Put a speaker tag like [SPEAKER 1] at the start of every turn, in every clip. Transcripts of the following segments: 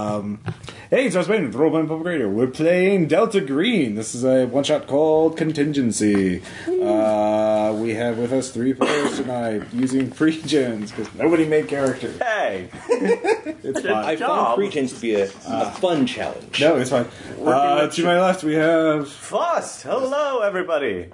[SPEAKER 1] Um, hey, it's Ross Bain with Rollman Public Radio. We're playing Delta Green. This is a one shot called Contingency. Uh, we have with us three players tonight using pre gens because nobody made characters.
[SPEAKER 2] Hey,
[SPEAKER 1] It's fine.
[SPEAKER 3] I found pretense to be a, a fun challenge.
[SPEAKER 1] No, it's fine. Uh, to my left, we have.
[SPEAKER 2] Foss! Hello, everybody.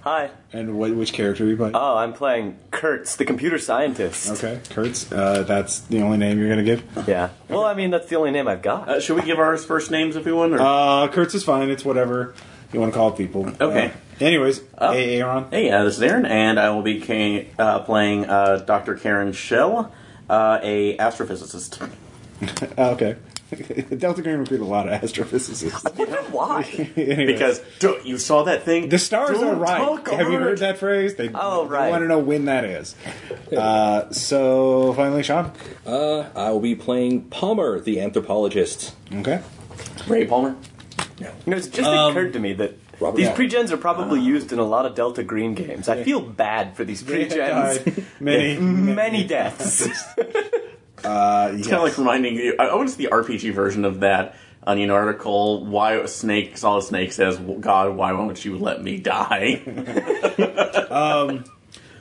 [SPEAKER 2] Hi.
[SPEAKER 1] And what, which character are you playing?
[SPEAKER 2] Oh, I'm playing Kurtz, the computer scientist.
[SPEAKER 1] Okay, Kurtz. Uh, that's the only name you're going to give.
[SPEAKER 2] Yeah. Well, I mean, that's the only name I've got.
[SPEAKER 4] Uh, should we give ours first names if we want? Or?
[SPEAKER 1] Uh, Kurtz is fine. It's whatever you want to call people.
[SPEAKER 4] Okay.
[SPEAKER 1] Uh, anyways, hey, Aaron.
[SPEAKER 4] hey, uh, this is Aaron, and I will be ca- uh, playing uh, Dr. Karen Shell, uh, a astrophysicist.
[SPEAKER 1] Uh, Okay. Delta Green recruit a lot of astrophysicists.
[SPEAKER 4] Wonder why?
[SPEAKER 1] Anyway.
[SPEAKER 4] because duh, you saw that thing.
[SPEAKER 1] The stars
[SPEAKER 4] Don't
[SPEAKER 1] are right.
[SPEAKER 4] talk
[SPEAKER 1] Have you
[SPEAKER 4] over
[SPEAKER 1] heard
[SPEAKER 4] it.
[SPEAKER 1] that phrase? They,
[SPEAKER 2] Oh, right.
[SPEAKER 1] want to know when that is. Uh, so finally, Sean.
[SPEAKER 3] Uh, I will be playing Palmer, the anthropologist.
[SPEAKER 1] Okay.
[SPEAKER 4] Ray Palmer.
[SPEAKER 2] You know, it's just
[SPEAKER 1] Um,
[SPEAKER 2] occurred to me that
[SPEAKER 3] Robert
[SPEAKER 2] these
[SPEAKER 3] Downey.
[SPEAKER 2] pregens are probably
[SPEAKER 4] Ah.
[SPEAKER 2] used in a lot of Delta Green games. I feel bad for these pregens.
[SPEAKER 1] Uh, many.
[SPEAKER 2] Many deaths.
[SPEAKER 1] Uh,
[SPEAKER 4] It's kind of
[SPEAKER 1] yes.
[SPEAKER 4] like reminding you. I I want to see the RPG version of that Onion article. Why a Snake? Solid Snake says, "God, why won't you let me die?"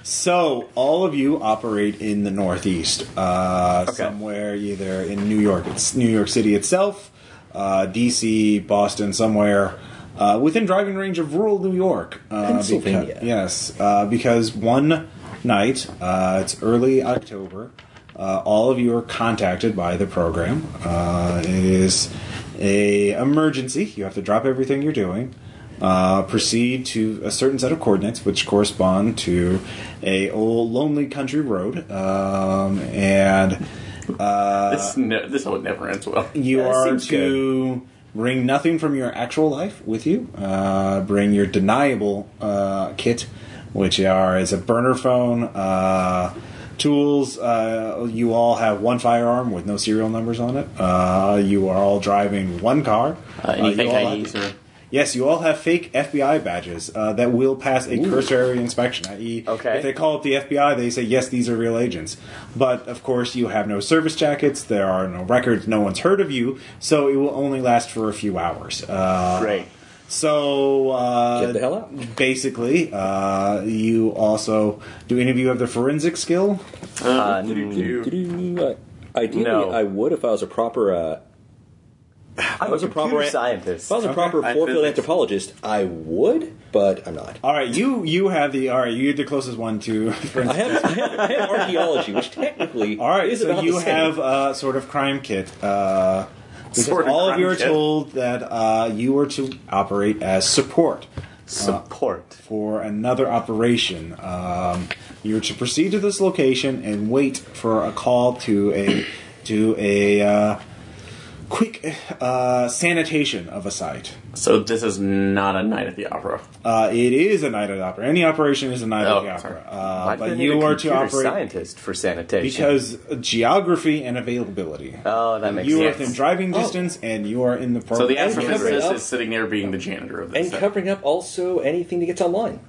[SPEAKER 1] So all of you operate in the Northeast, uh, somewhere either in New York, it's New York City itself, uh, D.C., Boston, somewhere uh, within driving range of rural New York, uh,
[SPEAKER 3] Pennsylvania.
[SPEAKER 1] beca- yes, uh, because one night, uh, it's early October. Uh, all of you are contacted by the program. Uh, it is a emergency. You have to drop everything you're doing. Uh, proceed to a certain set of coordinates, which correspond to a old lonely country road, um, and uh,
[SPEAKER 4] this ne- this would never end well.
[SPEAKER 1] you
[SPEAKER 3] Yeah, that
[SPEAKER 1] are
[SPEAKER 3] seems
[SPEAKER 1] to bring nothing from your actual life with you. Uh, bring your deniable uh, kit, which are is a burner phone, uh, tools. Uh, you all have one firearm with no serial numbers on it. Uh, you are all driving one car.
[SPEAKER 4] Uh,
[SPEAKER 1] Uh,
[SPEAKER 4] any
[SPEAKER 1] you
[SPEAKER 4] fake
[SPEAKER 1] all have-
[SPEAKER 4] IDs or
[SPEAKER 1] Yes, you all have fake FBI badges uh, that will pass a cursory inspection. I.e.,
[SPEAKER 2] Okay.
[SPEAKER 1] if they call up the FBI, they say yes, these are real agents. But of course, you have no service jackets. There are no records. No one's heard of you, so it will only last for a few hours. Uh,
[SPEAKER 4] Great.
[SPEAKER 1] So uh,
[SPEAKER 3] Get the hell out.
[SPEAKER 1] Basically, uh, you also do any of you have the forensic skill?
[SPEAKER 4] Uh,
[SPEAKER 2] hmm.
[SPEAKER 3] Do-do-do. Uh, Ideally,
[SPEAKER 4] No.
[SPEAKER 3] I would if I was a proper. Uh,
[SPEAKER 2] I'm a
[SPEAKER 3] was a proper
[SPEAKER 2] computer
[SPEAKER 3] an-
[SPEAKER 2] scientist.
[SPEAKER 3] if I was a proper
[SPEAKER 4] I-
[SPEAKER 3] four-field
[SPEAKER 4] physics.
[SPEAKER 3] anthropologist, I would, but I'm not.
[SPEAKER 1] All right, you you have the all right. You're the closest one to
[SPEAKER 3] I
[SPEAKER 1] forensic
[SPEAKER 3] have, I have, I have archaeology, which technically
[SPEAKER 1] All right,
[SPEAKER 3] is
[SPEAKER 1] so
[SPEAKER 3] about
[SPEAKER 1] you
[SPEAKER 3] the same.
[SPEAKER 1] have uh, sort of crime kit. Uh, because
[SPEAKER 4] Sort of
[SPEAKER 1] all of
[SPEAKER 4] crime
[SPEAKER 1] you are
[SPEAKER 4] kit.
[SPEAKER 1] told that uh, you are to operate as support
[SPEAKER 2] Support.
[SPEAKER 1] for another operation. Um, you're to proceed to this location and wait for a call to a to a uh, quick uh, sanitation of a site.
[SPEAKER 4] So this is not a night at the opera.
[SPEAKER 1] Uh, it is a night at the opera. Any operation is a night
[SPEAKER 4] Oh,
[SPEAKER 1] at the
[SPEAKER 4] sorry.
[SPEAKER 1] opera. Uh,
[SPEAKER 2] Why do
[SPEAKER 1] but
[SPEAKER 2] they need
[SPEAKER 1] you
[SPEAKER 2] a
[SPEAKER 1] are to
[SPEAKER 2] computer
[SPEAKER 1] operate
[SPEAKER 2] scientist for sanitation.
[SPEAKER 1] because geography and availability.
[SPEAKER 2] oh, that makes
[SPEAKER 1] You are
[SPEAKER 2] sense.
[SPEAKER 1] within
[SPEAKER 2] Oh.
[SPEAKER 1] driving distance, and you are in the
[SPEAKER 4] So
[SPEAKER 1] program.
[SPEAKER 4] the
[SPEAKER 3] And cover it
[SPEAKER 4] astrophysicist
[SPEAKER 3] up.
[SPEAKER 4] is sitting there being the janitor of this.
[SPEAKER 3] and covering up also anything that gets online.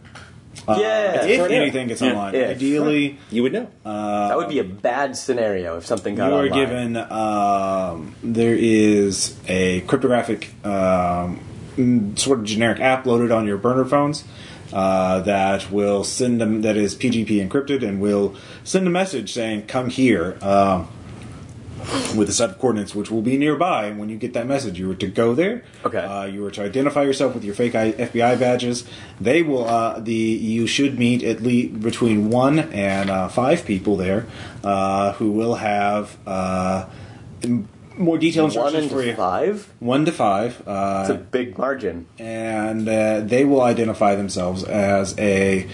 [SPEAKER 2] yeah,
[SPEAKER 1] Uh, if
[SPEAKER 3] Turn it
[SPEAKER 1] anything gets
[SPEAKER 4] Yeah.
[SPEAKER 1] online,
[SPEAKER 2] Yeah.
[SPEAKER 1] ideally
[SPEAKER 3] You would know.
[SPEAKER 1] Uh.
[SPEAKER 2] that would be a bad scenario if something
[SPEAKER 1] you
[SPEAKER 2] got
[SPEAKER 1] are
[SPEAKER 2] online.
[SPEAKER 1] given. Um, there is a cryptographic um, mm, sort of generic app loaded on your burner phones uh, that will send them. That is PGP encrypted and will send a message saying, "Come here." Um, with a set of coordinates which will be nearby. And when you get that message, you were to go there.
[SPEAKER 2] Okay.
[SPEAKER 1] Uh, you were to identify yourself with your fake I- FBI badges. They will. Uh, the you should meet at least between one and uh, five people there, uh, who will have uh, m- more detailed
[SPEAKER 2] one
[SPEAKER 1] instructions
[SPEAKER 2] and
[SPEAKER 1] for you.
[SPEAKER 2] five.
[SPEAKER 1] One to five. Uh,
[SPEAKER 2] It's a big margin.
[SPEAKER 1] and uh, they will identify themselves as a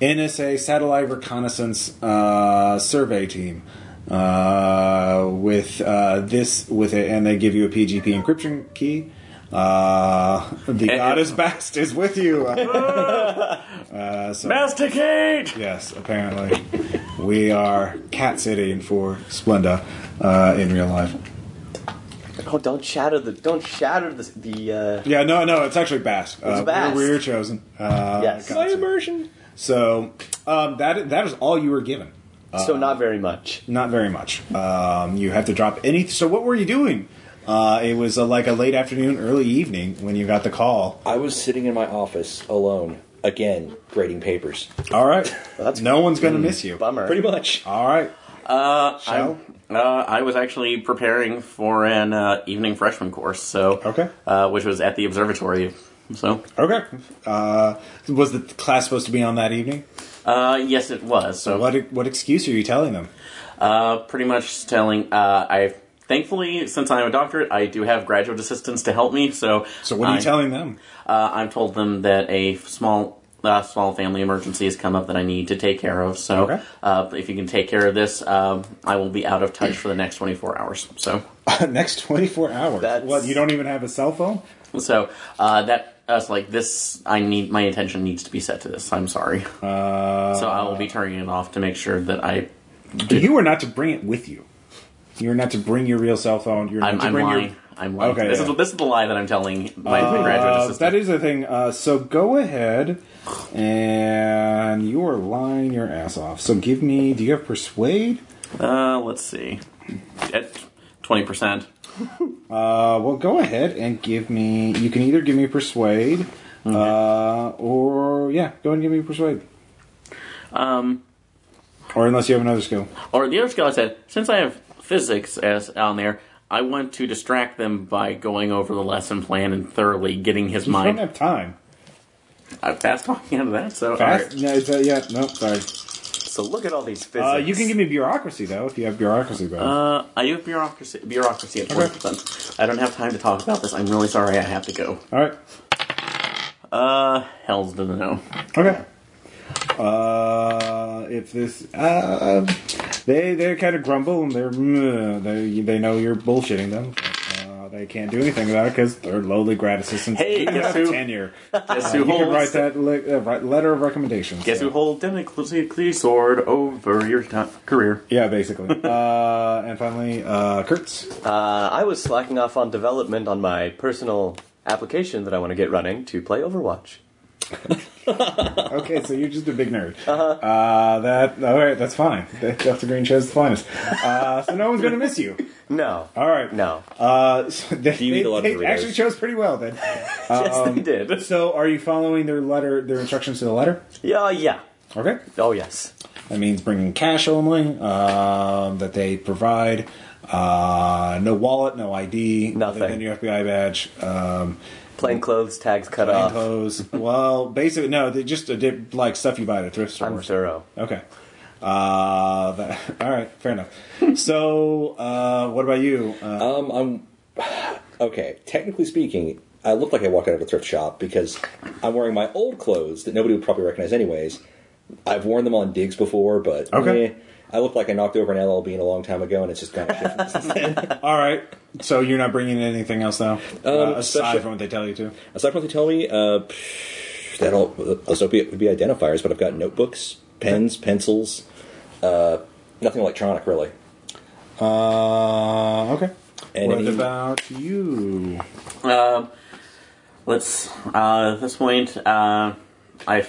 [SPEAKER 1] NSA satellite reconnaissance uh, survey team. Uh, with uh, this, with it, and they give you a PGP encryption key. Uh, the goddess Bast is with you. Uh, so,
[SPEAKER 4] Masticate!
[SPEAKER 1] yes, apparently, we are cat sitting for Splenda uh, in real life.
[SPEAKER 2] Oh, don't shatter the don't shatter the the. Uh,
[SPEAKER 1] Yeah, no, no, it's actually Bast. uh,
[SPEAKER 2] Bast.
[SPEAKER 1] We're, we're chosen. Uh,
[SPEAKER 2] Yes.
[SPEAKER 1] cat sitting.
[SPEAKER 3] immersion.
[SPEAKER 1] So um, that that is all you were given.
[SPEAKER 2] so not very much.
[SPEAKER 1] Not very much. Um, you have to drop any. So what were you doing? Uh, it was uh like a late afternoon, early evening when you got the call.
[SPEAKER 3] I was sitting in my office alone, again, grading papers.
[SPEAKER 1] All right,
[SPEAKER 2] that's-
[SPEAKER 1] no one's gonna miss you.
[SPEAKER 2] Bummer.
[SPEAKER 3] Pretty much.
[SPEAKER 1] All right,
[SPEAKER 4] Uh,
[SPEAKER 1] Shall?
[SPEAKER 4] I, uh, I was actually preparing for an uh, evening freshman course, so
[SPEAKER 1] Okay.
[SPEAKER 4] uh, which was at the observatory. So,
[SPEAKER 1] okay. Uh, was the class supposed to be on that evening?
[SPEAKER 4] uh, yes, it was. So,
[SPEAKER 1] What what excuse are you telling them?
[SPEAKER 4] uh, pretty much telling uh, I thankfully since I'm a doctorate, I do have graduate assistants to help me. So,
[SPEAKER 1] So what are you
[SPEAKER 4] I-
[SPEAKER 1] telling them?
[SPEAKER 4] Uh, I've told them that a small uh, small family emergency has come up that I need to take care of. So,
[SPEAKER 1] Okay.
[SPEAKER 4] uh, if you can take care of this, uh, I will be out of touch for the next 24 hours. So.
[SPEAKER 1] Next twenty four hours.
[SPEAKER 2] That's-
[SPEAKER 1] What? You don't even have a cell phone?
[SPEAKER 4] So uh, that us like this, I need my attention needs to be set to this. I'm sorry.
[SPEAKER 1] Uh,
[SPEAKER 4] so I will be turning it off to make sure that I.
[SPEAKER 1] you were not to bring it with you. You were not to bring your real cell phone. You're not
[SPEAKER 4] I'm,
[SPEAKER 1] to
[SPEAKER 4] I'm
[SPEAKER 1] bring
[SPEAKER 4] lying.
[SPEAKER 1] your.
[SPEAKER 4] I'm lying.
[SPEAKER 1] Okay,
[SPEAKER 4] this
[SPEAKER 1] yeah.
[SPEAKER 4] is this is the lie that I'm telling my graduate
[SPEAKER 1] Uh,
[SPEAKER 4] assistant.
[SPEAKER 1] that is the thing. Uh, so go ahead, and you are lying your ass off. So give me. Do you have persuade?
[SPEAKER 4] Uh, let's see. At twenty percent.
[SPEAKER 1] Uh, well, go ahead and give me. You can either give me persuade, uh, or yeah, go and give me persuade.
[SPEAKER 4] Um,
[SPEAKER 1] Or unless you have another skill.
[SPEAKER 4] or the other scholar said, since I have physics as on there. I want to distract them by going over the lesson plan and thoroughly getting his
[SPEAKER 1] You don't
[SPEAKER 4] mind.
[SPEAKER 1] have time.
[SPEAKER 4] I'm fast talking out of that, so
[SPEAKER 1] Fast?
[SPEAKER 4] alright.
[SPEAKER 1] No, it's, uh, yeah, no, sorry.
[SPEAKER 2] So look at all these physics.
[SPEAKER 1] Uh, you can give me bureaucracy though if you have bureaucracy. Though.
[SPEAKER 4] Uh, I do have bureaucracy, bureaucracy at
[SPEAKER 1] Okay.
[SPEAKER 4] 4%. I don't have time to talk about this. I'm really sorry I have to go.
[SPEAKER 1] All right.
[SPEAKER 4] Uh, hells to the no.
[SPEAKER 1] Okay. Uh, if this, uh, they they kind of grumble and they're "Mm," they they know you're bullshitting them. Uh, they can't do anything about it because they're lowly grad assistants.
[SPEAKER 4] Hey,
[SPEAKER 1] You
[SPEAKER 4] guess
[SPEAKER 1] have
[SPEAKER 4] who-
[SPEAKER 1] tenure.
[SPEAKER 4] Guess
[SPEAKER 1] You
[SPEAKER 4] who
[SPEAKER 1] can write
[SPEAKER 4] holds...
[SPEAKER 1] that le- uh, write letter of recommendations.
[SPEAKER 4] Guess who holds Democracy sword over your ti career?
[SPEAKER 1] Yeah, basically. uh, and finally, uh, Kurtz.
[SPEAKER 2] Uh, I was slacking off on development on my personal application that I want to get running to play Overwatch.
[SPEAKER 1] Okay, so you're just a big nerd. Uh-huh. that all right? That's fine. Dr. Green chose the finest. Uh, so no one's gonna miss you.
[SPEAKER 2] No.
[SPEAKER 1] All right.
[SPEAKER 2] No.
[SPEAKER 1] Uh, so they,
[SPEAKER 3] you eat
[SPEAKER 1] they-
[SPEAKER 3] a lot of
[SPEAKER 1] they
[SPEAKER 3] Doritos?
[SPEAKER 1] actually chose pretty well then.
[SPEAKER 2] yes,
[SPEAKER 1] Um,
[SPEAKER 2] they did.
[SPEAKER 1] So, are you following their letter, their instructions to the letter?
[SPEAKER 2] Yeah, yeah.
[SPEAKER 1] Okay.
[SPEAKER 2] Oh, yes.
[SPEAKER 1] That means bringing cash only um, that they provide. Uh, no wallet, no ID,
[SPEAKER 2] Nothing.
[SPEAKER 1] other than your FBI badge, um,
[SPEAKER 2] Plain clothes, tags cut
[SPEAKER 1] plain
[SPEAKER 2] off.
[SPEAKER 1] clothes. well, basically, no, they just uh, did, like stuff you buy at a thrift store.
[SPEAKER 2] I'm
[SPEAKER 1] or something.
[SPEAKER 2] thorough.
[SPEAKER 1] Okay. Uh, that, all right, fair enough. so, uh, what about you? Uh,
[SPEAKER 3] Um, I'm okay. Technically speaking, I look like I walk out of a thrift shop because I'm wearing my old clothes that nobody would probably recognize, anyways. I've worn them on digs before, but
[SPEAKER 1] Okay.
[SPEAKER 3] eh, I look like I knocked over an LL Bean a long time ago, and it's just kind of shit.
[SPEAKER 1] all right. So you're not bringing in anything else now, uh, aside
[SPEAKER 3] Um, special-
[SPEAKER 1] from what they tell you to.
[SPEAKER 3] Aside from what they tell me, uh, that'll those would be, would be identifiers, but I've got notebooks, pens, pencils, uh, nothing electronic really.
[SPEAKER 1] Uh, okay.
[SPEAKER 3] And
[SPEAKER 1] what
[SPEAKER 3] any-
[SPEAKER 1] about you?
[SPEAKER 4] Uh, let's, uh, at this point, uh, I,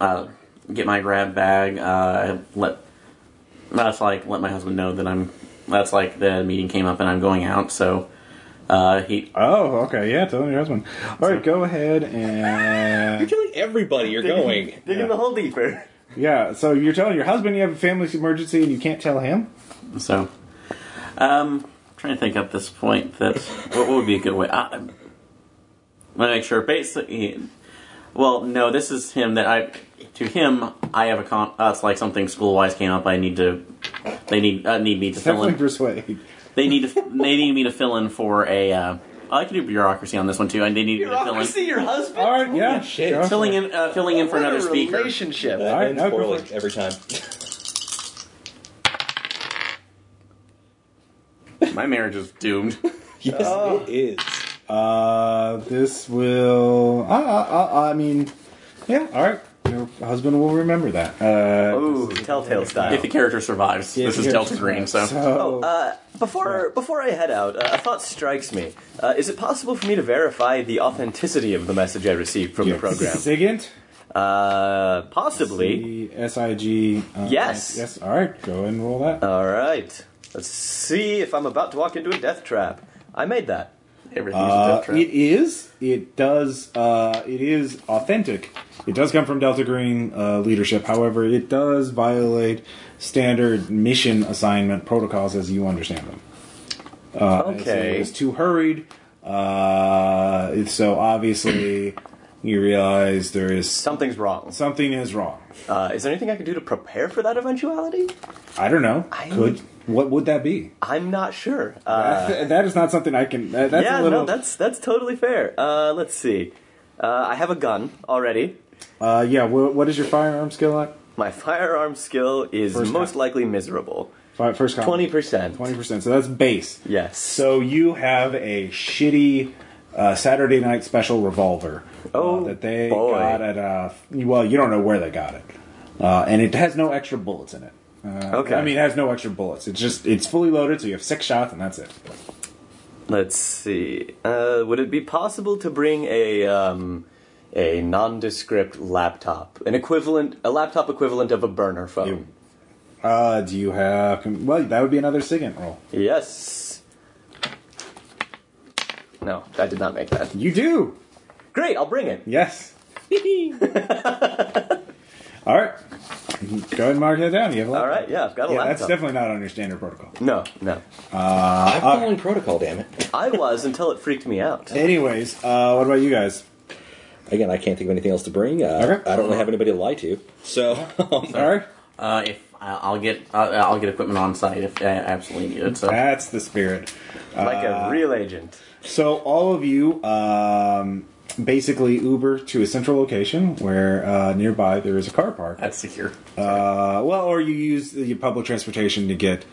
[SPEAKER 4] uh, get my grab bag, uh, let, that's like, let my husband know that I'm, that's like the meeting came up and I'm going out, so, uh, he,
[SPEAKER 1] Oh, okay. Yeah, tell your husband. All right, go ahead and
[SPEAKER 3] Telling everybody you're going.
[SPEAKER 2] Digging the hole deeper.
[SPEAKER 1] yeah. So you're telling your husband you have a family emergency and you can't tell him.
[SPEAKER 4] So, um, trying to think at this point that what would be a good way. I, I'm- I want to make sure. Basically, well, no, this is him that I. To him, I have a con. Uh, it's like something school wise came up. I need to. They need uh, need me to fill
[SPEAKER 1] Definitely
[SPEAKER 4] in.
[SPEAKER 1] persuade.
[SPEAKER 4] They need to. They need me to fill in for a. Uh, I could do bureaucracy on this one too. I they need me to fill in.
[SPEAKER 2] Bureaucracy, your husband?
[SPEAKER 1] All right, yeah,
[SPEAKER 3] shit.
[SPEAKER 1] go for
[SPEAKER 4] Filling
[SPEAKER 1] it.
[SPEAKER 4] in, uh, filling in for
[SPEAKER 2] What a
[SPEAKER 4] another speaker.
[SPEAKER 2] relationship.
[SPEAKER 3] That
[SPEAKER 1] right,
[SPEAKER 3] ends
[SPEAKER 1] no, go
[SPEAKER 3] poorly
[SPEAKER 1] for it.
[SPEAKER 3] every time.
[SPEAKER 4] My marriage is doomed.
[SPEAKER 3] yes, it is.
[SPEAKER 1] Uh, this will. Uh, uh, uh, I mean, yeah. All right, your husband will remember that. Uh,
[SPEAKER 2] Ooh, Telltale style.
[SPEAKER 4] if the character survives, this is Delta Green. So,
[SPEAKER 1] So,
[SPEAKER 2] Uh, before before I head out, uh, a thought strikes me. Uh, is it possible for me to verify the authenticity of the message I received from the program?
[SPEAKER 1] Sigint.
[SPEAKER 2] Uh, possibly.
[SPEAKER 1] The SIG. Uh,
[SPEAKER 2] Yes.
[SPEAKER 1] Yes. All right. Go ahead and roll that.
[SPEAKER 2] All right. Let's see if I'm about to walk into a death trap. I made that.
[SPEAKER 4] Everything's a
[SPEAKER 1] Uh,
[SPEAKER 4] death trap.
[SPEAKER 1] it is. It does. Uh, it is authentic. It does come from Delta Green uh, leadership. However, it does violate standard mission assignment protocols as you understand them.
[SPEAKER 2] okay.
[SPEAKER 1] It's too hurried. Uh, it's- so obviously, you realize there is
[SPEAKER 2] Something's wrong.
[SPEAKER 1] something is wrong.
[SPEAKER 2] Uh, is there anything I can do to prepare for that eventuality?
[SPEAKER 1] I don't know.
[SPEAKER 2] I-
[SPEAKER 1] Could what would that be?
[SPEAKER 2] I'm not sure. Uh,
[SPEAKER 1] That- that is not something I can. that- that's
[SPEAKER 2] yeah,
[SPEAKER 1] a little.
[SPEAKER 2] no, that's that's totally fair. Uh, let's see. Uh, I have a gun already.
[SPEAKER 1] uh, yeah. What, what is your firearm skill at?
[SPEAKER 2] My firearm skill is
[SPEAKER 1] First
[SPEAKER 2] most
[SPEAKER 1] con.
[SPEAKER 2] likely miserable.
[SPEAKER 1] Fi- First comment.
[SPEAKER 2] Twenty percent.
[SPEAKER 1] Twenty percent. So that's base.
[SPEAKER 2] Yes.
[SPEAKER 1] So you have a shitty uh, Saturday night special revolver. uh,
[SPEAKER 2] Oh,
[SPEAKER 1] that they
[SPEAKER 2] boy.
[SPEAKER 1] got at a. Well, you don't know where they got it, uh, and it has no extra bullets in it. Uh,
[SPEAKER 2] Okay.
[SPEAKER 1] I mean, it has no extra bullets. It's just it's fully loaded, so you have six shots, and that's it.
[SPEAKER 2] Let's see. Uh, would it be possible to bring a um, a nondescript laptop, an equivalent, a laptop equivalent of a burner phone?
[SPEAKER 1] Uh, do you have? Well, that would be another SIGINT roll.
[SPEAKER 2] Yes. No, I did not make that.
[SPEAKER 1] You do.
[SPEAKER 2] Great, I'll bring it.
[SPEAKER 1] Yes. All right. Go ahead and mark that down. You have a
[SPEAKER 2] All right, yeah, I've got a
[SPEAKER 1] Yeah,
[SPEAKER 2] laptop.
[SPEAKER 1] that's definitely not on your standard protocol.
[SPEAKER 2] no, no.
[SPEAKER 3] I'm
[SPEAKER 1] Uh,
[SPEAKER 3] following protocol, damn it.
[SPEAKER 2] I was until it freaked me out.
[SPEAKER 1] Anyways, uh, what about you guys?
[SPEAKER 3] Again, I can't think of anything else to bring. Uh,
[SPEAKER 1] Okay.
[SPEAKER 3] I don't really have anybody to lie to. So,
[SPEAKER 1] All right.
[SPEAKER 4] Uh, if I- I'll get I'll, I'll get equipment on site if I absolutely need it. So
[SPEAKER 1] That's the spirit.
[SPEAKER 2] Like a real agent.
[SPEAKER 1] So all of you um, basically Uber to a central location where uh, nearby there is a car park.
[SPEAKER 4] that's secure.
[SPEAKER 1] Uh, well, or you use the public transportation to get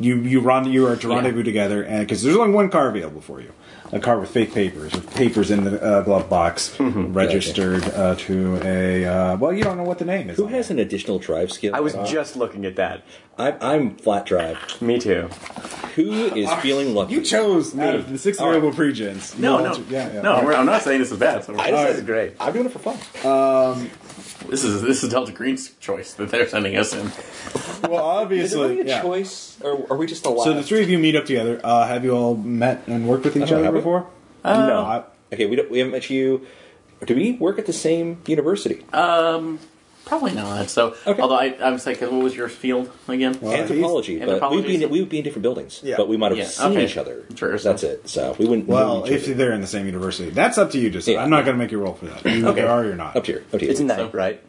[SPEAKER 1] you you run you are to rendezvous together, and because there's only one car available for you, a car with fake papers, with papers in the uh, glove box,
[SPEAKER 4] Mm-hmm.
[SPEAKER 1] registered uh, to a uh, well, you don't know what the name is.
[SPEAKER 3] who has an additional drive skill?
[SPEAKER 2] I was just looking at that.
[SPEAKER 3] I'm, I'm flat drive.
[SPEAKER 2] Me too.
[SPEAKER 3] Who is feeling lucky?
[SPEAKER 1] You gens out of the six
[SPEAKER 4] All right.
[SPEAKER 1] available pregens. You
[SPEAKER 4] No,
[SPEAKER 1] all
[SPEAKER 4] no,
[SPEAKER 1] cho- yeah, yeah.
[SPEAKER 4] no. We're, I'm not saying this is bad. So
[SPEAKER 3] I just-
[SPEAKER 2] This is great.
[SPEAKER 3] I'm doing it for fun.
[SPEAKER 4] this is this is Delta Green's choice that they're sending us
[SPEAKER 1] Well,
[SPEAKER 4] in.
[SPEAKER 3] Is it really
[SPEAKER 1] obviously,
[SPEAKER 3] a
[SPEAKER 1] yeah.
[SPEAKER 3] choice, or are we just allowed?
[SPEAKER 1] So the three of you meet up together. Uh, have you all met and worked with each other
[SPEAKER 3] don't have it. Uh,
[SPEAKER 1] before?
[SPEAKER 4] no.
[SPEAKER 1] I-
[SPEAKER 3] Okay, we don't, we haven't met you. Do we work at the same university?
[SPEAKER 4] Um, probably not. So
[SPEAKER 3] Okay.
[SPEAKER 4] although I, I was like, what was your field again?
[SPEAKER 1] Well,
[SPEAKER 3] Anthropology, but we'd be,
[SPEAKER 4] Anthropology.
[SPEAKER 3] in, we would be in different buildings,
[SPEAKER 1] Yeah.
[SPEAKER 3] but we might have
[SPEAKER 4] Yeah,
[SPEAKER 3] seen
[SPEAKER 4] okay.
[SPEAKER 3] each other.
[SPEAKER 4] Sure, so-
[SPEAKER 3] That's it. So we wouldn't.
[SPEAKER 1] Well,
[SPEAKER 3] know each
[SPEAKER 1] if
[SPEAKER 3] other.
[SPEAKER 1] they're in the same university, that's up to you. Just
[SPEAKER 3] Yeah.
[SPEAKER 1] I'm not going to make you roll for that. You
[SPEAKER 4] Okay.
[SPEAKER 1] either are or you're not.
[SPEAKER 3] up to you, up to you.
[SPEAKER 2] It's night, right?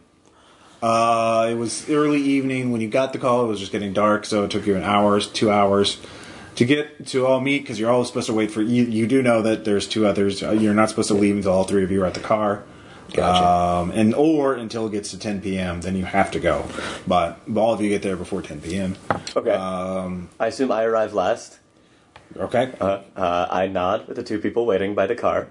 [SPEAKER 1] Uh, it was early evening when you got the call. It was just getting dark, so it took you an hour, two hours to get to all meet because you're all supposed to wait for. You, you do know that there's two others. Uh, You're not supposed to leave until all three of you are at the car.
[SPEAKER 3] Gotcha.
[SPEAKER 1] Um, and or until it gets to 10 p.m., then you have to go. But all of you get there before 10 p.m.
[SPEAKER 2] Okay. Um, I assume I arrive last.
[SPEAKER 1] Okay.
[SPEAKER 2] Uh, uh, I nod at the two people waiting by the car.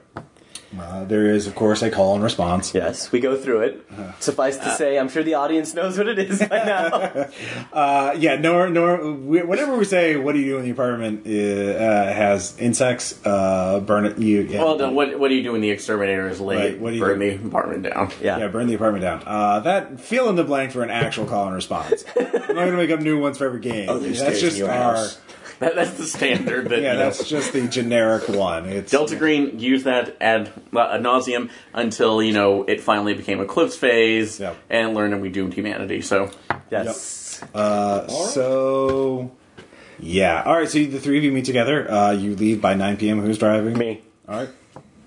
[SPEAKER 1] Uh, there is, of course, a call and response.
[SPEAKER 2] Yes, we go through it. Suffice
[SPEAKER 4] Uh,
[SPEAKER 2] to say, I'm sure the audience knows what it is by now.
[SPEAKER 1] Uh, yeah, nor nor we, whenever we say what do you do in the apartment uh, uh, has insects uh, burn it you yeah,
[SPEAKER 4] Well, the, what what do you do when the exterminator is late?
[SPEAKER 1] Right, what do you
[SPEAKER 4] burn
[SPEAKER 1] do?
[SPEAKER 4] the apartment down?
[SPEAKER 2] yeah.
[SPEAKER 1] yeah burn the apartment down. Uh, that fill in the blank for an actual call and response. I'm not gonna make up new ones for every game.
[SPEAKER 3] Oh, there's
[SPEAKER 1] that's
[SPEAKER 3] stairs
[SPEAKER 1] just
[SPEAKER 3] in your
[SPEAKER 1] our
[SPEAKER 3] house.
[SPEAKER 4] That, that's the standard. That
[SPEAKER 1] yeah,
[SPEAKER 4] you know,
[SPEAKER 1] that's just the generic one. It's
[SPEAKER 4] Delta Green used that ad, ad nauseum until you know it finally became eclipse phase
[SPEAKER 1] Yep.
[SPEAKER 4] and learned and we doomed humanity. So
[SPEAKER 2] Yes.
[SPEAKER 1] uh, so. Yeah. All right. So you- the three of you meet together. Uh, you leave by 9 p.m. Who's driving?
[SPEAKER 2] Me.
[SPEAKER 1] All right.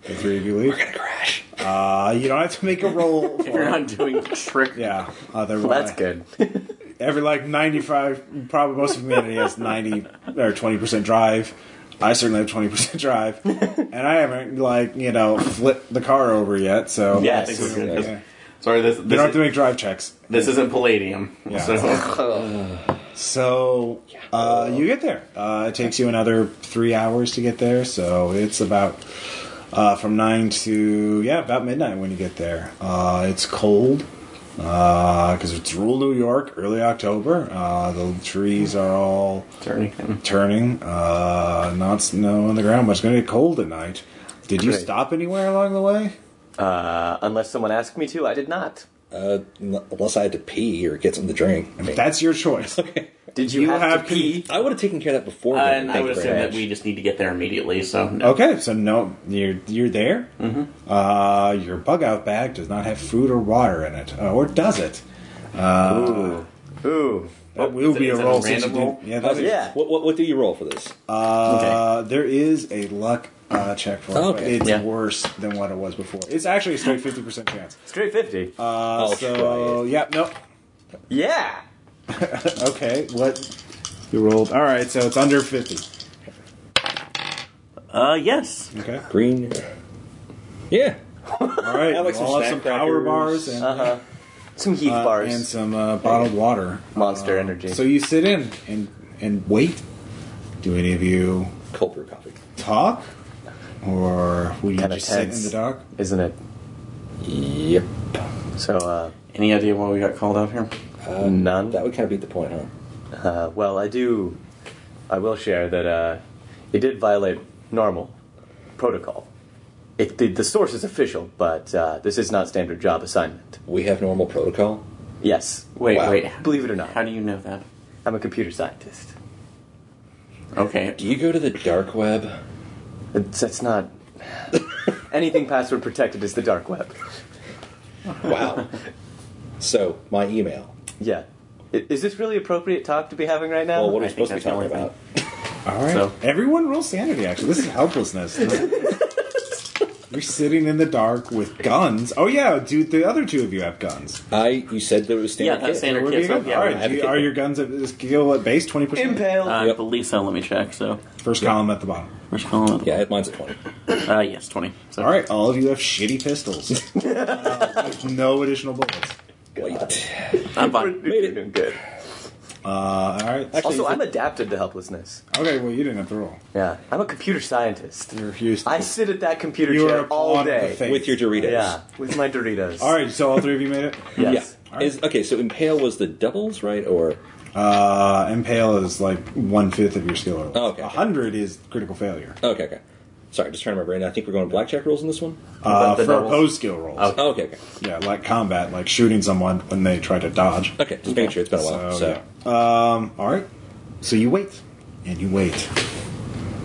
[SPEAKER 1] The three of you leave.
[SPEAKER 3] gonna crash.
[SPEAKER 1] Uh, you don't have to make a roll.
[SPEAKER 4] if you're
[SPEAKER 1] For it.
[SPEAKER 4] not doing trick,
[SPEAKER 1] Yeah. Uh, Otherwise,
[SPEAKER 2] That's good.
[SPEAKER 1] every like 95 probably most of humanity has 90 or 20% drive i certainly have 20% drive and i haven't like you know flipped the car over yet so
[SPEAKER 4] yeah, I
[SPEAKER 2] Yes.
[SPEAKER 4] think we're good.
[SPEAKER 1] Yeah.
[SPEAKER 4] Sorry, this
[SPEAKER 1] you
[SPEAKER 4] this,
[SPEAKER 1] don't have
[SPEAKER 4] is,
[SPEAKER 1] to make drive checks
[SPEAKER 4] this isn't palladium.
[SPEAKER 1] Yeah.
[SPEAKER 4] So
[SPEAKER 1] so uh, you get there uh, it takes you another three hours to get there so it's about uh, from 9 to yeah about midnight when you get there uh, it's cold because it's rural New York, early October. Uh, the trees are all
[SPEAKER 4] Sorry.
[SPEAKER 1] turning. Uh, not snow on the ground, but it's going to get cold at night. Did you
[SPEAKER 2] Great.
[SPEAKER 1] stop anywhere along the way?
[SPEAKER 2] Uh, unless someone asked me to, I did not.
[SPEAKER 3] Uh, n- unless I had to pee or get something to drink. I mean,
[SPEAKER 1] That's your choice.
[SPEAKER 2] Did you,
[SPEAKER 1] You
[SPEAKER 2] have,
[SPEAKER 1] have
[SPEAKER 2] to pee?
[SPEAKER 3] I would have taken care of that before.
[SPEAKER 4] Uh,
[SPEAKER 3] but
[SPEAKER 4] and I
[SPEAKER 3] thank
[SPEAKER 4] would
[SPEAKER 3] you
[SPEAKER 4] assume
[SPEAKER 3] very
[SPEAKER 4] that
[SPEAKER 3] much.
[SPEAKER 4] we just need to get there immediately. So no.
[SPEAKER 1] Okay, so no, you're you're there.
[SPEAKER 2] Mm-hmm.
[SPEAKER 1] Uh, your bug out bag does not have food or water in it, uh, or does it?
[SPEAKER 2] Ooh. Ooh.
[SPEAKER 1] That will
[SPEAKER 4] it-
[SPEAKER 1] be a
[SPEAKER 4] Oh, is it a
[SPEAKER 1] roll. since
[SPEAKER 4] random
[SPEAKER 1] you did-
[SPEAKER 4] roll?
[SPEAKER 1] Yeah,
[SPEAKER 3] Uh,
[SPEAKER 1] that's
[SPEAKER 2] Oh, Yeah.
[SPEAKER 3] What, what, what do you roll for this?
[SPEAKER 1] Uh, There is a luck uh, check for it,
[SPEAKER 2] Oh,
[SPEAKER 1] but
[SPEAKER 3] Okay.
[SPEAKER 1] it's
[SPEAKER 4] Yeah.
[SPEAKER 1] worse than what it was before. It's actually a straight fifty percent chance.
[SPEAKER 2] Straight 50.
[SPEAKER 1] Uh,
[SPEAKER 2] Oh,
[SPEAKER 3] I'll
[SPEAKER 1] so yeah, no,
[SPEAKER 2] yeah.
[SPEAKER 1] okay. What you rolled? All right, so it's under fifty.
[SPEAKER 4] Uh, yes.
[SPEAKER 1] Okay,
[SPEAKER 3] Green. Yeah.
[SPEAKER 1] all right.
[SPEAKER 3] I like
[SPEAKER 1] you
[SPEAKER 3] some
[SPEAKER 1] all have
[SPEAKER 3] snack
[SPEAKER 1] some power
[SPEAKER 3] crackers.
[SPEAKER 1] bars and,
[SPEAKER 2] Uh-huh. Some Heath
[SPEAKER 1] uh,
[SPEAKER 2] bars.
[SPEAKER 1] and some uh, bottled water. Um,
[SPEAKER 2] Monster energy.
[SPEAKER 1] So you sit in and and wait. Do any of you
[SPEAKER 3] Cold brew coffee.
[SPEAKER 1] talk, or will you
[SPEAKER 2] Kinda
[SPEAKER 1] just sit in
[SPEAKER 2] tense.
[SPEAKER 1] the dark?
[SPEAKER 2] Isn't it?
[SPEAKER 3] Yep.
[SPEAKER 2] So, uh,
[SPEAKER 4] Any idea why we got called out here?
[SPEAKER 2] none?
[SPEAKER 3] That would kind of beat the point, huh?
[SPEAKER 2] Uh, well, I do. I will share that uh, it did violate normal protocol. It, the, the source is official, but uh, this is not standard job assignment.
[SPEAKER 3] We have normal protocol.
[SPEAKER 2] Yes.
[SPEAKER 4] Wait,
[SPEAKER 3] Wow.
[SPEAKER 4] wait.
[SPEAKER 2] Believe it or not,
[SPEAKER 4] How do you know that?
[SPEAKER 2] I'm a computer scientist.
[SPEAKER 4] Okay.
[SPEAKER 3] Do you go to the dark web?
[SPEAKER 2] It's, that's not. Anything password protected is the dark web.
[SPEAKER 3] Wow. so my email.
[SPEAKER 2] Yeah. I- Is this really appropriate talk to be having right now?
[SPEAKER 3] Well, what are
[SPEAKER 4] I
[SPEAKER 3] we supposed to be
[SPEAKER 4] think that's the
[SPEAKER 3] talking
[SPEAKER 4] only
[SPEAKER 3] about?
[SPEAKER 1] All right.
[SPEAKER 4] So-
[SPEAKER 1] Everyone roll sanity, actually. This is helplessness. You're sitting in the dark with guns. Oh, yeah, dude, the other two of you have guns.
[SPEAKER 3] I. You said that it was
[SPEAKER 4] Yeah,
[SPEAKER 3] standard.
[SPEAKER 4] that's
[SPEAKER 3] kit.
[SPEAKER 4] standard
[SPEAKER 1] What do
[SPEAKER 4] kit.
[SPEAKER 1] you
[SPEAKER 4] So,
[SPEAKER 1] got?
[SPEAKER 4] yeah,
[SPEAKER 1] All
[SPEAKER 4] we're-
[SPEAKER 1] right,
[SPEAKER 3] have
[SPEAKER 1] do you-
[SPEAKER 3] a
[SPEAKER 1] are
[SPEAKER 3] kid.
[SPEAKER 1] your guns at this skill at base 20%?
[SPEAKER 2] Impale.
[SPEAKER 4] I
[SPEAKER 3] Yep.
[SPEAKER 4] believe so. Let me check. So,
[SPEAKER 1] First column at the bottom.
[SPEAKER 4] where's calling?
[SPEAKER 3] Yeah, mine's at twenty.
[SPEAKER 4] Uh, yes, twenty. So,
[SPEAKER 1] All right, all of you have shitty pistols. Uh, with no additional bullets.
[SPEAKER 3] Wait.
[SPEAKER 2] We're-
[SPEAKER 4] I'm fine.
[SPEAKER 2] we're doing good.
[SPEAKER 1] Uh, all right.
[SPEAKER 2] Also, I'm adapted to helplessness.
[SPEAKER 1] okay, well, you didn't have to roll.
[SPEAKER 2] Yeah, I'm a computer scientist.
[SPEAKER 1] You're Houston.
[SPEAKER 2] I sit at that computer
[SPEAKER 1] You are
[SPEAKER 2] chair
[SPEAKER 1] a
[SPEAKER 2] all
[SPEAKER 1] pawn of
[SPEAKER 2] day.
[SPEAKER 1] the fate.
[SPEAKER 3] With your Doritos.
[SPEAKER 2] Yeah, with my Doritos.
[SPEAKER 1] All right, so all three of you made it?
[SPEAKER 2] Yes.
[SPEAKER 3] Yeah. Is, okay, so impale was the doubles, right? Or
[SPEAKER 1] Uh, impale is like one fifth of your skill level.
[SPEAKER 3] Oh, okay.
[SPEAKER 1] A hundred is critical failure.
[SPEAKER 3] okay, okay. Sorry, just trying to remember. And I think we're going blackjack rules in this one.
[SPEAKER 1] Uh,
[SPEAKER 4] the
[SPEAKER 1] for
[SPEAKER 4] doubles.
[SPEAKER 1] opposed skill rolls.
[SPEAKER 4] Okay.
[SPEAKER 3] Oh, okay, okay,
[SPEAKER 1] Yeah, like combat, like shooting someone when they try to dodge.
[SPEAKER 3] okay. Just making sure it's been a while.
[SPEAKER 1] So,
[SPEAKER 3] So,
[SPEAKER 1] yeah. Um, all right. So you wait, and you wait,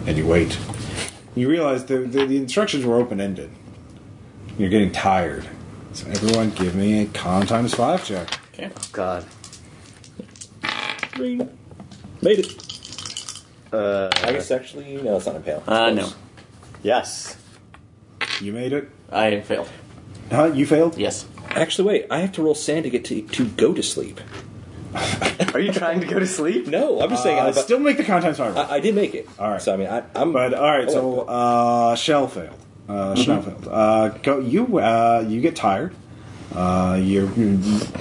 [SPEAKER 1] and you wait. You realize the the, the instructions were open ended. You're getting tired. So everyone, give me a con times five check.
[SPEAKER 4] Okay.
[SPEAKER 2] God.
[SPEAKER 3] Green. made it. Uh, I guess actually, no, it's not impale.
[SPEAKER 4] Uh, no,
[SPEAKER 3] Close.
[SPEAKER 2] Yes.
[SPEAKER 1] You made it.
[SPEAKER 4] I failed.
[SPEAKER 1] Huh? You failed.
[SPEAKER 4] Yes.
[SPEAKER 3] Actually, wait. I have to roll sand to get to to go to sleep.
[SPEAKER 2] Are you trying to go to sleep?
[SPEAKER 3] No, I'm just saying. I,
[SPEAKER 1] Uh, still make the con times five. roll.
[SPEAKER 3] I, I did make it.
[SPEAKER 1] All right.
[SPEAKER 3] So I mean, I, I'm.
[SPEAKER 1] But all right,
[SPEAKER 3] oh, Mm-hmm.
[SPEAKER 1] so
[SPEAKER 3] uh,
[SPEAKER 1] uh, Shell failed. Uh, Schnell failed. Uh, go, you uh, you get tired. Uh, you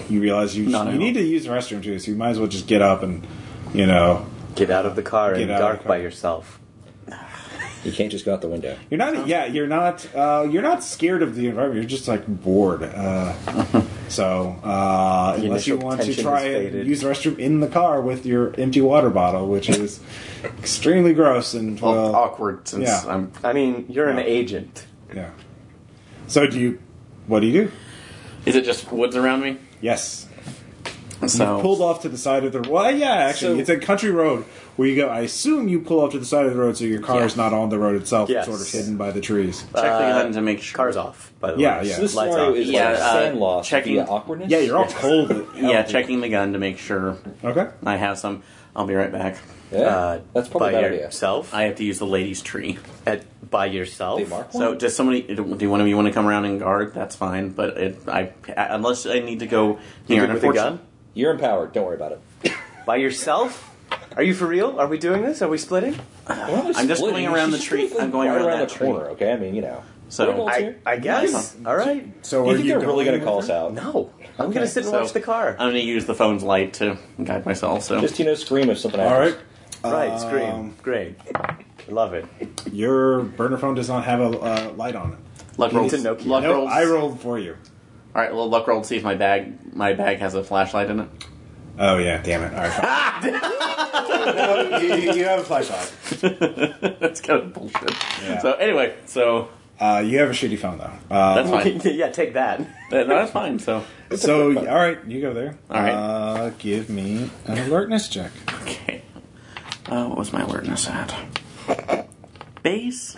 [SPEAKER 1] you realize you
[SPEAKER 4] Not at
[SPEAKER 1] you
[SPEAKER 4] all.
[SPEAKER 1] need to use the restroom too, so you might as well just get up and you know
[SPEAKER 2] Get out of the car
[SPEAKER 1] Get
[SPEAKER 2] and
[SPEAKER 1] out of
[SPEAKER 2] dark
[SPEAKER 1] the car.
[SPEAKER 2] by yourself.
[SPEAKER 3] you can't just go out the window.
[SPEAKER 1] you're not yeah you're not uh, you're not scared of the environment. You're just like bored. Uh, so uh,
[SPEAKER 2] The
[SPEAKER 1] unless you
[SPEAKER 2] initial
[SPEAKER 1] want to
[SPEAKER 2] tension
[SPEAKER 1] try
[SPEAKER 2] is
[SPEAKER 1] and
[SPEAKER 2] faded.
[SPEAKER 1] use the restroom in the car with your empty water bottle, which is extremely gross and
[SPEAKER 4] Well,
[SPEAKER 1] well, uh,
[SPEAKER 4] awkward since
[SPEAKER 1] yeah.
[SPEAKER 4] I'm.
[SPEAKER 2] I mean, you're an
[SPEAKER 1] No.
[SPEAKER 2] agent.
[SPEAKER 1] yeah. So do you? What do you do?
[SPEAKER 4] Is it just woods around me?
[SPEAKER 1] Yes.
[SPEAKER 4] So
[SPEAKER 1] pulled off to the side of the well yeah actually
[SPEAKER 3] So-
[SPEAKER 1] it's a country road where you go i assume you pull off to the side of the road so your car
[SPEAKER 4] Yeah.
[SPEAKER 1] is not on the road itself
[SPEAKER 2] Yes.
[SPEAKER 1] it's sort of hidden by the trees
[SPEAKER 4] checking
[SPEAKER 2] Uh,
[SPEAKER 4] that to make sure.
[SPEAKER 2] Car's off, by the
[SPEAKER 1] Yeah,
[SPEAKER 2] way.
[SPEAKER 1] yeah.
[SPEAKER 3] So this
[SPEAKER 2] Lights
[SPEAKER 3] scenario
[SPEAKER 2] off.
[SPEAKER 3] is
[SPEAKER 4] Yeah,
[SPEAKER 3] like
[SPEAKER 4] uh,
[SPEAKER 3] sand loss
[SPEAKER 4] checking-
[SPEAKER 3] via awkwardness.
[SPEAKER 1] yeah you're all cold
[SPEAKER 4] Yeah, checking the gun to make sure
[SPEAKER 1] okay
[SPEAKER 4] I have some. I'll be right back.
[SPEAKER 3] Yeah,
[SPEAKER 2] Uh,
[SPEAKER 3] that's probably a
[SPEAKER 2] by
[SPEAKER 3] bad idea.
[SPEAKER 2] yourself.
[SPEAKER 4] I have to use the lady's tree.
[SPEAKER 2] At, by yourself.
[SPEAKER 3] They mark
[SPEAKER 4] So does somebody? Do one of you want to come around and guard? That's fine. But it, I unless I need to go
[SPEAKER 2] You
[SPEAKER 4] near.
[SPEAKER 2] good with a
[SPEAKER 4] unfortunately-
[SPEAKER 2] gun?
[SPEAKER 3] You're empowered. Don't worry about it.
[SPEAKER 2] By yourself? Are you for real? Are we doing this? Are we splitting?
[SPEAKER 4] I'm just going around the tree. I'm going
[SPEAKER 3] right
[SPEAKER 4] around
[SPEAKER 3] around
[SPEAKER 4] that
[SPEAKER 3] the
[SPEAKER 4] tree.
[SPEAKER 3] corner. Okay, I mean, you know.
[SPEAKER 4] So-
[SPEAKER 3] We're adults
[SPEAKER 4] I-
[SPEAKER 3] here.
[SPEAKER 2] I guess. All right.
[SPEAKER 1] so
[SPEAKER 3] you
[SPEAKER 1] are
[SPEAKER 3] think
[SPEAKER 1] you
[SPEAKER 3] they're really going to call us
[SPEAKER 1] out
[SPEAKER 3] out?
[SPEAKER 2] No, I'm gonna sit and
[SPEAKER 4] So,
[SPEAKER 2] watch the car.
[SPEAKER 4] I'm going to use the phone's light to guide myself. So
[SPEAKER 3] Just you know, scream if something
[SPEAKER 1] all
[SPEAKER 3] happens.
[SPEAKER 1] right
[SPEAKER 2] right,
[SPEAKER 1] um,
[SPEAKER 2] scream, great, love it.
[SPEAKER 1] your burner phone does not have a uh, light on it
[SPEAKER 4] luck roll.
[SPEAKER 2] Oh, It's a Nokia.
[SPEAKER 4] Luck
[SPEAKER 1] no
[SPEAKER 4] rolls.
[SPEAKER 1] i rolled for you
[SPEAKER 4] All right. Well, luck roll to see if my bag my bag has a flashlight in it.
[SPEAKER 1] oh yeah damn it all right no, you, you have a flashlight
[SPEAKER 4] That's kind of bullshit.
[SPEAKER 1] Yeah.
[SPEAKER 4] So anyway, so
[SPEAKER 1] Uh, you have a shitty phone though. Uh,
[SPEAKER 4] That's fine.
[SPEAKER 2] yeah, take that.
[SPEAKER 4] That- that's fine. So
[SPEAKER 1] so all right, you go there.
[SPEAKER 4] All right.
[SPEAKER 1] Uh, give me an alertness check.
[SPEAKER 4] okay. Uh, what was my alertness at? Base.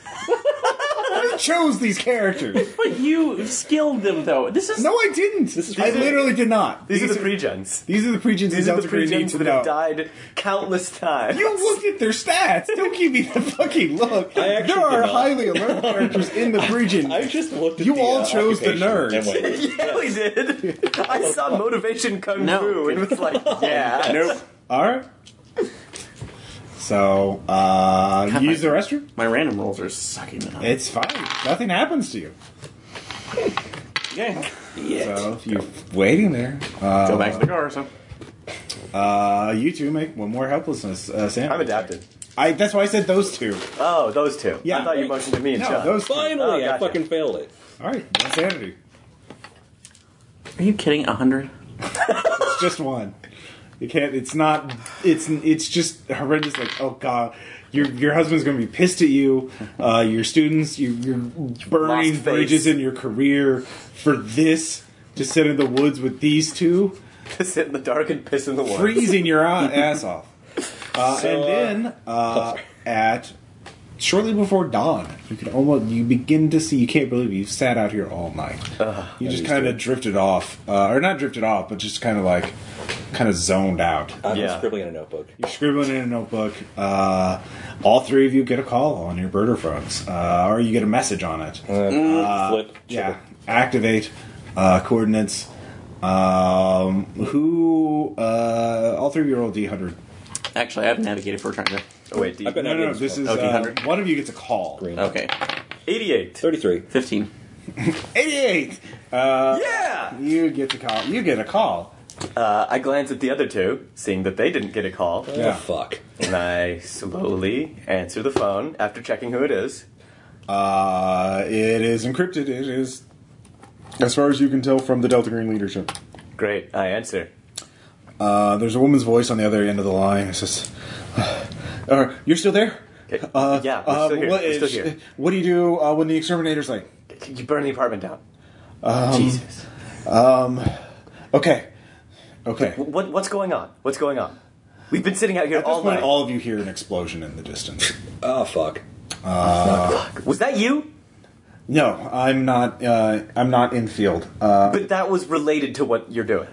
[SPEAKER 1] I chose these characters.
[SPEAKER 4] But you skilled them though. This is
[SPEAKER 1] No, I didn't.
[SPEAKER 3] is-
[SPEAKER 1] I literally did not.
[SPEAKER 2] These are the pregens.
[SPEAKER 1] These are the pregens.
[SPEAKER 2] These are the
[SPEAKER 1] Delta Green need
[SPEAKER 2] pregens
[SPEAKER 1] to
[SPEAKER 2] that
[SPEAKER 1] know.
[SPEAKER 2] have died countless times.
[SPEAKER 1] You looked at their stats. Don't give me the fucking look.
[SPEAKER 3] I actually
[SPEAKER 1] There are
[SPEAKER 3] did not.
[SPEAKER 1] highly alert characters in the region.
[SPEAKER 3] I just looked at
[SPEAKER 1] You
[SPEAKER 3] the,
[SPEAKER 1] all
[SPEAKER 3] uh,
[SPEAKER 1] chose the
[SPEAKER 3] occupation
[SPEAKER 1] nerds.
[SPEAKER 3] and went,
[SPEAKER 2] Yeah, we did. I saw motivation kung
[SPEAKER 4] No.
[SPEAKER 2] fu and was like, yeah.
[SPEAKER 4] nope.
[SPEAKER 1] All right. So uh, use the restroom.
[SPEAKER 4] My random rolls are sucking it up.
[SPEAKER 1] It's fine. Nothing happens to you.
[SPEAKER 4] yeah.
[SPEAKER 1] So if you're waiting there. Uh,
[SPEAKER 4] Go back to the car. So
[SPEAKER 1] uh, you two make one more helplessness. Uh, Sam.
[SPEAKER 2] I'm adapted.
[SPEAKER 1] I, that's why I said those two.
[SPEAKER 2] Oh, those two.
[SPEAKER 1] Yeah.
[SPEAKER 2] I thought you motioned to me and
[SPEAKER 1] No,
[SPEAKER 2] Chuck.
[SPEAKER 1] those. Two.
[SPEAKER 3] Finally,
[SPEAKER 2] Oh,
[SPEAKER 3] I
[SPEAKER 2] gotcha.
[SPEAKER 3] fucking failed it.
[SPEAKER 1] All right. Insanity.
[SPEAKER 4] are you kidding? hundred.
[SPEAKER 1] It's just one. You can't. It's not. It's it's just horrendous. Like oh god, your your husband's going to be pissed at you. Uh, your students, you, you're burning
[SPEAKER 2] Lost face.
[SPEAKER 1] bridges in your career for this. To sit in the woods with these two,
[SPEAKER 2] Sit in the dark and piss in the water.
[SPEAKER 1] freezing your a- ass off. Uh,
[SPEAKER 3] So,
[SPEAKER 1] and
[SPEAKER 3] uh,
[SPEAKER 1] then uh, at shortly before dawn, you can almost you begin to see. You can't believe you've sat out here all night. you just
[SPEAKER 3] Uh, is
[SPEAKER 1] kind of
[SPEAKER 3] good.
[SPEAKER 1] drifted off, uh, or not drifted off, but just kind of like kind of zoned out.
[SPEAKER 3] I'm
[SPEAKER 2] Yeah.
[SPEAKER 3] scribbling in a notebook.
[SPEAKER 1] You're scribbling in a notebook. Uh, all three of you get a call on your birder phones, uh, or you get a message on it.
[SPEAKER 3] Uh, Mm, Flip.
[SPEAKER 1] yeah, activate uh, coordinates. Um, who? Uh, all three of you roll D hundred.
[SPEAKER 4] Actually, I've navigated for trying to.
[SPEAKER 2] Oh, wait, D-
[SPEAKER 3] I've got
[SPEAKER 1] No, no, no. This is
[SPEAKER 3] Oh,
[SPEAKER 1] uh,
[SPEAKER 4] D100.
[SPEAKER 1] one of you gets a call.
[SPEAKER 3] Green.
[SPEAKER 4] Okay,
[SPEAKER 2] 88.
[SPEAKER 3] 33.
[SPEAKER 4] fifteen.
[SPEAKER 1] Eighty-eight. Uh,
[SPEAKER 2] Yeah!
[SPEAKER 1] You get the call. You get a call.
[SPEAKER 2] Uh, I glance at the other two, seeing that they didn't get a call,
[SPEAKER 1] Yeah.
[SPEAKER 3] Oh, fuck.
[SPEAKER 2] and I slowly answer the phone after checking who it is.
[SPEAKER 1] Uh, it is encrypted. It is, as far as you can tell, from the Delta Green leadership.
[SPEAKER 2] Great, I answer.
[SPEAKER 1] Uh, there's a woman's voice on the other end of the line. It says, uh, "You're still there?
[SPEAKER 2] Okay.
[SPEAKER 1] Uh,
[SPEAKER 2] yeah, we're
[SPEAKER 1] uh,
[SPEAKER 2] still here.
[SPEAKER 1] What,
[SPEAKER 2] we're still
[SPEAKER 1] is-
[SPEAKER 2] here.
[SPEAKER 1] what do you do uh, when the exterminator's like?
[SPEAKER 2] You burn the apartment down. Jesus.
[SPEAKER 1] Okay, okay. At
[SPEAKER 2] What, what's going on? What's going on? We've been sitting out here
[SPEAKER 1] this
[SPEAKER 2] all
[SPEAKER 1] point,
[SPEAKER 2] night.
[SPEAKER 1] all of you hear an explosion in the distance.
[SPEAKER 3] Oh, fuck.
[SPEAKER 2] Was that you?
[SPEAKER 1] no, I'm not. Uh, I'm not in field. Uh,
[SPEAKER 2] But that was related to what you're doing.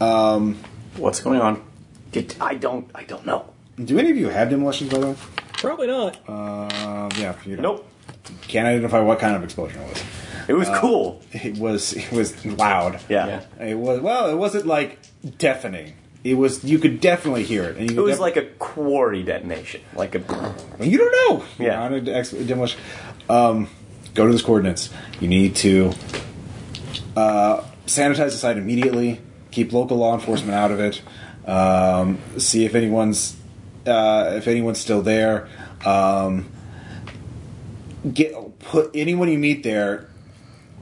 [SPEAKER 1] Um,
[SPEAKER 4] What's going on?
[SPEAKER 2] Did, I don't. I don't know.
[SPEAKER 1] do any of you have demolitions by the way?
[SPEAKER 3] Probably not.
[SPEAKER 2] Um,
[SPEAKER 1] Uh, yeah. You don't.
[SPEAKER 2] Nope.
[SPEAKER 1] Can't identify what kind of explosion it was.
[SPEAKER 2] It
[SPEAKER 1] Uh,
[SPEAKER 2] was cool.
[SPEAKER 1] It was. It was loud.
[SPEAKER 2] Yeah.
[SPEAKER 4] Yeah.
[SPEAKER 1] It was. Well, it wasn't like deafening. It was. You could definitely hear it. And you
[SPEAKER 2] It was like a quarry detonation. Like a.
[SPEAKER 1] You don't know.
[SPEAKER 2] Yeah.
[SPEAKER 1] How to ex- demolish. Um, go to those coordinates. You need to uh, sanitize the site immediately. Keep local law enforcement out of it. Um, see if anyone's uh, if anyone's still there. Um, get put anyone you meet there.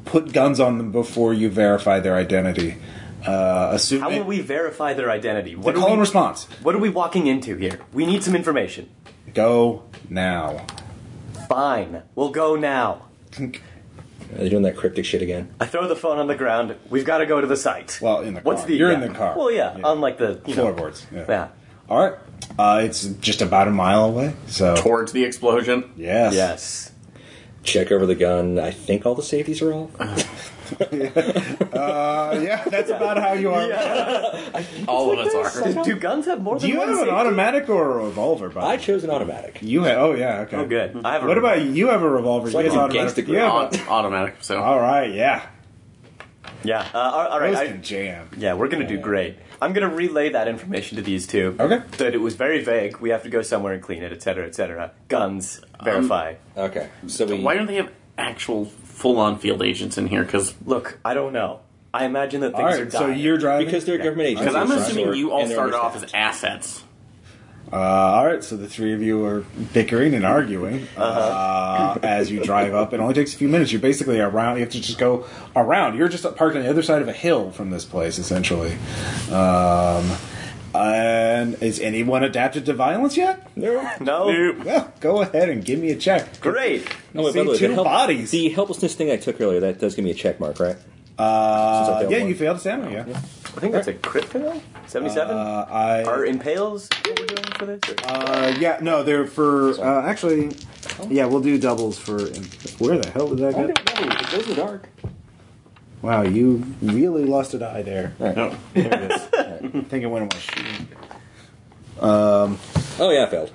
[SPEAKER 1] Put guns on them before you verify their identity. Uh, assume
[SPEAKER 2] How will we verify their identity? What
[SPEAKER 1] call
[SPEAKER 2] are
[SPEAKER 1] and
[SPEAKER 2] we,
[SPEAKER 1] response.
[SPEAKER 2] What are we walking into here? We need some information.
[SPEAKER 1] Go now.
[SPEAKER 2] Fine. We'll go now.
[SPEAKER 3] Are they doing that cryptic shit again?
[SPEAKER 2] I throw the phone on the ground. We've got to go to the site.
[SPEAKER 1] Well, in the
[SPEAKER 2] What's
[SPEAKER 1] car.
[SPEAKER 2] the?
[SPEAKER 1] You're
[SPEAKER 2] yeah.
[SPEAKER 1] in the car.
[SPEAKER 2] Well, yeah.
[SPEAKER 1] Yeah.
[SPEAKER 2] Unlike the you know-
[SPEAKER 1] Floorboards. Yeah.
[SPEAKER 2] yeah.
[SPEAKER 1] All right. Uh, it's just about a mile away. So
[SPEAKER 4] Towards the explosion.
[SPEAKER 1] yes,
[SPEAKER 2] Yes.
[SPEAKER 3] Check over the gun. I think all the safeties are off.
[SPEAKER 1] Uh, yeah. That's about how you are.
[SPEAKER 4] All of us are.
[SPEAKER 2] Do guns have more
[SPEAKER 1] Do
[SPEAKER 2] than
[SPEAKER 1] you
[SPEAKER 2] one?
[SPEAKER 1] have an
[SPEAKER 2] safety?
[SPEAKER 1] automatic or a revolver? By
[SPEAKER 3] I
[SPEAKER 1] the way?
[SPEAKER 3] chose an automatic.
[SPEAKER 1] you have. Oh yeah. Okay.
[SPEAKER 2] Oh, good. I have. A
[SPEAKER 1] What about you? You have a revolver.
[SPEAKER 3] like
[SPEAKER 1] he has
[SPEAKER 3] a
[SPEAKER 1] automatic.
[SPEAKER 3] gangsta
[SPEAKER 1] You have
[SPEAKER 4] Aut- automatic. So
[SPEAKER 1] a- all right. Yeah.
[SPEAKER 2] Yeah. Uh, all, all right.
[SPEAKER 1] Those
[SPEAKER 2] I-
[SPEAKER 1] can jam.
[SPEAKER 2] yeah, we're gonna do great. I'm gonna relay that information to these two.
[SPEAKER 1] Okay.
[SPEAKER 2] That it was very vague. We have to go somewhere and clean it, etc., etc. Guns.
[SPEAKER 1] Um,
[SPEAKER 2] Verify.
[SPEAKER 3] Okay. So we.
[SPEAKER 4] why don't they have actual full-on field agents in here? Because
[SPEAKER 2] Look, I don't know. I imagine that things
[SPEAKER 1] All
[SPEAKER 2] are
[SPEAKER 1] right.
[SPEAKER 2] dying.
[SPEAKER 1] So you're driving.
[SPEAKER 3] because they're a government agents.
[SPEAKER 1] Because
[SPEAKER 4] I'm
[SPEAKER 1] Sorry.
[SPEAKER 4] assuming you all
[SPEAKER 3] And they're
[SPEAKER 4] started off as
[SPEAKER 3] understaffed.
[SPEAKER 4] assets.
[SPEAKER 1] Uh, all right. So the three of you are bickering and arguing uh
[SPEAKER 3] Uh-huh.
[SPEAKER 1] as you drive up. It only takes a few minutes. You're basically around. You have to just go around. You're just parked on the other side of a hill from this place, essentially. Um, And is anyone adapted to violence yet?
[SPEAKER 3] No.
[SPEAKER 2] No?
[SPEAKER 1] Well, go ahead and give me a check.
[SPEAKER 2] Great.
[SPEAKER 3] Oh, wait, by
[SPEAKER 1] See,
[SPEAKER 3] the way,
[SPEAKER 1] two
[SPEAKER 3] the help-
[SPEAKER 1] bodies.
[SPEAKER 3] The helplessness thing I took earlier, that does give me a check mark, right? Since I
[SPEAKER 1] Uh,
[SPEAKER 3] failed
[SPEAKER 1] yeah,
[SPEAKER 3] one.
[SPEAKER 1] you failed a stamina, yeah.
[SPEAKER 2] I think that's a crit for that? 77?
[SPEAKER 1] Uh, I,
[SPEAKER 2] Are impales what we're doing for this? or-
[SPEAKER 1] Uh, yeah, no, they're for uh, actually.
[SPEAKER 3] Oh.
[SPEAKER 1] Yeah, we'll do doubles for. Where the hell did that
[SPEAKER 3] I
[SPEAKER 1] go?
[SPEAKER 3] don't know. It goes in the dark.
[SPEAKER 1] Wow, you really lost an eye there.
[SPEAKER 4] No. There it is.
[SPEAKER 1] I think it went away.
[SPEAKER 3] Oh, yeah, I failed.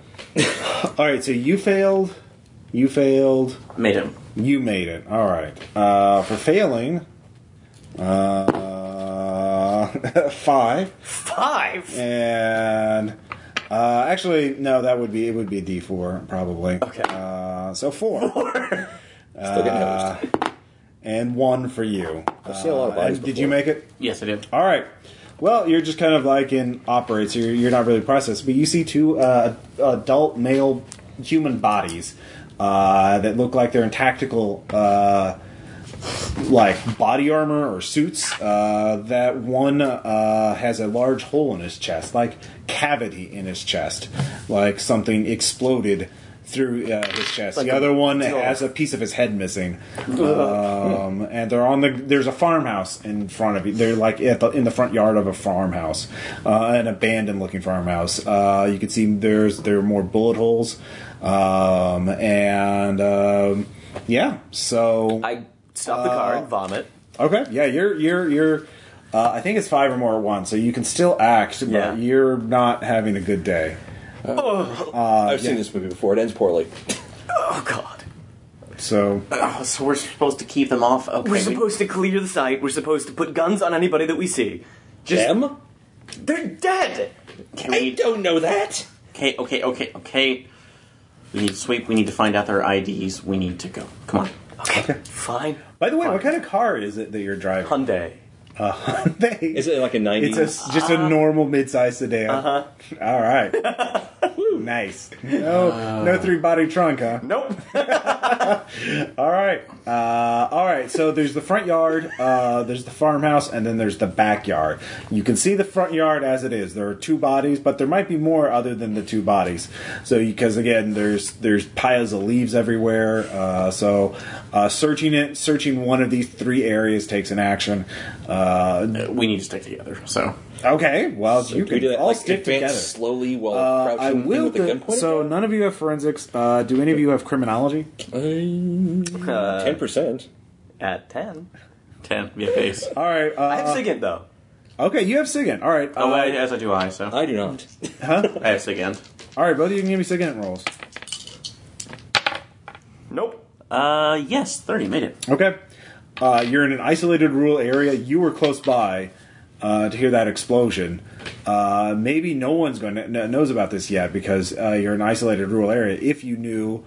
[SPEAKER 1] All right, so you failed. You failed.
[SPEAKER 4] Made him.
[SPEAKER 1] You made it. All right. Uh, for failing, uh, five.
[SPEAKER 2] Five!
[SPEAKER 1] And uh, actually, no, that would be it. Would be a D four probably.
[SPEAKER 2] Okay.
[SPEAKER 1] Uh, so four.
[SPEAKER 3] Still getting
[SPEAKER 1] Uh,
[SPEAKER 3] hosed.
[SPEAKER 1] and one for you. I
[SPEAKER 3] seen a lot of bodies
[SPEAKER 1] Did
[SPEAKER 3] before.
[SPEAKER 1] you make it?
[SPEAKER 4] Yes, I did.
[SPEAKER 1] All right. Well, you're just kind of like in operates. You're you're not really processed, but you see two uh, adult male human bodies uh, that look like they're in tactical. Uh, like body armor or suits. Uh, that one uh, has a large hole in his chest, like cavity in his chest, like something exploded through uh, his chest.
[SPEAKER 2] Like
[SPEAKER 1] the
[SPEAKER 2] a
[SPEAKER 1] other one
[SPEAKER 2] jaw.
[SPEAKER 1] has a piece of his head missing, um, and they're on the. There's a farmhouse in front of you. They're like at the, in the front yard of a farmhouse, uh, an abandoned looking farmhouse. Uh, you can see there's there are more bullet holes, um, and um, yeah. So
[SPEAKER 2] I stop the car
[SPEAKER 1] Uh,
[SPEAKER 2] and vomit.
[SPEAKER 1] Okay. Yeah, you're you're you're. Uh, I think it's five or more at once, so you can still act, but
[SPEAKER 2] Yeah.
[SPEAKER 1] you're not having a good day.
[SPEAKER 3] I've seen this movie before. It ends poorly.
[SPEAKER 2] Oh, God.
[SPEAKER 1] So
[SPEAKER 4] Oh, so we're supposed to keep them off. Okay.
[SPEAKER 2] We're
[SPEAKER 4] we-
[SPEAKER 2] supposed to clear the site. We're supposed to put guns on anybody that we see. Just
[SPEAKER 3] Them?
[SPEAKER 2] they're dead.
[SPEAKER 4] can we,
[SPEAKER 3] don't know that.
[SPEAKER 4] okay, okay, okay, okay. We need to sweep. We need to find out their IDs. We need to go. Come on.
[SPEAKER 2] Okay, fine.
[SPEAKER 1] By the way, what kind of car is it that you're driving?
[SPEAKER 2] Hyundai?
[SPEAKER 1] A Hyundai.
[SPEAKER 3] Is it like a 90s?
[SPEAKER 1] It's a, just a normal mid-sized sedan. Uh-huh. All right. nice. No, no three-body trunk, huh?
[SPEAKER 2] Nope.
[SPEAKER 1] All right. Uh, all right. So there's the front yard, uh, there's the farmhouse, and then there's the backyard. You can see the front yard as it is. There are two bodies, but there might be more other than the two bodies. So because again, there's there's piles of leaves everywhere. Uh, so uh, searching it, searching one of these three areas takes an action. Uh,
[SPEAKER 4] We need to stick together. So
[SPEAKER 1] okay. Well,
[SPEAKER 3] So
[SPEAKER 1] you
[SPEAKER 3] do we
[SPEAKER 1] can
[SPEAKER 3] do that,
[SPEAKER 1] all
[SPEAKER 3] like,
[SPEAKER 1] stick
[SPEAKER 3] advance
[SPEAKER 1] together.
[SPEAKER 3] slowly while
[SPEAKER 1] Uh, I
[SPEAKER 3] crouching thing
[SPEAKER 1] will.
[SPEAKER 3] with the gun
[SPEAKER 1] Do,
[SPEAKER 3] pointed?
[SPEAKER 1] so none of you have forensics. Uh, do any of you have criminology?
[SPEAKER 3] Uh, Ten percent.
[SPEAKER 2] At ten.
[SPEAKER 4] ten. Be a face.
[SPEAKER 1] All right. Uh,
[SPEAKER 2] I have second though.
[SPEAKER 1] Okay, you have SIGINT. All right.
[SPEAKER 4] Oh,
[SPEAKER 1] uh,
[SPEAKER 4] I, as I do I. So
[SPEAKER 3] I do not.
[SPEAKER 4] I have second.
[SPEAKER 1] All right, both of you can give me second rolls.
[SPEAKER 2] Nope.
[SPEAKER 4] Uh, yes, thirty made it.
[SPEAKER 1] Okay. Uh, you're in an isolated rural area. You were close by uh, to hear that explosion. Uh, maybe no one's going to no, knows about this yet because uh, you're in an isolated rural area. If you knew,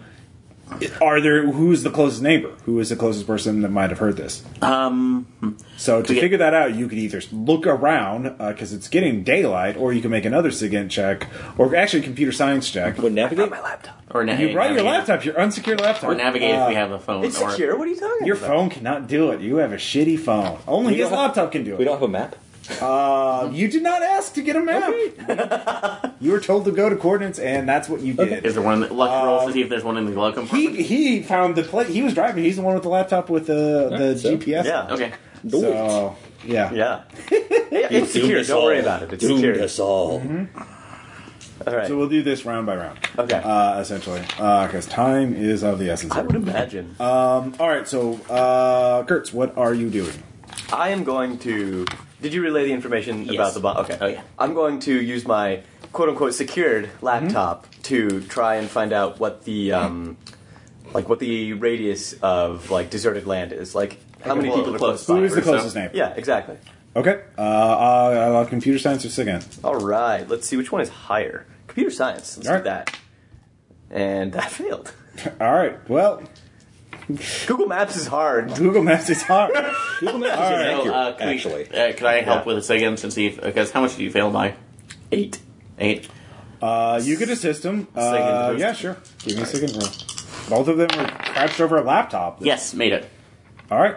[SPEAKER 1] are there who's the closest neighbor? Who is the closest person that might have heard this?
[SPEAKER 4] Um,
[SPEAKER 1] So to
[SPEAKER 4] Yeah.
[SPEAKER 1] figure that out, you could either look around because it's getting daylight, or you can make another SIGINT check, or actually computer science check.
[SPEAKER 3] Would navigate?
[SPEAKER 2] My laptop.
[SPEAKER 4] or na-
[SPEAKER 1] You brought your
[SPEAKER 4] navigate.
[SPEAKER 1] laptop, your unsecured laptop.
[SPEAKER 4] Or navigate if
[SPEAKER 1] Uh,
[SPEAKER 4] we have a phone.
[SPEAKER 2] It's
[SPEAKER 4] or,
[SPEAKER 2] secure. What are you talking
[SPEAKER 1] Your
[SPEAKER 2] about?
[SPEAKER 1] phone cannot do it. You have a shitty phone. Only
[SPEAKER 3] We
[SPEAKER 1] his
[SPEAKER 3] don't have-
[SPEAKER 1] laptop can do
[SPEAKER 3] We
[SPEAKER 1] it.
[SPEAKER 3] don't have a map.
[SPEAKER 1] Uh, you did not ask to get a map. you were told to go to coordinates, and that's what you did.
[SPEAKER 4] Is there one that luck rolls to see if there's one in the glove
[SPEAKER 1] Uh,
[SPEAKER 4] compartment?
[SPEAKER 1] He he found the place. He was driving. He's the one with the laptop with the the
[SPEAKER 3] so-
[SPEAKER 1] GPS.
[SPEAKER 2] Yeah.
[SPEAKER 4] Okay.
[SPEAKER 3] Do it.
[SPEAKER 1] So yeah.
[SPEAKER 2] Yeah. yeah it's secure. Don't worry about it. It's
[SPEAKER 3] Doomed
[SPEAKER 2] secure.
[SPEAKER 3] us all.
[SPEAKER 1] Mm-hmm.
[SPEAKER 2] All right.
[SPEAKER 1] So we'll do this round by round.
[SPEAKER 2] Okay.
[SPEAKER 1] Uh, essentially, because time is of the essence.
[SPEAKER 2] I would imagine.
[SPEAKER 1] Um, all right. So uh, Kurtz, what are you doing?
[SPEAKER 2] I am going to. Did you relay the information about the bomb? Okay.
[SPEAKER 4] Oh, yeah.
[SPEAKER 2] I'm going to use my quote unquote secured laptop to try and find out what the um, like what the radius of like deserted land is. Like how many
[SPEAKER 4] Well,
[SPEAKER 2] people are
[SPEAKER 4] close
[SPEAKER 2] close
[SPEAKER 1] Who
[SPEAKER 2] by?
[SPEAKER 1] is the
[SPEAKER 4] so-
[SPEAKER 1] closest neighbor?
[SPEAKER 2] Yeah, exactly.
[SPEAKER 1] Okay. Uh, uh, uh, computer science or second?
[SPEAKER 2] All right. Let's see which one is higher. Computer science. Let's
[SPEAKER 1] All
[SPEAKER 2] do
[SPEAKER 1] right.
[SPEAKER 2] that. And that failed.
[SPEAKER 1] All right. Well,
[SPEAKER 2] Google Maps is hard.
[SPEAKER 1] Google Maps is hard.
[SPEAKER 3] Google Maps
[SPEAKER 1] All
[SPEAKER 3] is
[SPEAKER 1] right.
[SPEAKER 4] So,
[SPEAKER 3] accurate,
[SPEAKER 4] uh, can we-
[SPEAKER 3] actually.
[SPEAKER 4] uh, can I help
[SPEAKER 2] Yeah.
[SPEAKER 4] with a second and see if because how much did you fail by?
[SPEAKER 2] Eight.
[SPEAKER 4] Eight.
[SPEAKER 1] Uh, you could assist him. Uh,
[SPEAKER 4] Second.
[SPEAKER 1] yeah, sure. Give me a second roll. Both of them were crouched over a laptop.
[SPEAKER 4] Yes, made it.
[SPEAKER 1] All right.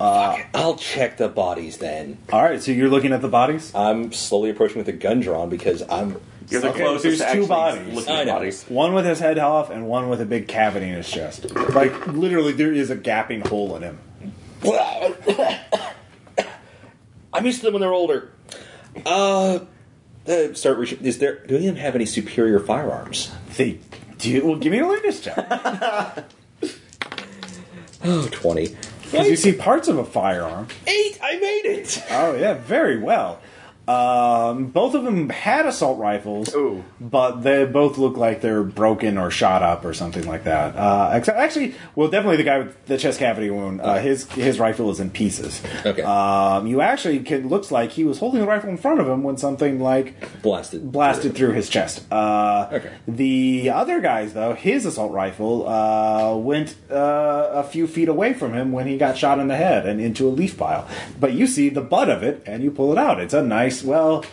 [SPEAKER 3] I'll check the bodies then.
[SPEAKER 1] All right, so you're looking at the bodies.
[SPEAKER 3] I'm slowly approaching with a gun drawn because I'm.
[SPEAKER 4] You're the
[SPEAKER 1] Okay,
[SPEAKER 4] closest
[SPEAKER 1] there's
[SPEAKER 4] to
[SPEAKER 1] two
[SPEAKER 4] actually
[SPEAKER 1] bodies.
[SPEAKER 4] looking
[SPEAKER 3] I
[SPEAKER 4] at
[SPEAKER 3] know.
[SPEAKER 4] bodies.
[SPEAKER 1] One with his head off, and one with a big cavity in his chest. Like literally, there is a gaping hole in him.
[SPEAKER 3] I'm used to them when they're older. Uh, uh, start. Reach- is there? Do any of them have any superior firearms?
[SPEAKER 1] They do. Well, give me an awareness check
[SPEAKER 3] Oh, 20.
[SPEAKER 1] because you see parts of a firearm.
[SPEAKER 3] Eight! I made it!
[SPEAKER 1] Oh yeah, very well. Um, both of them had assault rifles,
[SPEAKER 2] Ooh.
[SPEAKER 1] but they both look like they're broken or shot up or something like that. Uh, except, actually, well, definitely the guy with the chest cavity wound. Uh, his his rifle is in pieces.
[SPEAKER 3] Okay.
[SPEAKER 1] Um, you actually can looks like he was holding the rifle in front of him when something like
[SPEAKER 3] Blasted.
[SPEAKER 1] blasted through his chest. Uh,
[SPEAKER 3] Okay.
[SPEAKER 1] The other guys, though, his assault rifle uh, went uh, a few feet away from him when he got shot in the head and into a leaf pile. But you see the butt of it, and you pull it out. It's a nice, well,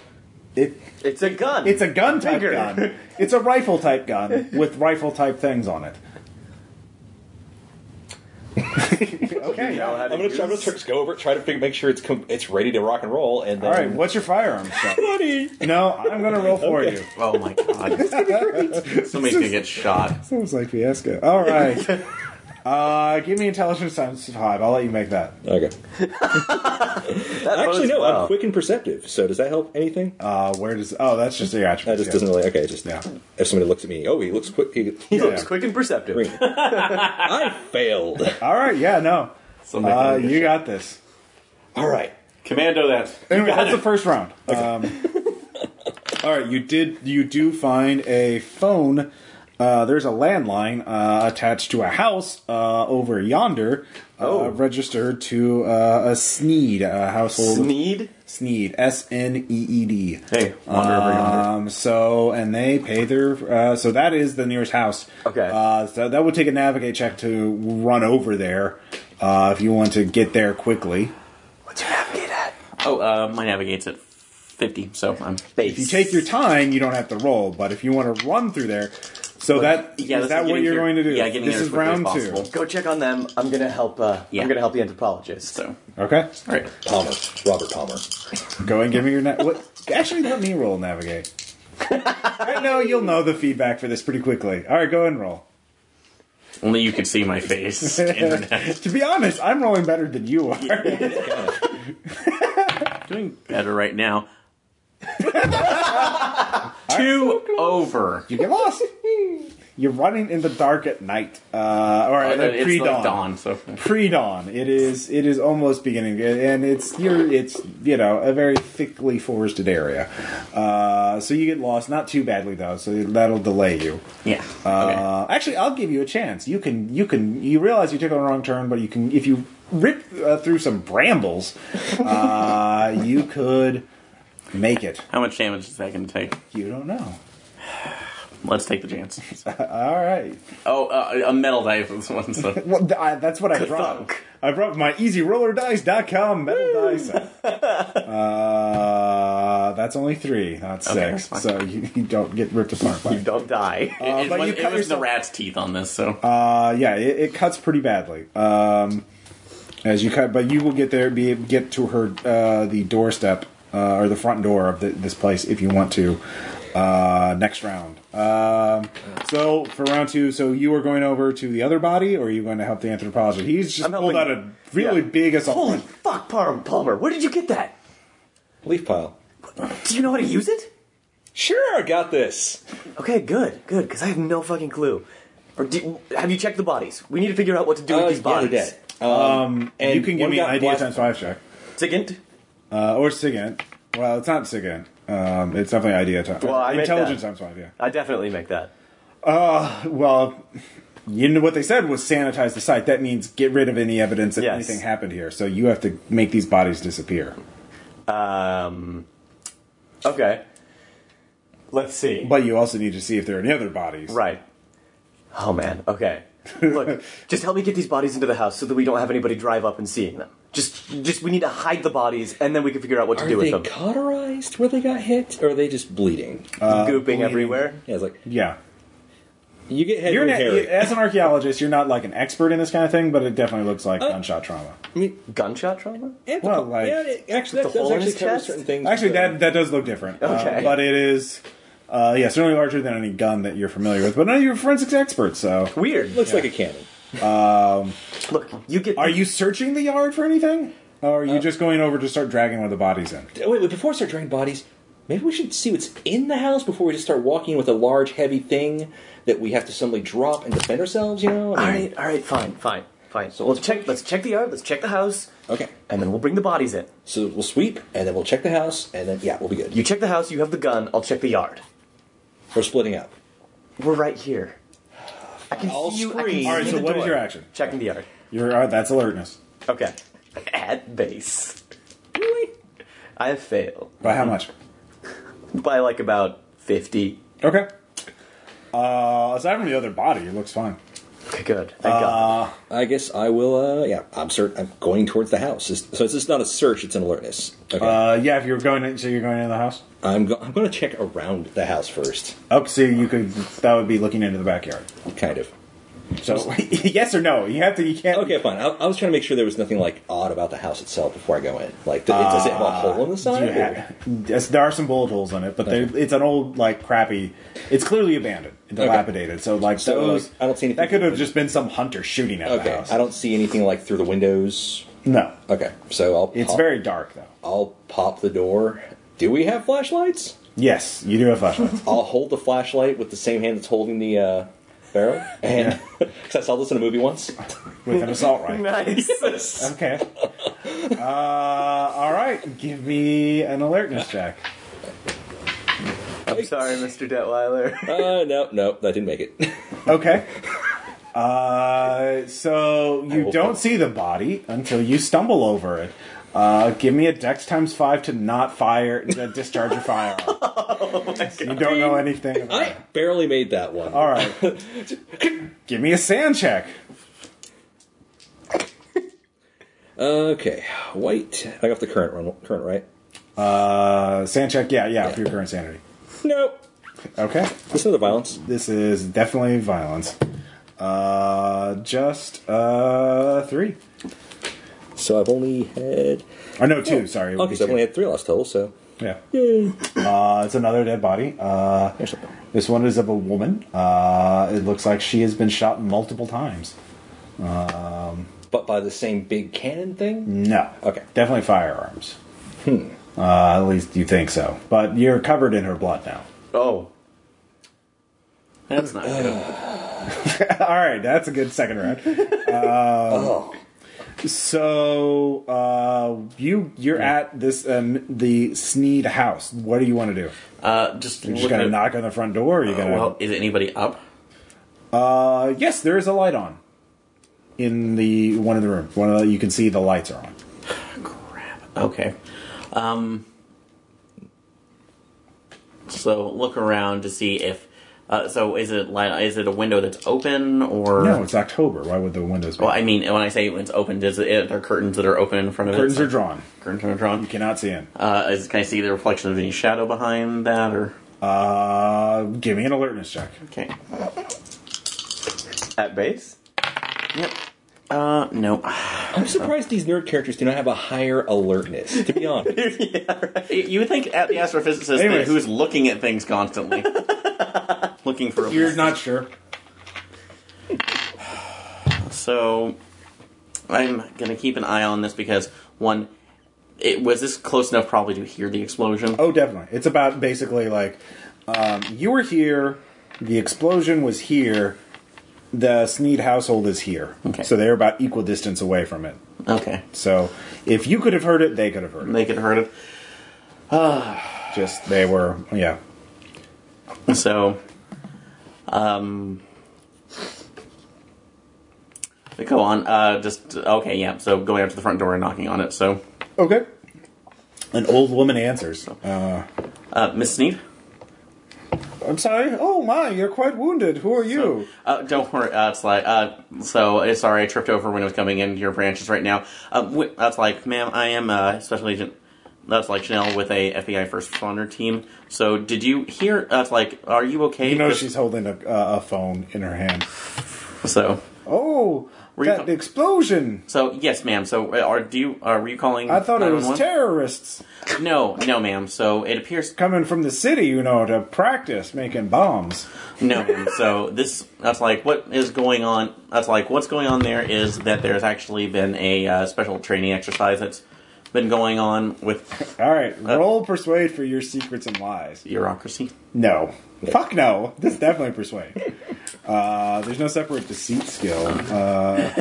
[SPEAKER 1] it
[SPEAKER 2] It's a gun.
[SPEAKER 1] it's a gun type
[SPEAKER 2] Bigger.
[SPEAKER 1] gun. It's a rifle type gun with rifle type things on it. okay.
[SPEAKER 2] Now how
[SPEAKER 3] I'm
[SPEAKER 2] to
[SPEAKER 3] gonna, try, I'm gonna
[SPEAKER 2] use-
[SPEAKER 3] try to go over it, try to fig- make sure it's com- it's ready to rock and roll, and then.
[SPEAKER 1] All right. What's your firearm? stuff?
[SPEAKER 3] Buddy!
[SPEAKER 1] no, I'm gonna roll for
[SPEAKER 3] Okay.
[SPEAKER 1] you.
[SPEAKER 4] Oh my god. Somebody's gonna get shot.
[SPEAKER 1] Sounds like fiasco. All right. uh, give me intelligence times five. I'll let you make that.
[SPEAKER 3] Okay.
[SPEAKER 2] That
[SPEAKER 3] Actually,
[SPEAKER 2] bodes
[SPEAKER 3] no,
[SPEAKER 2] well.
[SPEAKER 3] I'm quick and perceptive, so does that help anything?
[SPEAKER 1] Uh, where does? Oh, that's just the attribute.
[SPEAKER 3] That just doesn't really. Okay, just.
[SPEAKER 1] Yeah.
[SPEAKER 3] If somebody looks at me, oh, he looks quick. He,
[SPEAKER 2] He
[SPEAKER 1] Yeah.
[SPEAKER 2] looks quick and perceptive.
[SPEAKER 3] Green. I failed.
[SPEAKER 1] All right. Yeah. No.
[SPEAKER 4] Somebody
[SPEAKER 1] Uh,
[SPEAKER 4] can get
[SPEAKER 1] you
[SPEAKER 4] shot.
[SPEAKER 1] got this.
[SPEAKER 3] All right.
[SPEAKER 4] commando that.
[SPEAKER 1] Anyway, that's the first round. Um, all right. You did. You do find a phone. Uh, there's a landline uh, attached to a house uh, over yonder, uh,
[SPEAKER 2] Oh.
[SPEAKER 1] registered to uh, a Sneed uh, household.
[SPEAKER 2] Sneed.
[SPEAKER 1] Sneed. S N E E D.
[SPEAKER 4] Hey, wander
[SPEAKER 2] Uh,
[SPEAKER 4] over yonder.
[SPEAKER 1] Um, so and they pay their uh, so that is the nearest house.
[SPEAKER 2] Okay.
[SPEAKER 1] Uh, so that would take a navigate check to run over there uh, if you want to get there quickly.
[SPEAKER 2] What's your navigate at?
[SPEAKER 4] Oh, uh, my navigate's at 50, so I'm.
[SPEAKER 2] Base.
[SPEAKER 1] If you take your time, you don't have to roll. But if you want to run through there, so that is
[SPEAKER 4] yeah, this is
[SPEAKER 1] that what
[SPEAKER 4] getting
[SPEAKER 1] you're
[SPEAKER 4] through-
[SPEAKER 1] going to do?
[SPEAKER 4] yeah, getting
[SPEAKER 1] this
[SPEAKER 4] there as
[SPEAKER 1] is
[SPEAKER 4] quickly as
[SPEAKER 1] round two.
[SPEAKER 4] possible.
[SPEAKER 2] Go check on them. I'm gonna help. Uh,
[SPEAKER 4] Yeah.
[SPEAKER 2] I'm gonna help the anthropologist.
[SPEAKER 4] So,
[SPEAKER 1] Okay,
[SPEAKER 4] alright.
[SPEAKER 3] Palmer. Robert Palmer.
[SPEAKER 1] go and give me your. Na- what? Actually, let me roll navigate. I know you'll know the feedback for this pretty quickly. All right, go and roll.
[SPEAKER 4] Only you could see my face. Internet.
[SPEAKER 1] To be honest, I'm rolling better than you are.
[SPEAKER 4] Doing better right now. Two over.
[SPEAKER 1] You get lost. You're running in the dark at night, uh, or at
[SPEAKER 4] Oh, it's
[SPEAKER 1] pre
[SPEAKER 4] like
[SPEAKER 1] dawn.
[SPEAKER 4] dawn, so.
[SPEAKER 1] Pre dawn. It is. It is almost beginning, and it's you're. It's you know a very thickly forested area, uh, so you get lost. Not too badly though, so that'll delay you.
[SPEAKER 4] Yeah.
[SPEAKER 1] Uh, Actually, I'll give you a chance. You can. You can. You realize you took a wrong turn, but you can. If you rip uh, through some brambles, uh, you could make it.
[SPEAKER 4] How much damage is that going to take?
[SPEAKER 1] You don't know.
[SPEAKER 4] Let's take the chance.
[SPEAKER 1] All right.
[SPEAKER 4] Oh, uh, a metal die for this one. So.
[SPEAKER 1] Well, th- I, that's what I brought. I brought my easyrollerdice.com metal dice. Uh, that's only three, not
[SPEAKER 4] Okay,
[SPEAKER 1] six.
[SPEAKER 4] that's
[SPEAKER 1] So you, you don't get ripped apart by
[SPEAKER 2] You
[SPEAKER 1] it.
[SPEAKER 2] don't die.
[SPEAKER 4] it,
[SPEAKER 1] but
[SPEAKER 4] was,
[SPEAKER 1] you
[SPEAKER 4] it
[SPEAKER 1] cut
[SPEAKER 4] was the
[SPEAKER 1] yourself-
[SPEAKER 4] rat's teeth on this, so.
[SPEAKER 1] Uh, yeah, it, it cuts pretty badly. Um, as you cut, but you will get there, be get to her uh, the doorstep uh, or the front door of the, this place if you want to. Uh, next round. Um, so for round two, so you are going over to the other body, or are you going to help the anthropologist? He's just
[SPEAKER 2] I'm
[SPEAKER 1] pulled
[SPEAKER 2] helping.
[SPEAKER 1] out a really
[SPEAKER 2] Yeah.
[SPEAKER 1] big assault.
[SPEAKER 2] Holy fuck, Palmer! Palmer, where did you get that?
[SPEAKER 3] Leaf pile.
[SPEAKER 2] Do you know how to use it?
[SPEAKER 3] Sure, I got this.
[SPEAKER 2] Okay, good, good, because I have no fucking clue. Or do, have you checked the bodies? We need to figure out what to do
[SPEAKER 3] Uh,
[SPEAKER 2] with these
[SPEAKER 3] yeah, they're
[SPEAKER 2] bodies.
[SPEAKER 3] dead. Um, and
[SPEAKER 1] you can give
[SPEAKER 3] one
[SPEAKER 1] me an
[SPEAKER 3] got
[SPEAKER 1] idea
[SPEAKER 3] blasted-
[SPEAKER 1] times five check.
[SPEAKER 2] Second,
[SPEAKER 1] Uh, or SIGINT. Well, it's not SIGINT. Um, it's definitely idea times
[SPEAKER 2] Well, I meant
[SPEAKER 1] Intelligence
[SPEAKER 2] that.
[SPEAKER 1] times five, yeah.
[SPEAKER 2] I definitely make that.
[SPEAKER 1] Well, you know what they said was sanitize the site. That means get rid of any evidence that
[SPEAKER 2] Yes.
[SPEAKER 1] anything happened here. So you have to make these bodies disappear.
[SPEAKER 2] Um, okay. Let's see.
[SPEAKER 1] But you also need to see if there are any other bodies.
[SPEAKER 2] Right. Oh man. Okay. Look, just help me get these bodies into the house so that we don't have anybody drive up and seeing them. Just, just we need to hide the bodies, and then we can figure out what to
[SPEAKER 3] Are
[SPEAKER 2] do with
[SPEAKER 3] they
[SPEAKER 2] them.
[SPEAKER 3] cauterized Uh, where they got hit, or are they just bleeding?
[SPEAKER 2] Gooping everywhere.
[SPEAKER 3] yeah, it's like,
[SPEAKER 1] Yeah.
[SPEAKER 3] You get head
[SPEAKER 1] You're an,
[SPEAKER 3] hairy.
[SPEAKER 1] as an archaeologist, you're not like an expert in this kind of thing, but it definitely looks like gunshot trauma.
[SPEAKER 3] I mean,
[SPEAKER 2] Gunshot trauma?
[SPEAKER 3] and
[SPEAKER 1] Well,
[SPEAKER 3] the,
[SPEAKER 1] like-
[SPEAKER 3] yeah, it- actually, that
[SPEAKER 2] the
[SPEAKER 3] does
[SPEAKER 2] hole in
[SPEAKER 3] actually
[SPEAKER 2] his
[SPEAKER 3] cover
[SPEAKER 2] chest?
[SPEAKER 3] certain things. uh,
[SPEAKER 1] Actually,
[SPEAKER 3] but-
[SPEAKER 1] that that does look different. Uh,
[SPEAKER 2] Okay.
[SPEAKER 1] but it is, uh, yeah, certainly larger than any gun that you're familiar with. But none of you are forensics experts, so
[SPEAKER 2] Weird.
[SPEAKER 3] looks like a cannon.
[SPEAKER 2] Look, you get.
[SPEAKER 1] are you searching the yard for anything, or are you just going over to start dragging one of the bodies in?
[SPEAKER 3] Oh, Wait, wait, before we start dragging bodies, maybe we should see what's in the house before we just start walking in with a large, heavy thing that we have to suddenly drop and defend ourselves. You know?
[SPEAKER 2] All
[SPEAKER 3] I mean-
[SPEAKER 2] right, all right, fine, fine, fine. So let's check. Let's check the yard. Let's check the house,
[SPEAKER 3] Okay.
[SPEAKER 2] and then we'll bring the bodies in.
[SPEAKER 3] So we'll sweep, and then we'll check the house, and then yeah, we'll be good.
[SPEAKER 2] You check the house. You have the gun. I'll check the yard.
[SPEAKER 3] We're splitting up.
[SPEAKER 2] We're right here. I can
[SPEAKER 3] I'll
[SPEAKER 2] see you. I can
[SPEAKER 3] scream.
[SPEAKER 2] see
[SPEAKER 1] All right, so
[SPEAKER 2] the
[SPEAKER 1] what is
[SPEAKER 2] door.
[SPEAKER 1] your action?
[SPEAKER 2] Checking the yard.
[SPEAKER 1] You're uh, that's alertness
[SPEAKER 2] Okay. At base. Really? I fail
[SPEAKER 1] by how much?
[SPEAKER 2] by like about fifty.
[SPEAKER 1] Okay. Uh, aside from the other body, it looks fine.
[SPEAKER 2] Okay, good. Thank
[SPEAKER 1] Uh,
[SPEAKER 2] God.
[SPEAKER 3] I guess I will. Uh, yeah, I'm cert- I'm going towards the house. It's- So it's just not a search; it's an alertness. Okay.
[SPEAKER 1] Uh, yeah, if you're going, in, so you're going into the house.
[SPEAKER 3] I'm go- I'm going to check around the house first,
[SPEAKER 1] Up, so you could that would be looking into the backyard.
[SPEAKER 3] kind of.
[SPEAKER 1] So yes or no? You have to. You can't.
[SPEAKER 3] Okay, fine. I, I was trying to make sure there was nothing like odd about the house itself before I go in. Like, th- does it have a hole in
[SPEAKER 1] You
[SPEAKER 3] the side? or-
[SPEAKER 1] ha- yes, there are some bullet holes in it, but they it's an old, like, crappy. It's clearly abandoned and
[SPEAKER 3] Okay.
[SPEAKER 1] dilapidated. So, like,
[SPEAKER 3] So,
[SPEAKER 1] those.
[SPEAKER 3] like, I don't see anything
[SPEAKER 1] That could have
[SPEAKER 3] open.
[SPEAKER 1] just been some hunter shooting at the
[SPEAKER 3] Okay,
[SPEAKER 1] house.
[SPEAKER 3] I don't see anything like through the windows.
[SPEAKER 1] No.
[SPEAKER 3] Okay, so I'll
[SPEAKER 1] It's
[SPEAKER 3] pop,
[SPEAKER 1] very dark, though.
[SPEAKER 3] I'll pop the door. Do we have flashlights?
[SPEAKER 1] Yes, you do have flashlights.
[SPEAKER 3] I'll hold the flashlight with the same hand that's holding the uh, barrel, and because I saw this in a movie once.
[SPEAKER 1] with an assault rifle.
[SPEAKER 2] Nice.
[SPEAKER 1] Okay. Uh, all right. Give me an alertness check.
[SPEAKER 2] I'm sorry, Mr. Detweiler.
[SPEAKER 3] Uh, no, no, that didn't make it.
[SPEAKER 1] Okay. Uh, so
[SPEAKER 3] I
[SPEAKER 1] you
[SPEAKER 3] will
[SPEAKER 1] don't
[SPEAKER 3] go.
[SPEAKER 1] see the body until you stumble over it. Uh, give me a dex times five to not fire, to discharge your firearm. you don't know anything about
[SPEAKER 3] I
[SPEAKER 1] it.
[SPEAKER 3] barely made that one.
[SPEAKER 1] All right. give me a sand check.
[SPEAKER 3] Okay, white. I got the current one, current right?
[SPEAKER 1] Uh, sand check, yeah, yeah, for your current sanity.
[SPEAKER 3] Nope.
[SPEAKER 1] Okay.
[SPEAKER 3] This is another violence.
[SPEAKER 1] This is definitely violence. Uh, just, uh, three.
[SPEAKER 3] So I've only had
[SPEAKER 1] Or no, two, sorry. it would
[SPEAKER 3] Oh, okay.
[SPEAKER 1] be
[SPEAKER 3] So I've
[SPEAKER 1] two.
[SPEAKER 3] only had three lost total. So
[SPEAKER 1] Yeah. Uh, it's another dead body. Uh,
[SPEAKER 3] There's something.
[SPEAKER 1] this one is of a woman. Uh, it looks like she has been shot multiple times.
[SPEAKER 3] but by the same big cannon thing.
[SPEAKER 1] No.
[SPEAKER 3] Okay.
[SPEAKER 1] Definitely firearms. Hmm. Uh, at least you think so. But you're covered in her blood now.
[SPEAKER 2] Oh,
[SPEAKER 4] That's not good.
[SPEAKER 1] All right, that's a good second round. Um,
[SPEAKER 3] Oh,
[SPEAKER 1] So uh, you you're at this um, the Sneed house. What do you want to do?
[SPEAKER 4] Uh, just
[SPEAKER 1] You're just
[SPEAKER 4] look
[SPEAKER 1] gonna
[SPEAKER 4] at-
[SPEAKER 1] knock on the front door. Or you gonna?
[SPEAKER 4] Uh, Well, is anybody up?
[SPEAKER 1] uh, yes, there is a light on in the one of the room. One of the, you can see the lights are on.
[SPEAKER 4] Crap. Okay. Um, so look around to see if. Uh, so is it like is it a window that's open or
[SPEAKER 1] No, it's October. Why would the windows be?
[SPEAKER 4] Well, I mean, when I say it's open, is it are there curtains that are open in front of
[SPEAKER 1] Curtains
[SPEAKER 4] it?
[SPEAKER 1] are drawn.
[SPEAKER 4] Curtains are drawn.
[SPEAKER 1] You cannot see in.
[SPEAKER 4] Uh, is, can I see the reflection of any shadow behind that, or
[SPEAKER 1] Uh, give me an alertness check.
[SPEAKER 4] okay?
[SPEAKER 2] at base.
[SPEAKER 4] Yep. Uh, no.
[SPEAKER 3] I'm surprised these nerd characters do not have a higher alertness. To be honest,
[SPEAKER 4] you would think at the astrophysicist that
[SPEAKER 1] Anyways.
[SPEAKER 4] who's looking at things constantly, looking for a
[SPEAKER 1] You're not sure.
[SPEAKER 4] So I'm gonna keep an eye on this because one, it was this close enough probably to hear the explosion.
[SPEAKER 1] Oh, definitely. It's about basically like um, you were here, the explosion was here, the Sneed household is here.
[SPEAKER 4] Okay.
[SPEAKER 1] So they're about equal distance away from it.
[SPEAKER 4] Okay,
[SPEAKER 1] So if you could have heard it, they could have heard it.
[SPEAKER 4] they could heard it.
[SPEAKER 1] Just they were, yeah.
[SPEAKER 4] So, um, go on. Uh, just okay, yeah. So going up to the front door and knocking on it. So,
[SPEAKER 1] Okay. An old woman answers. Uh,
[SPEAKER 4] uh, Miss Sneed.
[SPEAKER 1] I'm sorry. Oh my, you're quite wounded. Who are you?
[SPEAKER 4] Uh, don't worry. Uh, it's like, uh, so uh, sorry, I tripped over when I was coming into your branches right now. Uh, w- that's like, ma'am, I am uh, special agent. That's like Chanel with a FBI first responder team. So did you hear? That's like, are you okay?
[SPEAKER 1] You know
[SPEAKER 4] 'Cause-
[SPEAKER 1] she's holding a, uh, a phone in her hand.
[SPEAKER 4] so
[SPEAKER 1] Oh,
[SPEAKER 4] Were you
[SPEAKER 1] that
[SPEAKER 4] co-
[SPEAKER 1] explosion!
[SPEAKER 4] so yes, ma'am. So uh, are do you are were you calling?
[SPEAKER 1] I thought it was
[SPEAKER 4] 911?
[SPEAKER 1] terrorists
[SPEAKER 4] No, no, ma'am. So it appears
[SPEAKER 1] coming from the city, you know, to practice making bombs.
[SPEAKER 4] No. and so this that's like what is going on. That's like what's going on there is that there's actually been a uh, special training exercise that's been going on with
[SPEAKER 1] All right, roll persuade for your secrets and lies.
[SPEAKER 4] bureaucracy.
[SPEAKER 1] No. Fuck no. This is definitely persuade. Uh, there's no separate deceit skill. Uh,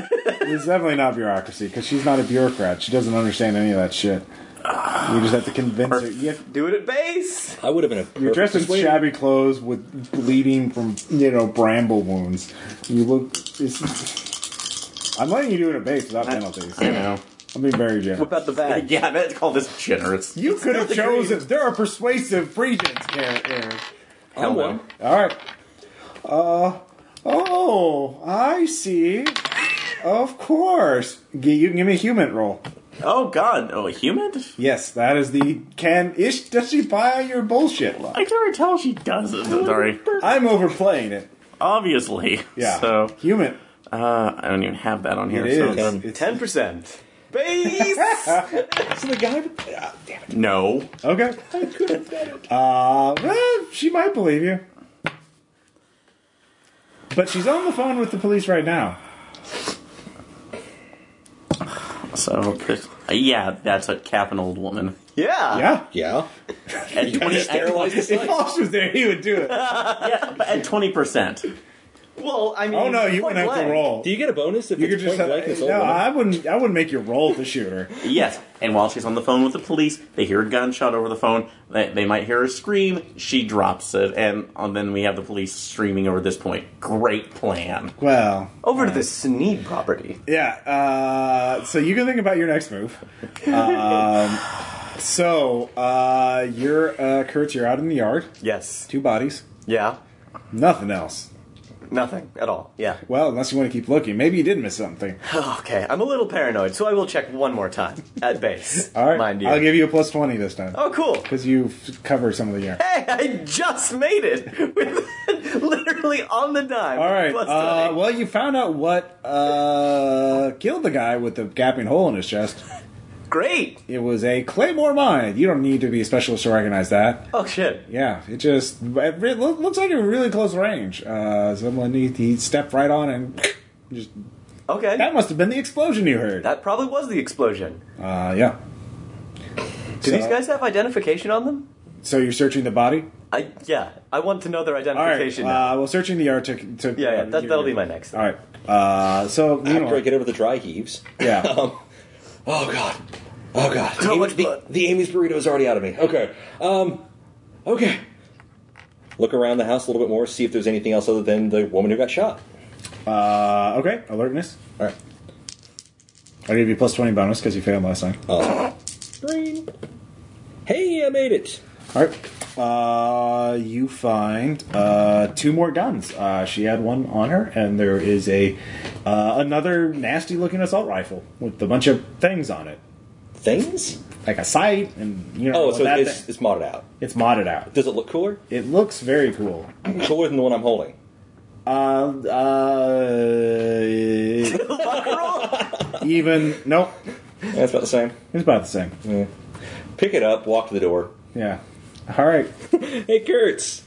[SPEAKER 1] this is definitely not bureaucracy because she's not a bureaucrat. She doesn't understand any of that shit. You just have to convince her. You have,
[SPEAKER 2] Do it at base.
[SPEAKER 3] I would have been a perfect
[SPEAKER 1] you're dressed in
[SPEAKER 3] persuader.
[SPEAKER 1] shabby clothes with bleeding from you know bramble wounds. You look. It's, I'm letting you do it at base without penalties.
[SPEAKER 4] You know.
[SPEAKER 1] I'm being very generous.
[SPEAKER 2] Whip out the bag.
[SPEAKER 4] Yeah, that's called this generous.
[SPEAKER 1] You could have
[SPEAKER 2] the
[SPEAKER 1] chosen. There are persuasive regions here, Eric.
[SPEAKER 3] I'm
[SPEAKER 4] Hello.
[SPEAKER 3] one.
[SPEAKER 1] All right. Uh oh, I see. Of course. G- you can give me a human roll.
[SPEAKER 4] Oh God! Oh, a human?
[SPEAKER 1] Yes, that is the can ish does she buy your bullshit line.
[SPEAKER 4] I can already tell she doesn't. Sorry.
[SPEAKER 1] I'm overplaying it.
[SPEAKER 4] Obviously.
[SPEAKER 1] Yeah.
[SPEAKER 4] So
[SPEAKER 1] human.
[SPEAKER 4] uh, I don't even have that on here.
[SPEAKER 1] It
[SPEAKER 4] so
[SPEAKER 1] is.
[SPEAKER 4] it's-
[SPEAKER 3] done.
[SPEAKER 1] It's-
[SPEAKER 2] Ten percent. Base.
[SPEAKER 3] So the guy. Ah, damn it.
[SPEAKER 4] No.
[SPEAKER 1] okay. Uh well, she might believe you. But she's on the phone with the police right now.
[SPEAKER 4] So this, yeah, that's a cap and old woman.
[SPEAKER 2] yeah.
[SPEAKER 1] Yeah.
[SPEAKER 3] Yeah.
[SPEAKER 4] At twenty,
[SPEAKER 3] Just sterilized the
[SPEAKER 1] If
[SPEAKER 3] site.
[SPEAKER 1] Fosh was there, he would do it.
[SPEAKER 4] yeah, but at twenty percent.
[SPEAKER 2] Well, I mean.
[SPEAKER 1] Oh no, you wouldn't
[SPEAKER 2] point
[SPEAKER 1] have to
[SPEAKER 2] blank.
[SPEAKER 1] roll.
[SPEAKER 3] Do you get a bonus if
[SPEAKER 1] You
[SPEAKER 3] you
[SPEAKER 1] could
[SPEAKER 3] it's
[SPEAKER 1] just
[SPEAKER 3] point
[SPEAKER 1] have,
[SPEAKER 3] blank? and it's
[SPEAKER 1] no.
[SPEAKER 3] all women?
[SPEAKER 1] I wouldn't. I wouldn't make you roll to shoot her.
[SPEAKER 4] Yes, and while she's on the phone with the police, they hear a gunshot over the phone. They, they might hear her scream. She drops it, and, and then we have the police streaming over this point. Great plan.
[SPEAKER 1] Well,
[SPEAKER 2] Over to the Sneed property.
[SPEAKER 1] yeah. Uh, so you can think about your next move. Um, so uh, you're uh, Kurtz. You're out in the yard.
[SPEAKER 2] Yes.
[SPEAKER 1] Two bodies.
[SPEAKER 2] Yeah.
[SPEAKER 1] Nothing else.
[SPEAKER 2] Nothing at all. Yeah.
[SPEAKER 1] Well, unless you want to keep looking, maybe you did miss something.
[SPEAKER 2] Okay, I'm a little paranoid, so I will check one more time at base.
[SPEAKER 1] All right,
[SPEAKER 2] Mind you.
[SPEAKER 1] I'll give you a plus twenty this time
[SPEAKER 2] oh, cool.
[SPEAKER 1] because you've covered some of the yard.
[SPEAKER 2] Hey, I just made it with literally on the dime.
[SPEAKER 1] All right.
[SPEAKER 2] Plus
[SPEAKER 1] Uh,
[SPEAKER 2] 20.
[SPEAKER 1] well, you found out what uh, killed the guy with the gaping hole in his chest.
[SPEAKER 2] Great.
[SPEAKER 1] It was a claymore mine. You don't need to be a specialist to recognize that.
[SPEAKER 2] Oh shit.
[SPEAKER 1] Yeah, it just it re- lo- looks like a really close range. Uh, someone he, he stepped right on and just
[SPEAKER 2] Okay.
[SPEAKER 1] that
[SPEAKER 2] That,
[SPEAKER 1] must have been the explosion you heard.
[SPEAKER 2] probably was the explosion.
[SPEAKER 1] Uh, yeah.
[SPEAKER 2] Do these guys have identification on them?
[SPEAKER 1] So you're searching the body.
[SPEAKER 2] I yeah. I want to know their
[SPEAKER 1] All right.
[SPEAKER 2] identification. now.
[SPEAKER 1] Uh, well, searching the yard took. took
[SPEAKER 2] Yeah, yeah, that- that'll be my next.
[SPEAKER 1] All right. Uh, so
[SPEAKER 3] After
[SPEAKER 1] meanwhile-
[SPEAKER 3] I get over the dry heaves.
[SPEAKER 1] Yeah.
[SPEAKER 3] Um, oh god. Oh god.
[SPEAKER 2] So
[SPEAKER 3] Amy-
[SPEAKER 2] much
[SPEAKER 3] the,
[SPEAKER 2] blood.
[SPEAKER 3] the Amy's burrito is already out of me. Okay. Um. Okay. Look around the house a little bit more. See if there's anything else other than the woman who got shot.
[SPEAKER 1] uh, okay, alertness. All right. I'll give you plus twenty bonus because you failed last time.
[SPEAKER 3] Green. Hey, I made it.
[SPEAKER 1] All right. Uh, you find uh, two more guns. Uh, she had one on her, and there is a uh, another nasty-looking assault rifle with a bunch of things on it,
[SPEAKER 3] Things.
[SPEAKER 1] like a sight, and you know.
[SPEAKER 3] Oh, so
[SPEAKER 1] that
[SPEAKER 3] it's,
[SPEAKER 1] thing-
[SPEAKER 3] it's modded out.
[SPEAKER 1] it's modded out.
[SPEAKER 3] Does it look cooler?
[SPEAKER 1] It looks very cool.
[SPEAKER 3] Cooler than the one I'm holding.
[SPEAKER 1] Uh, uh, even nope,
[SPEAKER 3] Yeah, it's about the same.
[SPEAKER 1] it's about the same.
[SPEAKER 3] Pick it up. Walk to the door.
[SPEAKER 1] Yeah. All right.
[SPEAKER 3] Hey, Kurtz.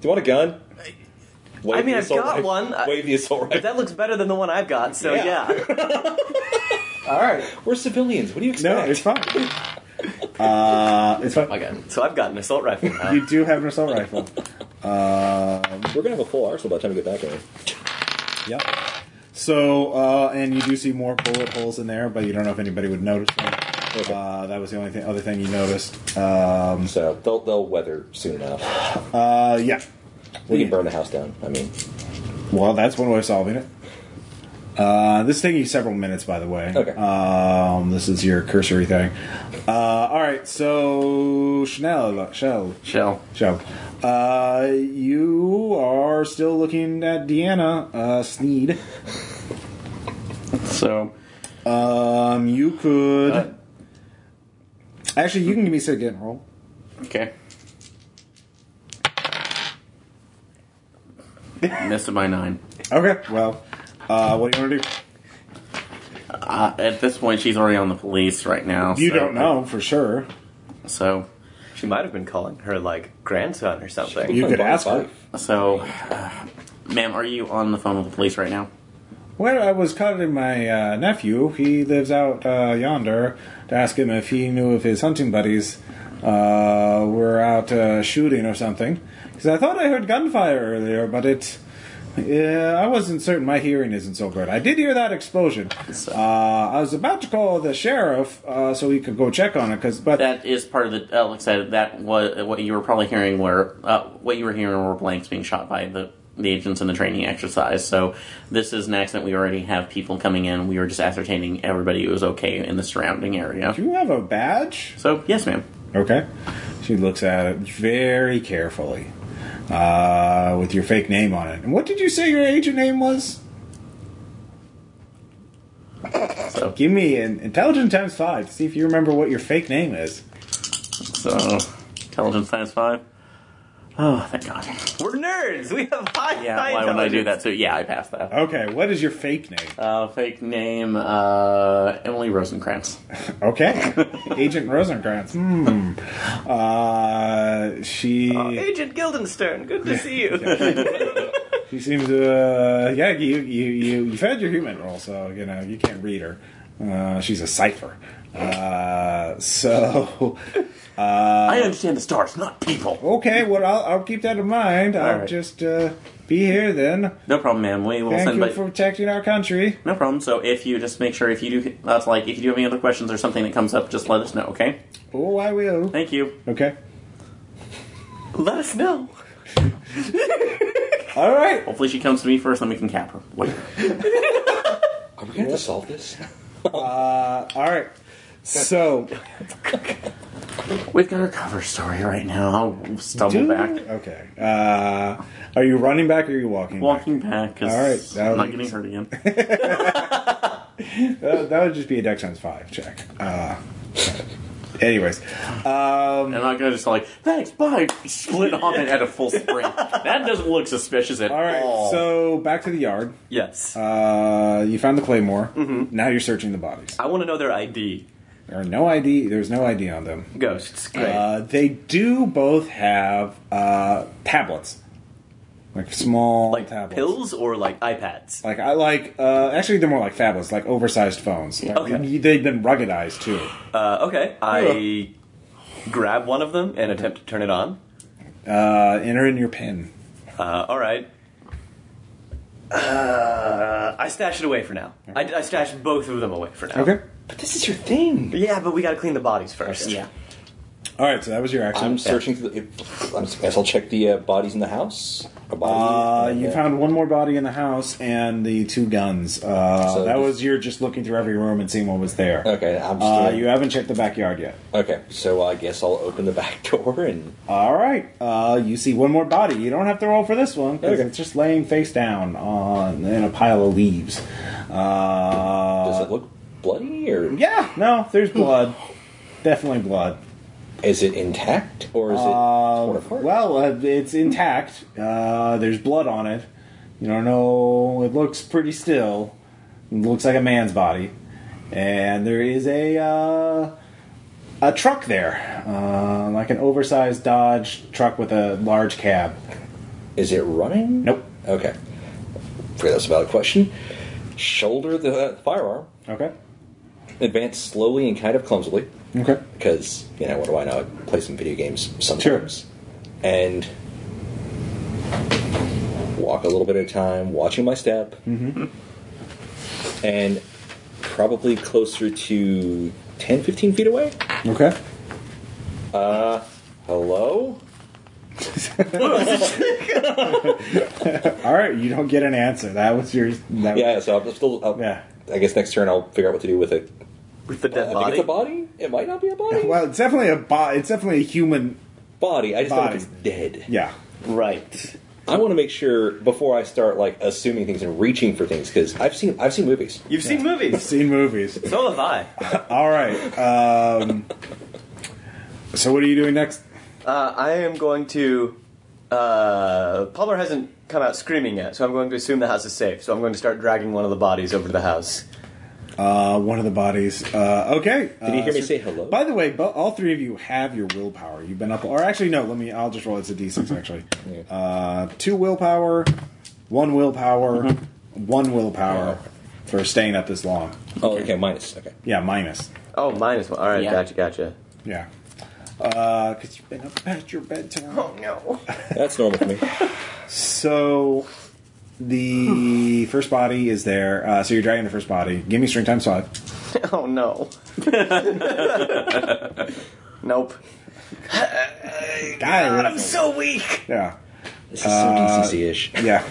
[SPEAKER 3] Do you want a gun? Wave
[SPEAKER 2] I mean,
[SPEAKER 3] the
[SPEAKER 2] I've
[SPEAKER 3] assault
[SPEAKER 2] got
[SPEAKER 3] rifle-
[SPEAKER 2] one. I-
[SPEAKER 3] Wave the assault
[SPEAKER 2] but
[SPEAKER 3] rifle.
[SPEAKER 2] that looks better than the one I've got. So
[SPEAKER 3] Yeah.
[SPEAKER 2] yeah.
[SPEAKER 1] All right.
[SPEAKER 3] We're civilians. What do you expect?
[SPEAKER 1] No, it's fine. Uh, it's fine.
[SPEAKER 2] my god. So I've got an assault rifle now.
[SPEAKER 1] You do have an assault rifle.
[SPEAKER 3] We're gonna have a full arsenal by the time we get back in.
[SPEAKER 1] Yep. So, uh, and you do see more bullet holes in there, but you don't know if anybody would notice them.
[SPEAKER 3] Okay.
[SPEAKER 1] Uh, that was the only thing, other thing you noticed. Um,
[SPEAKER 3] So they'll they'll weather soon enough.
[SPEAKER 1] uh, yeah.
[SPEAKER 3] We can burn the house down. I mean,
[SPEAKER 1] Well, that's one way of solving it. Uh, this taking you several minutes, by the way.
[SPEAKER 3] Okay.
[SPEAKER 1] Um, this is your cursory thing. Uh, all right. So, Chanel, Shell,
[SPEAKER 4] Shell.
[SPEAKER 1] Shell. Uh, you are still looking at Deanna uh, Sneed.
[SPEAKER 4] So
[SPEAKER 3] Uh.
[SPEAKER 1] Um, you could. Actually, you can give me a sit get and roll.
[SPEAKER 4] Okay. Missed it by nine.
[SPEAKER 1] Okay. Well, uh, what do you want to do?
[SPEAKER 4] Uh, at this point, she's already on the police right now.
[SPEAKER 1] You
[SPEAKER 4] so-
[SPEAKER 1] don't know for sure.
[SPEAKER 4] So,
[SPEAKER 2] She might have been calling her like grandson or something.
[SPEAKER 1] You could ask her.
[SPEAKER 4] so, uh, ma'am, are you on the phone with the police right now?
[SPEAKER 1] Well, I was calling my uh, nephew. He lives out uh, yonder to ask him if he knew if his hunting buddies uh, were out uh, shooting or something. Because I thought I heard gunfire earlier, but it. Yeah, I wasn't certain. My hearing isn't so good. I did hear that explosion. Uh, I was about to call the sheriff uh, so he could go check on it, cause, but
[SPEAKER 4] That is part of the. Alex said that was what you were probably hearing were uh, what you were hearing were blanks being shot by the the agents in the training exercise. So this is an accident. We already have people coming in. We were just ascertaining everybody was okay in the surrounding area.
[SPEAKER 1] do you have a badge?
[SPEAKER 4] So yes, ma'am.
[SPEAKER 1] Okay. She looks at it very carefully uh, with your fake name on it. And what did you say your agent name was?
[SPEAKER 4] So
[SPEAKER 1] Give me an intelligent times five to see if you remember what your fake name is.
[SPEAKER 4] so intelligence times five. Oh, thank God.
[SPEAKER 2] We're nerds. We have high.
[SPEAKER 4] Yeah,
[SPEAKER 2] high
[SPEAKER 4] why would I do
[SPEAKER 2] intelligence.
[SPEAKER 4] that? So yeah, I passed that.
[SPEAKER 1] Okay, what is your fake name?
[SPEAKER 4] Uh, fake name uh, Emily Rosenkrantz.
[SPEAKER 1] Uh, Okay, Agent Rosenkrantz. Hmm. Uh, she
[SPEAKER 2] Agent Guildenstern, good to see you.
[SPEAKER 1] she seems to uh, yeah you you you you found your human role, so you know you can't read her. Uh, she's a cipher. Uh, so
[SPEAKER 4] I understand the stars, not people.
[SPEAKER 1] okay, well I'll, I'll keep that in mind. I'll
[SPEAKER 4] right.
[SPEAKER 1] just uh, be here then.
[SPEAKER 4] No problem, ma'am. We will
[SPEAKER 1] Thank
[SPEAKER 4] send.
[SPEAKER 1] you
[SPEAKER 4] by-
[SPEAKER 1] for protecting our country.
[SPEAKER 4] No problem. So if you just make sure if you do that's like if you do have any other questions or something that comes up, just let us know. Okay.
[SPEAKER 1] Oh, I will.
[SPEAKER 4] Thank you.
[SPEAKER 1] Okay.
[SPEAKER 2] Let us know.
[SPEAKER 1] All right.
[SPEAKER 4] Hopefully she comes to me first, then we can cap her. Later.
[SPEAKER 3] Are we going to have to solve this?
[SPEAKER 1] Uh, All right. So
[SPEAKER 4] We've got our cover story right now. I'll stumble
[SPEAKER 1] do-
[SPEAKER 4] back,
[SPEAKER 1] Okay. Uh, are you running back or are you walking? back?
[SPEAKER 4] walking back because
[SPEAKER 1] All right, that
[SPEAKER 4] I'm not
[SPEAKER 1] was-
[SPEAKER 4] getting hurt again.
[SPEAKER 1] Uh, that would just be a dex times five check. Uh, anyways,
[SPEAKER 4] And I'm not gonna just like thanks, bye, split off and at a full sprint. That doesn't look suspicious at
[SPEAKER 1] all right.
[SPEAKER 4] all.
[SPEAKER 1] So back to the yard.
[SPEAKER 2] Yes.
[SPEAKER 1] Uh, you found the claymore.
[SPEAKER 4] Mm-hmm.
[SPEAKER 1] Now you're searching the bodies.
[SPEAKER 2] I want to know their ID.
[SPEAKER 1] There are no ID. There's no ID on them.
[SPEAKER 2] Ghosts. Great.
[SPEAKER 1] Uh, they do both have uh, tablets, like small
[SPEAKER 2] like
[SPEAKER 1] tablets.
[SPEAKER 2] pills or like iPads.
[SPEAKER 1] Like I like. Uh, actually, they're more like phablets, like oversized phones. Like,
[SPEAKER 2] Okay.
[SPEAKER 1] They've been ruggedized too.
[SPEAKER 2] Uh, okay. I grab one of them and attempt to turn it on.
[SPEAKER 1] Uh, enter in your pin.
[SPEAKER 2] Uh, all right. Uh, I stash it away for now. I, I stash both of them away for now.
[SPEAKER 1] Okay.
[SPEAKER 3] But this is your thing.
[SPEAKER 2] Yeah, but we gotta clean the bodies first.
[SPEAKER 4] yeah.
[SPEAKER 1] All right. So that was your action.
[SPEAKER 3] I'm searching through the. If, I'm, I guess I'll check the uh, bodies in the house. A
[SPEAKER 1] Uh,
[SPEAKER 3] body,
[SPEAKER 1] you
[SPEAKER 3] uh,
[SPEAKER 1] found one more body in the house and the two guns. Uh,
[SPEAKER 3] So
[SPEAKER 1] that
[SPEAKER 3] this-
[SPEAKER 1] was your just looking through every room and seeing what was there.
[SPEAKER 3] Okay, I'm just.
[SPEAKER 1] Uh,
[SPEAKER 3] doing-
[SPEAKER 1] you haven't checked the backyard yet.
[SPEAKER 3] okay, so I guess I'll open the back door and.
[SPEAKER 1] All right. Uh, you see one more body. You don't have to roll for this one because
[SPEAKER 3] Okay.
[SPEAKER 1] it's just laying face down on in a pile of leaves. Uh,
[SPEAKER 3] Does it look bloody or
[SPEAKER 1] Yeah. No, there's blood. Definitely blood.
[SPEAKER 3] is it intact or is it torn
[SPEAKER 1] Uh,
[SPEAKER 3] apart?
[SPEAKER 1] well, uh, it's intact. Uh, there's blood on it. You don't know. It looks pretty still. It looks like a man's body, and there is a uh, a truck there, uh, like an oversized Dodge truck with a large cab.
[SPEAKER 3] is it running?
[SPEAKER 1] Nope.
[SPEAKER 3] Okay. Figure that's a valid question. Shoulder the uh, firearm.
[SPEAKER 1] Okay.
[SPEAKER 3] Advance slowly and kind of clumsily
[SPEAKER 1] Okay.
[SPEAKER 3] because you know what do I know? I play some video games sometimes, and walk a little bit at a time, watching my step,
[SPEAKER 1] Mm-hmm.
[SPEAKER 3] and probably closer to 10, 15 feet away.
[SPEAKER 1] Okay.
[SPEAKER 3] Hello.
[SPEAKER 1] All right. You don't get an answer. That was your. That
[SPEAKER 3] Yeah, so I'm still. I'll,
[SPEAKER 1] Yeah.
[SPEAKER 3] I guess next turn I'll figure out what to do with it.
[SPEAKER 2] With the
[SPEAKER 3] I
[SPEAKER 2] dead
[SPEAKER 3] think
[SPEAKER 2] body.
[SPEAKER 3] it's a body. It might not be a body.
[SPEAKER 1] Well, it's definitely a bo- It's definitely a human.
[SPEAKER 3] body. I just don't know if
[SPEAKER 1] Body.
[SPEAKER 3] it's dead.
[SPEAKER 1] Yeah.
[SPEAKER 2] Right.
[SPEAKER 3] I want to make sure before I start like assuming things and reaching for things because I've seen I've seen movies.
[SPEAKER 2] You've seen movies.
[SPEAKER 1] Seen movies.
[SPEAKER 2] So have I.
[SPEAKER 1] All right. Um, So what are you doing next?
[SPEAKER 2] Uh, I am going to. Uh, Palmer hasn't come out screaming yet, so I'm going to assume the house is safe. So I'm going to start dragging one of the bodies over to the house.
[SPEAKER 1] Uh, one of the bodies. Uh, okay.
[SPEAKER 3] Did you hear me say hello?
[SPEAKER 1] By the way, bo- all three of you have your willpower. You've been up, or actually, no. Let me. I'll just roll. It's a
[SPEAKER 3] Mm-hmm.
[SPEAKER 1] d6 actually. Uh, two willpower, one willpower,
[SPEAKER 3] Mm-hmm.
[SPEAKER 1] one willpower for staying up this long.
[SPEAKER 3] Oh, okay, minus. Okay.
[SPEAKER 1] Yeah, minus.
[SPEAKER 2] Oh, minus one. All right,
[SPEAKER 4] Yeah.
[SPEAKER 2] gotcha, gotcha.
[SPEAKER 1] Yeah. Uh, Because you've been up past your bedtime.
[SPEAKER 2] no.
[SPEAKER 3] That's normal for me.
[SPEAKER 1] So the first body is there. Uh, so you're dragging the first body. Give me string times five.
[SPEAKER 2] Oh no. nope.
[SPEAKER 1] God,
[SPEAKER 2] I'm so weak.
[SPEAKER 1] yeah.
[SPEAKER 3] This is so DCC ish.
[SPEAKER 1] Yeah.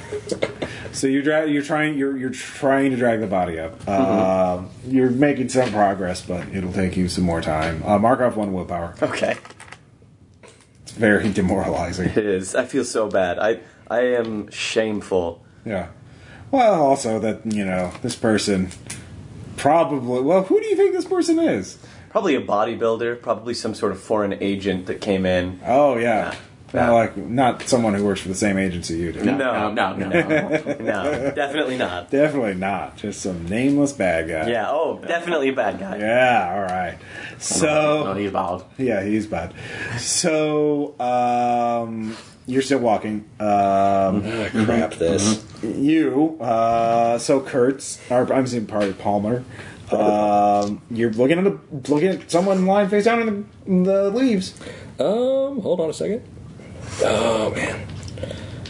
[SPEAKER 1] so you're dra- you're trying you're you're trying to drag the body up. Uh, You're making some progress, but it'll take you some more time. Uh, mark off one willpower.
[SPEAKER 2] Okay.
[SPEAKER 1] It's very demoralizing.
[SPEAKER 2] It is. I feel so bad. I I am shameful.
[SPEAKER 1] Yeah. Well, also that you know this person probably. Well, who do you think this person is?
[SPEAKER 2] Probably a bodybuilder. Probably some sort of foreign agent that came in.
[SPEAKER 1] Oh yeah.
[SPEAKER 2] Yeah.
[SPEAKER 1] Not like not someone who works for the same agency you do.
[SPEAKER 4] No,
[SPEAKER 2] No.
[SPEAKER 4] no, no, no.
[SPEAKER 2] No, definitely not.
[SPEAKER 1] Definitely not. Just some nameless bad guy.
[SPEAKER 2] Yeah. Oh, definitely a bad guy.
[SPEAKER 1] Yeah. All right. So.
[SPEAKER 2] Oh.
[SPEAKER 4] no, he's bald.
[SPEAKER 1] Yeah, he's bad. So, um, you're still walking. Um,
[SPEAKER 3] Crap, this.
[SPEAKER 1] you, uh, so Kurtz, or I'm saying part Palmer. Um, you're looking at a, looking at someone lying face down in the, in the leaves.
[SPEAKER 3] Um, hold on a second. Oh, man.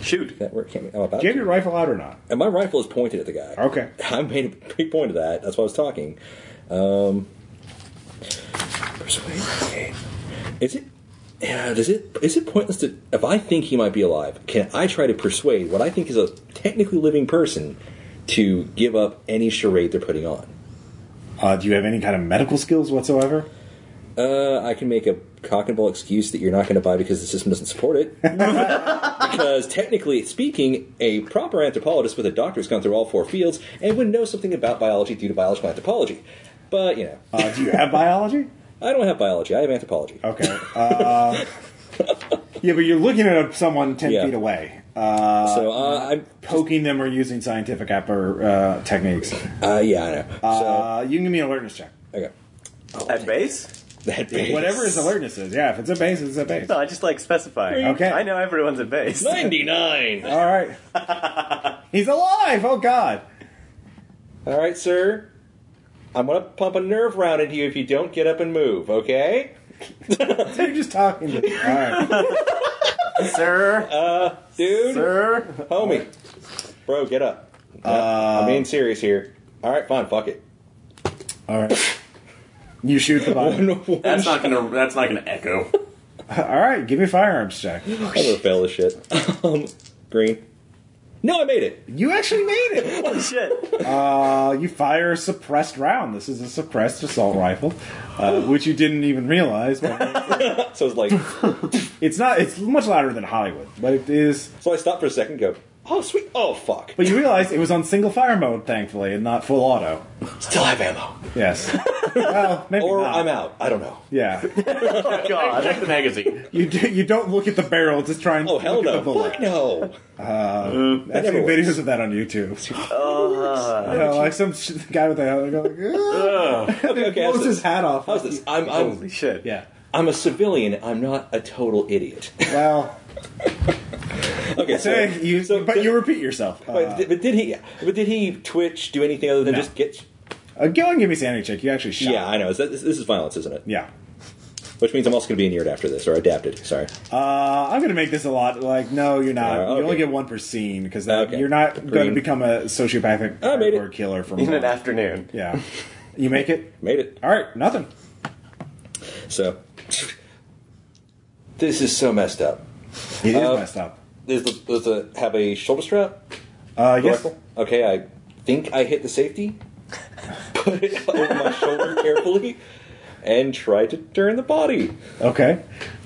[SPEAKER 2] Shoot.
[SPEAKER 3] That work came I'm about
[SPEAKER 1] Do you have
[SPEAKER 3] to.
[SPEAKER 1] your rifle out or not?
[SPEAKER 3] And my rifle is pointed at the guy.
[SPEAKER 1] Okay.
[SPEAKER 3] I made a big point of that. That's why I was talking. Um, persuade. persuade. Is it? Yeah. Does it? Is it pointless to? If I think he might be alive, can I try to persuade what I think is a technically living person to give up any charade they're putting on?
[SPEAKER 1] Uh, do you have any kind of medical skills whatsoever?
[SPEAKER 3] Uh, I can make a cock and bull excuse that you're not going to buy because the system doesn't support it. because technically speaking, a proper anthropologist with a doctorate has gone through all four fields and would know something about biology due to biological anthropology. But you know,
[SPEAKER 1] Uh, do you have biology?
[SPEAKER 3] I don't have biology. I have anthropology.
[SPEAKER 1] Okay. Uh, yeah, but you're looking at someone ten
[SPEAKER 3] Yeah.
[SPEAKER 1] feet away, uh,
[SPEAKER 3] so uh, I'm.
[SPEAKER 1] poking them or using scientific app or uh, techniques.
[SPEAKER 3] Uh, yeah, I know.
[SPEAKER 1] Uh, you can give me an alertness check.
[SPEAKER 3] so okay,
[SPEAKER 2] At base?
[SPEAKER 3] that base.
[SPEAKER 1] Whatever his alertness is, yeah. If it's a base, it's a base.
[SPEAKER 2] No, I just like specifying.
[SPEAKER 1] Okay.
[SPEAKER 2] I know everyone's at base.
[SPEAKER 3] Ninety nine.
[SPEAKER 1] All right. He's alive. Oh God.
[SPEAKER 3] All right, sir. I'm gonna pump a nerve round into you if you don't get up and move. Okay.
[SPEAKER 1] So you're just talking. To All right.
[SPEAKER 2] Sir.
[SPEAKER 3] Dude,
[SPEAKER 2] Sir.
[SPEAKER 3] homie, bro, get up. I'm being serious here. All right, fine, fuck it.
[SPEAKER 1] All right. You shoot the body.
[SPEAKER 4] That's not gonna. That's not gonna echo.
[SPEAKER 2] Oh,
[SPEAKER 1] All right. Give me a firearms check.
[SPEAKER 3] I'm gonna fail this shit. um, green. No, I made it.
[SPEAKER 1] You actually made it.
[SPEAKER 2] Holy shit.
[SPEAKER 1] Uh, you fire a suppressed round. This is a suppressed assault rifle,
[SPEAKER 2] Oh.
[SPEAKER 1] uh, which you didn't even realize. But
[SPEAKER 3] So it's like,
[SPEAKER 1] it's not. It's much louder than Hollywood, but it is.
[SPEAKER 3] so I stopped for a second. and Go. Oh sweet. Oh fuck.
[SPEAKER 1] But you realize it was on single fire mode, thankfully, and not full auto.
[SPEAKER 3] Still have ammo.
[SPEAKER 1] Yes. well, maybe
[SPEAKER 3] Or
[SPEAKER 1] not.
[SPEAKER 3] I'm out. I don't know.
[SPEAKER 1] Yeah.
[SPEAKER 2] Oh, God.
[SPEAKER 4] Check the magazine.
[SPEAKER 1] You do, you don't look at the barrel. Just try and
[SPEAKER 3] Oh
[SPEAKER 1] look
[SPEAKER 3] hell
[SPEAKER 1] at the
[SPEAKER 3] no.
[SPEAKER 1] bullet.
[SPEAKER 3] Fuck no.
[SPEAKER 1] I've seen
[SPEAKER 3] never works. Uh-huh.
[SPEAKER 1] videos of that on YouTube. You know, like some sh- guy with a helmet go like, "Ugh,"
[SPEAKER 3] Okay, okay.
[SPEAKER 1] blows
[SPEAKER 3] How's
[SPEAKER 1] his
[SPEAKER 3] this?
[SPEAKER 1] hat off.
[SPEAKER 3] How's this? I'm
[SPEAKER 2] Holy
[SPEAKER 3] I'm
[SPEAKER 2] shit.
[SPEAKER 1] Yeah.
[SPEAKER 3] I'm a civilian. I'm not a total idiot.
[SPEAKER 1] Well,
[SPEAKER 3] Okay. So,
[SPEAKER 1] say you,
[SPEAKER 3] so-
[SPEAKER 1] but you repeat yourself. Uh,
[SPEAKER 3] But, but did he? But did he twitch? Do anything other than
[SPEAKER 1] No.
[SPEAKER 3] just get?
[SPEAKER 1] uh, go and give me sanity check. You actually shot.
[SPEAKER 3] Yeah, I know. Is that, this is violence, isn't it?
[SPEAKER 1] Yeah.
[SPEAKER 3] Which means I'm also going to be inured after this, or adapted. Sorry.
[SPEAKER 1] Uh, I'm gonna make this a lot. Like, no, you're not.
[SPEAKER 3] Uh,
[SPEAKER 1] You only
[SPEAKER 3] okay.
[SPEAKER 1] get one per scene because that
[SPEAKER 3] Okay.
[SPEAKER 1] you're not
[SPEAKER 3] Green.
[SPEAKER 1] going to become a sociopathic
[SPEAKER 3] I made it.
[SPEAKER 1] hardcore killer from
[SPEAKER 2] In an afternoon.
[SPEAKER 1] Yeah. You make it.
[SPEAKER 3] Made it.
[SPEAKER 1] All right. Nothing.
[SPEAKER 3] So this is so messed up.
[SPEAKER 1] It is
[SPEAKER 3] Uh,
[SPEAKER 1] messed up.
[SPEAKER 3] Does the, does the have a shoulder strap?
[SPEAKER 1] Uh,
[SPEAKER 3] the
[SPEAKER 1] yes.
[SPEAKER 3] rifle? Okay, I think I hit the safety. Put it over my shoulder carefully, and try to turn the body.
[SPEAKER 1] Okay.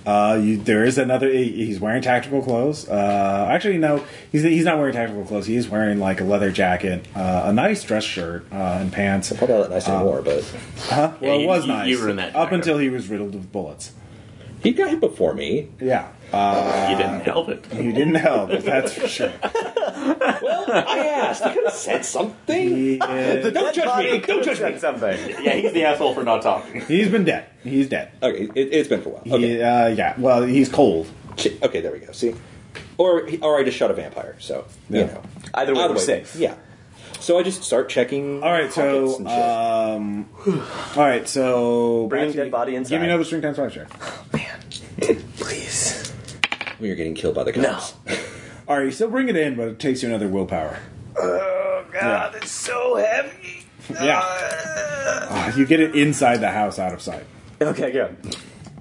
[SPEAKER 1] Uh, you, there is another. he- He's wearing tactical clothes. Uh, actually, no, he's he's not wearing tactical clothes. He's wearing like a leather jacket, uh, a nice dress shirt, uh, and pants. Well,
[SPEAKER 3] Probably not that nice anymore, but
[SPEAKER 1] it
[SPEAKER 4] you-
[SPEAKER 1] was
[SPEAKER 4] you-
[SPEAKER 1] nice
[SPEAKER 4] you ruined that
[SPEAKER 1] up
[SPEAKER 4] jacket.
[SPEAKER 1] until he was riddled with bullets.
[SPEAKER 3] He got hit before me.
[SPEAKER 1] Yeah. Uh,
[SPEAKER 4] you didn't help it.
[SPEAKER 1] you didn't help, that's for sure.
[SPEAKER 3] I asked. I could have said something.
[SPEAKER 1] He, uh,
[SPEAKER 3] Don't judge me. Don't judge me.
[SPEAKER 2] Something.
[SPEAKER 4] Yeah, he's the asshole for not talking.
[SPEAKER 1] he's been dead. He's dead.
[SPEAKER 3] Okay, it, it's been for a while.
[SPEAKER 1] He,
[SPEAKER 3] Okay,
[SPEAKER 1] uh, yeah. Well, he's cold.
[SPEAKER 3] Ch- okay, there we go. See, or he- or I just shot a vampire. So you
[SPEAKER 1] Yeah.
[SPEAKER 3] know,
[SPEAKER 2] Either way, we're safe.
[SPEAKER 3] Yeah. So I just start checking.
[SPEAKER 1] All right,
[SPEAKER 3] pockets
[SPEAKER 1] so
[SPEAKER 3] and shit.
[SPEAKER 1] um, all right, so
[SPEAKER 2] Bring
[SPEAKER 1] back to
[SPEAKER 2] dead
[SPEAKER 1] you.
[SPEAKER 2] body inside.
[SPEAKER 1] Give me another string times five check.
[SPEAKER 2] Please.
[SPEAKER 3] we are getting killed by the
[SPEAKER 2] No.
[SPEAKER 3] cops.
[SPEAKER 1] All right, you still bring it in, but it takes you another willpower.
[SPEAKER 2] Oh God, it's so heavy. Uh.
[SPEAKER 1] Yeah, Ah, you get it inside the house, out of sight.
[SPEAKER 2] Okay, good.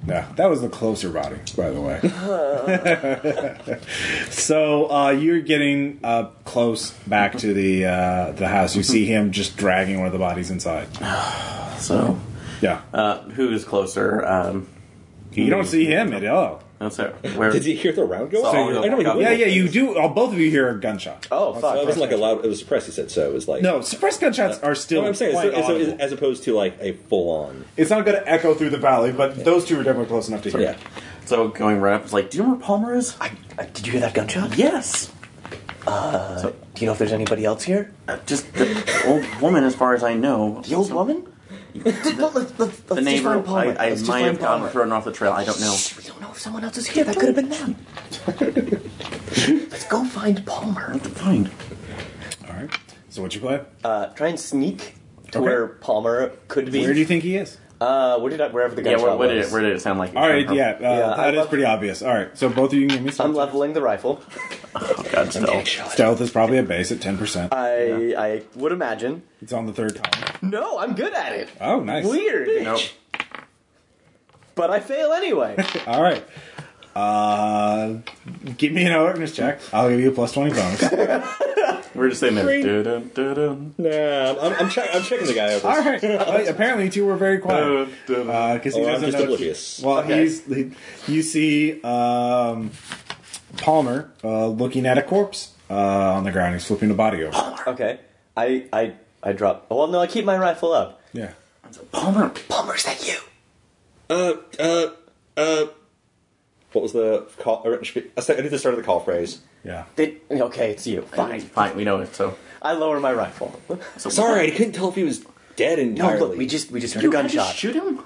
[SPEAKER 1] Yeah, that was the closer body, by the way. so uh, you're getting uh, close back to the uh, the house. You see him just dragging one of the bodies inside.
[SPEAKER 4] So,
[SPEAKER 1] Yeah,
[SPEAKER 4] uh, who is closer? Um,
[SPEAKER 1] you don't see him at all.
[SPEAKER 4] that's it. Where?
[SPEAKER 3] Did you hear the round go?
[SPEAKER 4] So
[SPEAKER 3] off?
[SPEAKER 4] you're-
[SPEAKER 3] I know he
[SPEAKER 4] yeah,
[SPEAKER 3] wiggled.
[SPEAKER 1] Yeah, yeah, you do. Oh, both of you hear a gunshot.
[SPEAKER 2] Oh
[SPEAKER 3] So it
[SPEAKER 2] fuck.
[SPEAKER 3] wasn't like a loud. It was suppressed. He said so. It was like
[SPEAKER 1] No, suppressed gunshots are still.
[SPEAKER 3] No, I'm saying
[SPEAKER 1] quite
[SPEAKER 3] so, so
[SPEAKER 1] audible.
[SPEAKER 3] as opposed to like a full on.
[SPEAKER 1] It's not going to echo through the valley, but those two are definitely close enough to hear.
[SPEAKER 3] Yeah.
[SPEAKER 4] So going right up, it's like, do you know where Palmer is?
[SPEAKER 2] I, I, did you hear that gunshot?
[SPEAKER 4] Yes.
[SPEAKER 2] Do you know if there's anybody else here?
[SPEAKER 4] Uh, just the old woman, as far as I know.
[SPEAKER 2] The old woman? Let- let- let- let's
[SPEAKER 4] The
[SPEAKER 2] just
[SPEAKER 4] neighbor.
[SPEAKER 2] find
[SPEAKER 4] I,
[SPEAKER 2] Palmer.
[SPEAKER 4] I
[SPEAKER 2] Let's just
[SPEAKER 4] might
[SPEAKER 2] find
[SPEAKER 4] have gotten
[SPEAKER 2] Palmer.
[SPEAKER 4] thrown off the trail. I don't know.
[SPEAKER 2] Shh, we don't know if someone else is here. That could have been them. Let's go find Palmer.
[SPEAKER 4] Fine.
[SPEAKER 1] All right. So what you play?
[SPEAKER 2] Uh, try and sneak to
[SPEAKER 1] Okay.
[SPEAKER 2] where Palmer could be.
[SPEAKER 1] Where do you think he is?
[SPEAKER 2] uh, where did I, wherever the
[SPEAKER 4] Yeah.
[SPEAKER 2] gunshot
[SPEAKER 4] Where, where did
[SPEAKER 2] was.
[SPEAKER 4] it? Where did it sound like? it
[SPEAKER 1] All right.
[SPEAKER 4] came from?
[SPEAKER 1] Yeah. Uh,
[SPEAKER 2] Yeah,
[SPEAKER 1] that
[SPEAKER 2] I
[SPEAKER 1] is
[SPEAKER 2] love-
[SPEAKER 1] pretty obvious. All right. So both of you can give me
[SPEAKER 2] I'm
[SPEAKER 1] stealth.
[SPEAKER 2] leveling the rifle.
[SPEAKER 4] Oh, God, still.
[SPEAKER 1] Stealth is probably a base at ten percent.
[SPEAKER 2] I I would imagine.
[SPEAKER 1] It's on the third column.
[SPEAKER 2] No, I'm good at it.
[SPEAKER 1] Oh, nice.
[SPEAKER 2] Weird.
[SPEAKER 4] Nope.
[SPEAKER 2] But I fail anyway.
[SPEAKER 1] All right. Uh, give me an alertness check. I'll give you a plus twenty bonus.
[SPEAKER 4] We're just saying that.
[SPEAKER 1] Green.
[SPEAKER 4] Dun, dun, dun,
[SPEAKER 3] Nah, I'm, I'm, check, I'm checking the guy over.
[SPEAKER 1] All right. Well, apparently, you two were very quiet
[SPEAKER 4] dun, dun.
[SPEAKER 1] because Uh, he
[SPEAKER 3] Or Oh, I'm
[SPEAKER 1] doesn't
[SPEAKER 3] just
[SPEAKER 1] know.
[SPEAKER 3] oblivious.
[SPEAKER 1] Well,
[SPEAKER 2] Okay.
[SPEAKER 1] he's he, you see um, Palmer uh, looking at a corpse uh, on the ground. He's flipping the body over.
[SPEAKER 2] okay. I I I drop. Well, no, I keep my rifle up.
[SPEAKER 1] Yeah.
[SPEAKER 4] Palmer.
[SPEAKER 2] Palmer, is that you?
[SPEAKER 3] Uh, uh, uh. What was the call? I need the start of the call phrase.
[SPEAKER 1] Yeah.
[SPEAKER 2] Did, okay, it's you. Fine.
[SPEAKER 4] Fine. Fine. We know it. So.
[SPEAKER 2] I lower my rifle.
[SPEAKER 4] so
[SPEAKER 3] Sorry, I couldn't tell if he was dead
[SPEAKER 2] No,
[SPEAKER 3] entirely.
[SPEAKER 2] look, we just we just heard
[SPEAKER 4] You
[SPEAKER 2] a
[SPEAKER 4] had to
[SPEAKER 2] gunshot.
[SPEAKER 4] Shoot him.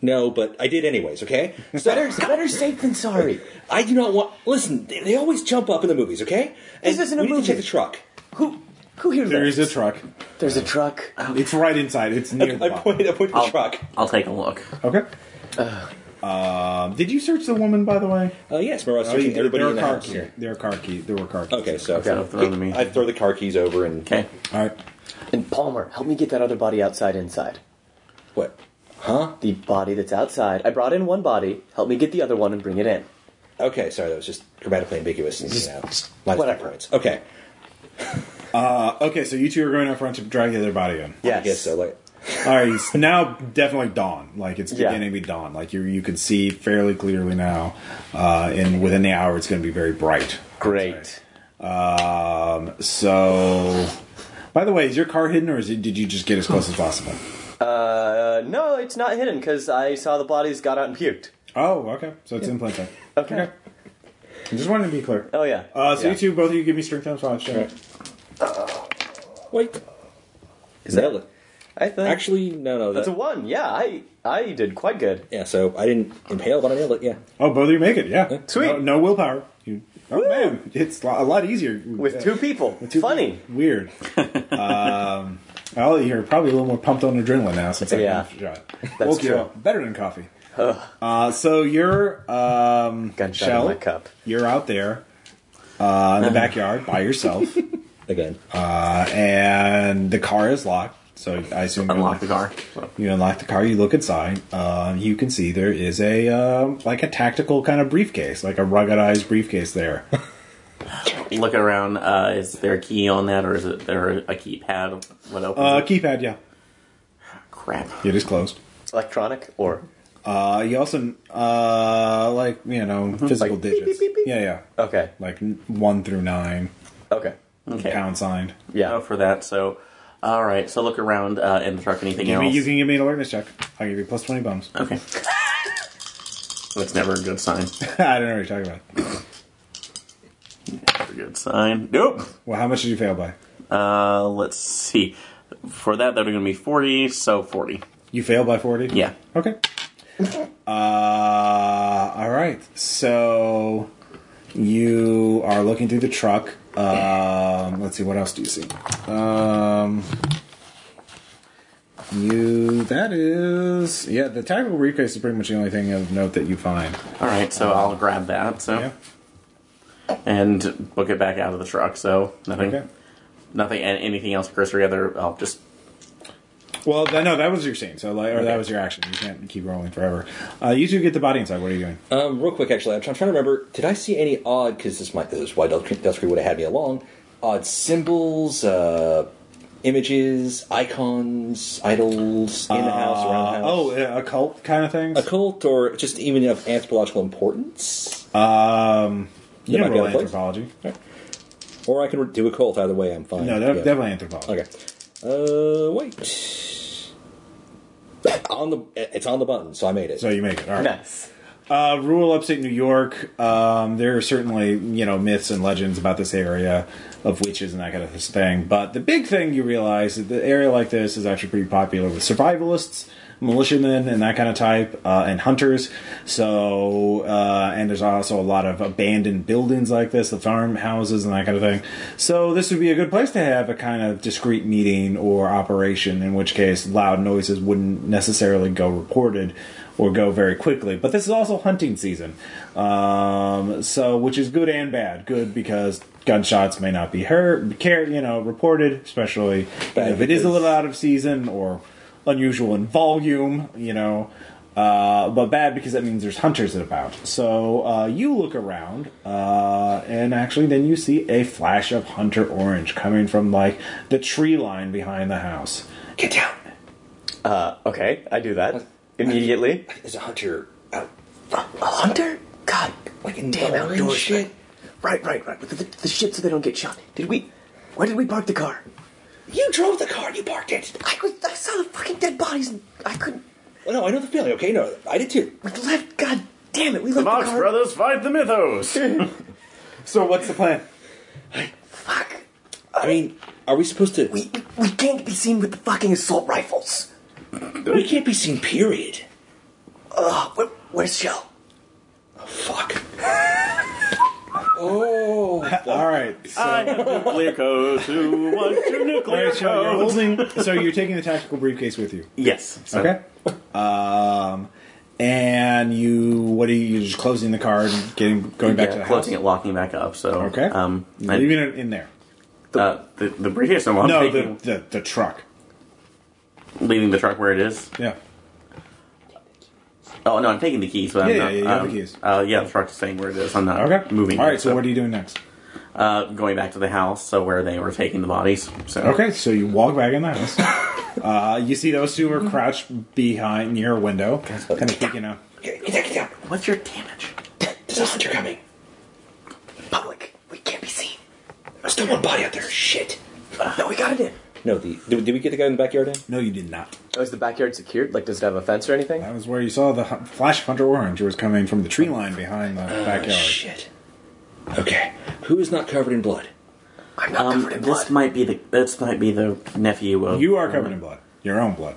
[SPEAKER 3] No, but I did anyways. Okay. So
[SPEAKER 2] Better, better safe than sorry.
[SPEAKER 3] I do not want. Listen, they, they always jump up in the movies. Okay. And
[SPEAKER 2] isn't a
[SPEAKER 3] we need to
[SPEAKER 2] movie.
[SPEAKER 3] check the truck.
[SPEAKER 2] Who who here
[SPEAKER 1] There is
[SPEAKER 2] lives?
[SPEAKER 1] a truck.
[SPEAKER 2] There's a truck.
[SPEAKER 4] Oh.
[SPEAKER 1] It's right inside. It's near
[SPEAKER 3] I
[SPEAKER 1] the bottom.
[SPEAKER 3] pointed. I pointed the truck.
[SPEAKER 4] I'll take a look.
[SPEAKER 1] Okay. Um, did you search the woman, by the way?
[SPEAKER 3] Uh, yes, Mariah
[SPEAKER 1] you
[SPEAKER 3] searching
[SPEAKER 1] did.
[SPEAKER 3] everybody
[SPEAKER 1] Oh, there
[SPEAKER 3] in
[SPEAKER 1] were
[SPEAKER 3] the
[SPEAKER 1] car
[SPEAKER 3] house.
[SPEAKER 1] keys. There are car keys. There were car keys.
[SPEAKER 3] Okay, so
[SPEAKER 4] Okay, throw them to me.
[SPEAKER 3] I throw the car keys over and
[SPEAKER 4] Okay.
[SPEAKER 1] All right.
[SPEAKER 2] And Palmer, help me get that other body outside inside.
[SPEAKER 3] what? Huh?
[SPEAKER 2] The body that's outside. I brought in one body. Help me get the other one and bring it in.
[SPEAKER 3] Okay, sorry, that was just grammatically ambiguous. And, you know, my
[SPEAKER 2] whatever.
[SPEAKER 3] preference. Okay,
[SPEAKER 1] Uh, okay, so you two are going out front to drag the other body in.
[SPEAKER 2] Yes.
[SPEAKER 3] I guess so. Like,
[SPEAKER 1] All right, it's now definitely dawn. Like it's
[SPEAKER 2] Yeah.
[SPEAKER 1] beginning to be dawn. Like you you can see fairly clearly now, uh, and within the hour it's going to be very bright.
[SPEAKER 2] Great.
[SPEAKER 1] Um, so, by the way, is your car hidden or is it, did you just get as close as possible?
[SPEAKER 2] Uh, no, it's not hidden because I saw the bodies got out and puked.
[SPEAKER 1] Oh, okay. So it's in plain sight.
[SPEAKER 2] Okay.
[SPEAKER 1] I just wanted to be clear.
[SPEAKER 2] Oh yeah.
[SPEAKER 1] Uh, so
[SPEAKER 2] Yeah.
[SPEAKER 1] you two, both of you, give me strength times five. Sure.
[SPEAKER 3] wait, is
[SPEAKER 2] that- I think
[SPEAKER 3] actually no, no?
[SPEAKER 2] that's a
[SPEAKER 3] that-
[SPEAKER 2] one. Yeah, I I did quite good.
[SPEAKER 3] yeah. So I didn't impale, but I nailed it. Yeah.
[SPEAKER 1] Oh, both of you make it. Yeah.
[SPEAKER 2] Sweet.
[SPEAKER 1] No, no willpower. You, oh man, it's a lot- a lot easier
[SPEAKER 2] With two people.
[SPEAKER 1] Too
[SPEAKER 2] Funny.
[SPEAKER 1] Weird. um, well, you're probably a little more pumped on adrenaline now since I
[SPEAKER 2] Yeah.
[SPEAKER 1] got the shot.
[SPEAKER 2] That's
[SPEAKER 1] Woke you
[SPEAKER 2] true.
[SPEAKER 1] up. Better than coffee. Uh, so you're um,
[SPEAKER 2] Gunshot
[SPEAKER 1] Shell,
[SPEAKER 2] in my cup.
[SPEAKER 1] You're out there uh, in
[SPEAKER 2] Uh-huh.
[SPEAKER 1] the backyard by yourself,
[SPEAKER 3] Again,
[SPEAKER 1] uh, and the car is locked. So I assume you
[SPEAKER 4] Unlock the car. So.
[SPEAKER 1] You unlock the car. You look inside. Uh, you can see there is a um, like a tactical kind of briefcase, like a ruggedized briefcase there.
[SPEAKER 4] Look around. Uh, is there a key on that, or is it there a keypad? What opens
[SPEAKER 1] Uh,
[SPEAKER 4] it?
[SPEAKER 1] keypad, yeah.
[SPEAKER 4] Crap.
[SPEAKER 1] It is closed.
[SPEAKER 2] Electronic or
[SPEAKER 1] Uh, you also uh, like you know physical
[SPEAKER 2] Uh-huh. Like, beep,
[SPEAKER 1] digits.
[SPEAKER 2] beep, beep, beep.
[SPEAKER 1] Yeah, yeah.
[SPEAKER 2] okay.
[SPEAKER 1] Like n- one through nine,
[SPEAKER 2] Okay.
[SPEAKER 4] Okay.
[SPEAKER 1] pound signed.
[SPEAKER 2] Yeah.
[SPEAKER 4] Oh, for that. So, all right. So look around uh, in the truck. Anything
[SPEAKER 1] You,
[SPEAKER 4] else?
[SPEAKER 1] you can give me an alertness check. I'll give you plus twenty bonus.
[SPEAKER 4] Okay. That's never a good sign.
[SPEAKER 1] I don't know what you're talking about.
[SPEAKER 4] Never a good sign. Nope.
[SPEAKER 1] Well, how much did you fail by?
[SPEAKER 4] Uh, let's see. For that, that would going to be 40, so 40.
[SPEAKER 1] You failed by 40?
[SPEAKER 4] Yeah.
[SPEAKER 1] Okay. Uh, all right. So you are looking through the truck. Um, let's see. What else do you see? Um, you. That is. Yeah, the tactical briefcase is pretty much the only thing of note that you find.
[SPEAKER 4] All right, so I'll grab that. So
[SPEAKER 1] Yeah.
[SPEAKER 4] and book it back out of the truck. So nothing,
[SPEAKER 1] Okay.
[SPEAKER 4] nothing, and anything else cursory. Other, I'll just
[SPEAKER 1] Well, that, no, that was your scene. So, like, or that was your action. You can't keep rolling forever. Uh, you two get the body inside. What are you doing?
[SPEAKER 3] Um, real quick, actually, I'm trying to remember. Did I see any odd? Because this might this is why Dusk Creek would have had me along. Odd symbols, uh, images, icons, idols in the house, around the
[SPEAKER 1] Uh,
[SPEAKER 3] house.
[SPEAKER 1] oh, uh, occult kind of things.
[SPEAKER 3] occult or just even of anthropological importance.
[SPEAKER 1] Um, you
[SPEAKER 3] That
[SPEAKER 1] can
[SPEAKER 3] might be
[SPEAKER 1] roll
[SPEAKER 3] out of place.
[SPEAKER 1] anthropology.
[SPEAKER 3] Or I can do occult. Either way, I'm fine.
[SPEAKER 1] No, def-
[SPEAKER 3] Yeah.
[SPEAKER 1] definitely anthropology.
[SPEAKER 3] Okay. Uh, wait. On the it's on the button, so I made it.
[SPEAKER 1] So you make it. All right.
[SPEAKER 2] Nice.
[SPEAKER 1] Uh, rural upstate New York. Um, there are certainly you know myths and legends about this area of witches and that kind of thing. But the big thing you realize is that the area like this is actually pretty popular with survivalists, militiamen, and that kind of type, uh, and hunters. So uh, and there's also a lot of abandoned buildings like this, the farmhouses and that kind of thing. So this would be a good place to have a kind of discreet meeting or operation. In which case, loud noises wouldn't necessarily go reported or go very quickly. But this is also hunting season, um, so which is good and bad. Good because gunshots may not be heard, care you know, reported, especially
[SPEAKER 3] Bad
[SPEAKER 1] if it is a
[SPEAKER 3] because-
[SPEAKER 1] little out of season or unusual in volume, you know. Uh, but bad because that means there's hunters about. So uh, you look around, uh, and actually, then you see a flash of hunter orange coming from like the tree line behind the house.
[SPEAKER 3] Get down.
[SPEAKER 2] Uh, okay, I do that immediately.
[SPEAKER 3] There's a hunter out,
[SPEAKER 2] A hunter? God,
[SPEAKER 3] like in the orange shit.
[SPEAKER 2] Right, right, right. With the, the shit so they don't get shot. Did we? Where did we park the car?
[SPEAKER 3] You drove the car. You parked it.
[SPEAKER 2] I was. I saw the fucking dead bodies. And I couldn't.
[SPEAKER 3] Well, no, I know the feeling. Okay, no, I did too.
[SPEAKER 2] We left. God damn it. We left
[SPEAKER 4] the Mox
[SPEAKER 2] car.
[SPEAKER 4] brothers fight the mythos.
[SPEAKER 1] So what's the plan?
[SPEAKER 2] Fuck.
[SPEAKER 3] I mean, are we supposed to?
[SPEAKER 2] We, we- we can't be seen with the fucking assault rifles.
[SPEAKER 3] we can't be seen. Period.
[SPEAKER 2] Ugh. Where, where's Joe?
[SPEAKER 3] Fuck. oh,
[SPEAKER 1] All right. So,
[SPEAKER 4] Nucleocos who want to nuclear
[SPEAKER 1] so you're
[SPEAKER 4] codes.
[SPEAKER 1] holding- so you're taking the tactical briefcase with you.
[SPEAKER 4] Yes. So
[SPEAKER 1] Okay. Um, and you, what are you? You're just closing the card and getting going back to
[SPEAKER 4] yeah,
[SPEAKER 1] the
[SPEAKER 4] closing
[SPEAKER 1] house.
[SPEAKER 4] it, locking back up. So
[SPEAKER 1] Okay.
[SPEAKER 4] Um, I-
[SPEAKER 1] leaving it in there.
[SPEAKER 4] uh, the the British one.
[SPEAKER 1] no,
[SPEAKER 4] No,
[SPEAKER 1] the, the the truck.
[SPEAKER 4] leaving the truck where it is.
[SPEAKER 1] Yeah.
[SPEAKER 4] Oh no, I'm taking the keys.
[SPEAKER 1] Yeah,
[SPEAKER 4] But I'm
[SPEAKER 1] yeah,
[SPEAKER 4] not,
[SPEAKER 1] yeah, you have
[SPEAKER 4] um,
[SPEAKER 1] the keys.
[SPEAKER 4] Uh, yeah, the truck's staying where it is. I'm not
[SPEAKER 1] Okay.
[SPEAKER 4] moving.
[SPEAKER 1] All
[SPEAKER 4] it,
[SPEAKER 1] right. So, what are you doing next?
[SPEAKER 4] uh, going back to the house? So where they were taking the bodies. So
[SPEAKER 1] Okay. So you walk back in the house. uh, you see those two are crouched behind near a window, kind of peeking out.
[SPEAKER 3] get down, get down.
[SPEAKER 4] What's your damage?
[SPEAKER 3] There's a hunter coming.
[SPEAKER 2] Public. We can't be seen.
[SPEAKER 3] There's still one body out there. Shit.
[SPEAKER 2] No, we got it in.
[SPEAKER 3] No, the did, did we get the guy in the backyard in?
[SPEAKER 1] No, you did not.
[SPEAKER 2] Oh, is the backyard secured? Like, does it have a fence or anything?
[SPEAKER 1] That was where you saw the hu- flash of Hunter Orange was coming from the tree line behind the
[SPEAKER 4] Uh,
[SPEAKER 1] backyard.
[SPEAKER 3] Shit. Okay. Who is not covered in blood?
[SPEAKER 2] I'm not
[SPEAKER 4] Um,
[SPEAKER 2] covered in blood.
[SPEAKER 4] this might be the this might be the nephew of
[SPEAKER 1] You are covered in blood. Your own blood.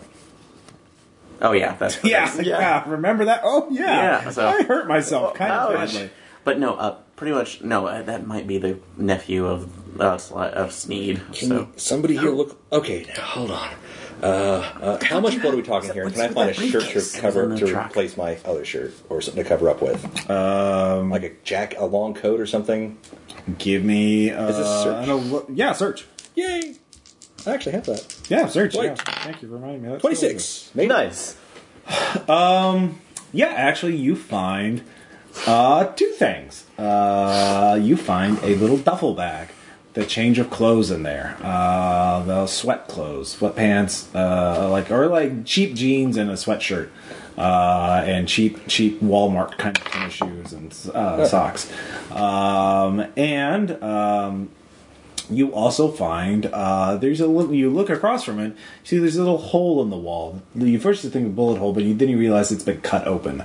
[SPEAKER 4] Oh yeah, that's
[SPEAKER 1] Yeah, yeah. Remember that? Oh, yeah.
[SPEAKER 4] Yeah, so-
[SPEAKER 1] I hurt myself kind of
[SPEAKER 2] Ouch.
[SPEAKER 1] badly.
[SPEAKER 4] But no, uh, pretty much no. Uh, that might be the nephew of uh, Sli- of Sneed.
[SPEAKER 3] Can
[SPEAKER 4] so
[SPEAKER 3] you- somebody here look? Okay, now oh. hold on. Uh, uh, how much blood are we talking here? And Can I find a shirt to
[SPEAKER 4] in
[SPEAKER 3] cover
[SPEAKER 4] the
[SPEAKER 3] to
[SPEAKER 4] truck.
[SPEAKER 3] replace my other shirt or something to cover up with? Um, like a jack, a long coat or something.
[SPEAKER 1] Give me. Uh,
[SPEAKER 3] this search?
[SPEAKER 1] an al- yeah, search.
[SPEAKER 3] Yay! I actually have that.
[SPEAKER 1] Yeah, search.
[SPEAKER 3] Wait.
[SPEAKER 1] Yeah. Thank you for reminding me. That's
[SPEAKER 3] Twenty six. Maybe.
[SPEAKER 2] nice.
[SPEAKER 1] really good. Yeah, actually, you find uh, two things. Uh, you find a little duffel bag, the change of clothes in there, uh, the sweat clothes, sweatpants, uh, like or like cheap jeans and a sweatshirt, uh, and cheap cheap Walmart kind of tennis shoes and uh, socks, um, and um, you also find uh, there's a little. You look across from it, see there's a little hole in the wall. You first think a bullet hole, but you, then you realize it's been cut open.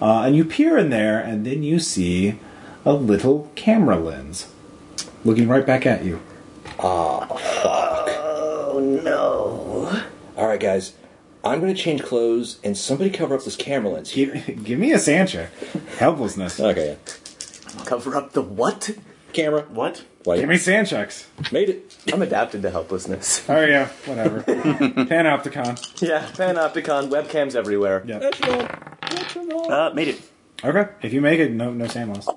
[SPEAKER 1] Uh, and you peer in there, and then you see a little camera lens looking right back at you.
[SPEAKER 3] All right, guys, I'm going to change clothes and somebody cover up this camera lens here.
[SPEAKER 1] Give, give me a sand check. Helplessness.
[SPEAKER 3] Okay,
[SPEAKER 2] Cover up the what?
[SPEAKER 3] yeah. camera.
[SPEAKER 4] What?
[SPEAKER 1] Give
[SPEAKER 3] Wait,
[SPEAKER 1] me sand checks.
[SPEAKER 3] made it.
[SPEAKER 2] I'm adapted to helplessness.
[SPEAKER 1] Oh yeah, whatever. Panopticon.
[SPEAKER 2] Yeah, panopticon, webcams everywhere.
[SPEAKER 1] Yeah.
[SPEAKER 3] That's wrong. That's wrong.
[SPEAKER 4] Uh, made it.
[SPEAKER 1] Okay. If you make it, no, no sand loss.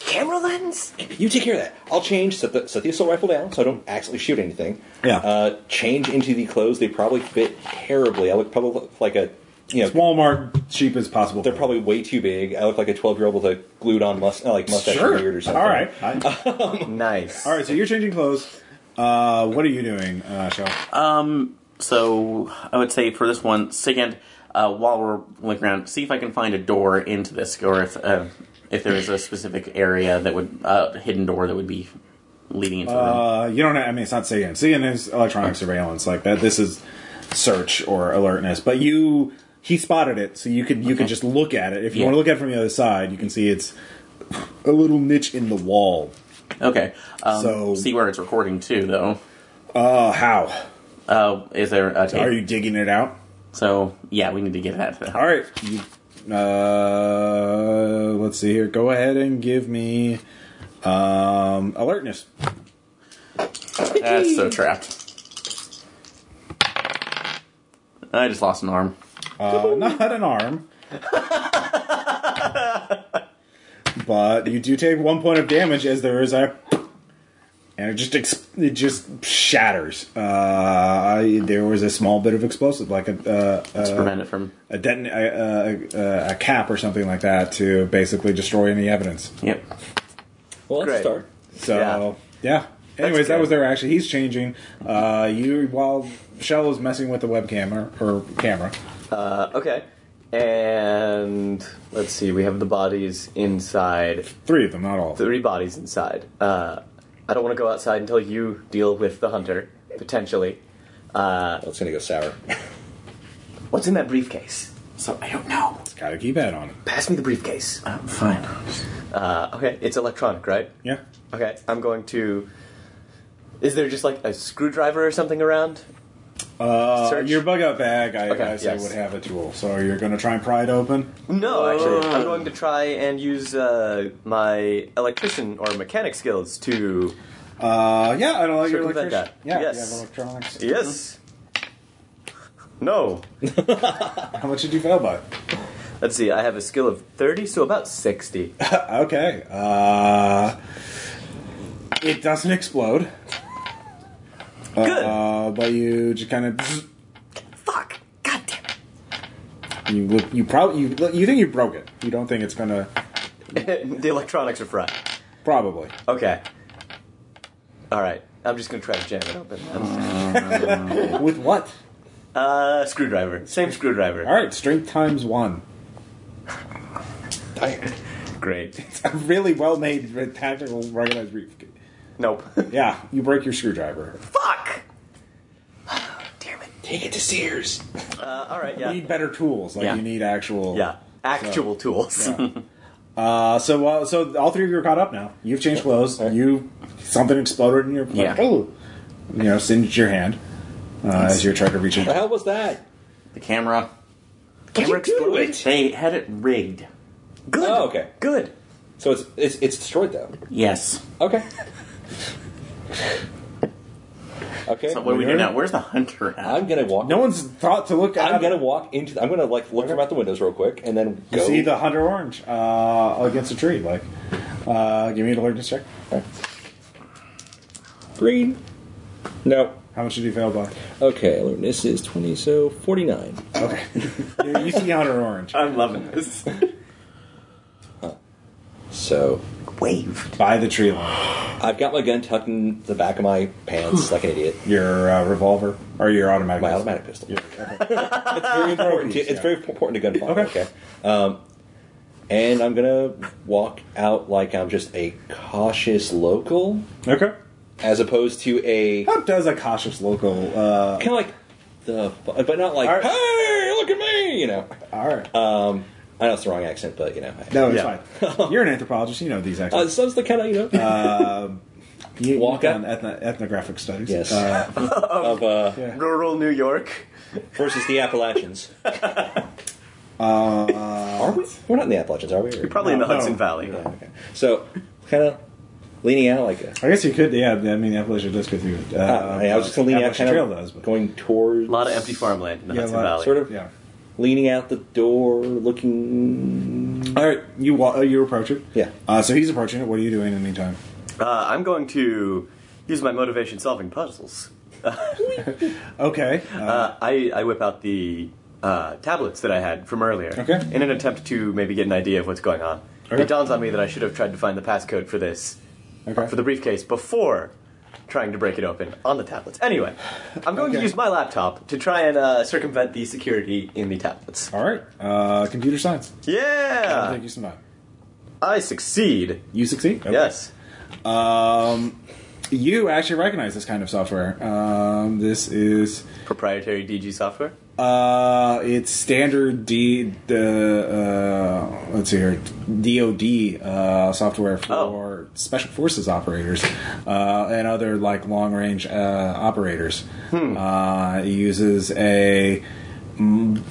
[SPEAKER 2] Camera lens?
[SPEAKER 3] You take care of that. I'll change, set the, set the assault rifle down so I don't accidentally shoot anything.
[SPEAKER 1] Yeah.
[SPEAKER 3] Uh, change into the clothes. They probably fit terribly. I look probably like a, you know,
[SPEAKER 1] It's Walmart cheap as possible.
[SPEAKER 3] they're probably way too big. I look like a 12 year old with a glued on must, uh, like mustache
[SPEAKER 1] sure.
[SPEAKER 3] beard or something.
[SPEAKER 1] All right.
[SPEAKER 2] Nice.
[SPEAKER 1] All right. So you're changing clothes. Uh, what are you doing, uh, Shell?
[SPEAKER 4] So I would say for this one, second, uh, while we're looking around, see if I can find a door into this, or if uh, if there is a specific area that would uh, hidden door that would be leading into. the room.
[SPEAKER 1] Uh, you don't. I mean, it's not SIGINT. SIGINT is electronic surveillance like that. This is search or alertness. But you, he spotted it, so you could you could just look at it. If you
[SPEAKER 4] Yeah.
[SPEAKER 1] want to look at it from the other side, you can see it's a little niche in the wall.
[SPEAKER 4] Okay. Um,
[SPEAKER 1] so-
[SPEAKER 4] see where it's recording too, though.
[SPEAKER 1] Uh, how
[SPEAKER 4] Uh, is there a tape?
[SPEAKER 1] are you digging it out?
[SPEAKER 4] So yeah, we need to get that.
[SPEAKER 1] All right. You, uh, let's see here. Go ahead and give me um, alertness.
[SPEAKER 4] That's so trapped. I just lost an arm.
[SPEAKER 1] Uh, not an arm. but you do take one point of damage as there is a. And it just ex- it just shatters. Uh, I, there was a small bit of explosive, like a uh,
[SPEAKER 4] Let's
[SPEAKER 1] uh,
[SPEAKER 4] prevent it from.
[SPEAKER 1] a, deton- a, uh, a, a, a cap or something like that to basically destroy any evidence.
[SPEAKER 4] Yep.
[SPEAKER 3] Well, that's
[SPEAKER 2] Great.
[SPEAKER 3] a start.
[SPEAKER 1] So yeah. Anyways,
[SPEAKER 2] That's
[SPEAKER 1] that
[SPEAKER 2] good.
[SPEAKER 1] was their action. He's changing. Uh, you while Shell is messing with the webcam or, or camera.
[SPEAKER 2] Uh, okay. And let's see, we have the bodies inside.
[SPEAKER 1] Three of them, not all.
[SPEAKER 2] Three bodies inside. Uh, I don't want to go outside until you deal with the hunter, potentially.
[SPEAKER 3] Well, Oh, it's going to go sour.
[SPEAKER 2] What's in that briefcase?
[SPEAKER 4] So I don't know.
[SPEAKER 1] It's got a keypad on it.
[SPEAKER 2] Pass me the briefcase.
[SPEAKER 4] I'm fine.
[SPEAKER 2] Uh, okay, it's electronic, right?
[SPEAKER 1] Yeah.
[SPEAKER 2] Okay, I'm going to. Is there just like a screwdriver or something around?
[SPEAKER 1] Uh,
[SPEAKER 2] Search.
[SPEAKER 1] your bug out bag, I,
[SPEAKER 2] Okay,
[SPEAKER 1] I said,
[SPEAKER 2] yes.
[SPEAKER 1] would have a tool. So you're going to try and pry it open?
[SPEAKER 2] No, actually, Oh, I'm going to try and use uh, my electrician or mechanic skills to.
[SPEAKER 1] Uh, yeah, I don't like your
[SPEAKER 2] Circumvent
[SPEAKER 1] electrician.
[SPEAKER 2] that.
[SPEAKER 1] Yeah, you
[SPEAKER 2] Yes.
[SPEAKER 1] have electronics.
[SPEAKER 2] Yes. Hmm. No.
[SPEAKER 1] How much did you fail by?
[SPEAKER 2] Let's see. I have a skill of thirty, so about sixty.
[SPEAKER 1] okay. Uh, it doesn't explode.
[SPEAKER 2] Good.
[SPEAKER 1] Uh, but you just kind of.
[SPEAKER 2] Fuck. God damn it.
[SPEAKER 1] You look, you probably you, look- you think you broke it. You don't think it's gonna
[SPEAKER 2] the electronics are fried.
[SPEAKER 1] probably.
[SPEAKER 2] Okay. All right. I'm just gonna try to jam it open.
[SPEAKER 1] With what?
[SPEAKER 2] Uh, screwdriver. Same screwdriver.
[SPEAKER 1] All right, strength times one.
[SPEAKER 2] Great.
[SPEAKER 1] It's a really well made tactical organized brief.
[SPEAKER 2] Nope.
[SPEAKER 1] Yeah, you break your screwdriver.
[SPEAKER 2] Fuck. damn it.
[SPEAKER 3] Take it to Sears.
[SPEAKER 2] Uh, all right.
[SPEAKER 1] You
[SPEAKER 2] Yeah.
[SPEAKER 1] need better tools. Like
[SPEAKER 4] Yeah.
[SPEAKER 1] you need actual.
[SPEAKER 2] Yeah. Actual tools.
[SPEAKER 1] Uh, so uh, so all three of you are caught up now. You've changed clothes. You something exploded in your like,
[SPEAKER 4] Yeah.
[SPEAKER 1] "Oh," you know singed your hand uh, as you're trying to reach it.
[SPEAKER 3] The hell was that?
[SPEAKER 4] The camera.
[SPEAKER 3] Camera
[SPEAKER 2] exploded.
[SPEAKER 4] They had it rigged.
[SPEAKER 2] Good.
[SPEAKER 3] Oh, okay.
[SPEAKER 2] Good.
[SPEAKER 3] So it's, it's it's destroyed though.
[SPEAKER 4] Yes.
[SPEAKER 3] Okay. okay.
[SPEAKER 4] So what do we do
[SPEAKER 1] Where?
[SPEAKER 4] now? Where's the hunter at?
[SPEAKER 3] I'm gonna walk.
[SPEAKER 1] No one's thought to look. At
[SPEAKER 3] I'm gonna
[SPEAKER 1] it.
[SPEAKER 3] walk into. I'm gonna like look from out the windows real quick and then
[SPEAKER 1] You
[SPEAKER 3] go.
[SPEAKER 1] see the hunter orange uh, against a tree. Like, uh, give me an alertness check.
[SPEAKER 3] green. No.
[SPEAKER 1] How much did you fail by?
[SPEAKER 3] Okay. Alertness is twenty, so forty-nine.
[SPEAKER 1] Okay, you, you see hunter orange
[SPEAKER 4] I'm loving this.
[SPEAKER 3] So
[SPEAKER 2] Wave.
[SPEAKER 1] by the tree line.
[SPEAKER 3] I've got my gun tucked in the back of my pants like an idiot.
[SPEAKER 1] Your uh, revolver or your automatic?
[SPEAKER 3] My
[SPEAKER 1] pistol?
[SPEAKER 3] automatic pistol.
[SPEAKER 1] Your- okay.
[SPEAKER 3] It's very important. To,
[SPEAKER 1] Yeah.
[SPEAKER 3] It's very important to gunfire.
[SPEAKER 1] Okay.
[SPEAKER 3] Okay. Um, and I'm gonna walk out like I'm just a cautious local,
[SPEAKER 1] okay.
[SPEAKER 3] as opposed to a
[SPEAKER 1] What does a cautious local? Uh,
[SPEAKER 3] kind of like the, fu- but not like,
[SPEAKER 1] All right.
[SPEAKER 3] hey, look at me, you know.
[SPEAKER 1] all right.
[SPEAKER 3] Um, I know it's the wrong accent, but you know. I-
[SPEAKER 1] No, it's
[SPEAKER 2] Yeah.
[SPEAKER 1] fine. You're an anthropologist. You know these
[SPEAKER 3] Uh,
[SPEAKER 1] accents.
[SPEAKER 3] sounds like kind of you know
[SPEAKER 1] Uh, you,
[SPEAKER 3] Walker?
[SPEAKER 1] you've done ethno- ethnographic studies.
[SPEAKER 3] Yes.
[SPEAKER 1] Uh,
[SPEAKER 3] of uh,
[SPEAKER 1] yeah.
[SPEAKER 2] Rural New York.
[SPEAKER 3] versus the Appalachians.
[SPEAKER 1] uh,
[SPEAKER 3] are we? We're not in the Appalachians, are we? Or-
[SPEAKER 2] Probably in the
[SPEAKER 1] No,
[SPEAKER 2] Hudson
[SPEAKER 1] no.
[SPEAKER 2] Valley.
[SPEAKER 3] Okay. So kind of leaning out like a.
[SPEAKER 1] I guess you could. Yeah, I mean, the Appalachian does go through it. Uh,
[SPEAKER 3] I mean, I was just gonna lean out,
[SPEAKER 1] Appalachian
[SPEAKER 3] kind
[SPEAKER 1] Trail
[SPEAKER 3] of
[SPEAKER 1] does, but
[SPEAKER 3] going towards
[SPEAKER 2] A lot of empty farmland in the
[SPEAKER 1] Yeah, a
[SPEAKER 2] Hudson
[SPEAKER 1] lot.
[SPEAKER 2] Valley.
[SPEAKER 3] Sort of
[SPEAKER 1] yeah.
[SPEAKER 3] leaning out the door, looking.
[SPEAKER 1] All right, you wa- uh, you approach it.
[SPEAKER 3] Yeah.
[SPEAKER 1] Uh, so he's approaching it. What are you doing in the meantime?
[SPEAKER 2] Uh, I'm going to use my motivation solving puzzles.
[SPEAKER 1] Okay. Uh,
[SPEAKER 2] Uh, I, I whip out the uh, tablets that I had from earlier
[SPEAKER 1] Okay.
[SPEAKER 2] in an attempt to maybe get an idea of what's going on.
[SPEAKER 1] Okay.
[SPEAKER 2] It dawns on me that I should have tried to find the passcode for this,
[SPEAKER 1] Okay.
[SPEAKER 2] for the briefcase, before trying to break it open on the tablets. Anyway, I'm going
[SPEAKER 1] Okay.
[SPEAKER 2] to use my laptop to try and uh, circumvent the security in the tablets.
[SPEAKER 1] All right. Uh, computer science. I'll
[SPEAKER 2] Yeah!
[SPEAKER 1] take you some time.
[SPEAKER 2] I succeed.
[SPEAKER 1] You succeed. Okay.
[SPEAKER 2] Yes.
[SPEAKER 1] Um, you actually recognize this kind of software. Um, this is
[SPEAKER 2] Proprietary DG software.
[SPEAKER 1] uh, it's standard D the uh, let's see here DoD uh, software for special forces operators uh, and other like long range uh, operators. Uh, it uses a mm,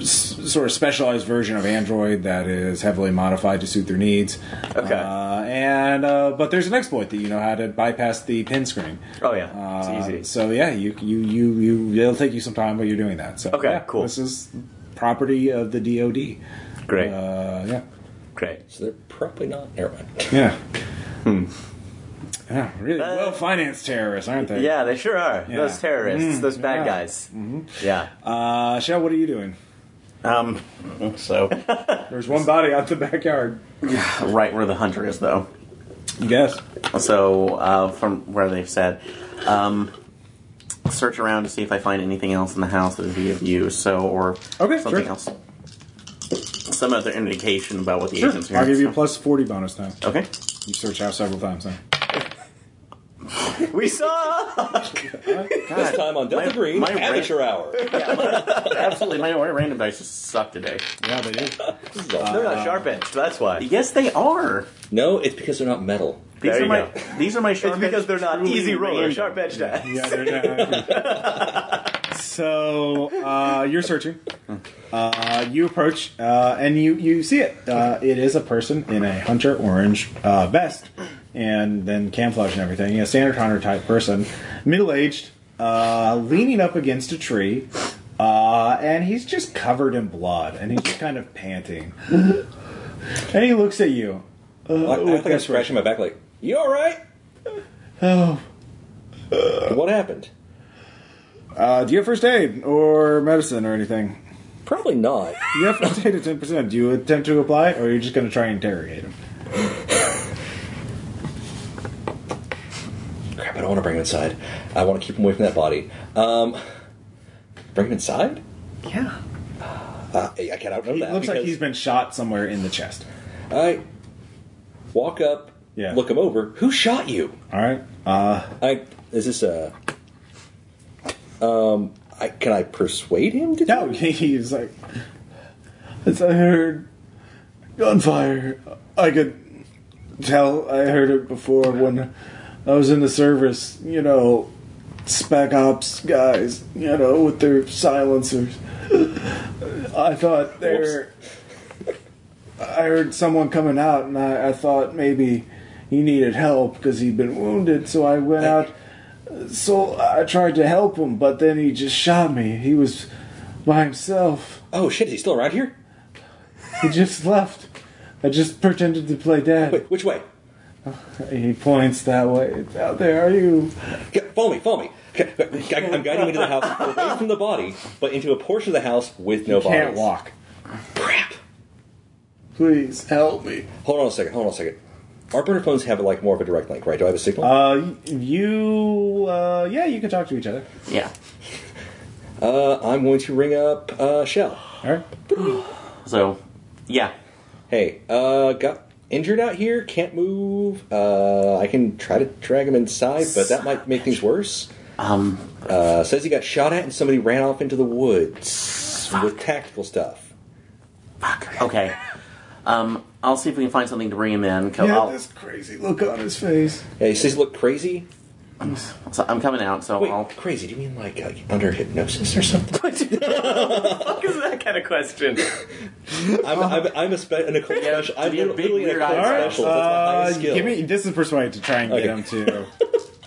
[SPEAKER 1] sort of specialized version of Android that is heavily modified to suit their needs.
[SPEAKER 2] Okay.
[SPEAKER 1] Uh, and uh, but there's an exploit that you know how to bypass the pin screen.
[SPEAKER 2] Oh, yeah.
[SPEAKER 1] Uh,
[SPEAKER 2] it's easy.
[SPEAKER 1] So yeah, you you you you it'll take you some time, but you're doing that. So
[SPEAKER 2] Okay,
[SPEAKER 1] yeah,
[SPEAKER 2] cool.
[SPEAKER 1] This is property of the DoD.
[SPEAKER 2] Great.
[SPEAKER 1] Uh, yeah,
[SPEAKER 2] Great.
[SPEAKER 3] So they're probably not. Never mind.
[SPEAKER 1] yeah. Yeah, really
[SPEAKER 2] Hmm. Uh,
[SPEAKER 1] well financed terrorists, aren't they?
[SPEAKER 2] Yeah, Mm, Mm-hmm. they sure are.
[SPEAKER 1] Yeah.
[SPEAKER 2] Those terrorists, those
[SPEAKER 1] yeah.
[SPEAKER 2] bad guys. Yeah.
[SPEAKER 1] Uh, Shell, what are you doing?
[SPEAKER 4] Um, so
[SPEAKER 1] There's one body out the backyard.
[SPEAKER 4] right where the hunter is, though.
[SPEAKER 1] Yes.
[SPEAKER 4] So uh, from where they've said, um, search around to see if I find anything else in the house that would be of use. So or
[SPEAKER 1] Okay,
[SPEAKER 4] something
[SPEAKER 1] sure.
[SPEAKER 4] else, some other indication about what the
[SPEAKER 1] Sure.
[SPEAKER 4] agents are.
[SPEAKER 1] I'll give you a plus forty bonus now.
[SPEAKER 4] Okay.
[SPEAKER 1] You search out several times now.
[SPEAKER 2] We saw.
[SPEAKER 3] This time on Delta
[SPEAKER 4] my-
[SPEAKER 3] Green,
[SPEAKER 4] my
[SPEAKER 3] amateur hour.
[SPEAKER 4] Absolutely, my random dice just suck today.
[SPEAKER 1] Yeah, they do.
[SPEAKER 3] This is awful.
[SPEAKER 2] They're not sharp edged. That's why.
[SPEAKER 4] Yes, they are.
[SPEAKER 3] no, it's because they're not metal.
[SPEAKER 4] These
[SPEAKER 2] There
[SPEAKER 4] are
[SPEAKER 2] you
[SPEAKER 4] my
[SPEAKER 2] go.
[SPEAKER 4] these are my sharp.
[SPEAKER 2] It's because
[SPEAKER 4] edged,
[SPEAKER 2] they're not
[SPEAKER 4] truly
[SPEAKER 2] easy roller,
[SPEAKER 4] random.
[SPEAKER 2] sharp edged dice.
[SPEAKER 1] Yeah, they're not. so uh, you're searching. Uh, you approach uh, and you you see it. Uh, it is a person in a hunter orange uh, vest and then camouflage and everything. A standard hunter type person, middle aged, uh, leaning up against a tree. Uh, and he's just covered in blood, and he's just kind of panting. and he looks at you.
[SPEAKER 3] I, I think I'm scratching my back. Like, you all right?
[SPEAKER 1] Oh,
[SPEAKER 3] What happened?
[SPEAKER 1] uh, do you have first aid or medicine or anything?
[SPEAKER 3] Probably not.
[SPEAKER 1] You have to take ten percent. Do you attempt to apply, or are you just going to try and interrogate him?
[SPEAKER 3] Crap! I don't want to bring him inside. I want to keep him away from that body. Um, bring him inside?
[SPEAKER 2] Yeah.
[SPEAKER 3] Uh, I can't outrun
[SPEAKER 1] It
[SPEAKER 3] that.
[SPEAKER 1] looks like
[SPEAKER 3] because-
[SPEAKER 1] he's been shot somewhere in the chest.
[SPEAKER 3] I walk up,
[SPEAKER 1] Yeah.
[SPEAKER 3] look him over. Who shot you?
[SPEAKER 1] All right. Uh,
[SPEAKER 3] I is this a? Um, I can I persuade him to?
[SPEAKER 1] no, he's like, it's, I heard gunfire. I could tell I heard it before when I was in the service. You know, spec ops guys. You know, with their silencers. I thought they were. I heard someone coming out, and I, I thought maybe he needed help because he'd been wounded. So I went out. So I tried to help him, but then he just shot me. He was by himself.
[SPEAKER 3] Oh shit! Is he still around here?
[SPEAKER 1] He just left. I just pretended to play dead.
[SPEAKER 3] Wait, which way?
[SPEAKER 1] He points that way. It's out there. Are you?
[SPEAKER 3] Okay, Follow me, follow me. Okay, I, am guiding you into the house, away from the body, but into a portion of the house with no body.
[SPEAKER 1] Can't walk.
[SPEAKER 3] Crap.
[SPEAKER 1] Please help me.
[SPEAKER 3] Hold on a second. Hold on a second. Our burner phones have like more of a direct link, right? Do I have a signal?
[SPEAKER 1] Uh, you. Uh, yeah, you can talk to each other.
[SPEAKER 4] Yeah.
[SPEAKER 3] Uh, I'm going to ring up uh, Shell.
[SPEAKER 1] All right.
[SPEAKER 4] So, yeah.
[SPEAKER 3] Hey, uh, got injured out here, can't move. Uh, I can try to drag him inside, but that might make things worse.
[SPEAKER 4] Um,
[SPEAKER 3] Uh, says he got shot at and somebody ran off into the woods with tactical stuff.
[SPEAKER 4] Fuck. Okay. Um, I'll see if we can find something to bring him in. 'cause
[SPEAKER 1] Yeah,
[SPEAKER 4] I'll-
[SPEAKER 1] this crazy look on his face.
[SPEAKER 3] Yeah, he says, "Look crazy."
[SPEAKER 4] so I'm coming out, so
[SPEAKER 3] Wait,
[SPEAKER 4] I'll.
[SPEAKER 3] crazy? Do you mean like uh, under hypnosis or something?
[SPEAKER 2] What the fuck is that kind of question?
[SPEAKER 3] I'm, I'm, I'm a spe- an occult
[SPEAKER 4] Yeah,
[SPEAKER 3] special.
[SPEAKER 4] to
[SPEAKER 3] I'm
[SPEAKER 4] be a big
[SPEAKER 3] literally an
[SPEAKER 4] weird
[SPEAKER 3] occult
[SPEAKER 4] eye
[SPEAKER 3] special. That's my
[SPEAKER 1] Uh,
[SPEAKER 3] highest skill.
[SPEAKER 1] give me this is persuaded to try and
[SPEAKER 3] Okay.
[SPEAKER 1] get him to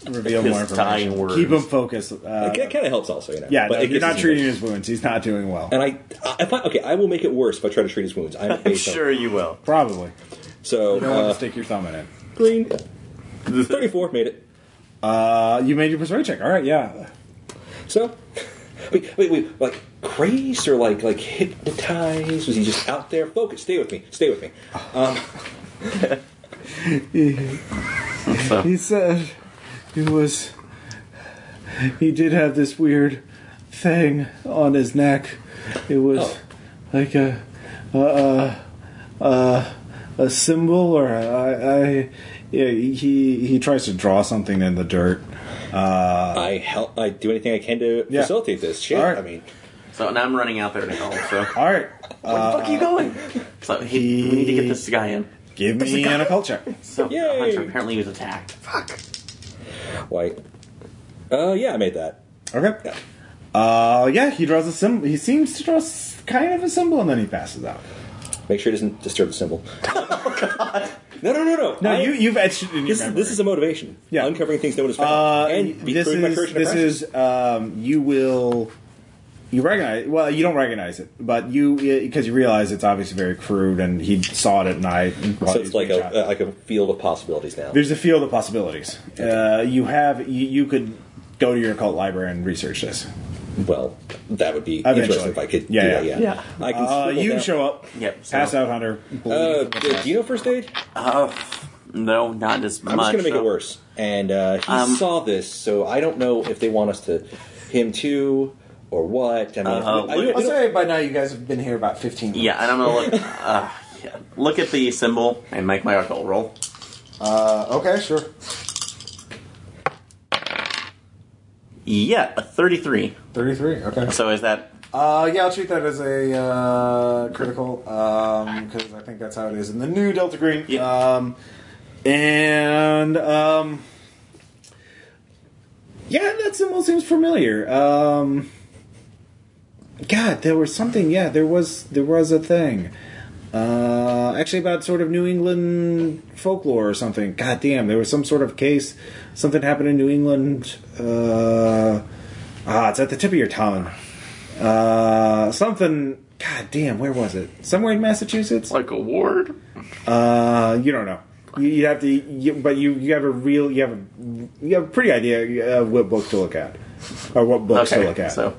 [SPEAKER 1] reveal
[SPEAKER 4] His
[SPEAKER 1] more
[SPEAKER 4] dying
[SPEAKER 1] information.
[SPEAKER 4] words.
[SPEAKER 1] Keep him focused. Uh,
[SPEAKER 3] that kind of helps, also. You know.
[SPEAKER 1] yeah, no,
[SPEAKER 3] it
[SPEAKER 1] you're
[SPEAKER 3] gets
[SPEAKER 1] not
[SPEAKER 3] his
[SPEAKER 1] treating
[SPEAKER 3] attention.
[SPEAKER 1] his wounds. He's not doing well.
[SPEAKER 3] And I, I, if I, okay, I will make it worse if I try to treat his wounds. I'm
[SPEAKER 2] I'm
[SPEAKER 3] based on-
[SPEAKER 2] sure you will.
[SPEAKER 1] Probably.
[SPEAKER 3] So
[SPEAKER 1] You don't want
[SPEAKER 3] uh,
[SPEAKER 1] to stick your thumb in it.
[SPEAKER 3] green, thirty-four made it.
[SPEAKER 1] Uh, you made your persuade check. All right, yeah.
[SPEAKER 3] So, wait, wait, wait, like crazed or like like hypnotized? Was he just out there? Focus, stay with me, stay with me.
[SPEAKER 1] He said it was. He did have this weird thing on his neck. It was
[SPEAKER 3] Oh.
[SPEAKER 1] like a a a, a, a symbol, or I, I yeah, he he tries to draw something in the dirt.
[SPEAKER 3] I help. I do anything I can to
[SPEAKER 1] Uh, Yeah.
[SPEAKER 3] facilitate this. Shit,
[SPEAKER 1] All right.
[SPEAKER 3] I mean,
[SPEAKER 4] So now I'm running out there to help. So,
[SPEAKER 1] All right,
[SPEAKER 2] Where the fuck are you going?
[SPEAKER 4] so he, we need to get this guy in.
[SPEAKER 1] give me an occult check.
[SPEAKER 4] So
[SPEAKER 3] Yay.
[SPEAKER 4] Hunter apparently he was attacked.
[SPEAKER 3] white. Uh, yeah, I made that.
[SPEAKER 1] Okay. Uh, yeah, he draws a symbol. He seems to draw s- kind of a symbol, and then he passes out.
[SPEAKER 3] Make sure it doesn't disturb the symbol. No, no, no, no.
[SPEAKER 1] Oh, No,
[SPEAKER 3] I-
[SPEAKER 1] you you've etched it in
[SPEAKER 3] This,
[SPEAKER 1] your
[SPEAKER 3] is
[SPEAKER 1] memory.
[SPEAKER 3] this is a motivation.
[SPEAKER 1] Yeah.
[SPEAKER 3] uncovering things no one has found,
[SPEAKER 1] Uh,
[SPEAKER 3] and be
[SPEAKER 1] this
[SPEAKER 3] proving my
[SPEAKER 1] is
[SPEAKER 3] courage and
[SPEAKER 1] this
[SPEAKER 3] oppression.
[SPEAKER 1] is um, you will you recognize well you don't recognize it but you because you realize it's obviously very crude and he saw it at night. and
[SPEAKER 3] So
[SPEAKER 1] probably
[SPEAKER 3] it's like
[SPEAKER 1] screenshot.
[SPEAKER 3] a uh, like a field of possibilities now.
[SPEAKER 1] there's a field of possibilities. Uh, you have you, you could go to your occult library and research this.
[SPEAKER 3] Well, that would be
[SPEAKER 1] Eventually.
[SPEAKER 3] interesting if I could.
[SPEAKER 1] Yeah,
[SPEAKER 3] do
[SPEAKER 1] yeah.
[SPEAKER 3] that, yeah,
[SPEAKER 2] Yeah.
[SPEAKER 3] I can.
[SPEAKER 1] Uh,
[SPEAKER 3] scribble
[SPEAKER 1] you
[SPEAKER 3] down-
[SPEAKER 1] show up,
[SPEAKER 4] Yep, so-
[SPEAKER 1] pass out, Hunter.
[SPEAKER 3] Uh, do do you know first aid?
[SPEAKER 4] Oh, no, not as much.
[SPEAKER 3] I'm just going to make
[SPEAKER 4] so-
[SPEAKER 3] it worse. And uh, he
[SPEAKER 4] Um,
[SPEAKER 3] saw this, so I don't know if they want us to him too or what. I mean,
[SPEAKER 4] Uh,
[SPEAKER 3] I,
[SPEAKER 4] look-
[SPEAKER 3] I,
[SPEAKER 5] I'll
[SPEAKER 3] I don't-
[SPEAKER 5] say by now you guys have been here about 15 minutes.
[SPEAKER 4] Yeah, and I'm gonna look. Uh, yeah, look at the symbol and make my occult roll.
[SPEAKER 5] Uh, okay, sure.
[SPEAKER 4] Yeah, a 33.
[SPEAKER 5] 33, okay.
[SPEAKER 4] So is that
[SPEAKER 5] Uh, yeah, I'll treat that as a uh, critical because I think that's how it is in the new Delta Green.
[SPEAKER 4] Yeah.
[SPEAKER 5] Um,
[SPEAKER 1] And um, yeah, that symbol seems familiar. Um, God, there was something. Yeah, there was there was a thing. Uh, actually, about sort of New England folklore or something. God damn, there was some sort of case. Something happened in New England. Uh, ah, it's at the tip of your tongue. Uh, something. God damn, where was it? Somewhere in Massachusetts.
[SPEAKER 4] like a ward?
[SPEAKER 1] Uh, you don't know. You, you have to, you, but you you have a real you have a you have a pretty idea of what book to look at or what books to look
[SPEAKER 4] Okay,
[SPEAKER 1] at.
[SPEAKER 4] so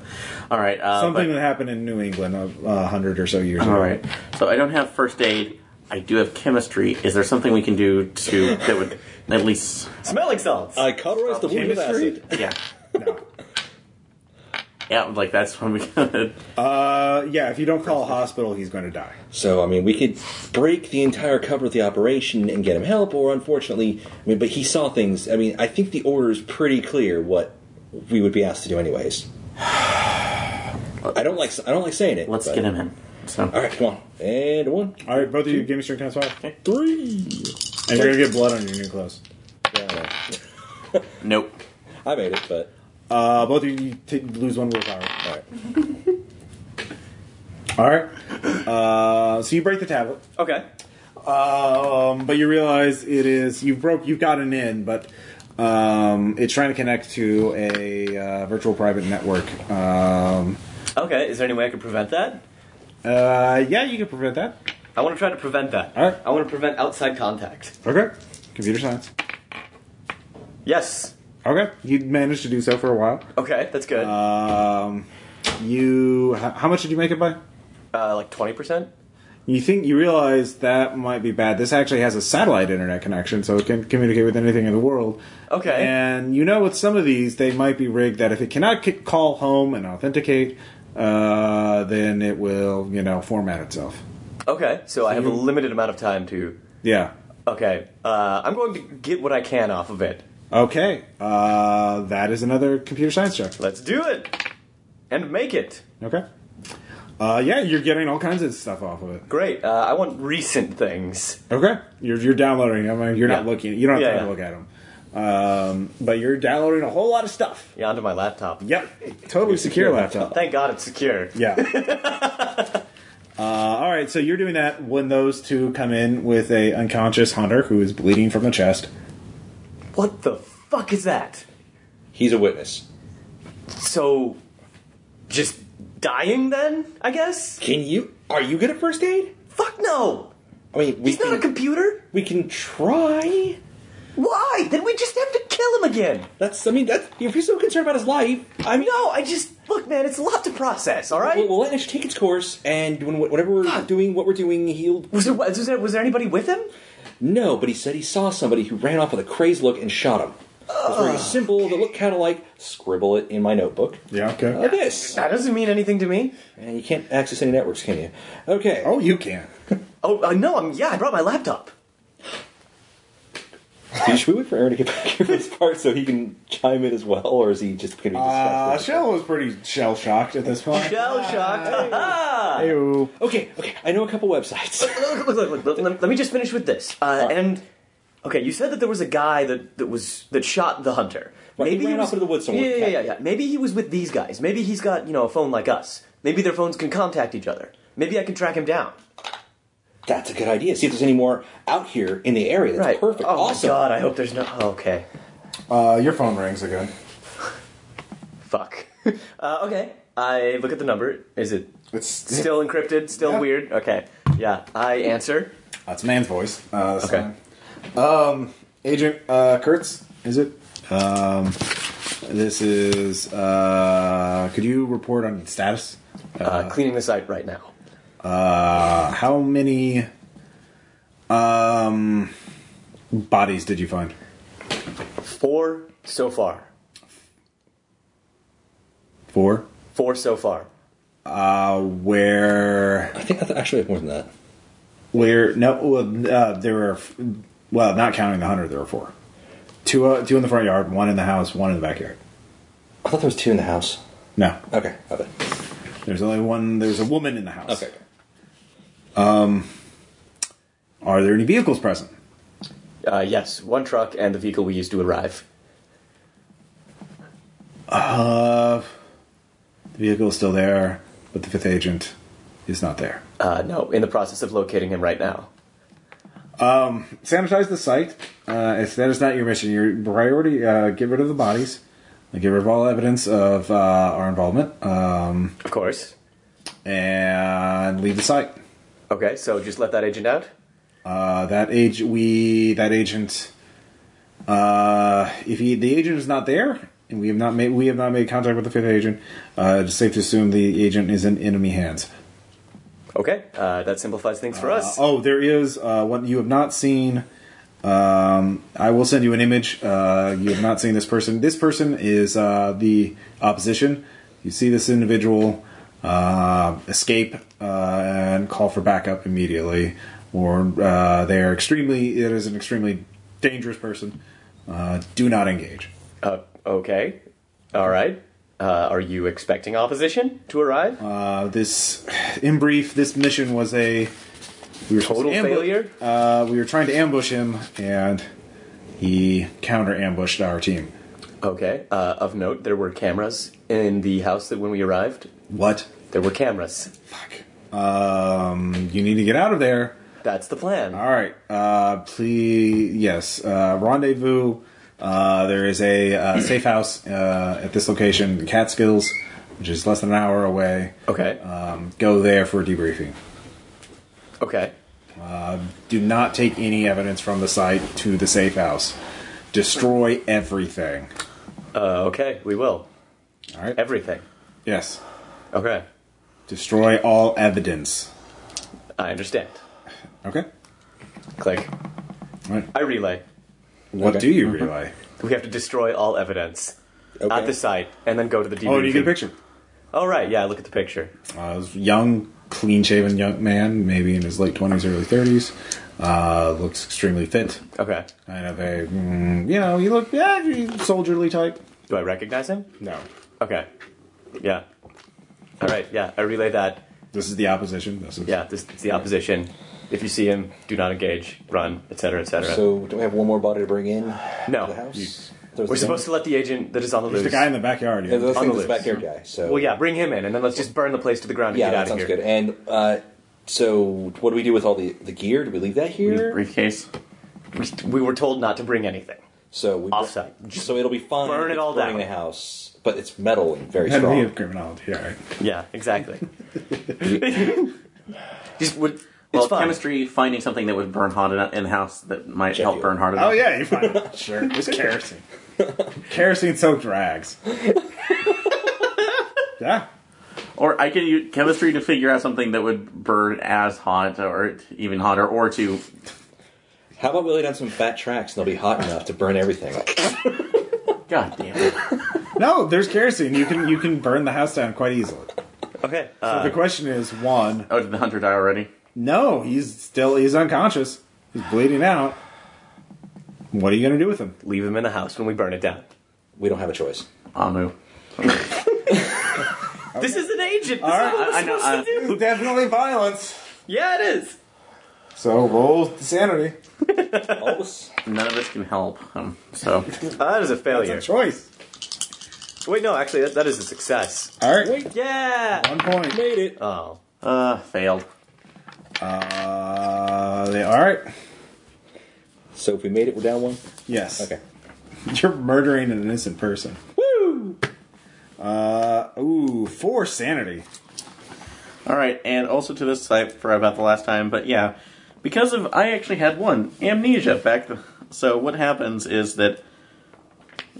[SPEAKER 4] all right, uh,
[SPEAKER 1] Something
[SPEAKER 4] but-
[SPEAKER 1] that happened in New England a uh, hundred or so years ago.
[SPEAKER 4] all right. So I don't have first aid. I do have chemistry. Is there something we can do to that would at least?
[SPEAKER 2] Smelling salts.
[SPEAKER 3] I cauterized the wound with acid.
[SPEAKER 4] Yeah,
[SPEAKER 1] No.
[SPEAKER 4] yeah. Like that's when we.
[SPEAKER 1] Uh, yeah, if you don't call a hospital, he's going to die.
[SPEAKER 3] So I mean, we could break the entire cover of the operation and get him help, or unfortunately, I mean, but he saw things. I mean, I think the order is pretty clear what we would be asked to do, anyways. I don't like I don't like saying it.
[SPEAKER 4] let's
[SPEAKER 3] but-
[SPEAKER 4] get him in. So
[SPEAKER 3] All right, come on, and one,
[SPEAKER 1] All right, both of you, give me strength times five, and
[SPEAKER 3] three.
[SPEAKER 1] you're going to get blood on your new clothes.
[SPEAKER 3] Yeah,
[SPEAKER 4] nope.
[SPEAKER 3] I made it, but
[SPEAKER 1] Uh, both of you t- lose one willpower.
[SPEAKER 3] all right.
[SPEAKER 1] All right. Uh, so you break the tablet.
[SPEAKER 2] Okay.
[SPEAKER 1] Um, but you realize it is you broke you've gotten in, but um, it's trying to connect to a uh, virtual private network. Um,
[SPEAKER 2] Okay. Is there any way I can prevent that?
[SPEAKER 1] uh, yeah, you can prevent that.
[SPEAKER 2] I want to try to prevent that.
[SPEAKER 1] All right.
[SPEAKER 2] I want to prevent outside contact.
[SPEAKER 1] Okay, computer science.
[SPEAKER 2] Yes.
[SPEAKER 1] Okay, you managed to do so for a while.
[SPEAKER 2] Okay. That's good. Uh,
[SPEAKER 1] Um, you how, how much did you make it by?
[SPEAKER 2] Uh, like twenty percent.
[SPEAKER 1] You think you realize that might be bad. This actually has a satellite internet connection, so it can communicate with anything in the world.
[SPEAKER 2] Okay.
[SPEAKER 1] And you know, with some of these, they might be rigged that if it cannot c- call home and authenticate, uh, then it will, you know, format itself.
[SPEAKER 2] Okay. So, I have a limited amount of time to.
[SPEAKER 1] Yeah.
[SPEAKER 2] Okay. Uh, I'm going to get what I can off of it.
[SPEAKER 1] Okay. Uh, that is another computer science check.
[SPEAKER 2] Let's do it and make it.
[SPEAKER 1] Okay. Uh, yeah, you're getting all kinds of stuff off of it.
[SPEAKER 2] Great. Uh, I want recent things.
[SPEAKER 1] Okay, you're you're downloading them. I mean, you're not
[SPEAKER 2] Yeah.
[SPEAKER 1] looking. You don't have
[SPEAKER 2] Yeah,
[SPEAKER 1] time to
[SPEAKER 2] yeah.
[SPEAKER 1] look at them. Um, but you're downloading a whole lot of stuff.
[SPEAKER 2] Yeah, onto my laptop.
[SPEAKER 1] Yep, totally secure laptop.
[SPEAKER 2] Thank God it's secure.
[SPEAKER 1] Yeah. Uh, all right, so you're doing that when those two come in with a unconscious hunter who is bleeding from the chest.
[SPEAKER 2] What the fuck is that?
[SPEAKER 3] He's a witness.
[SPEAKER 2] So, just dying then? I guess.
[SPEAKER 3] Can you? Are you good at first aid?
[SPEAKER 2] Fuck no.
[SPEAKER 3] I mean, we
[SPEAKER 2] He's
[SPEAKER 3] can,
[SPEAKER 2] not a computer.
[SPEAKER 3] we can try.
[SPEAKER 2] Why? Then we just have to kill him again.
[SPEAKER 3] That's. I mean, that's. If you're so concerned about his life, I mean,
[SPEAKER 2] No, I just look, man. It's a lot to process. All right.
[SPEAKER 3] we'll, we'll let nature take its course, and when whatever we're doing, what we're doing, he'll.
[SPEAKER 2] Was there, was there was there anybody with him?
[SPEAKER 3] No, but he said he saw somebody who ran off with a crazed look and shot him. He was wearing a symbol that looked kind of like scribble it in my notebook.
[SPEAKER 1] Yeah. Okay.
[SPEAKER 3] Uh, this,
[SPEAKER 2] That doesn't mean anything to me.
[SPEAKER 3] and you can't access any networks, can you? Okay.
[SPEAKER 1] Oh, you can.
[SPEAKER 2] Oh uh, no, I'm yeah. I brought my laptop.
[SPEAKER 3] Should we wait for Aaron to get back here for this part so he can chime in as well, or is he just going to be
[SPEAKER 1] Uh,
[SPEAKER 3] distracted?
[SPEAKER 1] Shell was pretty shell shocked at this point.
[SPEAKER 2] Shell shocked.
[SPEAKER 1] Ew.
[SPEAKER 3] okay, okay. I know a couple websites.
[SPEAKER 2] look, look, look, look, look, let, let me just finish with this. Uh, and okay, you said that there was a guy that, that was that shot the hunter.
[SPEAKER 3] Right, he ran off into the woods somewhere.
[SPEAKER 2] Yeah, yeah,
[SPEAKER 3] Yeah.
[SPEAKER 2] yeah, yeah. Maybe he was with these guys. Maybe he's got you know a phone like us. Maybe their phones can contact each other. Maybe I can track him down.
[SPEAKER 3] That's a good idea. See if there's any more out here in the area. That's
[SPEAKER 2] right.
[SPEAKER 3] perfect.
[SPEAKER 2] Oh
[SPEAKER 3] awesome.
[SPEAKER 2] my god. I hope there's no. Okay.
[SPEAKER 5] Uh, your phone rings again.
[SPEAKER 2] Fuck. uh, okay. I look at the number. Is it
[SPEAKER 5] It's
[SPEAKER 2] still encrypted? Still
[SPEAKER 5] Yeah.
[SPEAKER 2] weird? Okay. Yeah. I answer.
[SPEAKER 5] That's a man's voice. Uh, so-
[SPEAKER 2] Okay.
[SPEAKER 5] Um, Agent uh, Kurtz,
[SPEAKER 1] Is it? Um, this is. Uh, could you report on status?
[SPEAKER 2] uh, cleaning the site right now.
[SPEAKER 1] Uh, how many um bodies did you find?
[SPEAKER 2] Four so far.
[SPEAKER 1] Four.
[SPEAKER 2] Four so far.
[SPEAKER 1] Uh, where?
[SPEAKER 3] I think I th- actually I have more than that.
[SPEAKER 1] Where? No. well, Uh, there were. Well, not counting the hunter, there were four. Two. Uh, two in the front yard, one in the house, one in the backyard.
[SPEAKER 3] I thought there was two in the house.
[SPEAKER 1] No,
[SPEAKER 3] Okay, got it.
[SPEAKER 1] there's only one. There's a woman in the house.
[SPEAKER 3] Okay.
[SPEAKER 1] Are there any vehicles present?
[SPEAKER 2] Uh, yes, one truck and the vehicle we used to arrive.
[SPEAKER 1] Uh, the vehicle is still there, but the fifth agent is not there.
[SPEAKER 2] Uh, no, in the process of locating him right now.
[SPEAKER 1] sanitize the site. Uh, if that is not your mission, your priority, uh, get rid of the bodies. Uh, Get rid of all evidence of uh, our involvement um,
[SPEAKER 2] Of course.
[SPEAKER 1] and leave the site.
[SPEAKER 2] Okay, so just let that agent out?
[SPEAKER 1] Uh, that age, we that agent. Uh, if he, the agent is not there, and we have not made we have not made contact with the fifth agent, uh, it's safe to assume the agent is in enemy hands.
[SPEAKER 2] Okay, uh, that simplifies things for us.
[SPEAKER 1] Uh, oh, there is uh, what you have not seen. Um, I will send you an image. Uh, you have not seen this person. This person is uh, the opposition. You see this individual uh, escape uh, and call for backup immediately, or uh, they are extremely. It is an extremely dangerous person. Uh, do not engage.
[SPEAKER 2] Uh, okay, all right. Uh, are you expecting opposition to arrive?
[SPEAKER 1] Uh, this, in brief, this mission was a we were supposed
[SPEAKER 2] Total
[SPEAKER 1] to ambu-
[SPEAKER 2] failure?
[SPEAKER 1] Uh, we were trying to ambush him, and he counter ambushed our team.
[SPEAKER 2] okay, uh, of note, there were cameras in the house that when we arrived,
[SPEAKER 1] What?
[SPEAKER 2] there were cameras.
[SPEAKER 1] Fuck. Um, you need to get out of there.
[SPEAKER 2] That's the plan.
[SPEAKER 1] All right. Uh, please, yes. Uh, rendezvous. Uh, there is a uh, safe house uh, at this location, Catskills, which is less than an hour away.
[SPEAKER 2] Okay,
[SPEAKER 1] Um, go there for debriefing.
[SPEAKER 2] okay,
[SPEAKER 1] Do not take any evidence from the site to the safe house. Destroy everything.
[SPEAKER 2] uh, okay, we will.
[SPEAKER 1] All right.
[SPEAKER 2] Everything.
[SPEAKER 1] yes.
[SPEAKER 2] Okay,
[SPEAKER 1] Destroy all evidence.
[SPEAKER 2] I understand.
[SPEAKER 1] Okay. Uh,
[SPEAKER 2] Click.
[SPEAKER 1] All right.
[SPEAKER 2] I relay.
[SPEAKER 1] What
[SPEAKER 3] Okay.
[SPEAKER 1] do you relay?
[SPEAKER 2] We have to destroy all evidence
[SPEAKER 3] Okay.
[SPEAKER 2] at the site and then go to the debriefing.
[SPEAKER 1] Oh, do you get a picture?
[SPEAKER 2] Oh, right. Yeah, look at the picture.
[SPEAKER 1] Uh, this young, clean-shaven young man, maybe in his late twenties, early thirties. Uh, looks extremely fit.
[SPEAKER 2] Okay.
[SPEAKER 1] Kind of a, mm, you know, you look yeah, you soldierly type.
[SPEAKER 2] Do I recognize him?
[SPEAKER 1] No.
[SPEAKER 2] Okay. Yeah. All right. Yeah, I relay that.
[SPEAKER 1] This is the opposition. This is
[SPEAKER 2] Yeah, this, it's the opposition. If you see him, do not engage, run, etc., etc.
[SPEAKER 3] So, do we have one more body to bring in?
[SPEAKER 2] No.
[SPEAKER 3] To the house?
[SPEAKER 2] You-
[SPEAKER 3] There's
[SPEAKER 2] We're
[SPEAKER 3] the
[SPEAKER 2] supposed to let the agent that is on the
[SPEAKER 1] There's
[SPEAKER 2] loose.
[SPEAKER 1] the guy in the backyard.
[SPEAKER 3] guy-
[SPEAKER 1] Yeah.
[SPEAKER 3] Yeah, let's
[SPEAKER 2] on
[SPEAKER 3] think
[SPEAKER 2] the
[SPEAKER 3] this
[SPEAKER 2] list.
[SPEAKER 3] back here guy. So,
[SPEAKER 2] Well, yeah, bring him in, and then let's just burn the place to the ground and
[SPEAKER 3] yeah,
[SPEAKER 2] get
[SPEAKER 3] that
[SPEAKER 2] out of
[SPEAKER 3] sounds
[SPEAKER 2] here.
[SPEAKER 3] good. And uh, so, what do we do with all the the gear? Do we leave that here?
[SPEAKER 4] Briefcase.
[SPEAKER 2] We were told not to bring anything.
[SPEAKER 3] So we
[SPEAKER 2] Offside.
[SPEAKER 3] So it'll be fine.
[SPEAKER 2] Burn it all
[SPEAKER 3] burning
[SPEAKER 2] down.
[SPEAKER 3] the house, but it's metal and very
[SPEAKER 1] Enemy of
[SPEAKER 3] strong.
[SPEAKER 1] criminology. Yeah, right.
[SPEAKER 2] Yeah, exactly. just would. It's
[SPEAKER 4] Well,
[SPEAKER 2] fine.
[SPEAKER 4] chemistry finding something that would burn hot enough in the house that might
[SPEAKER 3] Jet
[SPEAKER 4] help
[SPEAKER 3] fuel.
[SPEAKER 4] burn hard enough.
[SPEAKER 1] Oh yeah, you find it. Sure, just kerosene. kerosene soaked rags. yeah,
[SPEAKER 4] Or I could use chemistry to figure out something that would burn as hot or even hotter, or to
[SPEAKER 3] How about we lay down some fat tracks and they'll be hot enough to burn everything?
[SPEAKER 4] God damn it.
[SPEAKER 1] no, there's kerosene. You can you can burn the house down quite easily.
[SPEAKER 2] Okay.
[SPEAKER 1] So
[SPEAKER 2] Uh,
[SPEAKER 1] the question is one.
[SPEAKER 4] Oh, did the hunter die already?
[SPEAKER 1] No, he's still he's unconscious. He's bleeding out. What are you gonna do with him?
[SPEAKER 2] leave him in the house when we burn it down.
[SPEAKER 3] We don't have a choice.
[SPEAKER 4] Amu.
[SPEAKER 2] This is an agent. This
[SPEAKER 1] right,
[SPEAKER 2] is what we're
[SPEAKER 4] I- I know,
[SPEAKER 1] uh,
[SPEAKER 2] supposed to do.
[SPEAKER 1] Definitely violence.
[SPEAKER 2] Yeah, it is.
[SPEAKER 1] So roll insanity.
[SPEAKER 3] All this,
[SPEAKER 4] None of us can help. Um, so
[SPEAKER 2] Uh, that is a failure.
[SPEAKER 1] That's a choice.
[SPEAKER 2] Wait, no, actually, that, that is a success.
[SPEAKER 1] All right, wait.
[SPEAKER 2] Yeah.
[SPEAKER 1] One point.
[SPEAKER 3] made it.
[SPEAKER 2] Oh.
[SPEAKER 4] uh failed.
[SPEAKER 1] Uh, they all right.
[SPEAKER 3] So if we made it, we're down one.
[SPEAKER 1] Yes.
[SPEAKER 3] Okay.
[SPEAKER 1] You're murdering an innocent person. Woo! Uh, ooh, four sanity.
[SPEAKER 4] Alright, and also to this site for about the last time, but yeah. Because of I actually had one. Amnesia back the so what happens is that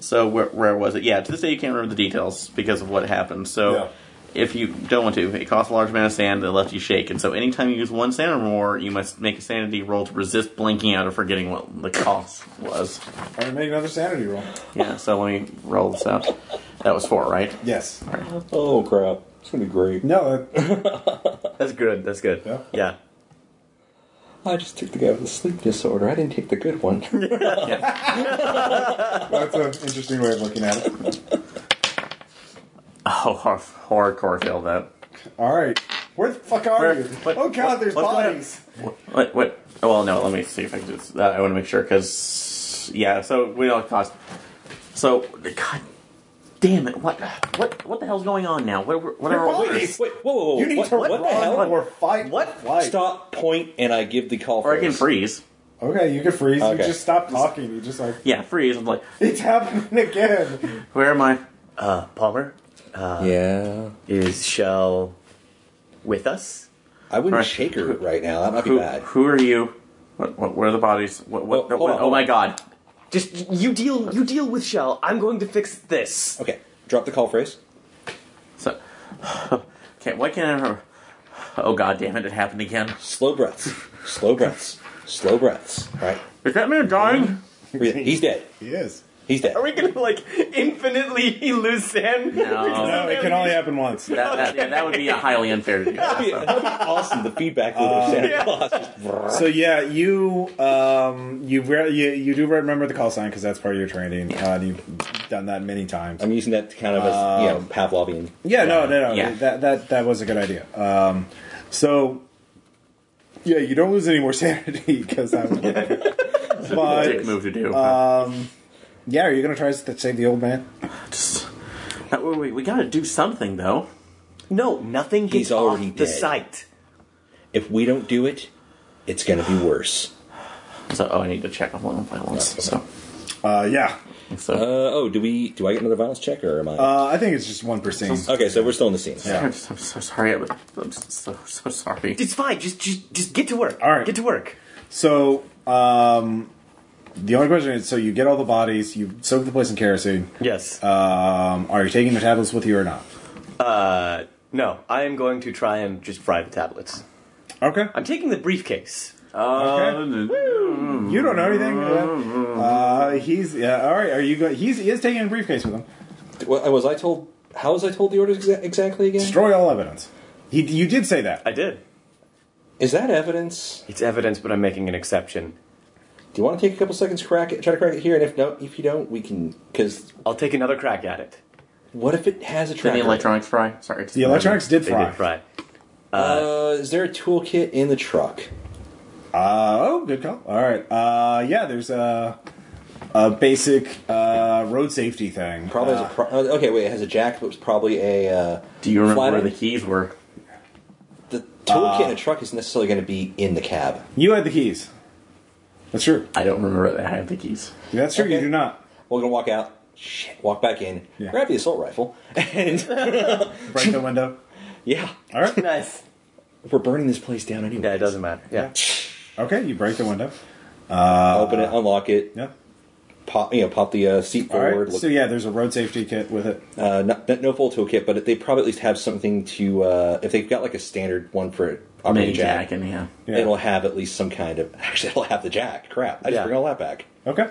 [SPEAKER 4] so where, where was it? Yeah, to this day you can't remember the details because of what happened. So
[SPEAKER 1] Yeah.
[SPEAKER 4] if you don't want to, it costs a large amount of sand that left you shaken. So anytime you use one sand or more, you must make a sanity roll to resist blinking out or forgetting what the cost was.
[SPEAKER 1] Or make another sanity roll.
[SPEAKER 4] Yeah, so let me roll this out. That was four, right?
[SPEAKER 1] Yes.
[SPEAKER 3] Oh crap! It's gonna be great.
[SPEAKER 1] No. that-
[SPEAKER 2] That's good. That's good.
[SPEAKER 1] Yeah.
[SPEAKER 2] yeah.
[SPEAKER 3] I just took the guy with the sleep disorder. I didn't take the good one.
[SPEAKER 1] That's an interesting way of looking at it.
[SPEAKER 4] Oh, hor- hardcore failed that.
[SPEAKER 1] All right. Where the fuck are
[SPEAKER 4] Where-
[SPEAKER 1] you?
[SPEAKER 4] what-
[SPEAKER 1] oh god,
[SPEAKER 4] what-
[SPEAKER 1] there's
[SPEAKER 4] what's going on?
[SPEAKER 1] bodies.
[SPEAKER 4] Wait, wait. oh, Well, no, let me see if I can do this. Uh, I want to make sure, because, yeah, so we all cost. So, god damn it, what what, what the hell's going on now? What, what, what
[SPEAKER 1] They're
[SPEAKER 4] are our
[SPEAKER 1] bodies.
[SPEAKER 4] orders?
[SPEAKER 3] Wait, whoa, whoa, whoa!
[SPEAKER 1] You need
[SPEAKER 3] what,
[SPEAKER 1] to
[SPEAKER 3] what
[SPEAKER 1] run
[SPEAKER 3] the hell?
[SPEAKER 1] or fight.
[SPEAKER 4] What?
[SPEAKER 1] Flight.
[SPEAKER 3] Stop, point, and I give the call.
[SPEAKER 4] Or I
[SPEAKER 3] for
[SPEAKER 4] can
[SPEAKER 3] us.
[SPEAKER 4] freeze.
[SPEAKER 1] Okay, you can freeze. You
[SPEAKER 3] Okay.
[SPEAKER 1] just stop talking. You just like
[SPEAKER 4] Yeah, freeze. I'm like,
[SPEAKER 1] it's happening again.
[SPEAKER 4] where am I?
[SPEAKER 2] Uh, Palmer
[SPEAKER 3] Yeah,
[SPEAKER 2] is Shell with us?
[SPEAKER 3] I wouldn't
[SPEAKER 4] Right.
[SPEAKER 3] shake her right now. That might be
[SPEAKER 4] Who,
[SPEAKER 3] bad.
[SPEAKER 4] who are you? What, what, where are the bodies? What, what,
[SPEAKER 3] Oh,
[SPEAKER 4] oh,
[SPEAKER 3] hold on, hold
[SPEAKER 4] my
[SPEAKER 3] on.
[SPEAKER 4] god.
[SPEAKER 2] Just you deal. You deal with Shell. I'm going to fix this.
[SPEAKER 3] Okay, drop the call phrase.
[SPEAKER 4] So, okay, why can't I remember? Oh god damn it, it happened again.
[SPEAKER 3] Slow breaths. Slow breaths. Slow breaths. All right.
[SPEAKER 4] Is that man dying?
[SPEAKER 3] He's dead.
[SPEAKER 1] He is.
[SPEAKER 3] He's dead.
[SPEAKER 2] Are we gonna like infinitely lose sand?
[SPEAKER 4] No.
[SPEAKER 1] No, it can only happen once.
[SPEAKER 4] That, that, yeah, that would be highly unfair to do.
[SPEAKER 3] That'd be, that'd be awesome. The feedback loop of Santa
[SPEAKER 4] Oh,
[SPEAKER 3] Claus. Just-
[SPEAKER 1] So yeah, you um you re- you, you do remember the call sign because that's part of your training. Uh, and you've done that many times. Um,
[SPEAKER 3] I'm using that kind of as you know Pavlovian.
[SPEAKER 1] Yeah, no, no, no.
[SPEAKER 4] Yeah.
[SPEAKER 1] That that that was a good idea. Um, so yeah, you don't lose any more sanity because I'm.
[SPEAKER 4] Dick
[SPEAKER 1] but
[SPEAKER 4] move to do.
[SPEAKER 1] yeah, are you gonna try to save the old man?
[SPEAKER 4] Uh, we, we- we gotta do something though.
[SPEAKER 2] No, nothing gets
[SPEAKER 3] He's already
[SPEAKER 2] off the
[SPEAKER 3] dead.
[SPEAKER 2] site.
[SPEAKER 3] If we don't do it, it's going to be worse.
[SPEAKER 4] So, oh, I need to check on one of my ones. So,
[SPEAKER 1] Uh, yeah,
[SPEAKER 4] so
[SPEAKER 3] Uh, oh, do we? Do I get another violence check, or am I?
[SPEAKER 1] uh, I think it's just one per scene.
[SPEAKER 3] okay, so we're still in the scene.
[SPEAKER 1] Yeah.
[SPEAKER 4] I'm, so, I'm so sorry. I'm, I'm so so sorry.
[SPEAKER 2] It's fine. Just, just, just get to work.
[SPEAKER 1] All right.
[SPEAKER 2] get to work.
[SPEAKER 1] So um, the only question is: so you get all the bodies, you soak the place in kerosene.
[SPEAKER 2] Yes.
[SPEAKER 1] Um, are you taking the tablets with you or not?
[SPEAKER 2] Uh, no, I am going to try and just fry the tablets.
[SPEAKER 1] Okay.
[SPEAKER 2] I'm taking the briefcase.
[SPEAKER 1] okay. You don't know anything. uh, Uh, he's yeah. All right. Are you? Go- he's he is taking a briefcase with him.
[SPEAKER 3] Well, was I told? How was I told the orders exa- exactly again?
[SPEAKER 1] Destroy all evidence. He, you did say that.
[SPEAKER 2] I did.
[SPEAKER 3] Is that evidence?
[SPEAKER 2] It's evidence, but I'm making an exception.
[SPEAKER 3] Do you want to take a couple seconds, to crack it, try to crack it here, and if no, if you don't, we can. Because
[SPEAKER 2] I'll take another crack at it.
[SPEAKER 3] what if it has a
[SPEAKER 4] Did
[SPEAKER 3] tracker?
[SPEAKER 4] the electronics fry? Sorry.
[SPEAKER 1] The electronics did
[SPEAKER 2] They
[SPEAKER 1] fry.
[SPEAKER 2] did fry.
[SPEAKER 3] Uh, is there a toolkit in the truck?
[SPEAKER 1] Uh, oh, good call. All right. Uh, yeah, there's a, a basic uh, road safety thing.
[SPEAKER 3] Probably
[SPEAKER 1] Uh,
[SPEAKER 3] has a pro- uh, okay. Wait, it has a jack, but it's probably a. Uh,
[SPEAKER 4] Do you remember
[SPEAKER 3] flat-
[SPEAKER 4] where the Uh. keys were?
[SPEAKER 3] the toolkit in a truck isn't necessarily going to be in the cab?
[SPEAKER 1] you had the keys. That's true.
[SPEAKER 4] I don't remember that I have the keys.
[SPEAKER 1] That's true. You
[SPEAKER 3] Okay.
[SPEAKER 1] do not.
[SPEAKER 3] We're gonna walk out. Shit, walk back in.
[SPEAKER 1] Yeah.
[SPEAKER 3] Grab the assault rifle, and
[SPEAKER 1] Break the window.
[SPEAKER 3] yeah,
[SPEAKER 1] All right.
[SPEAKER 2] Nice.
[SPEAKER 3] we're burning this place down anyway.
[SPEAKER 2] Yeah, it doesn't matter. Yeah.
[SPEAKER 1] Okay, you break the window.
[SPEAKER 3] Open it, unlock it,
[SPEAKER 1] Yeah.
[SPEAKER 3] pop you know, pop the uh, seat
[SPEAKER 1] All right.
[SPEAKER 3] forward. look-
[SPEAKER 1] So yeah, there's a road safety kit with it.
[SPEAKER 3] uh, not, not- no full toolkit, but they probably at least have something to. Uh, if they've got like a standard one for
[SPEAKER 4] Mini
[SPEAKER 3] operating
[SPEAKER 4] jack
[SPEAKER 3] jack,
[SPEAKER 4] in yeah.
[SPEAKER 1] Yeah.
[SPEAKER 3] it'll have at least some kind of. Actually, it'll have the jack. Crap, I just
[SPEAKER 2] Yeah.
[SPEAKER 3] bring all that back.
[SPEAKER 1] Okay.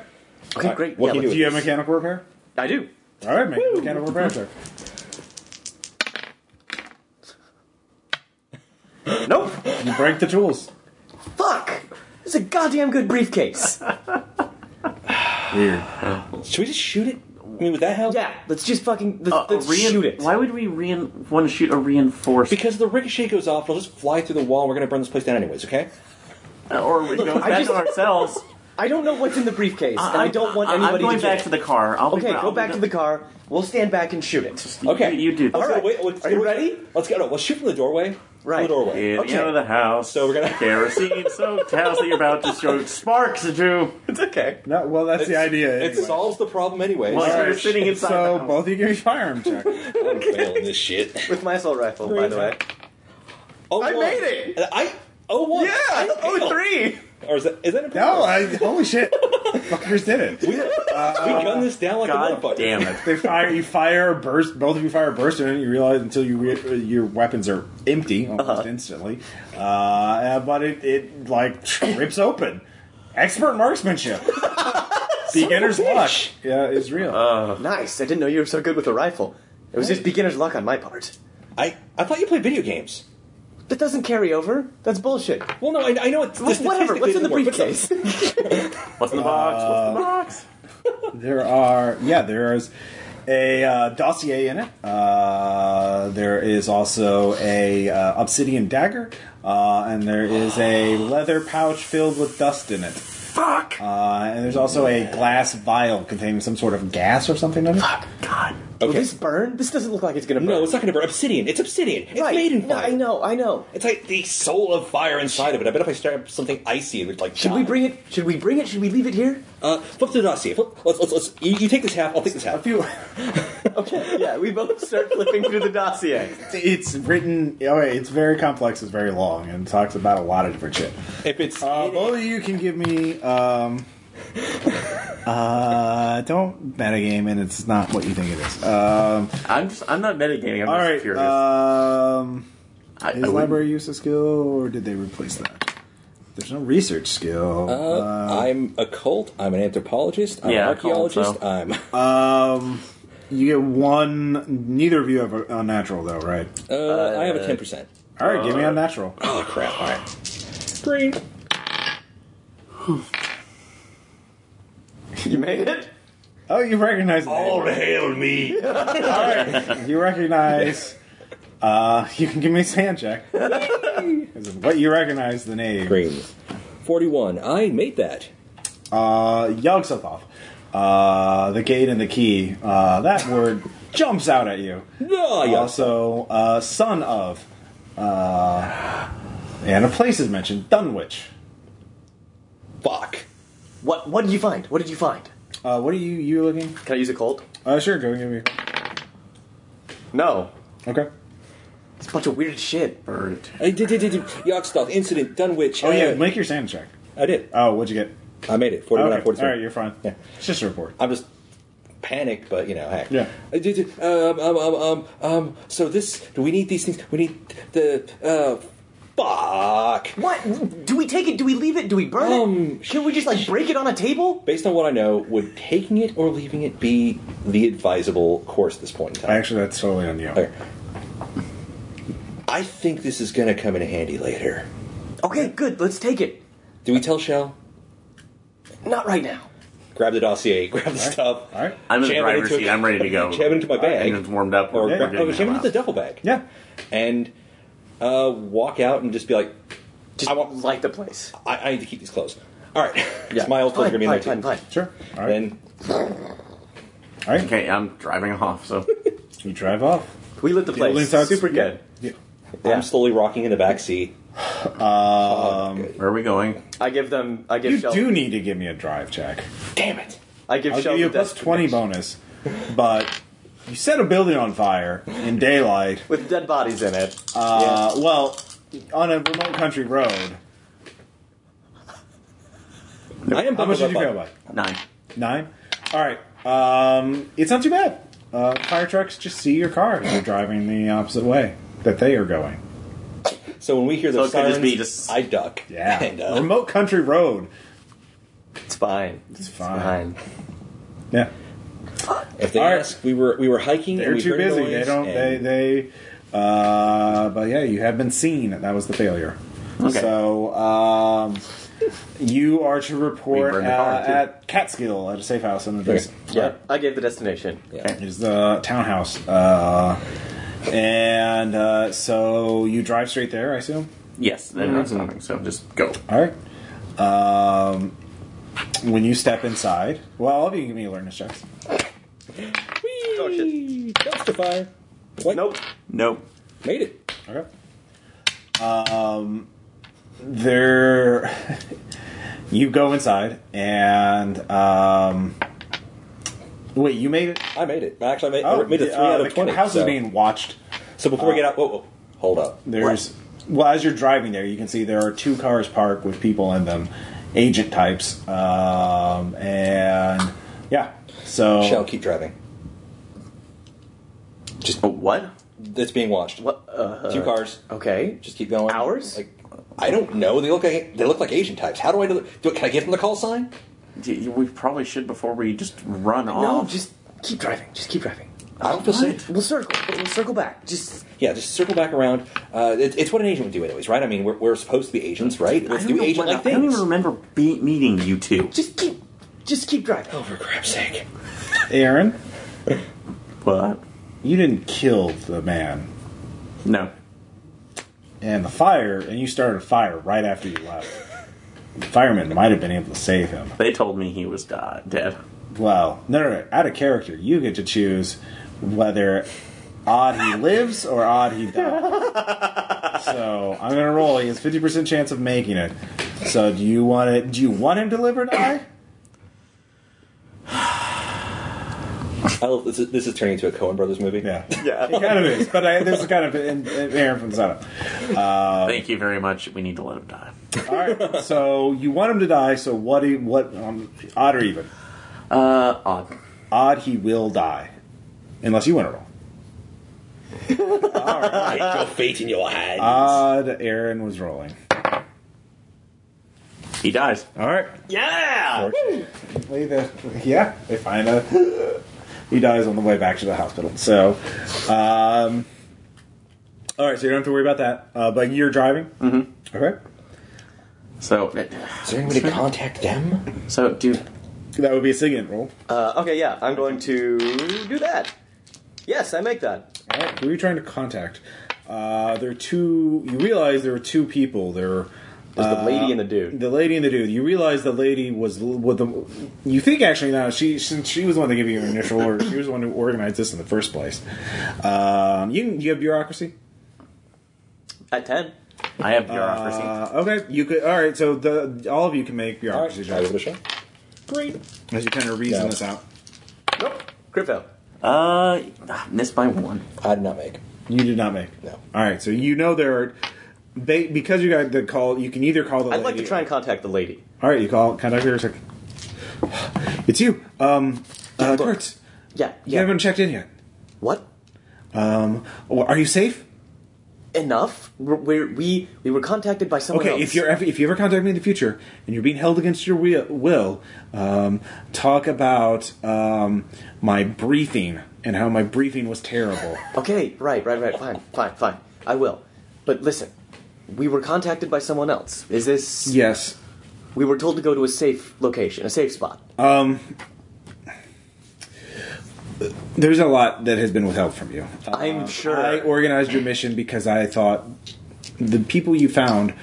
[SPEAKER 2] Okay, great.
[SPEAKER 3] What
[SPEAKER 2] yeah,
[SPEAKER 3] can you
[SPEAKER 1] Do you have mechanical repair?
[SPEAKER 2] let's- I do.
[SPEAKER 1] All right, make a mechanical repair check.
[SPEAKER 2] Nope.
[SPEAKER 1] You break the tools.
[SPEAKER 2] Fuck. It's a goddamn good briefcase.
[SPEAKER 1] Weird.
[SPEAKER 3] Should we just shoot it? I mean, with that help?
[SPEAKER 2] yeah. Let's just fucking let's,
[SPEAKER 4] Uh,
[SPEAKER 2] let's
[SPEAKER 4] rein-
[SPEAKER 2] shoot it.
[SPEAKER 4] Why would we rein- want to shoot a reinforced?
[SPEAKER 3] Because the ricochet goes off, it'll just fly through the wall. and We're gonna burn this place down anyways. Okay.
[SPEAKER 4] uh, or we go
[SPEAKER 2] I
[SPEAKER 4] back
[SPEAKER 2] just-
[SPEAKER 4] on ourselves.
[SPEAKER 2] I don't know what's in the briefcase, and I don't want
[SPEAKER 4] I-
[SPEAKER 2] anybody
[SPEAKER 4] Uh, I'm going
[SPEAKER 2] to
[SPEAKER 4] back
[SPEAKER 2] get
[SPEAKER 4] to
[SPEAKER 2] it.
[SPEAKER 4] the car. I'll
[SPEAKER 2] Okay,
[SPEAKER 4] be,
[SPEAKER 2] go back to the car. We'll stand back and shoot it.
[SPEAKER 3] Okay.
[SPEAKER 4] You, you do.
[SPEAKER 3] All
[SPEAKER 4] this.
[SPEAKER 3] right. Wait, let's-
[SPEAKER 2] Are you
[SPEAKER 3] let's-
[SPEAKER 2] ready?
[SPEAKER 3] Let's go. No, let's shoot from the doorway. From
[SPEAKER 2] Right.
[SPEAKER 3] the doorway.
[SPEAKER 4] In
[SPEAKER 2] Okay.
[SPEAKER 4] out of the house.
[SPEAKER 3] So we're gonna-
[SPEAKER 4] kerosene soaked house that you're about to show sparks to.
[SPEAKER 2] It's okay.
[SPEAKER 1] No, well, that's the idea.
[SPEAKER 3] It
[SPEAKER 1] anyway.
[SPEAKER 3] solves the problem anyways.
[SPEAKER 4] While
[SPEAKER 1] All
[SPEAKER 4] you're
[SPEAKER 1] right.
[SPEAKER 4] sitting inside
[SPEAKER 1] So
[SPEAKER 4] the house.
[SPEAKER 1] both of you give me firearm check.
[SPEAKER 3] I'm failing this shit.
[SPEAKER 2] With my assault rifle, by the way.
[SPEAKER 3] Oh,
[SPEAKER 2] I
[SPEAKER 3] one.
[SPEAKER 2] made it!
[SPEAKER 3] And I oh one. I failed.
[SPEAKER 2] three.
[SPEAKER 3] Or is that is that a
[SPEAKER 1] Oh No, I, holy shit, fuckers did it.
[SPEAKER 3] We, we gunned this down like a
[SPEAKER 4] God
[SPEAKER 3] motherfucker.
[SPEAKER 4] damn it.
[SPEAKER 1] They fire, you fire a burst. Both of you fire a burst, and then you realize until you re- your weapons are empty almost instantly. Uh, Uh, but it, it like rips open. Expert marksmanship. Beginner's luck. Yeah, is real.
[SPEAKER 2] Nice. I didn't know you were so good with a rifle. It was just beginner's luck on my part.
[SPEAKER 3] I I thought you played video games.
[SPEAKER 2] That doesn't carry over. That's bullshit.
[SPEAKER 3] Well, no, I, I know it's
[SPEAKER 2] Wh- Whatever. What's in the briefcase?
[SPEAKER 4] What's in the box? What's in the box?
[SPEAKER 1] There are yeah, there is a uh, dossier in it. Uh, there is also a uh, obsidian dagger, uh, and there is a leather pouch filled with dust in it.
[SPEAKER 4] Fuck!
[SPEAKER 1] Uh, and there's also a glass vial containing some sort of gas or something in it.
[SPEAKER 4] God.
[SPEAKER 2] Will this burn? This doesn't look like it's gonna burn.
[SPEAKER 3] No, it's not going to burn. Obsidian. It's obsidian. It's
[SPEAKER 2] right.
[SPEAKER 3] made in
[SPEAKER 2] No,
[SPEAKER 3] fire.
[SPEAKER 2] I know. I know.
[SPEAKER 3] It's like the soul of fire inside of it. I bet if I start something icy, it would like.
[SPEAKER 2] Should we bring it? Should we bring it? Should we leave it here?
[SPEAKER 3] Uh, flip the dossier. Flip, let's, let's, let's, you, you take this half. I'll take this
[SPEAKER 1] A
[SPEAKER 3] half.
[SPEAKER 1] few.
[SPEAKER 2] Okay. Yeah. We both start flipping through the dossier.
[SPEAKER 1] It's written. Okay, it's very complex. It's very long and talks about a lot of different shit.
[SPEAKER 3] If it's
[SPEAKER 1] Uh, both of you can give me. Um, uh, don't metagame, and it's not what you think it is. Um,
[SPEAKER 4] I'm just, I'm not metagaming. I'm
[SPEAKER 1] all
[SPEAKER 4] just
[SPEAKER 1] right.
[SPEAKER 4] curious.
[SPEAKER 1] Um,
[SPEAKER 4] I, I
[SPEAKER 1] Is
[SPEAKER 4] wouldn't-
[SPEAKER 1] library use a skill, or did they replace that? There's no research skill.
[SPEAKER 3] Uh, I'm a cult. I'm an anthropologist. I'm
[SPEAKER 4] Yeah,
[SPEAKER 3] an
[SPEAKER 4] a cult,
[SPEAKER 3] archaeologist.
[SPEAKER 4] so.
[SPEAKER 3] I'm.
[SPEAKER 1] um, you get one. Neither of you have a, a natural, though, right?
[SPEAKER 3] Uh, I have a ten percent.
[SPEAKER 1] All right, give me a natural.
[SPEAKER 2] Uh,
[SPEAKER 3] Oh crap! All right. Green.
[SPEAKER 2] You made it.
[SPEAKER 1] Oh, you recognize the name.
[SPEAKER 3] hail me.
[SPEAKER 1] You recognize. Uh, you can give me a sand check. 'Cause of what you recognize the name?
[SPEAKER 3] Green. Forty-one. I made that.
[SPEAKER 1] Uh, Yogg-Sothoth. Uh, the gate and the key. Uh, that word jumps out at you.
[SPEAKER 3] No, Ah, yes.
[SPEAKER 1] Also, uh, son of. Uh, and a place is mentioned, Dunwich.
[SPEAKER 3] Fuck.
[SPEAKER 2] What? What did you find? What did you find?
[SPEAKER 1] Uh, what are you you looking?
[SPEAKER 2] Can I use a colt?
[SPEAKER 1] Uh, sure, go give me.
[SPEAKER 2] No.
[SPEAKER 1] Okay.
[SPEAKER 2] It's a bunch of weird shit.
[SPEAKER 4] Bird.
[SPEAKER 3] I Uh, did, did, did, did. Yogg-Sothoth incident. Dunwich.
[SPEAKER 1] Oh
[SPEAKER 3] uh,
[SPEAKER 1] yeah, make your sand check.
[SPEAKER 3] I did.
[SPEAKER 1] Oh, what'd you get?
[SPEAKER 3] I made it.
[SPEAKER 1] Okay.
[SPEAKER 3] Forty-one. out of
[SPEAKER 1] All
[SPEAKER 3] Forty-three.
[SPEAKER 1] right, you're fine.
[SPEAKER 3] Yeah.
[SPEAKER 1] It's just a report.
[SPEAKER 3] I'm just panicked, but you know, hey.
[SPEAKER 1] Yeah.
[SPEAKER 3] I did- did- Um, um, um, um, um, so this. Do we need these things? We need the. Uh, fuck.
[SPEAKER 2] What? Do we take it? Do we leave it? Do we burn
[SPEAKER 3] Um,
[SPEAKER 2] it? Can we just like break it on a table?
[SPEAKER 3] Based on what I know, would taking it or leaving it be the advisable course at this point in time?
[SPEAKER 1] Actually, that's totally on you.
[SPEAKER 3] Okay. I think this is going to come in handy later.
[SPEAKER 2] Okay, good. Let's take it.
[SPEAKER 3] Do we tell Shell?
[SPEAKER 2] Not right now.
[SPEAKER 3] Grab the dossier, grab the stuff.
[SPEAKER 1] All right.
[SPEAKER 4] I'm in the
[SPEAKER 3] Jam it
[SPEAKER 4] driver's
[SPEAKER 3] into a-
[SPEAKER 4] seat. I'm ready to go.
[SPEAKER 3] Jam it into my
[SPEAKER 4] I
[SPEAKER 3] bag.
[SPEAKER 4] think it's warmed up.
[SPEAKER 3] Or
[SPEAKER 4] We're
[SPEAKER 3] grab,
[SPEAKER 4] getting
[SPEAKER 3] oh, jam it
[SPEAKER 4] out.
[SPEAKER 3] into the duffel bag.
[SPEAKER 1] Yeah.
[SPEAKER 3] And uh, walk out and just be like,
[SPEAKER 2] Just
[SPEAKER 3] I want-
[SPEAKER 2] like the place.
[SPEAKER 3] I, I need to keep these closed. All right.
[SPEAKER 2] Yeah.
[SPEAKER 3] Miles' clothes are going to be in there
[SPEAKER 2] fine,
[SPEAKER 3] too.
[SPEAKER 2] fine, fine.
[SPEAKER 1] Sure. All right.
[SPEAKER 3] Then
[SPEAKER 1] All right.
[SPEAKER 4] Okay, I'm driving off. So
[SPEAKER 1] You drive off.
[SPEAKER 2] We lit the place.
[SPEAKER 1] building's out-
[SPEAKER 2] Super good.
[SPEAKER 1] Yeah.
[SPEAKER 2] Yeah.
[SPEAKER 3] I'm slowly rocking in the back seat.
[SPEAKER 1] Um,
[SPEAKER 4] where are we going?
[SPEAKER 2] I give them. I give.
[SPEAKER 1] you
[SPEAKER 2] Shel-
[SPEAKER 1] do need to give me a drive check.
[SPEAKER 3] Damn it.
[SPEAKER 2] I give.
[SPEAKER 1] I'll
[SPEAKER 2] Shel
[SPEAKER 1] give you a
[SPEAKER 2] the
[SPEAKER 1] plus
[SPEAKER 2] death
[SPEAKER 1] twenty
[SPEAKER 2] prediction.
[SPEAKER 1] bonus, but you set a building on fire in daylight.
[SPEAKER 2] with dead bodies in it.
[SPEAKER 1] Uh, Well, on a remote country road.
[SPEAKER 3] I am
[SPEAKER 1] How much
[SPEAKER 3] buckled
[SPEAKER 1] did
[SPEAKER 3] up
[SPEAKER 1] you fail
[SPEAKER 3] on-
[SPEAKER 1] by?
[SPEAKER 4] Nine.
[SPEAKER 1] Nine. All right. Um, it's not too bad. Uh, fire trucks just see your car as you're driving the opposite way that they are going.
[SPEAKER 3] So when we hear
[SPEAKER 4] So
[SPEAKER 3] those
[SPEAKER 4] it could
[SPEAKER 3] sirens,
[SPEAKER 4] just be just-
[SPEAKER 3] I duck.
[SPEAKER 1] Yeah.
[SPEAKER 3] And, uh,
[SPEAKER 1] remote country road.
[SPEAKER 2] It's fine. It's
[SPEAKER 1] fine. Yeah.
[SPEAKER 3] if they
[SPEAKER 1] All right.
[SPEAKER 3] ask, we were we were hiking.
[SPEAKER 1] They're
[SPEAKER 3] and we
[SPEAKER 1] too
[SPEAKER 3] heard a
[SPEAKER 1] busy.
[SPEAKER 3] noise
[SPEAKER 1] They don't. They
[SPEAKER 3] and-
[SPEAKER 1] they. Uh, but yeah, you have been seen. That was the failure.
[SPEAKER 4] Okay.
[SPEAKER 1] So um, you are to
[SPEAKER 4] We
[SPEAKER 1] report
[SPEAKER 4] burned
[SPEAKER 1] uh,
[SPEAKER 4] the car, too.
[SPEAKER 1] at Catskill at a safe house in the
[SPEAKER 3] Okay.
[SPEAKER 2] Yeah, I gave the destination.
[SPEAKER 3] Yeah.
[SPEAKER 1] It is the townhouse. Uh, and uh, so you drive straight there, I assume.
[SPEAKER 4] Yes, they're not stopping. So just go.
[SPEAKER 1] All right. Um, when you step inside, well, all of you can give me alertness checks.
[SPEAKER 2] Oh, shit.
[SPEAKER 3] Dumpster fire. What?
[SPEAKER 2] Nope.
[SPEAKER 4] Nope.
[SPEAKER 3] Made it.
[SPEAKER 1] Okay. Um, there. you go inside and um. Wait, you made it.
[SPEAKER 3] I made it. Actually, I made, I made a
[SPEAKER 1] the-
[SPEAKER 3] three
[SPEAKER 1] uh,
[SPEAKER 3] out
[SPEAKER 1] the
[SPEAKER 3] of twenty.
[SPEAKER 1] House
[SPEAKER 3] so.
[SPEAKER 1] is being watched.
[SPEAKER 3] So before
[SPEAKER 2] Oh.
[SPEAKER 3] we get out, whoa, whoa, hold up.
[SPEAKER 1] There's well, as you're driving there, you can see there are two cars parked with people in them, agent types, um, and yeah. So
[SPEAKER 3] Shall keep driving. Just
[SPEAKER 4] Oh, what?
[SPEAKER 3] it's being watched.
[SPEAKER 2] What? Uh,
[SPEAKER 3] Two cars.
[SPEAKER 2] Okay.
[SPEAKER 3] Just keep going.
[SPEAKER 2] Ours?
[SPEAKER 3] Like I don't know. They look like they look like Asian types. How do I do? do can I give them the call sign?
[SPEAKER 4] D- We probably should before we just run
[SPEAKER 2] No,
[SPEAKER 4] off.
[SPEAKER 2] just keep driving. Just keep driving.
[SPEAKER 3] I don't feel safe.
[SPEAKER 2] We'll circle. We'll circle back. Just
[SPEAKER 3] Yeah, just circle back around. Uh, it, it's what an agent would do, anyways, right? I mean, we're, we're supposed to be agents, right?
[SPEAKER 4] I
[SPEAKER 3] Let's
[SPEAKER 4] don't
[SPEAKER 3] do
[SPEAKER 4] know
[SPEAKER 3] agent
[SPEAKER 4] what-
[SPEAKER 3] like
[SPEAKER 4] I don't
[SPEAKER 3] things.
[SPEAKER 4] even remember be- meeting you two.
[SPEAKER 2] just keep just keep driving.
[SPEAKER 3] Oh, for crap's sake!
[SPEAKER 1] Aaron,
[SPEAKER 4] What?
[SPEAKER 1] you didn't kill the man
[SPEAKER 4] No.
[SPEAKER 1] and the fire, and you started a fire right after you left. The fireman might have been able to save him.
[SPEAKER 4] They told me he was di- dead.
[SPEAKER 1] Well, no, no, no, out of character, you get to choose whether odd he lives or odd he dies. so I'm gonna roll. He has 50% chance of making it. So do you want it? Do you want him to live or die?
[SPEAKER 3] I love, Oh, this, is, this is turning into a Coen Brothers movie.
[SPEAKER 1] Yeah,
[SPEAKER 2] Yeah.
[SPEAKER 1] it kind of is. But I, there's kind of an an error from the setup.
[SPEAKER 4] Thank you very much. We need to let him die.
[SPEAKER 1] All right. So you want him to die. So what? do you- What? Um, odd or even?
[SPEAKER 4] Uh, odd.
[SPEAKER 1] Odd. He will die, unless you want to roll.
[SPEAKER 3] Take your fate in your hands.
[SPEAKER 1] Uh, Odd. Ah, Aaron was rolling.
[SPEAKER 4] He dies.
[SPEAKER 1] All right.
[SPEAKER 2] Yeah.
[SPEAKER 1] Fortunately, the- yeah, they find a. He dies on the way back to the hospital. So, um, all right. So you don't have to worry about that. Uh, but you're driving. Mm-hmm. Okay.
[SPEAKER 4] So,
[SPEAKER 3] is there any way to contact them?
[SPEAKER 4] so dude,
[SPEAKER 1] That would be a signet roll.
[SPEAKER 2] Uh, okay. Yeah. I'm going to do that. Yes, I make that.
[SPEAKER 1] All right, who are you trying to contact? Uh, there are two. You realize there are two people. There,
[SPEAKER 2] There's
[SPEAKER 1] uh,
[SPEAKER 2] the lady and the dude.
[SPEAKER 1] The lady and the dude. You realize the lady was l- with the. You think actually now she since she was the one that gave you your initial order. She was the one who organized this in the first place. Um, you you have bureaucracy.
[SPEAKER 2] At ten.
[SPEAKER 4] I have bureaucracy.
[SPEAKER 1] Uh, okay, you could. All right, so the all of you can make
[SPEAKER 3] All right,
[SPEAKER 1] bureaucracy
[SPEAKER 3] try
[SPEAKER 1] checks
[SPEAKER 3] with a shot.
[SPEAKER 2] Great.
[SPEAKER 1] as you kind of reason
[SPEAKER 3] No.
[SPEAKER 1] this out.
[SPEAKER 2] Nope. Crypto.
[SPEAKER 4] Uh, I missed by one.
[SPEAKER 3] I did not make.
[SPEAKER 1] You did not make.
[SPEAKER 3] No.
[SPEAKER 1] All right, so you know there are. They, because you got the call, you can either call the.
[SPEAKER 2] I'd like to
[SPEAKER 1] lady-
[SPEAKER 2] try and contact the lady.
[SPEAKER 1] All right, you call contact her. It's like, it's you. Um, uh, Kurtz,
[SPEAKER 2] Yeah.
[SPEAKER 1] you
[SPEAKER 2] Yeah.
[SPEAKER 1] haven't checked in yet.
[SPEAKER 2] What?
[SPEAKER 1] Um, wh- are you safe?
[SPEAKER 2] Enough. We're, we're, we we were contacted by someone
[SPEAKER 1] Okay,
[SPEAKER 2] else.
[SPEAKER 1] if you're ever, if you ever contact me in the future and you're being held against your wi- will, um, talk about um, my briefing and how my briefing was terrible.
[SPEAKER 2] Okay, right, right, right. Fine, fine, fine. I will. But listen, we were contacted by someone else. Is this?
[SPEAKER 1] yes.
[SPEAKER 2] We were told to go to a safe location, a safe spot.
[SPEAKER 1] Uh, There's a lot that has been withheld from you.
[SPEAKER 2] I'm sure.
[SPEAKER 1] I organized your mission because I thought the people you found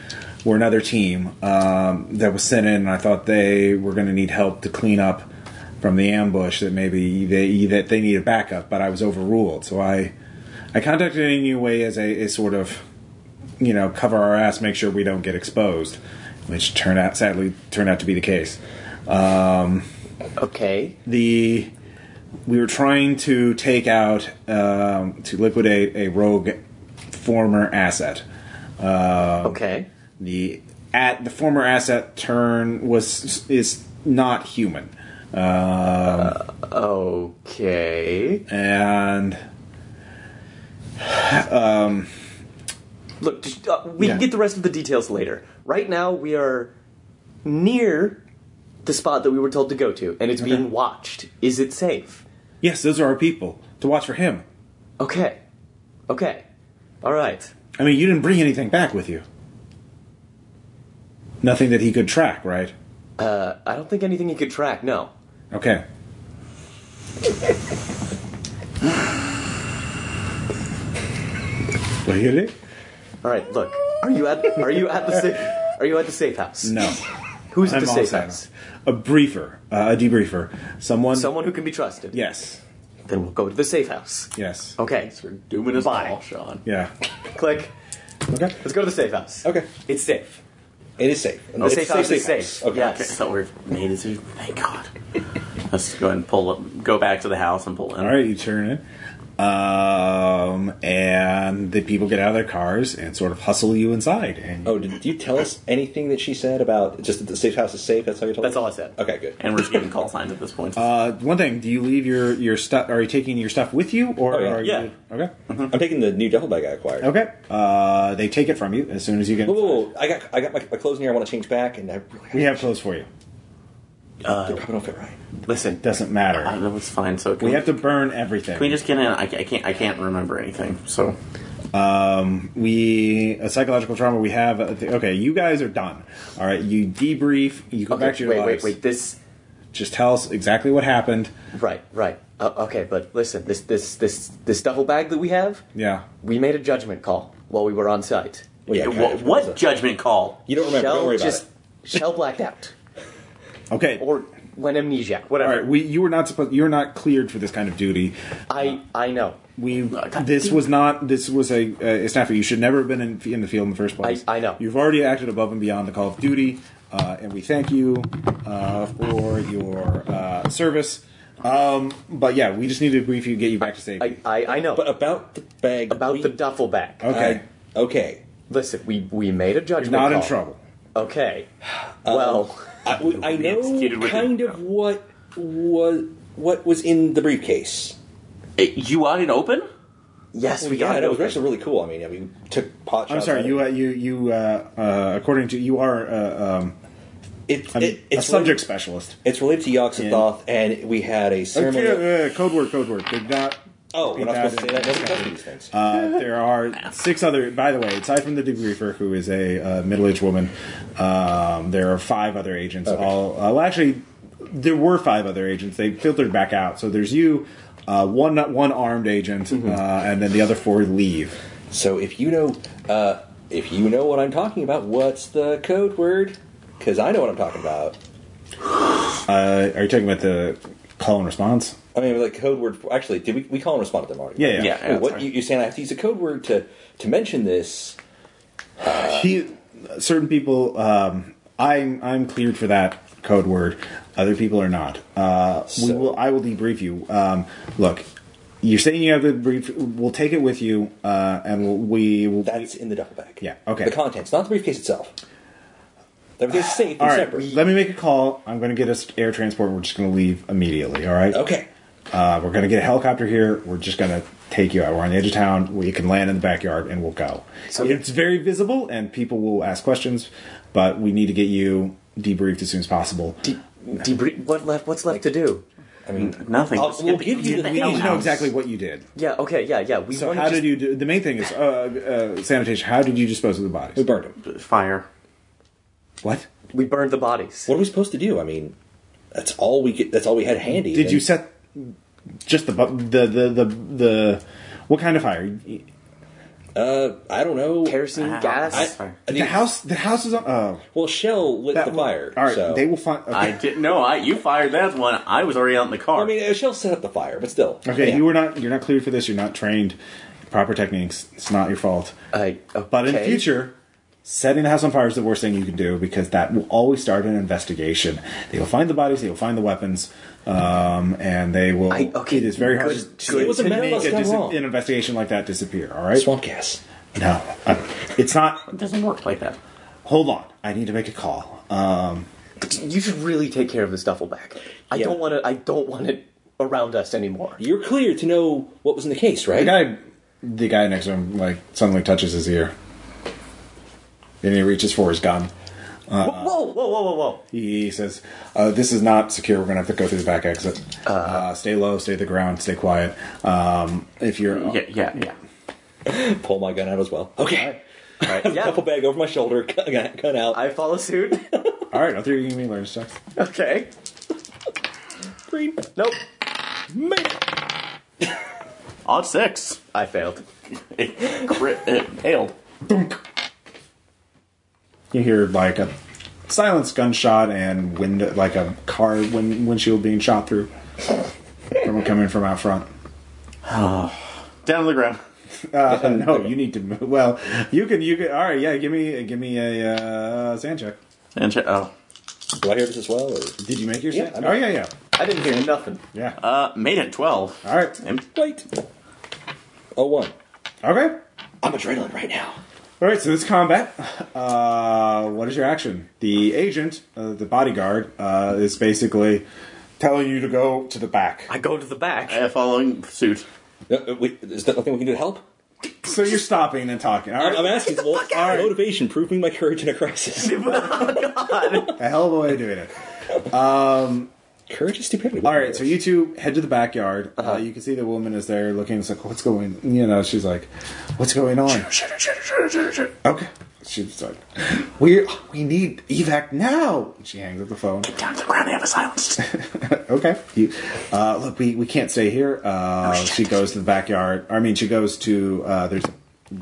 [SPEAKER 1] were another team um, that was sent in, and I thought they were going to need help to clean up from the ambush. That maybe they that they needed backup, but I was overruled. So I I contacted Anyway as a, a sort of you know cover our ass, make sure we don't get exposed, which turned out sadly turned out to be the case.
[SPEAKER 2] Okay.
[SPEAKER 1] The we were trying to take out um, to liquidate a rogue former asset. Um,
[SPEAKER 2] Okay.
[SPEAKER 1] the at the former asset turn was is not human uh,
[SPEAKER 2] Okay.
[SPEAKER 1] and
[SPEAKER 2] Look, just, uh, we
[SPEAKER 1] Yeah.
[SPEAKER 2] can get the rest of the details later. Right now, we are near the spot that we were told to go to, and it's being watched. Is it safe?
[SPEAKER 1] yes those are our people to watch for him
[SPEAKER 2] Okay. Okay. All right.
[SPEAKER 1] i mean you didn't bring anything back with you nothing that he could track right
[SPEAKER 2] Uh, I don't think anything you could track. No.
[SPEAKER 1] okay really
[SPEAKER 2] All right. Look, are you at are you at the safe are you at the safe house?
[SPEAKER 1] no
[SPEAKER 2] Who's at
[SPEAKER 1] i'm
[SPEAKER 2] the safe
[SPEAKER 1] also
[SPEAKER 2] house?
[SPEAKER 1] a briefer uh, a debriefer someone
[SPEAKER 2] Someone who can be trusted.
[SPEAKER 1] yes
[SPEAKER 2] Then we'll go to the safe house.
[SPEAKER 1] yes
[SPEAKER 3] Oh.
[SPEAKER 2] Okay.
[SPEAKER 4] Doing us
[SPEAKER 2] Bye.
[SPEAKER 4] all, Sean.
[SPEAKER 1] yeah
[SPEAKER 2] Click.
[SPEAKER 1] okay
[SPEAKER 2] Let's go to the safe house.
[SPEAKER 3] Okay.
[SPEAKER 2] It's safe.
[SPEAKER 3] It is safe.
[SPEAKER 2] The safe house is
[SPEAKER 3] safe.
[SPEAKER 2] safe.
[SPEAKER 3] Okay.
[SPEAKER 2] Yes.
[SPEAKER 4] Okay, so we're made as you. Thank God. Let's go ahead and pull up. Go back to the house and pull in.
[SPEAKER 1] All right, you turn in. Um, and the people get out of their cars and sort of hustle you inside. And
[SPEAKER 3] Oh, did you tell us anything that she said about just that the safe house is safe? That's how you told
[SPEAKER 2] That's
[SPEAKER 3] us?
[SPEAKER 2] all I said.
[SPEAKER 3] Okay, good.
[SPEAKER 4] And we're just giving call signs at this point.
[SPEAKER 1] uh, one thing, do you leave your your stuff? Are you taking your stuff with you, or
[SPEAKER 3] Oh, yeah. Mm-hmm.
[SPEAKER 1] are
[SPEAKER 4] Yeah.
[SPEAKER 1] you? Okay,
[SPEAKER 3] I'm taking the new devil bag I acquired.
[SPEAKER 1] okay. Uh, they take it from you as soon as you get.
[SPEAKER 3] Whoa, whoa,
[SPEAKER 1] inside.
[SPEAKER 3] whoa. I got, I got my, my clothes in here. I want to change back, and I really
[SPEAKER 1] We have clothes for you.
[SPEAKER 2] Uh,
[SPEAKER 3] they probably don't fit right.
[SPEAKER 4] Listen,
[SPEAKER 1] Doesn't
[SPEAKER 4] I
[SPEAKER 1] matter.
[SPEAKER 4] know it's fine. So can
[SPEAKER 1] We have to burn everything.
[SPEAKER 4] Can we just get in? I, ca- I can't. I can't remember anything. So
[SPEAKER 1] we a psychological trauma. We have. A th- okay, you guys are done. All right, you debrief. You go
[SPEAKER 2] Okay,
[SPEAKER 1] back to your
[SPEAKER 2] wait,
[SPEAKER 1] lives.
[SPEAKER 2] wait, wait. This
[SPEAKER 1] Just tell us exactly what happened.
[SPEAKER 2] right, right. Uh, okay, but listen, this this this this duffel bag that we have,
[SPEAKER 1] Yeah.
[SPEAKER 2] we made a judgment call while we were on site.
[SPEAKER 3] Well, yeah,
[SPEAKER 4] Wha-
[SPEAKER 3] kind
[SPEAKER 4] what,
[SPEAKER 3] of. So-
[SPEAKER 4] judgment call?
[SPEAKER 3] You don't remember.
[SPEAKER 2] Shell
[SPEAKER 3] don't worry
[SPEAKER 2] just
[SPEAKER 3] about it.
[SPEAKER 2] Shell blacked out
[SPEAKER 1] Okay.
[SPEAKER 2] or went amnesiac,
[SPEAKER 1] All
[SPEAKER 2] whatever.
[SPEAKER 1] right, we you were not supposed you're not cleared for this kind of duty.
[SPEAKER 2] I I know.
[SPEAKER 1] We
[SPEAKER 4] God
[SPEAKER 1] this
[SPEAKER 4] damn.
[SPEAKER 1] was not this was a, a snafu. You should never have been in, in the field in the first place.
[SPEAKER 2] I- I know.
[SPEAKER 1] You've already acted above and beyond the call of duty, uh, and we thank you uh, for your uh, service. Um, but yeah, we just need to brief you, get you back to
[SPEAKER 2] I
[SPEAKER 1] safety.
[SPEAKER 2] I, I know
[SPEAKER 3] But about the bag.
[SPEAKER 2] about the duffel bag.
[SPEAKER 1] uh, okay,
[SPEAKER 3] I- okay.
[SPEAKER 2] Listen, we we made a judgment
[SPEAKER 1] not
[SPEAKER 2] call.
[SPEAKER 1] in trouble.
[SPEAKER 2] Okay. Well,
[SPEAKER 3] I, w- I
[SPEAKER 4] be executed
[SPEAKER 3] know
[SPEAKER 4] with
[SPEAKER 3] kind
[SPEAKER 4] it.
[SPEAKER 3] of what was what was in the briefcase.
[SPEAKER 4] Eh, You got it open?
[SPEAKER 2] yes, we
[SPEAKER 3] yeah,
[SPEAKER 2] got
[SPEAKER 3] and
[SPEAKER 2] it.
[SPEAKER 3] it was
[SPEAKER 2] open.
[SPEAKER 3] actually really cool. I mean, I mean, took pot shots.
[SPEAKER 1] I'm sorry,
[SPEAKER 3] at
[SPEAKER 1] you
[SPEAKER 3] It.
[SPEAKER 1] uh, you you uh, uh, according to you are uh, um,
[SPEAKER 3] It,
[SPEAKER 1] I'm
[SPEAKER 3] it,
[SPEAKER 1] a
[SPEAKER 3] it's
[SPEAKER 1] subject
[SPEAKER 3] Related,
[SPEAKER 1] specialist.
[SPEAKER 3] it's related to Yoxathoth, and we had a ceremony.
[SPEAKER 1] Okay, uh, code word, code word. Did not.
[SPEAKER 3] Oh, we're not
[SPEAKER 1] repeat
[SPEAKER 3] supposed to say that. Nobody does these things.
[SPEAKER 1] Uh, there are six other. By the way, aside from the debriefer, who is a uh, middle-aged woman, um, there are five other agents.
[SPEAKER 3] Okay.
[SPEAKER 1] All uh, well, actually, there were five other agents. They filtered back out. So there's you, uh, one one armed agent, uh, and then the other four leave.
[SPEAKER 3] So if you know, uh, if you know what I'm talking about, what's the code word? Because I know what I'm talking about.
[SPEAKER 1] Uh, are you talking about the call and response?
[SPEAKER 3] I mean, like code word. For, actually, did we, we call and respond to them already?
[SPEAKER 1] Yeah, yeah.
[SPEAKER 3] right?
[SPEAKER 4] Yeah.
[SPEAKER 3] Well, what
[SPEAKER 4] sorry.
[SPEAKER 3] you, you're saying? I have to use a code word to to mention this.
[SPEAKER 1] He, certain people, um, I'm I'm cleared for that code word. Other people are not. Uh, we
[SPEAKER 3] So-
[SPEAKER 1] will. I will debrief you. Um, look, you're saying you have the brief. We'll take it with you, uh, and we'll, we will.
[SPEAKER 3] That's in the duffel bag.
[SPEAKER 1] Yeah, okay.
[SPEAKER 3] The contents, not the briefcase itself. The briefcase is safe and
[SPEAKER 1] all right.
[SPEAKER 3] separate.
[SPEAKER 1] Let me make a call. I'm going to get us air transport. We're just going to leave immediately. All right.
[SPEAKER 3] okay.
[SPEAKER 1] Uh, we're going to get a helicopter here. We're just going to take you out. We're on the edge of town. We can land in the backyard and we'll go. So it's very visible and people will ask questions, but we need to get you debriefed as soon as possible.
[SPEAKER 2] Debrief. What left? What's left to do?
[SPEAKER 3] I mean,
[SPEAKER 4] Nothing.
[SPEAKER 3] I'll-
[SPEAKER 4] Just
[SPEAKER 3] Uh, we'll
[SPEAKER 4] get
[SPEAKER 3] give
[SPEAKER 4] the-
[SPEAKER 3] you
[SPEAKER 4] get
[SPEAKER 3] the-
[SPEAKER 4] the
[SPEAKER 3] we
[SPEAKER 4] hell
[SPEAKER 1] need to know
[SPEAKER 4] out.
[SPEAKER 1] exactly what you did.
[SPEAKER 2] Yeah. Okay. Yeah. Yeah. We
[SPEAKER 1] So
[SPEAKER 2] wanna
[SPEAKER 1] how
[SPEAKER 2] just-
[SPEAKER 1] did you do? The main thing is uh, uh, sanitation. How did you dispose of the
[SPEAKER 3] we
[SPEAKER 1] bodies?
[SPEAKER 3] burned them.
[SPEAKER 4] Fire.
[SPEAKER 1] What
[SPEAKER 2] we burned the bodies.
[SPEAKER 3] What are we supposed to do? I mean, that's all we get, that's all we had handy.
[SPEAKER 1] did you
[SPEAKER 3] And
[SPEAKER 1] set? Just the bu- the the the the what kind of fire?
[SPEAKER 3] Uh, I don't know.
[SPEAKER 2] Kerosene,
[SPEAKER 1] Uh-huh.
[SPEAKER 4] Ah,
[SPEAKER 2] gas.
[SPEAKER 4] I,
[SPEAKER 3] I
[SPEAKER 1] The
[SPEAKER 3] think-
[SPEAKER 1] house, the house is on. Oh,
[SPEAKER 3] well, Shell lit the
[SPEAKER 1] one-
[SPEAKER 3] fire.
[SPEAKER 1] All right,
[SPEAKER 3] so.
[SPEAKER 1] they will find. Okay,
[SPEAKER 4] I didn't know. I you fired that one. I was already out in the car.
[SPEAKER 3] I mean, uh, Shell set up the fire, but still.
[SPEAKER 1] okay,
[SPEAKER 3] Yeah.
[SPEAKER 1] you were not. You're not cleared for this. You're not trained. Proper techniques. It's not your fault.
[SPEAKER 2] I, okay.
[SPEAKER 1] But in future, setting the house on fire is the worst thing you can do because that will always start an investigation. They will find the bodies. They will find the weapons. Um, and they will.
[SPEAKER 2] I- okay,
[SPEAKER 1] it is very hard
[SPEAKER 2] good-
[SPEAKER 1] to,
[SPEAKER 2] good. It was
[SPEAKER 3] a
[SPEAKER 1] to
[SPEAKER 3] memo,
[SPEAKER 1] make
[SPEAKER 3] it's not
[SPEAKER 1] dis-
[SPEAKER 3] wrong.
[SPEAKER 1] an investigation like that disappear. All right.
[SPEAKER 3] swamp gas.
[SPEAKER 1] No, I- it's not.
[SPEAKER 4] it doesn't work like that.
[SPEAKER 1] Hold on. I need to make a call. Um,
[SPEAKER 2] you should really take care of this duffel bag. I
[SPEAKER 3] Yeah.
[SPEAKER 2] don't want to. I don't want it around us anymore.
[SPEAKER 3] You're clear to know what was in the case, right?
[SPEAKER 1] the guy, the guy next to him, like suddenly touches his ear, and he reaches for his gun.
[SPEAKER 2] whoa, whoa, whoa, whoa, whoa!
[SPEAKER 1] He says, uh, "This is not secure. We're gonna have to go through the back exit. Uh, stay low, stay to the ground, stay quiet. Um, if you're,
[SPEAKER 4] Yeah, yeah, yeah.
[SPEAKER 3] Pull my gun out as well. Okay.
[SPEAKER 2] All right, yeah,
[SPEAKER 3] Duffel bag over my shoulder, gun, gun out.
[SPEAKER 2] I follow suit.
[SPEAKER 1] all E right, I'll throw you give me learn stuff.
[SPEAKER 2] okay,
[SPEAKER 3] Green.
[SPEAKER 2] nope,
[SPEAKER 4] Odd six.
[SPEAKER 2] I failed.
[SPEAKER 4] It, crit, eh, it failed.
[SPEAKER 1] You hear like a silenced gunshot and wind, like a car wind, windshield being shot through. Someone coming from out front.
[SPEAKER 4] Down on the ground.
[SPEAKER 1] Uh, no, you need to. move. Well, you can. You can. All right. Yeah. Give me. Give me a uh, sand check.
[SPEAKER 4] And che- oh,
[SPEAKER 3] Do I hear this as well? Or?
[SPEAKER 1] Did you make your?
[SPEAKER 3] Yeah,
[SPEAKER 1] sand?
[SPEAKER 3] I
[SPEAKER 1] Oh yeah. Yeah.
[SPEAKER 2] I didn't hear nothing.
[SPEAKER 1] Yeah.
[SPEAKER 4] uh, made it twelve.
[SPEAKER 1] all right.
[SPEAKER 4] And
[SPEAKER 3] Wait. Oh, one.
[SPEAKER 1] Okay.
[SPEAKER 3] I'm adrenaline right now.
[SPEAKER 1] All right, so this combat. Uh, what is your action? The agent, uh, the bodyguard, uh, is basically telling you to go to the back.
[SPEAKER 2] I go to the back.
[SPEAKER 4] uh, following suit.
[SPEAKER 3] No, uh, wait, is there nothing we can do to help?
[SPEAKER 1] So you're stopping and talking. All
[SPEAKER 3] I'm, I'm
[SPEAKER 1] right,
[SPEAKER 3] asking. Well, Motivation, proving my courage in a crisis.
[SPEAKER 1] a hell of a way of doing it.
[SPEAKER 3] courage is stupidity.
[SPEAKER 1] All right, so you two head to the backyard. uh you can see the woman is there looking. It's like, what's going? You know, she's like, what's going on? okay, she's like, we we need evac now. She hangs up the phone.
[SPEAKER 4] Down to the ground. They have a silence.
[SPEAKER 1] Okay. You, uh, look, we, we can't stay here. Uh, she goes to the backyard. I mean, she goes to uh, there's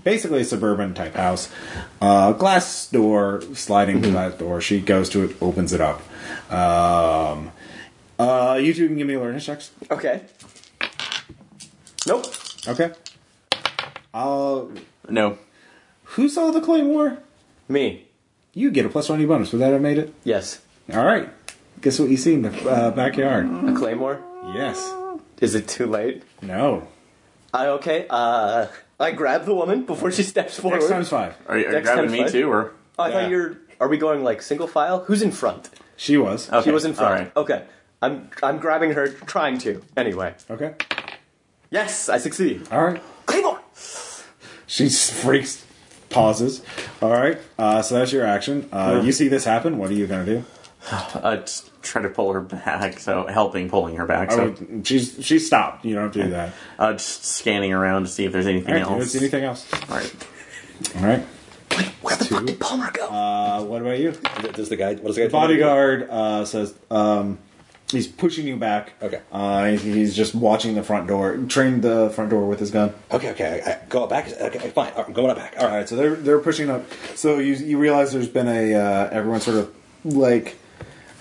[SPEAKER 1] basically a suburban type house, uh, glass door, sliding glass door. She goes to it, opens it up. Um, uh, you two can give me alertness checks.
[SPEAKER 2] Okay. Nope.
[SPEAKER 1] Okay. Uh,
[SPEAKER 4] no.
[SPEAKER 1] who saw the claymore?
[SPEAKER 2] Me.
[SPEAKER 1] You get a plus twenty bonus. Would that have made it?
[SPEAKER 2] Yes.
[SPEAKER 1] All right. Guess what you see in the uh, backyard?
[SPEAKER 2] A claymore.
[SPEAKER 1] Yes.
[SPEAKER 2] Is it too late?
[SPEAKER 1] No.
[SPEAKER 2] I okay. Uh, I grab the woman before she steps forward.
[SPEAKER 1] Next time's five.
[SPEAKER 4] Are you, are you
[SPEAKER 2] Next
[SPEAKER 4] grabbing
[SPEAKER 2] time,
[SPEAKER 4] me
[SPEAKER 2] bud.
[SPEAKER 4] too, or
[SPEAKER 2] Oh, I
[SPEAKER 1] Yeah.
[SPEAKER 2] thought you're. Are we going like single file? Who's in front?
[SPEAKER 1] She was.
[SPEAKER 4] Okay,
[SPEAKER 2] She was in front.
[SPEAKER 4] all right.
[SPEAKER 2] Okay. I'm I'm grabbing her, trying to. Anyway.
[SPEAKER 1] Okay.
[SPEAKER 2] Yes, I succeed.
[SPEAKER 1] All right.
[SPEAKER 2] Claymore.
[SPEAKER 1] She just freaks, pauses. All right, uh, so that's your action. Uh, you see this happen. What are you gonna do?
[SPEAKER 4] uh, t- try to pull her back? So helping pulling her back.
[SPEAKER 1] I
[SPEAKER 4] So
[SPEAKER 1] would, she's she's Oh, stopped. You don't have to do that.
[SPEAKER 4] uh, just scanning around to see if there's anything
[SPEAKER 1] All right,
[SPEAKER 4] else.
[SPEAKER 1] do you see anything else?
[SPEAKER 4] All right.
[SPEAKER 1] All right.
[SPEAKER 2] Where the fuck did Palmer go?
[SPEAKER 1] Uh, what about you?
[SPEAKER 3] Does the guy? What does the guy?
[SPEAKER 1] The bodyguard uh, says um, he's pushing you back.
[SPEAKER 3] Okay.
[SPEAKER 1] Uh, he's- he's just watching the front door. Trained the front door with his gun.
[SPEAKER 3] Okay, okay. I, I go out back. Okay, fine. All right, I'm going out back. All
[SPEAKER 1] All
[SPEAKER 3] right.
[SPEAKER 1] right, so they're they're pushing up. So you you realize there's been a uh, everyone sort of like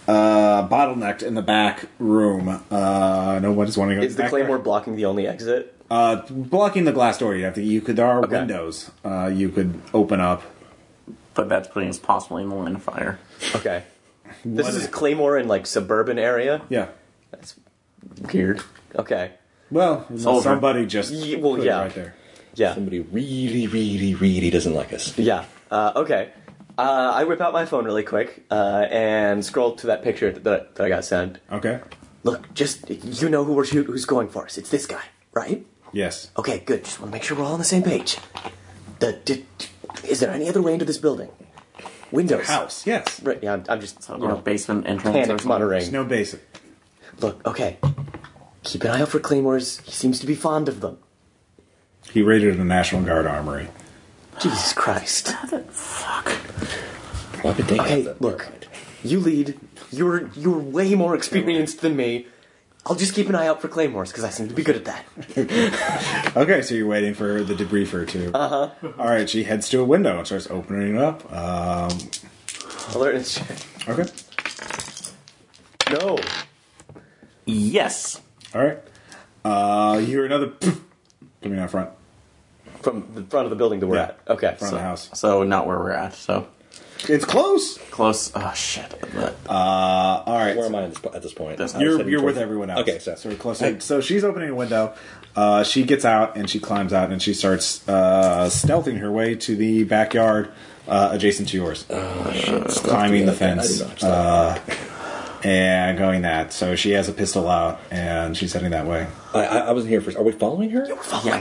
[SPEAKER 1] uh, bottlenecked in the back room. Uh, nobody's wanting to go.
[SPEAKER 2] Is the
[SPEAKER 1] back
[SPEAKER 2] claymore
[SPEAKER 1] there.
[SPEAKER 2] blocking the only exit?
[SPEAKER 1] Uh, blocking the glass door, you have to. You could. There are
[SPEAKER 2] Okay.
[SPEAKER 1] windows. Uh, you could open up.
[SPEAKER 4] But that's putting us possibly in the line of fire.
[SPEAKER 2] Okay. This
[SPEAKER 1] What-
[SPEAKER 2] is claymore in like suburban area.
[SPEAKER 1] Yeah.
[SPEAKER 2] That's weird. Okay.
[SPEAKER 1] Well,
[SPEAKER 4] over.
[SPEAKER 1] somebody just.
[SPEAKER 2] Ye- well,
[SPEAKER 1] put it
[SPEAKER 2] yeah.
[SPEAKER 1] Right there.
[SPEAKER 2] Yeah.
[SPEAKER 3] Somebody really, really, really doesn't like us.
[SPEAKER 2] Yeah. Uh, okay. Uh, I whip out my phone really quick uh, and scroll to that picture that, that, I got sent.
[SPEAKER 1] Okay.
[SPEAKER 2] Look, just you know who we're shoot, who's going for us. It's this guy, right?
[SPEAKER 1] Yes.
[SPEAKER 2] Okay, good. Just want to make sure we're all on the same page. The, d- d- is there any other way into this building? Windows.
[SPEAKER 1] House. Yes.
[SPEAKER 2] Right. Yeah. I'm, I'm just you
[SPEAKER 4] Or
[SPEAKER 2] know,
[SPEAKER 4] basement entrance. or
[SPEAKER 2] panic
[SPEAKER 4] something.
[SPEAKER 2] monitoring.
[SPEAKER 1] There's no basic.
[SPEAKER 2] Look. Okay. Keep an eye out for claymores. He seems to be fond of them.
[SPEAKER 1] He raided a National Guard armory.
[SPEAKER 2] Jesus Christ.
[SPEAKER 4] Fuck.
[SPEAKER 3] Well, I've been thinking
[SPEAKER 2] Hey,
[SPEAKER 3] about that.
[SPEAKER 2] look. You lead. You're you're way more experienced than me. I'll just keep an eye out for claymores because I seem to be good at that.
[SPEAKER 1] Okay, so you're waiting for the debriefer to. Uh
[SPEAKER 2] Uh-huh.
[SPEAKER 1] huh. All right, she heads to a window and starts opening it up. Um,
[SPEAKER 2] Alertness check.
[SPEAKER 1] okay.
[SPEAKER 2] No.
[SPEAKER 4] Yes.
[SPEAKER 1] All right. Uh, you hear another coming out front,
[SPEAKER 2] From the front of the building that we're
[SPEAKER 1] Yeah.
[SPEAKER 2] at. Okay.
[SPEAKER 1] front
[SPEAKER 2] so-
[SPEAKER 1] of the house.
[SPEAKER 4] So not where we're at. So
[SPEAKER 1] It's close.
[SPEAKER 4] close. Oh shit. But-
[SPEAKER 1] Uh, all right.
[SPEAKER 3] Where am I at this, po- at this point? Uh,
[SPEAKER 4] That's-
[SPEAKER 3] I was
[SPEAKER 1] You're
[SPEAKER 3] heading
[SPEAKER 1] you're
[SPEAKER 3] towards-
[SPEAKER 1] with everyone else.
[SPEAKER 3] Okay, so-
[SPEAKER 1] we're close. in. so she's opening a window. Uh, she gets out and she climbs out and she starts uh, stealthing her way to the backyard uh, adjacent to yours, climbing the
[SPEAKER 3] I did
[SPEAKER 1] fence
[SPEAKER 3] not.
[SPEAKER 1] uh, and going that. So she has a pistol out and she's heading that way.
[SPEAKER 3] I, I, I wasn't here first. Are we following her?
[SPEAKER 4] yeah, we're- we're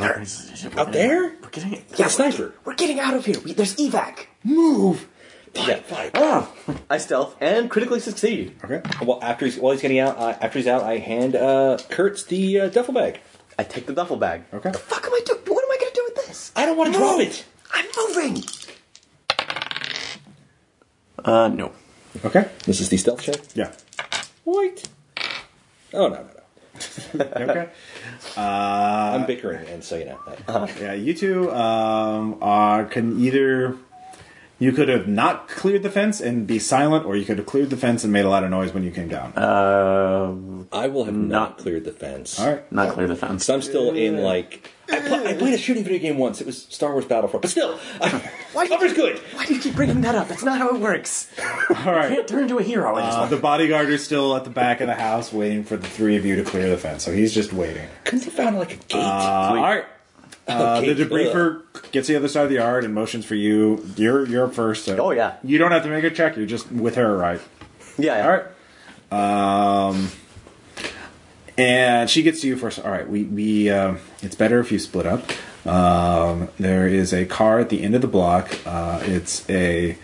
[SPEAKER 3] Out
[SPEAKER 4] getting-
[SPEAKER 3] there?
[SPEAKER 4] We're getting it.
[SPEAKER 3] Yeah, sniper.
[SPEAKER 2] We're getting out of here. We, there's evac.
[SPEAKER 3] Yeah, fine.
[SPEAKER 2] Oh. I stealth and critically succeed.
[SPEAKER 1] Okay.
[SPEAKER 3] Well, after he's while he's getting out, uh, after he's out, I hand uh, Kurtz the uh, duffel bag.
[SPEAKER 2] I take the duffel bag.
[SPEAKER 1] Okay.
[SPEAKER 2] Fuck am I doing? What am I gonna do with this?
[SPEAKER 3] I don't want to drop it.
[SPEAKER 2] I'm moving.
[SPEAKER 4] Uh, no.
[SPEAKER 1] Okay.
[SPEAKER 3] This is the stealth check.
[SPEAKER 1] Yeah.
[SPEAKER 3] What? Oh no, no,
[SPEAKER 1] Uh,
[SPEAKER 3] no.
[SPEAKER 1] Okay.
[SPEAKER 3] I'm bickering, and so you know. I-
[SPEAKER 1] Yeah, you two um, are, can either you could have not cleared the fence and be silent, or you could have cleared the fence and made a lot of noise when you came down.
[SPEAKER 4] Uh,
[SPEAKER 3] I will have not,
[SPEAKER 4] Not-
[SPEAKER 3] cleared the fence.
[SPEAKER 1] All right.
[SPEAKER 4] not clear the fence.
[SPEAKER 3] So I'm still in like I, pl- I played a shooting video game once. It was Star Wars Battlefront, but still, I, cover's good.
[SPEAKER 2] Why do you keep bringing that up? It's not how it works.
[SPEAKER 1] All right.
[SPEAKER 4] Can't turn into a hero. I just
[SPEAKER 1] Uh, the bodyguard is still at the back of the house waiting for the three of you to clear the fence, so he's just waiting.
[SPEAKER 3] Couldn't they found like a gate?
[SPEAKER 1] Uh, all right. Uh,
[SPEAKER 3] Okay,
[SPEAKER 1] the debriefer gets to the other side of the yard and motions for you. You're you're up first. So
[SPEAKER 2] Oh, yeah.
[SPEAKER 1] You don't have to make a check. You're just with her, right?
[SPEAKER 2] Yeah.
[SPEAKER 1] All right. Um, and she gets to you first. All right. We we um, it's better if you split up. Um, there is a car at the end of the block. Uh, it's a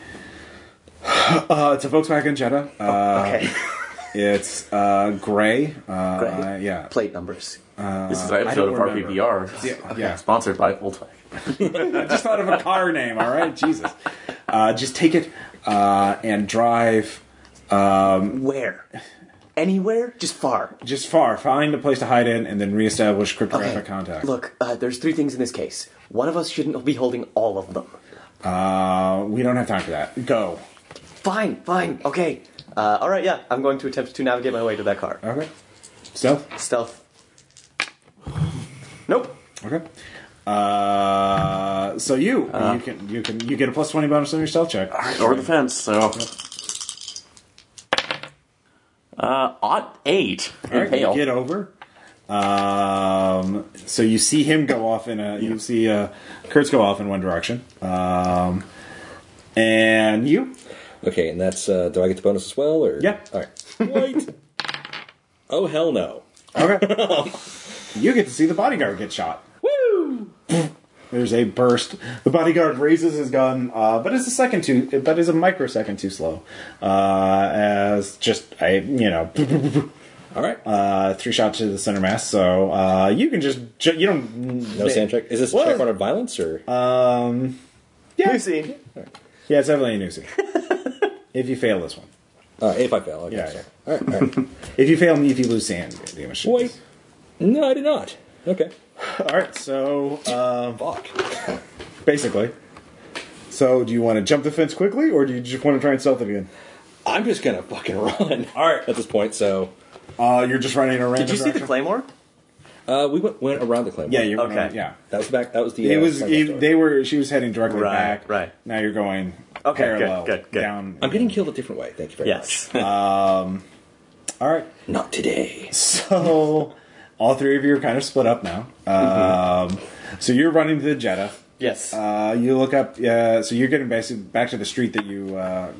[SPEAKER 1] uh, it's a Volkswagen Jetta. Uh,
[SPEAKER 2] Okay.
[SPEAKER 1] It's uh, gray. Uh,
[SPEAKER 2] Gray?
[SPEAKER 1] Yeah.
[SPEAKER 2] Plate numbers.
[SPEAKER 4] this is
[SPEAKER 1] I
[SPEAKER 4] an
[SPEAKER 1] don't
[SPEAKER 4] episode of
[SPEAKER 1] remember.
[SPEAKER 4] RPBR.
[SPEAKER 1] Yeah, yeah.
[SPEAKER 4] Sponsored by Voltec.
[SPEAKER 1] I just thought of a car name. All right, Jesus. Uh, just take it uh, and drive.
[SPEAKER 2] Where? Anywhere? Just far.
[SPEAKER 1] Just far. Find a place to hide in, and then reestablish cryptographic
[SPEAKER 2] Okay.
[SPEAKER 1] contact.
[SPEAKER 2] Look, uh, there's three things in this case. One of us shouldn't be holding all of them.
[SPEAKER 1] Uh, we don't have time for that. Go.
[SPEAKER 2] Fine, fine, okay. Uh, all right, yeah, I'm going to attempt to navigate my way to that car.
[SPEAKER 1] Okay. Stealth.
[SPEAKER 2] Stealth. Nope.
[SPEAKER 1] Okay. Uh, so you you can you can you get a plus twenty bonus on your stealth check.
[SPEAKER 4] Over the fence. So. Uh, odd eight.
[SPEAKER 1] All right, you
[SPEAKER 4] Impale.
[SPEAKER 1] get over. Um, so you see him go off in a you see uh, Kurtz go off in one direction. Um, and you
[SPEAKER 3] okay, and that's uh, do I get the bonus as well? Or
[SPEAKER 1] Yeah.
[SPEAKER 3] all right. Wait. oh hell no.
[SPEAKER 1] okay? you get to see the bodyguard get shot.
[SPEAKER 3] Woo!
[SPEAKER 1] There's a burst. The bodyguard raises his gun, uh, but it's a second too, but is a microsecond too slow. Uh, as just I, you know,
[SPEAKER 3] All right.
[SPEAKER 1] uh, three shot to the center mass. So uh, you can just ju- you don't
[SPEAKER 3] no sand check. Is this a
[SPEAKER 1] Well- uh,
[SPEAKER 3] check on violence or?
[SPEAKER 1] Yeah,
[SPEAKER 2] Lucy.
[SPEAKER 1] yeah, it's definitely a Nucy. if you fail this one,
[SPEAKER 3] Uh, if I fail, okay.
[SPEAKER 1] Yeah,
[SPEAKER 3] sorry. All right, all right.
[SPEAKER 1] if you fail me, if you lose sand damage. to
[SPEAKER 3] Wait. No, I did not. Okay.
[SPEAKER 1] this. All right. So um,
[SPEAKER 3] Fuck.
[SPEAKER 1] basically, so do you want to jump the fence quickly, or do you just want to try and stealth it again?
[SPEAKER 3] I'm just gonna fucking run. All right. At this point, so
[SPEAKER 1] Uh, you're just running in a random
[SPEAKER 2] Did you see the
[SPEAKER 1] direction?
[SPEAKER 2] claymore?
[SPEAKER 3] uh, we went, went around the claim.
[SPEAKER 1] Yeah, you're
[SPEAKER 2] Okay.
[SPEAKER 1] Yeah.
[SPEAKER 3] That was back. That was the.
[SPEAKER 1] it
[SPEAKER 3] uh,
[SPEAKER 1] was
[SPEAKER 3] Sandbox
[SPEAKER 1] it,
[SPEAKER 3] door.
[SPEAKER 1] they were she was heading directly
[SPEAKER 2] Right,
[SPEAKER 1] back
[SPEAKER 2] right.
[SPEAKER 1] now you're going
[SPEAKER 2] Okay, good,
[SPEAKER 1] parallel
[SPEAKER 2] good, good.
[SPEAKER 1] down
[SPEAKER 3] I'm getting killed a different way. Thank you very
[SPEAKER 2] Yes.
[SPEAKER 1] all right
[SPEAKER 3] much. Not today.
[SPEAKER 1] so all three of you are kind of split up now um, so you're running to the jetta
[SPEAKER 2] yes.
[SPEAKER 1] uh, you look up uh, so you're getting basically back to the street that you uh,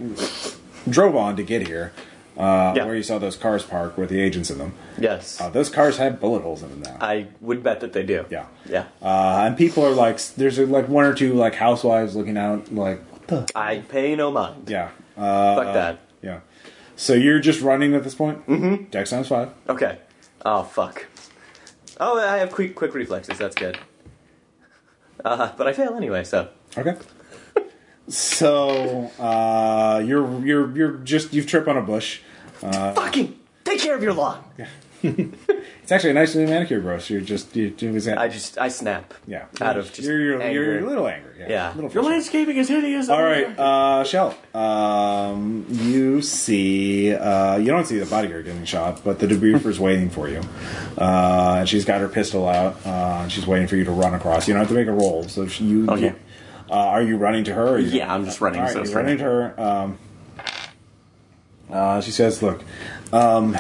[SPEAKER 1] drove on to get here uh,
[SPEAKER 2] Yeah.
[SPEAKER 1] where you saw those cars parked with the agents in them
[SPEAKER 2] yes.
[SPEAKER 1] uh, those cars have bullet holes in them now
[SPEAKER 2] I would bet that they do.
[SPEAKER 1] yeah
[SPEAKER 2] Yeah.
[SPEAKER 1] uh, and people are like there's like one or two like housewives looking out like what the
[SPEAKER 2] I pay no mind.
[SPEAKER 1] yeah uh,
[SPEAKER 2] Fuck that.
[SPEAKER 1] Yeah. So you're just running at this point? Mm-hmm. Dex times five.
[SPEAKER 2] Okay. Oh, fuck. Oh, I have quick, quick reflexes. That's good. Uh, but I fail anyway, so.
[SPEAKER 1] Okay. so uh, you're you're you're just you've tripped on a bush.
[SPEAKER 2] Fucking take care of your lawn.
[SPEAKER 1] It's actually a nicely manicure brush. You're just you're doing this.
[SPEAKER 2] I just I snap.
[SPEAKER 1] yeah,
[SPEAKER 2] Out of just
[SPEAKER 1] you're, you're,
[SPEAKER 2] anger.
[SPEAKER 1] you're a little angry. Yeah,
[SPEAKER 2] Yeah.
[SPEAKER 1] Little
[SPEAKER 4] Your
[SPEAKER 1] frustrated.
[SPEAKER 4] landscaping is hideous.
[SPEAKER 1] All right, uh, Shell. Um, you see, uh, you don't see the bodyguard getting shot, but the debriefer's waiting for you. Uh, and she's got her pistol out, uh, and she's waiting for you to run across. You don't have to make a roll. So she, you,
[SPEAKER 4] Okay.
[SPEAKER 1] uh, are you running to her? Or you-
[SPEAKER 4] Yeah, I'm just running,
[SPEAKER 1] All right,
[SPEAKER 4] so it's
[SPEAKER 1] you're running to her. Um, uh, she says, "Look, um,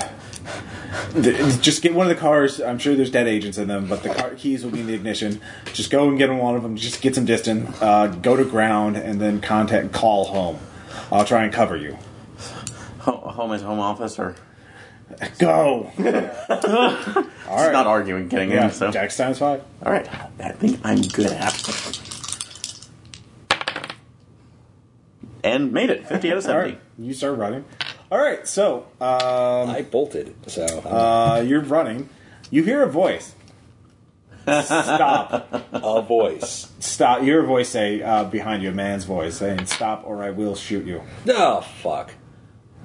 [SPEAKER 1] th- just get one of the cars. I'm sure there's dead agents in them, but the car keys will be in the ignition. Just go and get in one of them. Just get some distance. Uh, go to ground and then contact. Call home. I'll try and cover you.
[SPEAKER 4] Ho- home is home office, or
[SPEAKER 1] Go. All
[SPEAKER 4] it's
[SPEAKER 1] right.
[SPEAKER 4] not arguing, getting
[SPEAKER 1] yeah,
[SPEAKER 4] in. So
[SPEAKER 1] Jack's times five.
[SPEAKER 4] all right, I think I'm good at. And made it fifty out of
[SPEAKER 1] All
[SPEAKER 4] seventy.
[SPEAKER 1] right, you start running. All right, so um,
[SPEAKER 3] I bolted, so
[SPEAKER 1] uh, you're running. You hear a voice. Stop.
[SPEAKER 3] a voice.
[SPEAKER 1] stop your voice say uh, behind you a man's voice saying stop or i will shoot you
[SPEAKER 3] Oh fuck!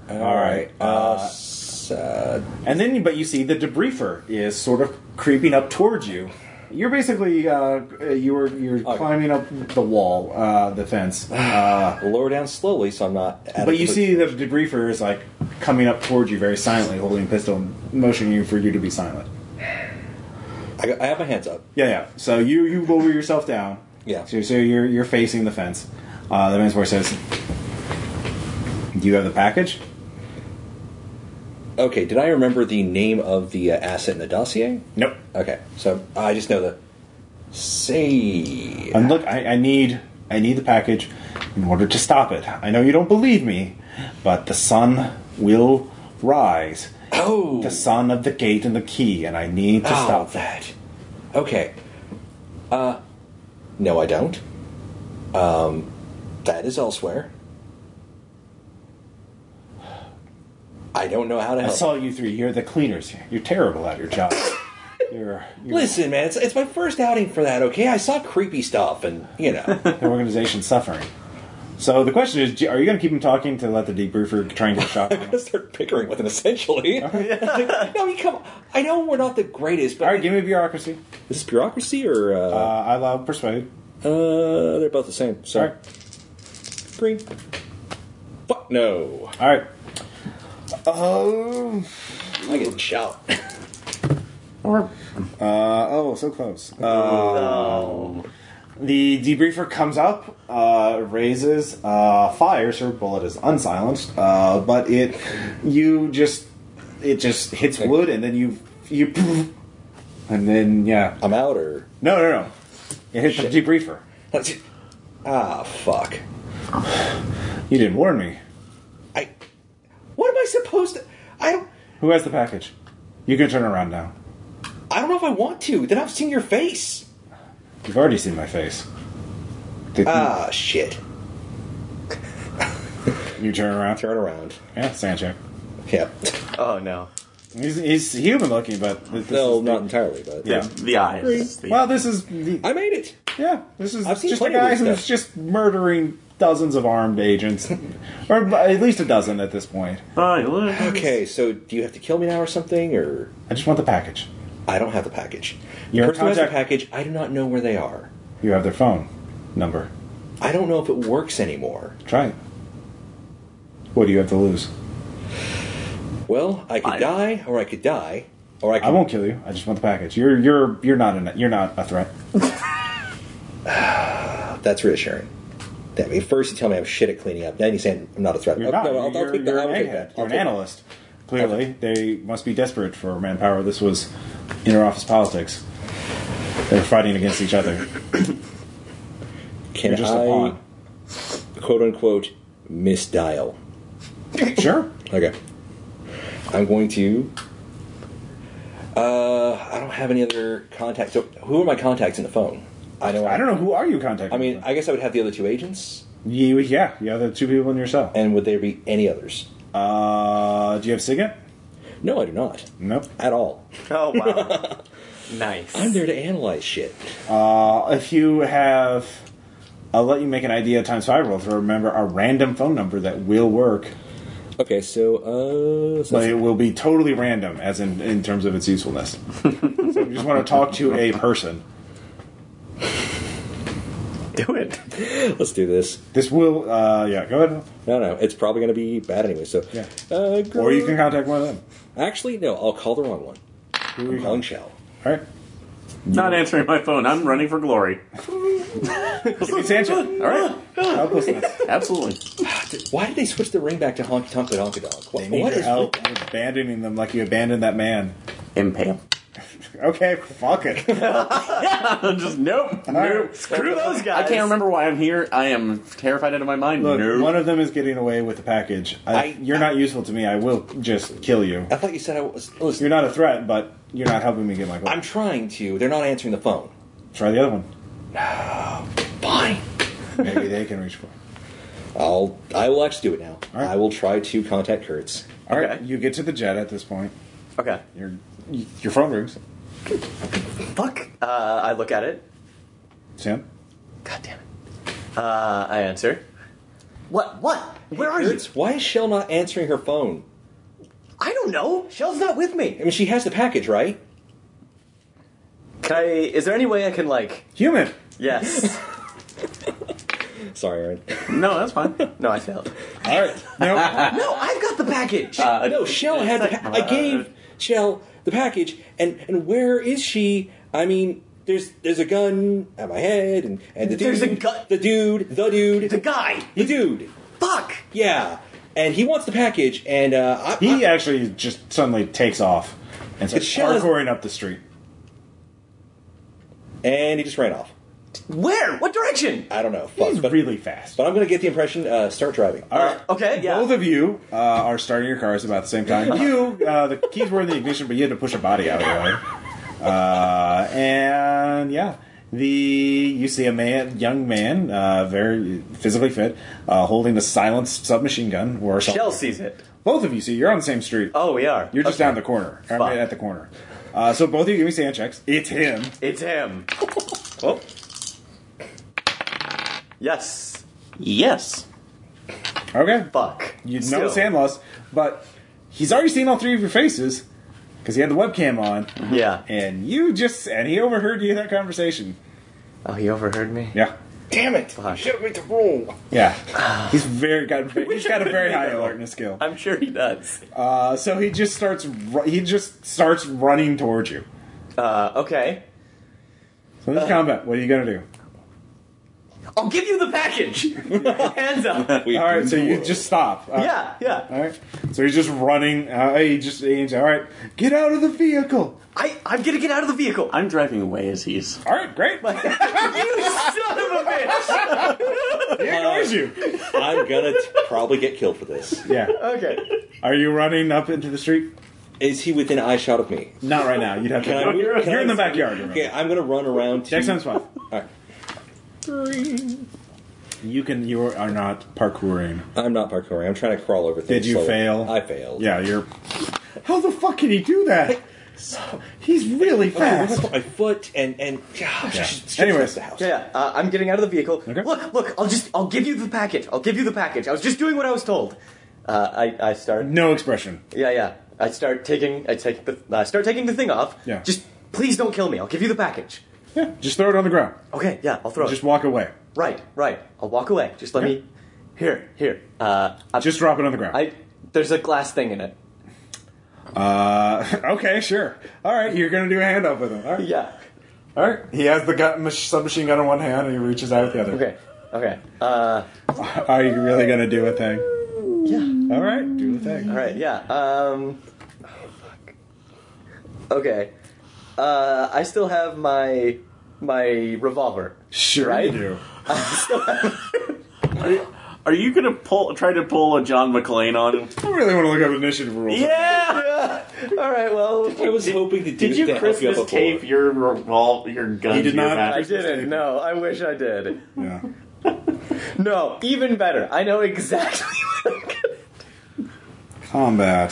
[SPEAKER 1] all right
[SPEAKER 3] Uh, s- uh,
[SPEAKER 1] and then but you see the debriefer is sort of creeping up towards you you're basically uh, you were you're
[SPEAKER 3] Okay.
[SPEAKER 1] climbing up the wall uh, the fence uh,
[SPEAKER 3] lower down slowly, so I'm not. At
[SPEAKER 1] but
[SPEAKER 3] a
[SPEAKER 1] you
[SPEAKER 3] complete-
[SPEAKER 1] see the debriefer is like coming up towards you very silently holding a pistol and motioning you for you to be silent
[SPEAKER 3] I, got- I have my hands up.
[SPEAKER 1] yeah yeah so you you lower yourself down
[SPEAKER 3] Yeah.
[SPEAKER 1] so, so you're you're facing the fence uh, the man's voice says do you have the package
[SPEAKER 3] Okay, did I remember the name of the uh, asset in the dossier?
[SPEAKER 1] nope
[SPEAKER 3] Okay, so I just know the say.
[SPEAKER 1] And look, I, I need I need the package in order to stop it. I know you don't believe me, but the sun will rise.
[SPEAKER 3] Oh,
[SPEAKER 1] The sun of the gate and the key, and I need to
[SPEAKER 3] oh,
[SPEAKER 1] stop that.
[SPEAKER 3] that. Okay. Uh, no, I don't. Um, that is elsewhere. I don't know how to
[SPEAKER 1] I
[SPEAKER 3] help.
[SPEAKER 1] saw you three. You're the cleaners. You're terrible at your job. You're, you're
[SPEAKER 3] Listen, man, it's, it's my first outing for that. Okay, I saw creepy stuff, and you know,
[SPEAKER 1] the organization's suffering. So the question is, do- are you going to keep him talking to let the debriefer try and get a shot?
[SPEAKER 3] I'm gonna start bickering with him. Essentially, no, I mean, come. On. I know we're not the greatest, but
[SPEAKER 1] All right, give me bureaucracy.
[SPEAKER 3] is this bureaucracy or
[SPEAKER 1] Uh,
[SPEAKER 3] uh,
[SPEAKER 1] I love persuade.
[SPEAKER 3] uh, they're both the same?
[SPEAKER 1] All
[SPEAKER 3] Sorry,
[SPEAKER 1] right,
[SPEAKER 3] green. Fuck no!
[SPEAKER 1] all right. Oh,
[SPEAKER 3] I get a shout.
[SPEAKER 4] Or
[SPEAKER 1] uh, oh, so close. The debriefer comes up, uh, raises, uh, fires. Her bullet is unsilenced, uh, but it, you just, it just hits wood, and then you, you, and then yeah,
[SPEAKER 3] I'm out, or
[SPEAKER 1] no, no, no, it hits the debriefer.
[SPEAKER 3] ah, fuck.
[SPEAKER 1] You didn't warn me.
[SPEAKER 3] I. What am I supposed to? I don't.
[SPEAKER 1] Who has the package? You can turn around now.
[SPEAKER 3] I don't know if I want to. Then I've seen your face.
[SPEAKER 1] You've already seen my face. Did
[SPEAKER 3] Ah, shit.
[SPEAKER 1] you turn around?
[SPEAKER 3] Turn around.
[SPEAKER 1] Yeah, Sanchez.
[SPEAKER 3] Yep.
[SPEAKER 2] Oh no.
[SPEAKER 1] He's, he's human looking, but th- this
[SPEAKER 3] No,
[SPEAKER 1] is
[SPEAKER 3] not entirely, but
[SPEAKER 4] the, the eyes.
[SPEAKER 1] The,
[SPEAKER 4] The,
[SPEAKER 1] well, this is the,
[SPEAKER 3] I made it.
[SPEAKER 1] Yeah, this is
[SPEAKER 3] I've seen
[SPEAKER 1] just a
[SPEAKER 3] plenty of
[SPEAKER 1] guy
[SPEAKER 3] this
[SPEAKER 1] who's
[SPEAKER 3] stuff.
[SPEAKER 1] just murdering dozens of armed agents, or b- at least a dozen at this point.
[SPEAKER 4] Bye, look.
[SPEAKER 3] Okay, so do you have to kill me now or something, or
[SPEAKER 1] I just want the package.
[SPEAKER 3] I don't have the package.
[SPEAKER 1] Your
[SPEAKER 3] Person who has the
[SPEAKER 1] contact-
[SPEAKER 3] package, I do not know where they are.
[SPEAKER 1] You have their phone number.
[SPEAKER 3] I don't know if it works anymore.
[SPEAKER 1] Try it. What do you have to lose?
[SPEAKER 3] Well, I could
[SPEAKER 4] I-
[SPEAKER 3] die, or I could die, or I could.
[SPEAKER 1] I won't kill you. I just want the package. You're you're you're not an, you're not a threat.
[SPEAKER 3] That's reassuring. That, I mean, first you tell me I'm shit at cleaning up. Then you say I'm not a threat.
[SPEAKER 1] You're
[SPEAKER 3] Okay,
[SPEAKER 1] not.
[SPEAKER 3] well,
[SPEAKER 1] You're,
[SPEAKER 3] I'll, I'll take that.
[SPEAKER 1] you're
[SPEAKER 3] I will
[SPEAKER 1] an
[SPEAKER 3] take
[SPEAKER 1] egghead.
[SPEAKER 3] that.
[SPEAKER 1] You're
[SPEAKER 3] I'll
[SPEAKER 1] an
[SPEAKER 3] take-
[SPEAKER 1] analyst. Clearly, they must be desperate for manpower. This was interoffice politics. They're fighting against each other.
[SPEAKER 3] Can
[SPEAKER 1] You're just a
[SPEAKER 3] I,
[SPEAKER 1] pawn.
[SPEAKER 3] quote unquote, misdial?
[SPEAKER 1] Sure.
[SPEAKER 3] Okay. I'm going to. Uh, I don't have any other contacts. So, who are my contacts in the phone? I know.
[SPEAKER 1] I don't know who are you contacting.
[SPEAKER 3] I mean, I guess I would have the other two agents,
[SPEAKER 1] you, yeah, you have the two people in your cell.
[SPEAKER 3] and would there be any others?
[SPEAKER 1] Uh, do you have Signet?
[SPEAKER 3] No, I do not.
[SPEAKER 1] Nope.
[SPEAKER 3] At all.
[SPEAKER 2] Oh wow. nice.
[SPEAKER 3] I'm there to analyze shit.
[SPEAKER 1] Uh, if you have, I'll let you make an idea times five roll to remember a random phone number that will work.
[SPEAKER 3] Okay, so uh, so
[SPEAKER 1] But it will be totally random, as in in terms of its usefulness. so if you just want to talk to a person.
[SPEAKER 2] Do it.
[SPEAKER 3] let's do this.
[SPEAKER 1] This will, uh, yeah, go ahead.
[SPEAKER 3] No, no, it's probably going to be bad anyway. So,
[SPEAKER 1] Yeah.
[SPEAKER 3] uh,
[SPEAKER 1] Or you can
[SPEAKER 3] girl-
[SPEAKER 1] contact one of them.
[SPEAKER 3] actually no. I'll call the wrong one.
[SPEAKER 1] Who are you
[SPEAKER 3] I'm calling
[SPEAKER 1] calling?
[SPEAKER 3] Shell.
[SPEAKER 1] All right.
[SPEAKER 4] Not answering my phone. I'm running for glory.
[SPEAKER 1] It's answered.
[SPEAKER 4] All right,
[SPEAKER 1] Helplessness.
[SPEAKER 4] absolutely.
[SPEAKER 3] Why did they switch the ring back to honky tonk and honky tonk? What,
[SPEAKER 1] They need
[SPEAKER 3] what
[SPEAKER 1] your
[SPEAKER 3] is-
[SPEAKER 1] help in abandoning them like you abandoned that man.
[SPEAKER 4] Impale.
[SPEAKER 1] Okay, fuck it.
[SPEAKER 4] Just nope.
[SPEAKER 1] right.
[SPEAKER 4] nope. Screw those guys. I
[SPEAKER 2] guys.
[SPEAKER 4] can't remember why I'm here. I am terrified out of my mind.
[SPEAKER 1] Look,
[SPEAKER 4] no.
[SPEAKER 1] one of them is getting away with the package. I,
[SPEAKER 3] I-
[SPEAKER 1] you're not useful to me. I will just kill you.
[SPEAKER 3] I thought you said I was. Listen,
[SPEAKER 1] You're not a threat, but you're not helping me get my gold.
[SPEAKER 3] I'm trying to. They're not answering the phone.
[SPEAKER 1] Try the other one.
[SPEAKER 3] Fine.
[SPEAKER 1] Maybe they can reach for. it.
[SPEAKER 3] I'll. I will actually do it now.
[SPEAKER 1] All right.
[SPEAKER 3] I will try to contact Kurtz.
[SPEAKER 1] All right,
[SPEAKER 2] Okay.
[SPEAKER 1] you get to the jet at this point.
[SPEAKER 2] Okay.
[SPEAKER 1] Your your phone rings.
[SPEAKER 2] Fuck. Uh, I look at it.
[SPEAKER 1] Sam,
[SPEAKER 2] God damn it. Uh, I answer. What? What? Where are you?
[SPEAKER 3] Kurtz, why is Shell not answering her phone?
[SPEAKER 2] I don't know. Shell's not with
[SPEAKER 3] I
[SPEAKER 2] me.
[SPEAKER 3] mean, she has the package, right?
[SPEAKER 2] Can I? Is there any way I can like?
[SPEAKER 1] human.
[SPEAKER 2] Yes.
[SPEAKER 3] Sorry, Aaron.
[SPEAKER 4] no, that's fine.
[SPEAKER 2] no, I failed. Uh,
[SPEAKER 1] All right, no,
[SPEAKER 2] No, I've got the package.
[SPEAKER 3] Uh, no, Shell had. The pa- I gave Shell the package, and and where is she? I mean, there's there's a gun at my head, and and the dude,
[SPEAKER 2] There's a gun-
[SPEAKER 3] the dude, the dude,
[SPEAKER 2] the guy.
[SPEAKER 3] the dude,
[SPEAKER 2] Fuck.
[SPEAKER 3] yeah, and he wants the package, and uh, I,
[SPEAKER 1] he
[SPEAKER 3] I-
[SPEAKER 1] actually just suddenly takes off and starts
[SPEAKER 3] shell is-
[SPEAKER 1] parkouring up the street.
[SPEAKER 3] and he just ran off.
[SPEAKER 2] Where? What direction?
[SPEAKER 3] I don't know, fuck,
[SPEAKER 1] He's
[SPEAKER 3] but,
[SPEAKER 1] really fast.
[SPEAKER 3] but I'm gonna get the impression. Uh, start driving.
[SPEAKER 1] All right.
[SPEAKER 2] Okay. Yeah.
[SPEAKER 1] Both of you uh, are starting your cars about the same time. You, uh, the keys were in the ignition, but you had to push a body out of the way. Uh, and yeah, the you see a man, young man, uh, very physically fit, uh, holding a silenced submachine gun or something.
[SPEAKER 2] Shell sees it.
[SPEAKER 1] Both of you see you're on the same street.
[SPEAKER 2] Oh, we are.
[SPEAKER 1] You're just
[SPEAKER 2] Okay.
[SPEAKER 1] down the corner. I mean,
[SPEAKER 2] Fuck.
[SPEAKER 1] at the corner. Uh, so both of you give me sand checks. It's him.
[SPEAKER 2] It's him.
[SPEAKER 3] Oh,
[SPEAKER 2] Yes.
[SPEAKER 4] Yes.
[SPEAKER 1] Okay.
[SPEAKER 2] Fuck.
[SPEAKER 1] You know
[SPEAKER 2] Still.
[SPEAKER 1] sand loss, but he's already seen all three of your faces because he had the webcam on.
[SPEAKER 2] Yeah.
[SPEAKER 1] And you just and he overheard you that conversation.
[SPEAKER 2] Oh, he overheard me.
[SPEAKER 1] Yeah,
[SPEAKER 3] damn it!
[SPEAKER 2] Fuck.
[SPEAKER 3] Should've made the roll.
[SPEAKER 1] yeah. He's very got he's got a very high alertness skill.
[SPEAKER 2] I'm sure he does.
[SPEAKER 1] Uh, so he just starts ru- he just starts running towards you.
[SPEAKER 2] Uh, okay.
[SPEAKER 1] So
[SPEAKER 3] Uh.
[SPEAKER 1] this combat, what are you gonna do?
[SPEAKER 2] I'll give you the package. Hands up.
[SPEAKER 3] We-
[SPEAKER 1] All right, so you just stop. Uh,
[SPEAKER 2] Yeah. Yeah.
[SPEAKER 1] All right. So he's just running. Uh, he just he's all right. Get out of the vehicle.
[SPEAKER 2] I I'm gonna get out of the vehicle.
[SPEAKER 4] I'm driving away as he's.
[SPEAKER 1] All right, great.
[SPEAKER 2] you son of a bitch.
[SPEAKER 1] He ignores you.
[SPEAKER 3] I'm gonna t- probably get killed for this.
[SPEAKER 1] Yeah.
[SPEAKER 2] Okay.
[SPEAKER 1] Are you running up into the street?
[SPEAKER 3] Is he within eyeshot of me?
[SPEAKER 1] Not right now. You'd have to.
[SPEAKER 3] Can I
[SPEAKER 1] You're,
[SPEAKER 3] move-
[SPEAKER 1] you're
[SPEAKER 3] can I-
[SPEAKER 1] in the backyard. Remember.
[SPEAKER 3] Okay, I'm gonna run around. To,
[SPEAKER 1] Next time's fine.
[SPEAKER 3] All right.
[SPEAKER 1] You can. You are not parkouring.
[SPEAKER 3] I'm not parkouring. I'm trying to crawl over things.
[SPEAKER 1] Did you
[SPEAKER 3] slowly.
[SPEAKER 1] fail?
[SPEAKER 3] I failed.
[SPEAKER 1] Yeah, you're. How the fuck can he do that? He's really
[SPEAKER 3] Okay, what
[SPEAKER 1] fast.
[SPEAKER 3] about my foot and and gosh.
[SPEAKER 1] Yeah.
[SPEAKER 3] she's just
[SPEAKER 1] Anyways.
[SPEAKER 3] the house.
[SPEAKER 2] Yeah, uh, I'm getting out of the vehicle.
[SPEAKER 1] Okay.
[SPEAKER 2] Look, look, I'll just, I'll give you the package. I'll give you the package. I was just doing what I was told. Uh, I, I start,
[SPEAKER 1] No expression.
[SPEAKER 2] yeah, yeah. I start taking, I take the, I start taking the thing off.
[SPEAKER 1] Yeah.
[SPEAKER 2] Just please don't kill me. I'll give you the package.
[SPEAKER 1] Yeah, just throw it on the ground.
[SPEAKER 2] Okay, yeah, I'll throw
[SPEAKER 1] Just
[SPEAKER 2] it.
[SPEAKER 1] walk away.
[SPEAKER 2] Right, right. I'll walk away. Just let
[SPEAKER 1] Yeah.
[SPEAKER 2] me. Here, here. Uh, I,
[SPEAKER 1] Just drop it on the ground.
[SPEAKER 2] I, there's a glass thing in it.
[SPEAKER 1] Uh, okay, sure. All right, you're gonna do a handoff with him. All right.
[SPEAKER 2] Yeah.
[SPEAKER 1] All right.
[SPEAKER 5] He has the gun, mach- submachine gun in one hand and he reaches out with the other.
[SPEAKER 2] Okay. Okay. Uh,
[SPEAKER 1] Are you really gonna do a thing? Yeah. All right. Do the thing.
[SPEAKER 2] all right. Yeah. Um. Okay. Uh, I still have my my revolver.
[SPEAKER 1] Sure.
[SPEAKER 2] Right?
[SPEAKER 1] You do.
[SPEAKER 4] Are you gonna pull? Try to pull a John McClane on him?
[SPEAKER 1] I really want to look up initiative rules.
[SPEAKER 4] Yeah.
[SPEAKER 2] All right. Well,
[SPEAKER 3] I was hoping to do
[SPEAKER 4] Did you
[SPEAKER 3] that. help you
[SPEAKER 4] Christmas
[SPEAKER 3] up before.
[SPEAKER 4] tape your revolve your gun?
[SPEAKER 1] He did
[SPEAKER 4] to your
[SPEAKER 1] not.
[SPEAKER 4] back?
[SPEAKER 2] I didn't. No, I wish I did.
[SPEAKER 1] Yeah.
[SPEAKER 2] No, even better. I know exactly. What I'm gonna...
[SPEAKER 1] Combat.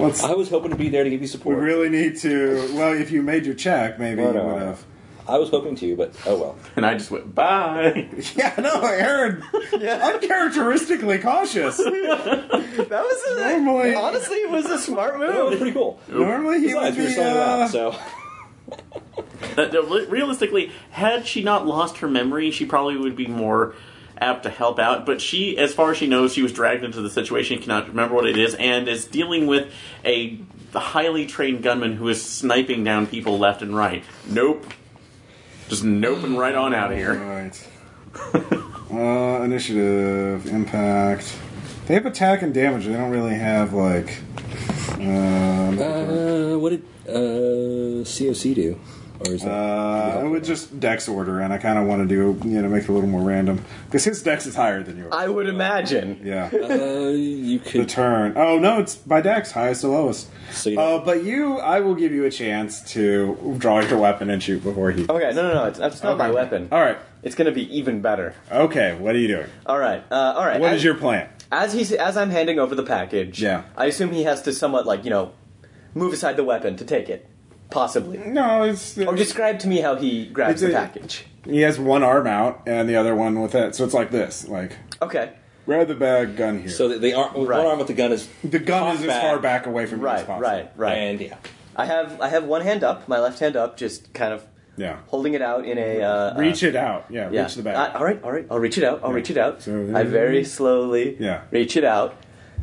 [SPEAKER 1] Let's
[SPEAKER 3] I was hoping to be there to give you support.
[SPEAKER 1] We really need to. Well, if you made your check, maybe
[SPEAKER 3] Well,
[SPEAKER 1] you
[SPEAKER 3] no.
[SPEAKER 1] would have.
[SPEAKER 3] I was hoping to, but oh well.
[SPEAKER 4] And I just went, bye.
[SPEAKER 1] Yeah, no, I heard. Uncharacteristically cautious.
[SPEAKER 2] That was a,
[SPEAKER 1] Normally-
[SPEAKER 2] honestly it was a smart
[SPEAKER 3] That was
[SPEAKER 2] move.
[SPEAKER 3] pretty cool.
[SPEAKER 1] Normally he would
[SPEAKER 3] Besides, we were
[SPEAKER 1] be.
[SPEAKER 3] selling it
[SPEAKER 1] Uh,
[SPEAKER 3] out, so
[SPEAKER 4] That- that re- realistically, had she not lost her memory, she probably would be more apt to help out. But she, as far as she knows, she was dragged into the situation, cannot remember what it is, and is dealing with a highly trained gunman who is sniping down people left and right. Nope. Just nope and right on out of here.
[SPEAKER 1] Alright. uh, initiative, impact. They have attack and damage. They don't really have, like. Um,
[SPEAKER 3] uh, what did uh, COC do? Or is that
[SPEAKER 1] uh, I would just dex order, and I kind of want to do, you know, make it a little more random. Because his dex is higher than yours.
[SPEAKER 2] I would imagine.
[SPEAKER 1] yeah.
[SPEAKER 3] uh, you
[SPEAKER 1] The
[SPEAKER 3] could
[SPEAKER 1] turn. Oh, no, it's by dex, highest to lowest.
[SPEAKER 3] So you
[SPEAKER 1] uh, but you, I will give you a chance to draw your weapon and shoot before he.
[SPEAKER 2] Okay, no, no, no. It's, that's not my weapon.
[SPEAKER 1] Alright.
[SPEAKER 2] It's gonna be even better.
[SPEAKER 1] Okay, what are you doing?
[SPEAKER 2] All right, uh, all right.
[SPEAKER 1] What
[SPEAKER 2] as,
[SPEAKER 1] is your plan?
[SPEAKER 2] as he's as I'm handing over the package?
[SPEAKER 1] Yeah.
[SPEAKER 2] I assume he has to somewhat like you know move aside the weapon to take it, possibly.
[SPEAKER 1] No, it's.
[SPEAKER 2] Or describe to me how he grabs
[SPEAKER 1] It's
[SPEAKER 2] the
[SPEAKER 1] a-
[SPEAKER 2] package.
[SPEAKER 1] He has one arm out and the other one with it, so it's like this. Like,
[SPEAKER 2] Okay.
[SPEAKER 1] grab the bag, gun here.
[SPEAKER 3] so that they aren't with
[SPEAKER 2] Right.
[SPEAKER 3] one arm with the gun is
[SPEAKER 1] the gun is as
[SPEAKER 3] back.
[SPEAKER 1] far back away from you as
[SPEAKER 2] Right,
[SPEAKER 1] possible.
[SPEAKER 2] right, right.
[SPEAKER 3] and yeah.
[SPEAKER 2] I have I have one hand up, my left hand up, just kind of
[SPEAKER 1] Yeah.
[SPEAKER 2] holding it out in a uh,
[SPEAKER 1] Reach
[SPEAKER 2] uh,
[SPEAKER 1] it out. Yeah,
[SPEAKER 2] yeah.
[SPEAKER 1] reach the bag.
[SPEAKER 2] I- all right, all right. I'll reach it out. I'll reach it out.
[SPEAKER 1] So-
[SPEAKER 2] I very slowly
[SPEAKER 1] Yeah.
[SPEAKER 2] reach it out,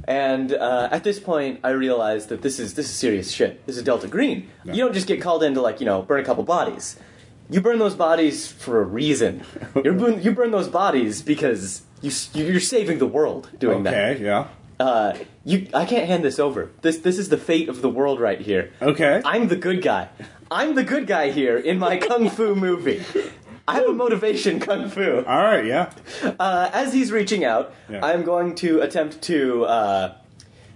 [SPEAKER 2] and uh, at this point, I realize that this is this is serious shit. This is Delta Green.
[SPEAKER 1] Yeah.
[SPEAKER 2] You don't just get called in to like you know burn a couple bodies. You burn those bodies for a reason. You're burn, you burn those bodies because you s- you're saving the world doing that.
[SPEAKER 1] okay, yeah.
[SPEAKER 2] Uh, you, I can't hand this over. This, this is the fate of the world right here.
[SPEAKER 1] Okay.
[SPEAKER 2] I'm the good guy. I'm the good guy here in my kung fu movie. I have a motivation kung fu.
[SPEAKER 1] All right, yeah.
[SPEAKER 2] Uh, as he's reaching out,
[SPEAKER 1] Yeah.
[SPEAKER 2] I'm going to attempt to. Uh,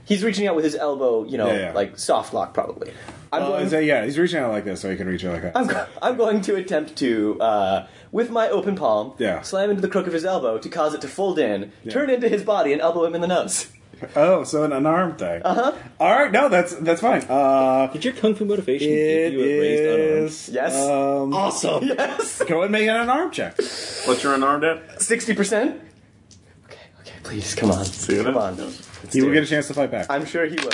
[SPEAKER 2] he's reaching out with his elbow, you know,
[SPEAKER 1] Yeah, Uh, yeah.
[SPEAKER 2] like soft lock probably. I'm
[SPEAKER 1] Well,
[SPEAKER 2] going.
[SPEAKER 1] is that- yeah, he's reaching out like this, so he can reach out like that.
[SPEAKER 2] I'm, go- I'm going to attempt to, uh, with my open palm,
[SPEAKER 1] Yeah.
[SPEAKER 2] slam into the crook of his elbow to cause it to fold in, turn into his body, and elbow him in the nose.
[SPEAKER 1] Oh, so an unarmed thing. Uh huh. All right, no, that's that's fine. Uh,
[SPEAKER 3] Did your kung fu motivation give
[SPEAKER 1] it
[SPEAKER 3] you a raised unarmed?
[SPEAKER 1] is
[SPEAKER 2] Yes. Oh.
[SPEAKER 1] Um,
[SPEAKER 2] Awesome. Yes.
[SPEAKER 1] go and make it an arm check.
[SPEAKER 4] What's your unarmed at?
[SPEAKER 2] Sixty percent. Okay, okay, please come on,
[SPEAKER 4] what
[SPEAKER 2] come
[SPEAKER 4] I-
[SPEAKER 2] on.
[SPEAKER 1] He will get a chance to fight back.
[SPEAKER 2] I'm sure he will.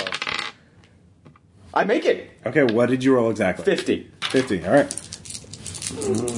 [SPEAKER 2] I make it
[SPEAKER 1] Okay, what did you roll exactly?
[SPEAKER 2] fifty.
[SPEAKER 1] 50. All right.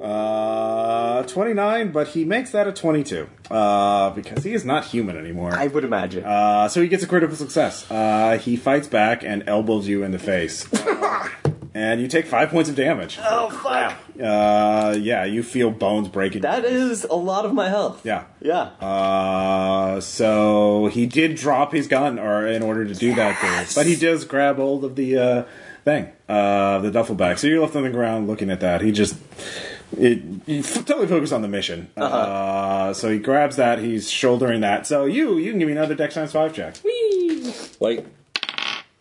[SPEAKER 1] uh, 29, but he makes that a 22 uh, because he is not human anymore.
[SPEAKER 2] I would imagine.
[SPEAKER 1] uh, so he gets a critical success. Uh, he fights back and elbows you in the face. Uh, and you take five points of damage.
[SPEAKER 2] oh fuck!
[SPEAKER 1] Uh, yeah, you feel bones breaking.
[SPEAKER 2] That is a lot of my health.
[SPEAKER 1] Yeah.
[SPEAKER 2] Yeah.
[SPEAKER 1] Uh, so he did drop his gun, or in order to do that, there. but he does grab hold of the uh, thing, uh, the duffel bag. So you're left on the ground looking at that. He just it, he f- totally focused on the mission. uh so he grabs that. He's shouldering that. So you you can give me another Dex times five check.
[SPEAKER 3] Like,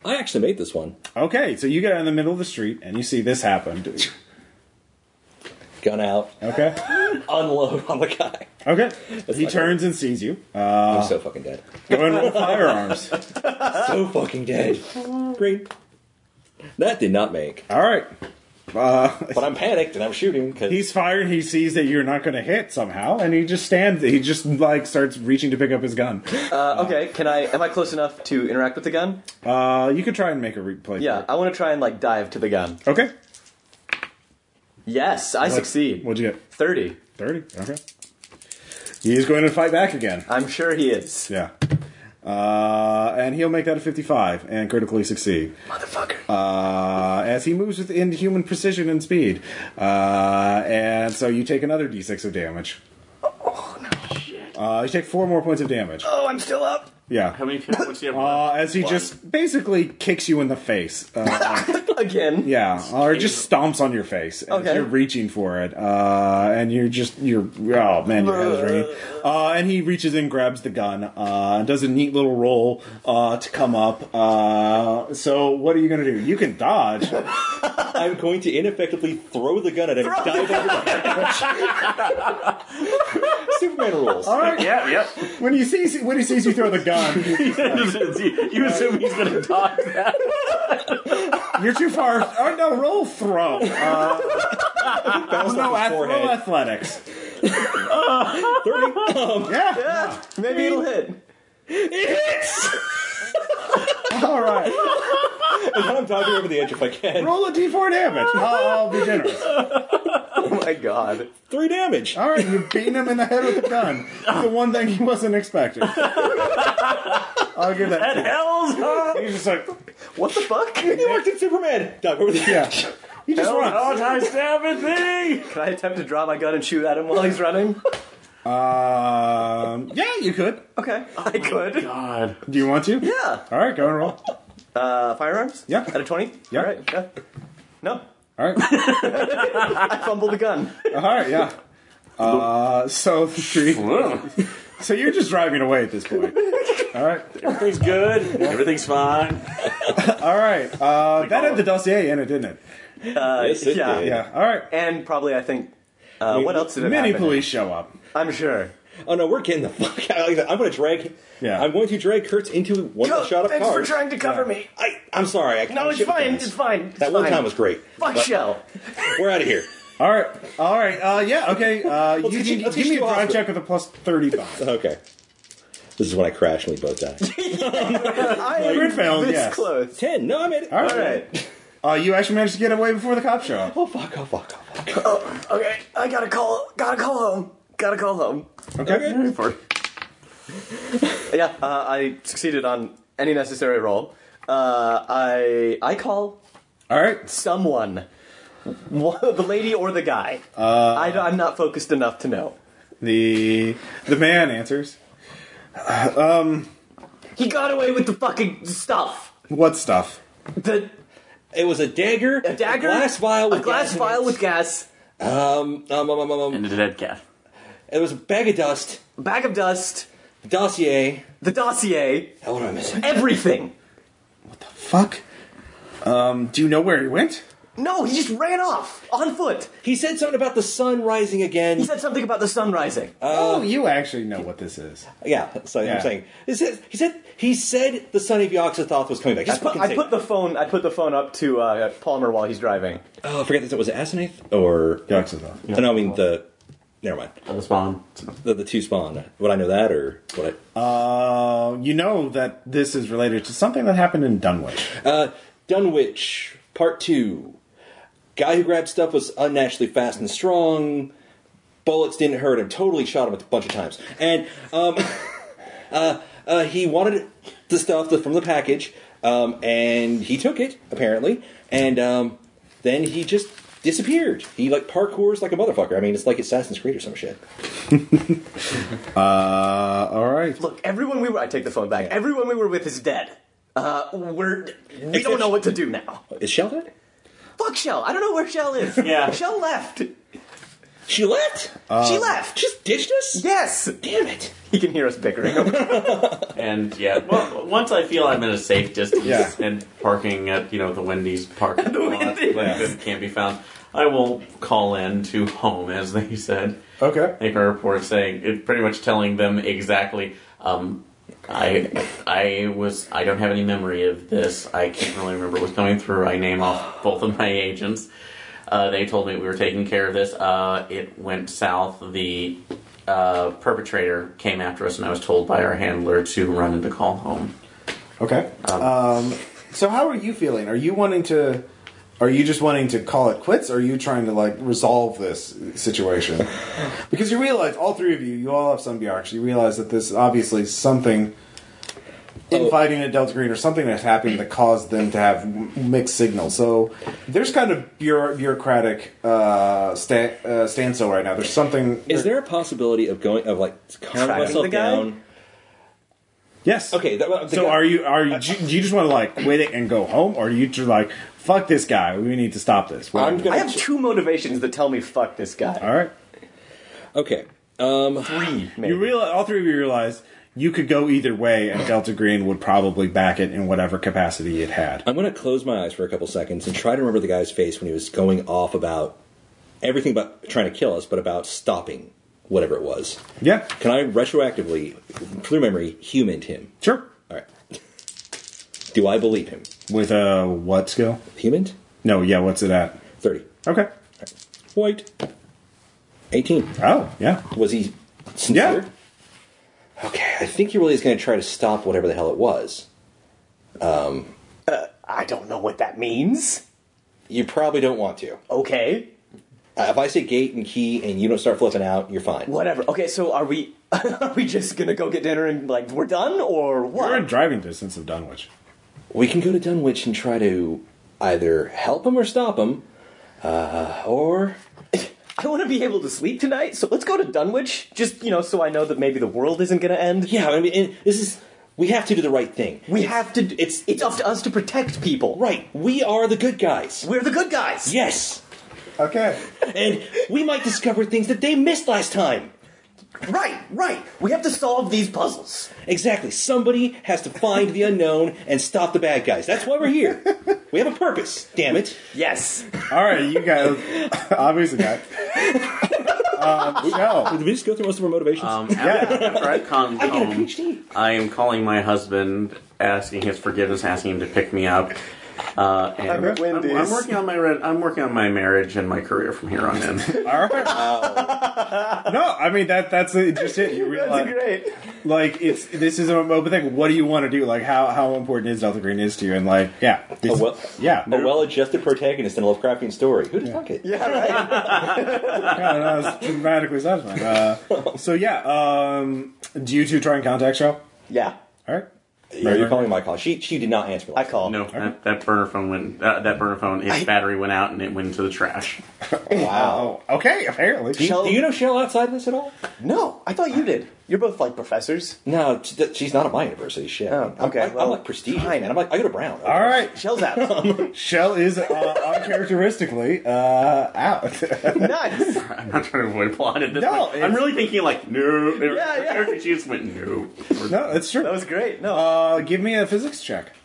[SPEAKER 3] I actually made this one.
[SPEAKER 1] Okay, so you get out in the middle of the street and you see this happen.
[SPEAKER 3] Gun out,
[SPEAKER 1] Okay,
[SPEAKER 3] unload on the guy.
[SPEAKER 1] okay. he
[SPEAKER 3] like-
[SPEAKER 1] turns and sees you. Uh,
[SPEAKER 3] I'm so fucking dead.
[SPEAKER 1] go and roll firearms.
[SPEAKER 3] So fucking dead. Green. That did not make.
[SPEAKER 1] All right.
[SPEAKER 3] But I'm panicked and I'm shooting because
[SPEAKER 1] He's fired. He sees that you're not going to hit somehow, and he just stands. He just like starts reaching to pick up his gun.
[SPEAKER 2] Uh, okay. Can I? Am I close enough to interact with the gun?
[SPEAKER 1] Uh, you could try and make a replay.
[SPEAKER 2] Yeah. I want to try and like dive to the gun.
[SPEAKER 1] Okay.
[SPEAKER 2] Yes, I succeed.
[SPEAKER 1] What'd you get?
[SPEAKER 2] Thirty.
[SPEAKER 1] Thirty. Okay. He's going to fight back again.
[SPEAKER 2] I'm sure he is.
[SPEAKER 1] Yeah. Uh, and he'll make that a 55 and critically succeed.
[SPEAKER 2] Motherfucker.
[SPEAKER 1] Uh, as he moves with inhuman precision and speed. Uh, and so you take another d6 of damage. Oh, no shit. Uh, you take four more points of damage.
[SPEAKER 2] oh, I'm still up.
[SPEAKER 1] Yeah.
[SPEAKER 4] How many points do you have
[SPEAKER 1] Uh,
[SPEAKER 4] left?
[SPEAKER 1] as he just basically kicks you in the face. Uh,
[SPEAKER 2] Again.
[SPEAKER 1] yeah, or just stomps on your face. as
[SPEAKER 2] Okay.
[SPEAKER 1] You're reaching for it, uh, and you're just you're oh man, your head is ringing. Uh, and he reaches in, grabs the gun, uh, does a neat little roll uh, to come up. Uh, so what are you gonna do? You can dodge.
[SPEAKER 3] I'm going to ineffectively throw the gun at him and dive over the edge. Superman rules.
[SPEAKER 1] All right.
[SPEAKER 4] Yeah, yep.
[SPEAKER 1] When he sees when he sees you throw the gun,
[SPEAKER 4] you assume he's going to dodge that.
[SPEAKER 1] You're too far. Oh no, roll throw. Uh, no, ath-
[SPEAKER 3] forehead.
[SPEAKER 1] roll athletics.
[SPEAKER 3] Thirty. Um,
[SPEAKER 1] Yeah.
[SPEAKER 2] Maybe it'll hit.
[SPEAKER 1] All right.
[SPEAKER 3] I'm diving over the edge if I can.
[SPEAKER 1] Roll a d4 damage. I'll, I'll be generous.
[SPEAKER 2] Oh my god.
[SPEAKER 3] Three damage.
[SPEAKER 1] All right, you're beating him in the head with a gun. It's the one thing he wasn't expecting. I'll give that.
[SPEAKER 4] That
[SPEAKER 1] to
[SPEAKER 4] hell's
[SPEAKER 1] you. He's just like,
[SPEAKER 2] What the fuck?
[SPEAKER 3] You worked in Superman. Dive over the
[SPEAKER 1] yeah.
[SPEAKER 3] edge.
[SPEAKER 1] He just
[SPEAKER 2] Hell
[SPEAKER 1] runs.
[SPEAKER 4] Oh, I stab at thee!
[SPEAKER 2] Can I attempt to draw my gun and shoot at him while he's running?
[SPEAKER 1] Um, yeah, you could.
[SPEAKER 2] Okay, I could.
[SPEAKER 4] God.
[SPEAKER 1] Do you want to?
[SPEAKER 2] Yeah.
[SPEAKER 1] All right, go and roll.
[SPEAKER 2] Uh, firearms?
[SPEAKER 1] Yeah.
[SPEAKER 2] At a 20?
[SPEAKER 1] Yeah.
[SPEAKER 2] All right. Yeah. No,
[SPEAKER 1] All right.
[SPEAKER 2] I fumbled the gun.
[SPEAKER 1] All right, yeah. Uh, so the tree. So you're just driving away at this point. All right.
[SPEAKER 4] Everything's good. Everything's fine.
[SPEAKER 1] All right. Uh, that had the dossier in it, didn't it?
[SPEAKER 3] Yes, it
[SPEAKER 2] yeah.
[SPEAKER 3] did.
[SPEAKER 1] Yeah. All right.
[SPEAKER 2] And probably, I think, uh, what else did it
[SPEAKER 1] Many
[SPEAKER 2] happen?
[SPEAKER 1] police show up.
[SPEAKER 2] I'm sure.
[SPEAKER 3] Oh no, we're getting the fuck out of that. I'm going to drag.
[SPEAKER 1] Yeah.
[SPEAKER 3] I'm going to drag Kurtz into one
[SPEAKER 2] Go,
[SPEAKER 3] shot of
[SPEAKER 2] thanks
[SPEAKER 3] cars.
[SPEAKER 2] for trying to cover me.
[SPEAKER 3] I, I'm sorry. I
[SPEAKER 2] No,
[SPEAKER 3] I
[SPEAKER 2] it's
[SPEAKER 3] should've
[SPEAKER 2] fine.
[SPEAKER 3] done
[SPEAKER 2] It's
[SPEAKER 3] this.
[SPEAKER 2] fine. It's
[SPEAKER 3] That one
[SPEAKER 2] fine.
[SPEAKER 3] time was great.
[SPEAKER 2] Fuck
[SPEAKER 3] But
[SPEAKER 2] Shell.
[SPEAKER 3] We're out of here.
[SPEAKER 1] All right. All right. Uh, yeah. Okay. Uh, you,
[SPEAKER 3] get
[SPEAKER 1] can-
[SPEAKER 3] you- let's
[SPEAKER 1] give
[SPEAKER 3] get
[SPEAKER 1] me a
[SPEAKER 3] you off
[SPEAKER 1] drive
[SPEAKER 3] it.
[SPEAKER 1] check with a plus thirty-five.
[SPEAKER 3] Okay. This is when I crash and we both die.
[SPEAKER 2] I
[SPEAKER 1] Grid failed,
[SPEAKER 2] this
[SPEAKER 1] yes.
[SPEAKER 2] close.
[SPEAKER 3] Ten. No, I made it.
[SPEAKER 1] All
[SPEAKER 2] All right.
[SPEAKER 1] Uh, you actually managed to get away before the cops show up.
[SPEAKER 3] Oh fuck! Oh fuck! Oh fuck!
[SPEAKER 2] Okay, I gotta call. Gotta call home. Gotta call home.
[SPEAKER 1] Okay.
[SPEAKER 2] Yeah, uh, I succeeded on any necessary role. Uh, I I call
[SPEAKER 1] All right.
[SPEAKER 2] someone, One- the lady or the guy. Uh, I, am not focused enough to know.
[SPEAKER 1] The the man answers.
[SPEAKER 2] He got away with the fucking stuff.
[SPEAKER 1] What stuff?
[SPEAKER 2] The
[SPEAKER 3] It was a dagger,
[SPEAKER 2] a dagger,
[SPEAKER 3] a glass vial, with
[SPEAKER 2] a glass
[SPEAKER 3] gas in
[SPEAKER 2] vial
[SPEAKER 3] it.
[SPEAKER 2] with gas,
[SPEAKER 3] um, um, um, um, um, um.
[SPEAKER 4] And a dead cat.
[SPEAKER 3] It was a bag of dust,
[SPEAKER 2] a bag of dust,
[SPEAKER 3] dossier.
[SPEAKER 2] the dossier,
[SPEAKER 3] Oh, what am I missing?
[SPEAKER 2] everything.
[SPEAKER 1] Fuck. Um. Do you know where he went?
[SPEAKER 2] No, he just ran off on foot.
[SPEAKER 3] He said something about the sun rising again.
[SPEAKER 2] He said something about the sun rising.
[SPEAKER 1] oh, you actually know what this is.
[SPEAKER 3] yeah, so
[SPEAKER 1] Yeah.
[SPEAKER 3] I'm saying he said he said he said the son of Yoxathoth was coming back.
[SPEAKER 2] I
[SPEAKER 3] Just
[SPEAKER 2] put,
[SPEAKER 3] fucking
[SPEAKER 2] I
[SPEAKER 3] say it.
[SPEAKER 2] put the phone. I put the phone up to uh, Palmer while he's driving.
[SPEAKER 3] Oh, I forget this. Was it Asenath or?
[SPEAKER 1] Yoxathoth.
[SPEAKER 3] No, I mean the. Never mind.
[SPEAKER 4] That was fun.
[SPEAKER 3] The, the two spawn. Would I know that or what? I,
[SPEAKER 1] Uh, you know that this is related to something that happened in Dunwich.
[SPEAKER 3] uh, Dunwich Part Two. Guy who grabbed stuff was unnaturally fast and strong. Bullets didn't hurt him. Totally shot him a bunch of times. And um, uh, uh, he wanted the stuff that- from the package, um, and he took it apparently. And um, then he just disappeared. He like parkours like a motherfucker. I mean, it's like Assassin's Creed or some shit.
[SPEAKER 1] Uh, all right.
[SPEAKER 2] Look, everyone we were. I take the phone back. Everyone we were with is dead. Uh, we're. We don't know what to do now.
[SPEAKER 3] Is Shell dead?
[SPEAKER 2] Fuck Shell. I don't know where Shell is.
[SPEAKER 4] Yeah.
[SPEAKER 2] Shell left.
[SPEAKER 3] She left.
[SPEAKER 2] she left.
[SPEAKER 3] Just ditched us.
[SPEAKER 2] yes.
[SPEAKER 3] Uh, Damn it.
[SPEAKER 2] He can hear us bickering.
[SPEAKER 4] And yeah, well, once I feel I'm at a safe distance
[SPEAKER 1] Yeah.
[SPEAKER 4] and parking at you know the Wendy's parking
[SPEAKER 2] The
[SPEAKER 4] lot
[SPEAKER 2] Wendy's.
[SPEAKER 4] like, that can't be found, I will call in to home as they said.
[SPEAKER 1] Okay.
[SPEAKER 4] Make a report saying it, pretty much telling them exactly. Um, I I was I don't have any memory of this. I can't really remember what was coming through. I name off both of my agents. Uh, they told me we were taking care of this. Uh, it went south. The uh, perpetrator came after us, and I was told by our handler to run and to call home.
[SPEAKER 1] Okay. Um, so how are you feeling? Are you wanting to? Are you just wanting to call it quits? Or are you trying to like resolve this situation? because you realize all three of you, you all have some Bjarks. You realize that this obviously something
[SPEAKER 3] Oh.
[SPEAKER 1] infighting at Delta Green or something that's happened that caused them to have m- mixed signals. So there's kind of bureau- bureaucratic uh, sta- uh, standstill right now. There's something.
[SPEAKER 3] Is there a possibility of going of like calming
[SPEAKER 2] Tracking
[SPEAKER 3] myself
[SPEAKER 2] the guy?
[SPEAKER 3] down?
[SPEAKER 1] Yes.
[SPEAKER 3] Okay, that, the
[SPEAKER 1] So
[SPEAKER 3] guy-
[SPEAKER 1] are you are you, do you just want to like quit it and go home, or are you just like fuck this guy? We need to stop this. We're
[SPEAKER 3] I'm
[SPEAKER 1] not-
[SPEAKER 2] I
[SPEAKER 3] gonna.
[SPEAKER 2] have two motivations that tell me fuck this guy.
[SPEAKER 1] All right.
[SPEAKER 3] okay. Um,
[SPEAKER 2] Three, maybe.
[SPEAKER 1] You realize all three of you realize you could go either way, and Delta Green would probably back it in whatever capacity it had.
[SPEAKER 3] I'm gonna close my eyes for a couple seconds and try to remember the guy's face when he was going off about everything but trying to kill us, but about stopping whatever it was.
[SPEAKER 1] Yeah.
[SPEAKER 3] Can I retroactively, clear memory, humaned him?
[SPEAKER 1] Sure.
[SPEAKER 3] All right. Do I believe him?
[SPEAKER 1] With a what skill?
[SPEAKER 3] Human?
[SPEAKER 1] No, yeah, what's it at?
[SPEAKER 3] 30.
[SPEAKER 1] Okay.
[SPEAKER 3] White? 18.
[SPEAKER 1] Oh, yeah.
[SPEAKER 3] Was he sincere? Okay, I think he really is going to try to stop whatever the hell it was.
[SPEAKER 2] I don't know what that means.
[SPEAKER 3] You probably don't want to.
[SPEAKER 2] Okay.
[SPEAKER 3] Uh, if I say gate and key and you don't start flipping out, you're fine.
[SPEAKER 2] Whatever. Okay, so are we are we just gonna go get dinner and like we're done or what?
[SPEAKER 1] We're in driving distance of Dunwich.
[SPEAKER 3] We can go to Dunwich and try to either help him or stop him, uh, or
[SPEAKER 2] I want to be able to sleep tonight, so let's go to Dunwich. Just you know, so I know that maybe the world isn't gonna end.
[SPEAKER 3] yeah, I mean, and this is we have to do the right thing.
[SPEAKER 2] We have to. It's it's up to us to protect people.
[SPEAKER 3] Right, we are the good guys.
[SPEAKER 2] We're the good guys.
[SPEAKER 3] Yes,
[SPEAKER 1] Okay.
[SPEAKER 3] and we might discover things that they missed last time.
[SPEAKER 2] Right. Right. We have to solve these puzzles.
[SPEAKER 3] Exactly. Somebody has to find the unknown and stop the bad guys. That's why we're here. We have a purpose. Damn it.
[SPEAKER 2] Yes.
[SPEAKER 1] All right, you guys. obviously not. Um, so,
[SPEAKER 3] Did we just go through most of our motivations?
[SPEAKER 4] Um, after, after I've come
[SPEAKER 3] I get a
[SPEAKER 4] home,
[SPEAKER 3] PhD.
[SPEAKER 4] I am calling my husband, asking his forgiveness, asking him to pick me up. Uh, and I'm,
[SPEAKER 6] at Wendy's.
[SPEAKER 4] I'm working on my re- I'm working on my marriage and my career from here on in.
[SPEAKER 1] all right.
[SPEAKER 2] Um,
[SPEAKER 1] No, I mean that. That's it, just it. You realize,
[SPEAKER 6] great.
[SPEAKER 1] like, it's this is an open thing. What do you want to do? Like, how how important is Delta Green is to you? And like, yeah,
[SPEAKER 3] A
[SPEAKER 1] this-
[SPEAKER 3] well,
[SPEAKER 1] yeah.
[SPEAKER 2] Oh.
[SPEAKER 3] a well-adjusted protagonist in a Lovecraftian story. Who the fuck it?
[SPEAKER 6] Yeah, right.
[SPEAKER 1] no, no, it's dramatically satisfying. Uh, so yeah, um, do you two try and contact Shell?
[SPEAKER 2] Yeah.
[SPEAKER 1] All right.
[SPEAKER 3] Yeah, you're calling my call. She she did not answer.
[SPEAKER 2] I
[SPEAKER 3] Last
[SPEAKER 2] call.
[SPEAKER 4] No, that, that burner phone went. Uh, that burner phone, its battery went out and it went into the trash.
[SPEAKER 3] Wow.
[SPEAKER 1] Oh, okay. Apparently,
[SPEAKER 2] Shell-
[SPEAKER 3] Do you know Shell outside this at all?
[SPEAKER 2] No, I thought you did. You're both like professors.
[SPEAKER 3] No, she- that- she's not at my university. Shit.
[SPEAKER 2] Oh,
[SPEAKER 3] I'm,
[SPEAKER 2] okay,
[SPEAKER 3] I'm, I'm
[SPEAKER 2] well,
[SPEAKER 3] like prestigious,
[SPEAKER 2] fine.
[SPEAKER 3] man. I'm like I go to Brown.
[SPEAKER 1] All right.
[SPEAKER 2] Shell's out.
[SPEAKER 1] Shell is uh, uncharacteristically uh, out.
[SPEAKER 2] nice.
[SPEAKER 4] I'm not trying to avoid plot at this
[SPEAKER 1] No,
[SPEAKER 4] point.
[SPEAKER 1] it's-
[SPEAKER 4] I'm really thinking like no.
[SPEAKER 2] Yeah, yeah.
[SPEAKER 4] She just went no.
[SPEAKER 1] no, that's
[SPEAKER 2] That
[SPEAKER 1] true.
[SPEAKER 2] was great. No.
[SPEAKER 1] Uh, give me a physics check.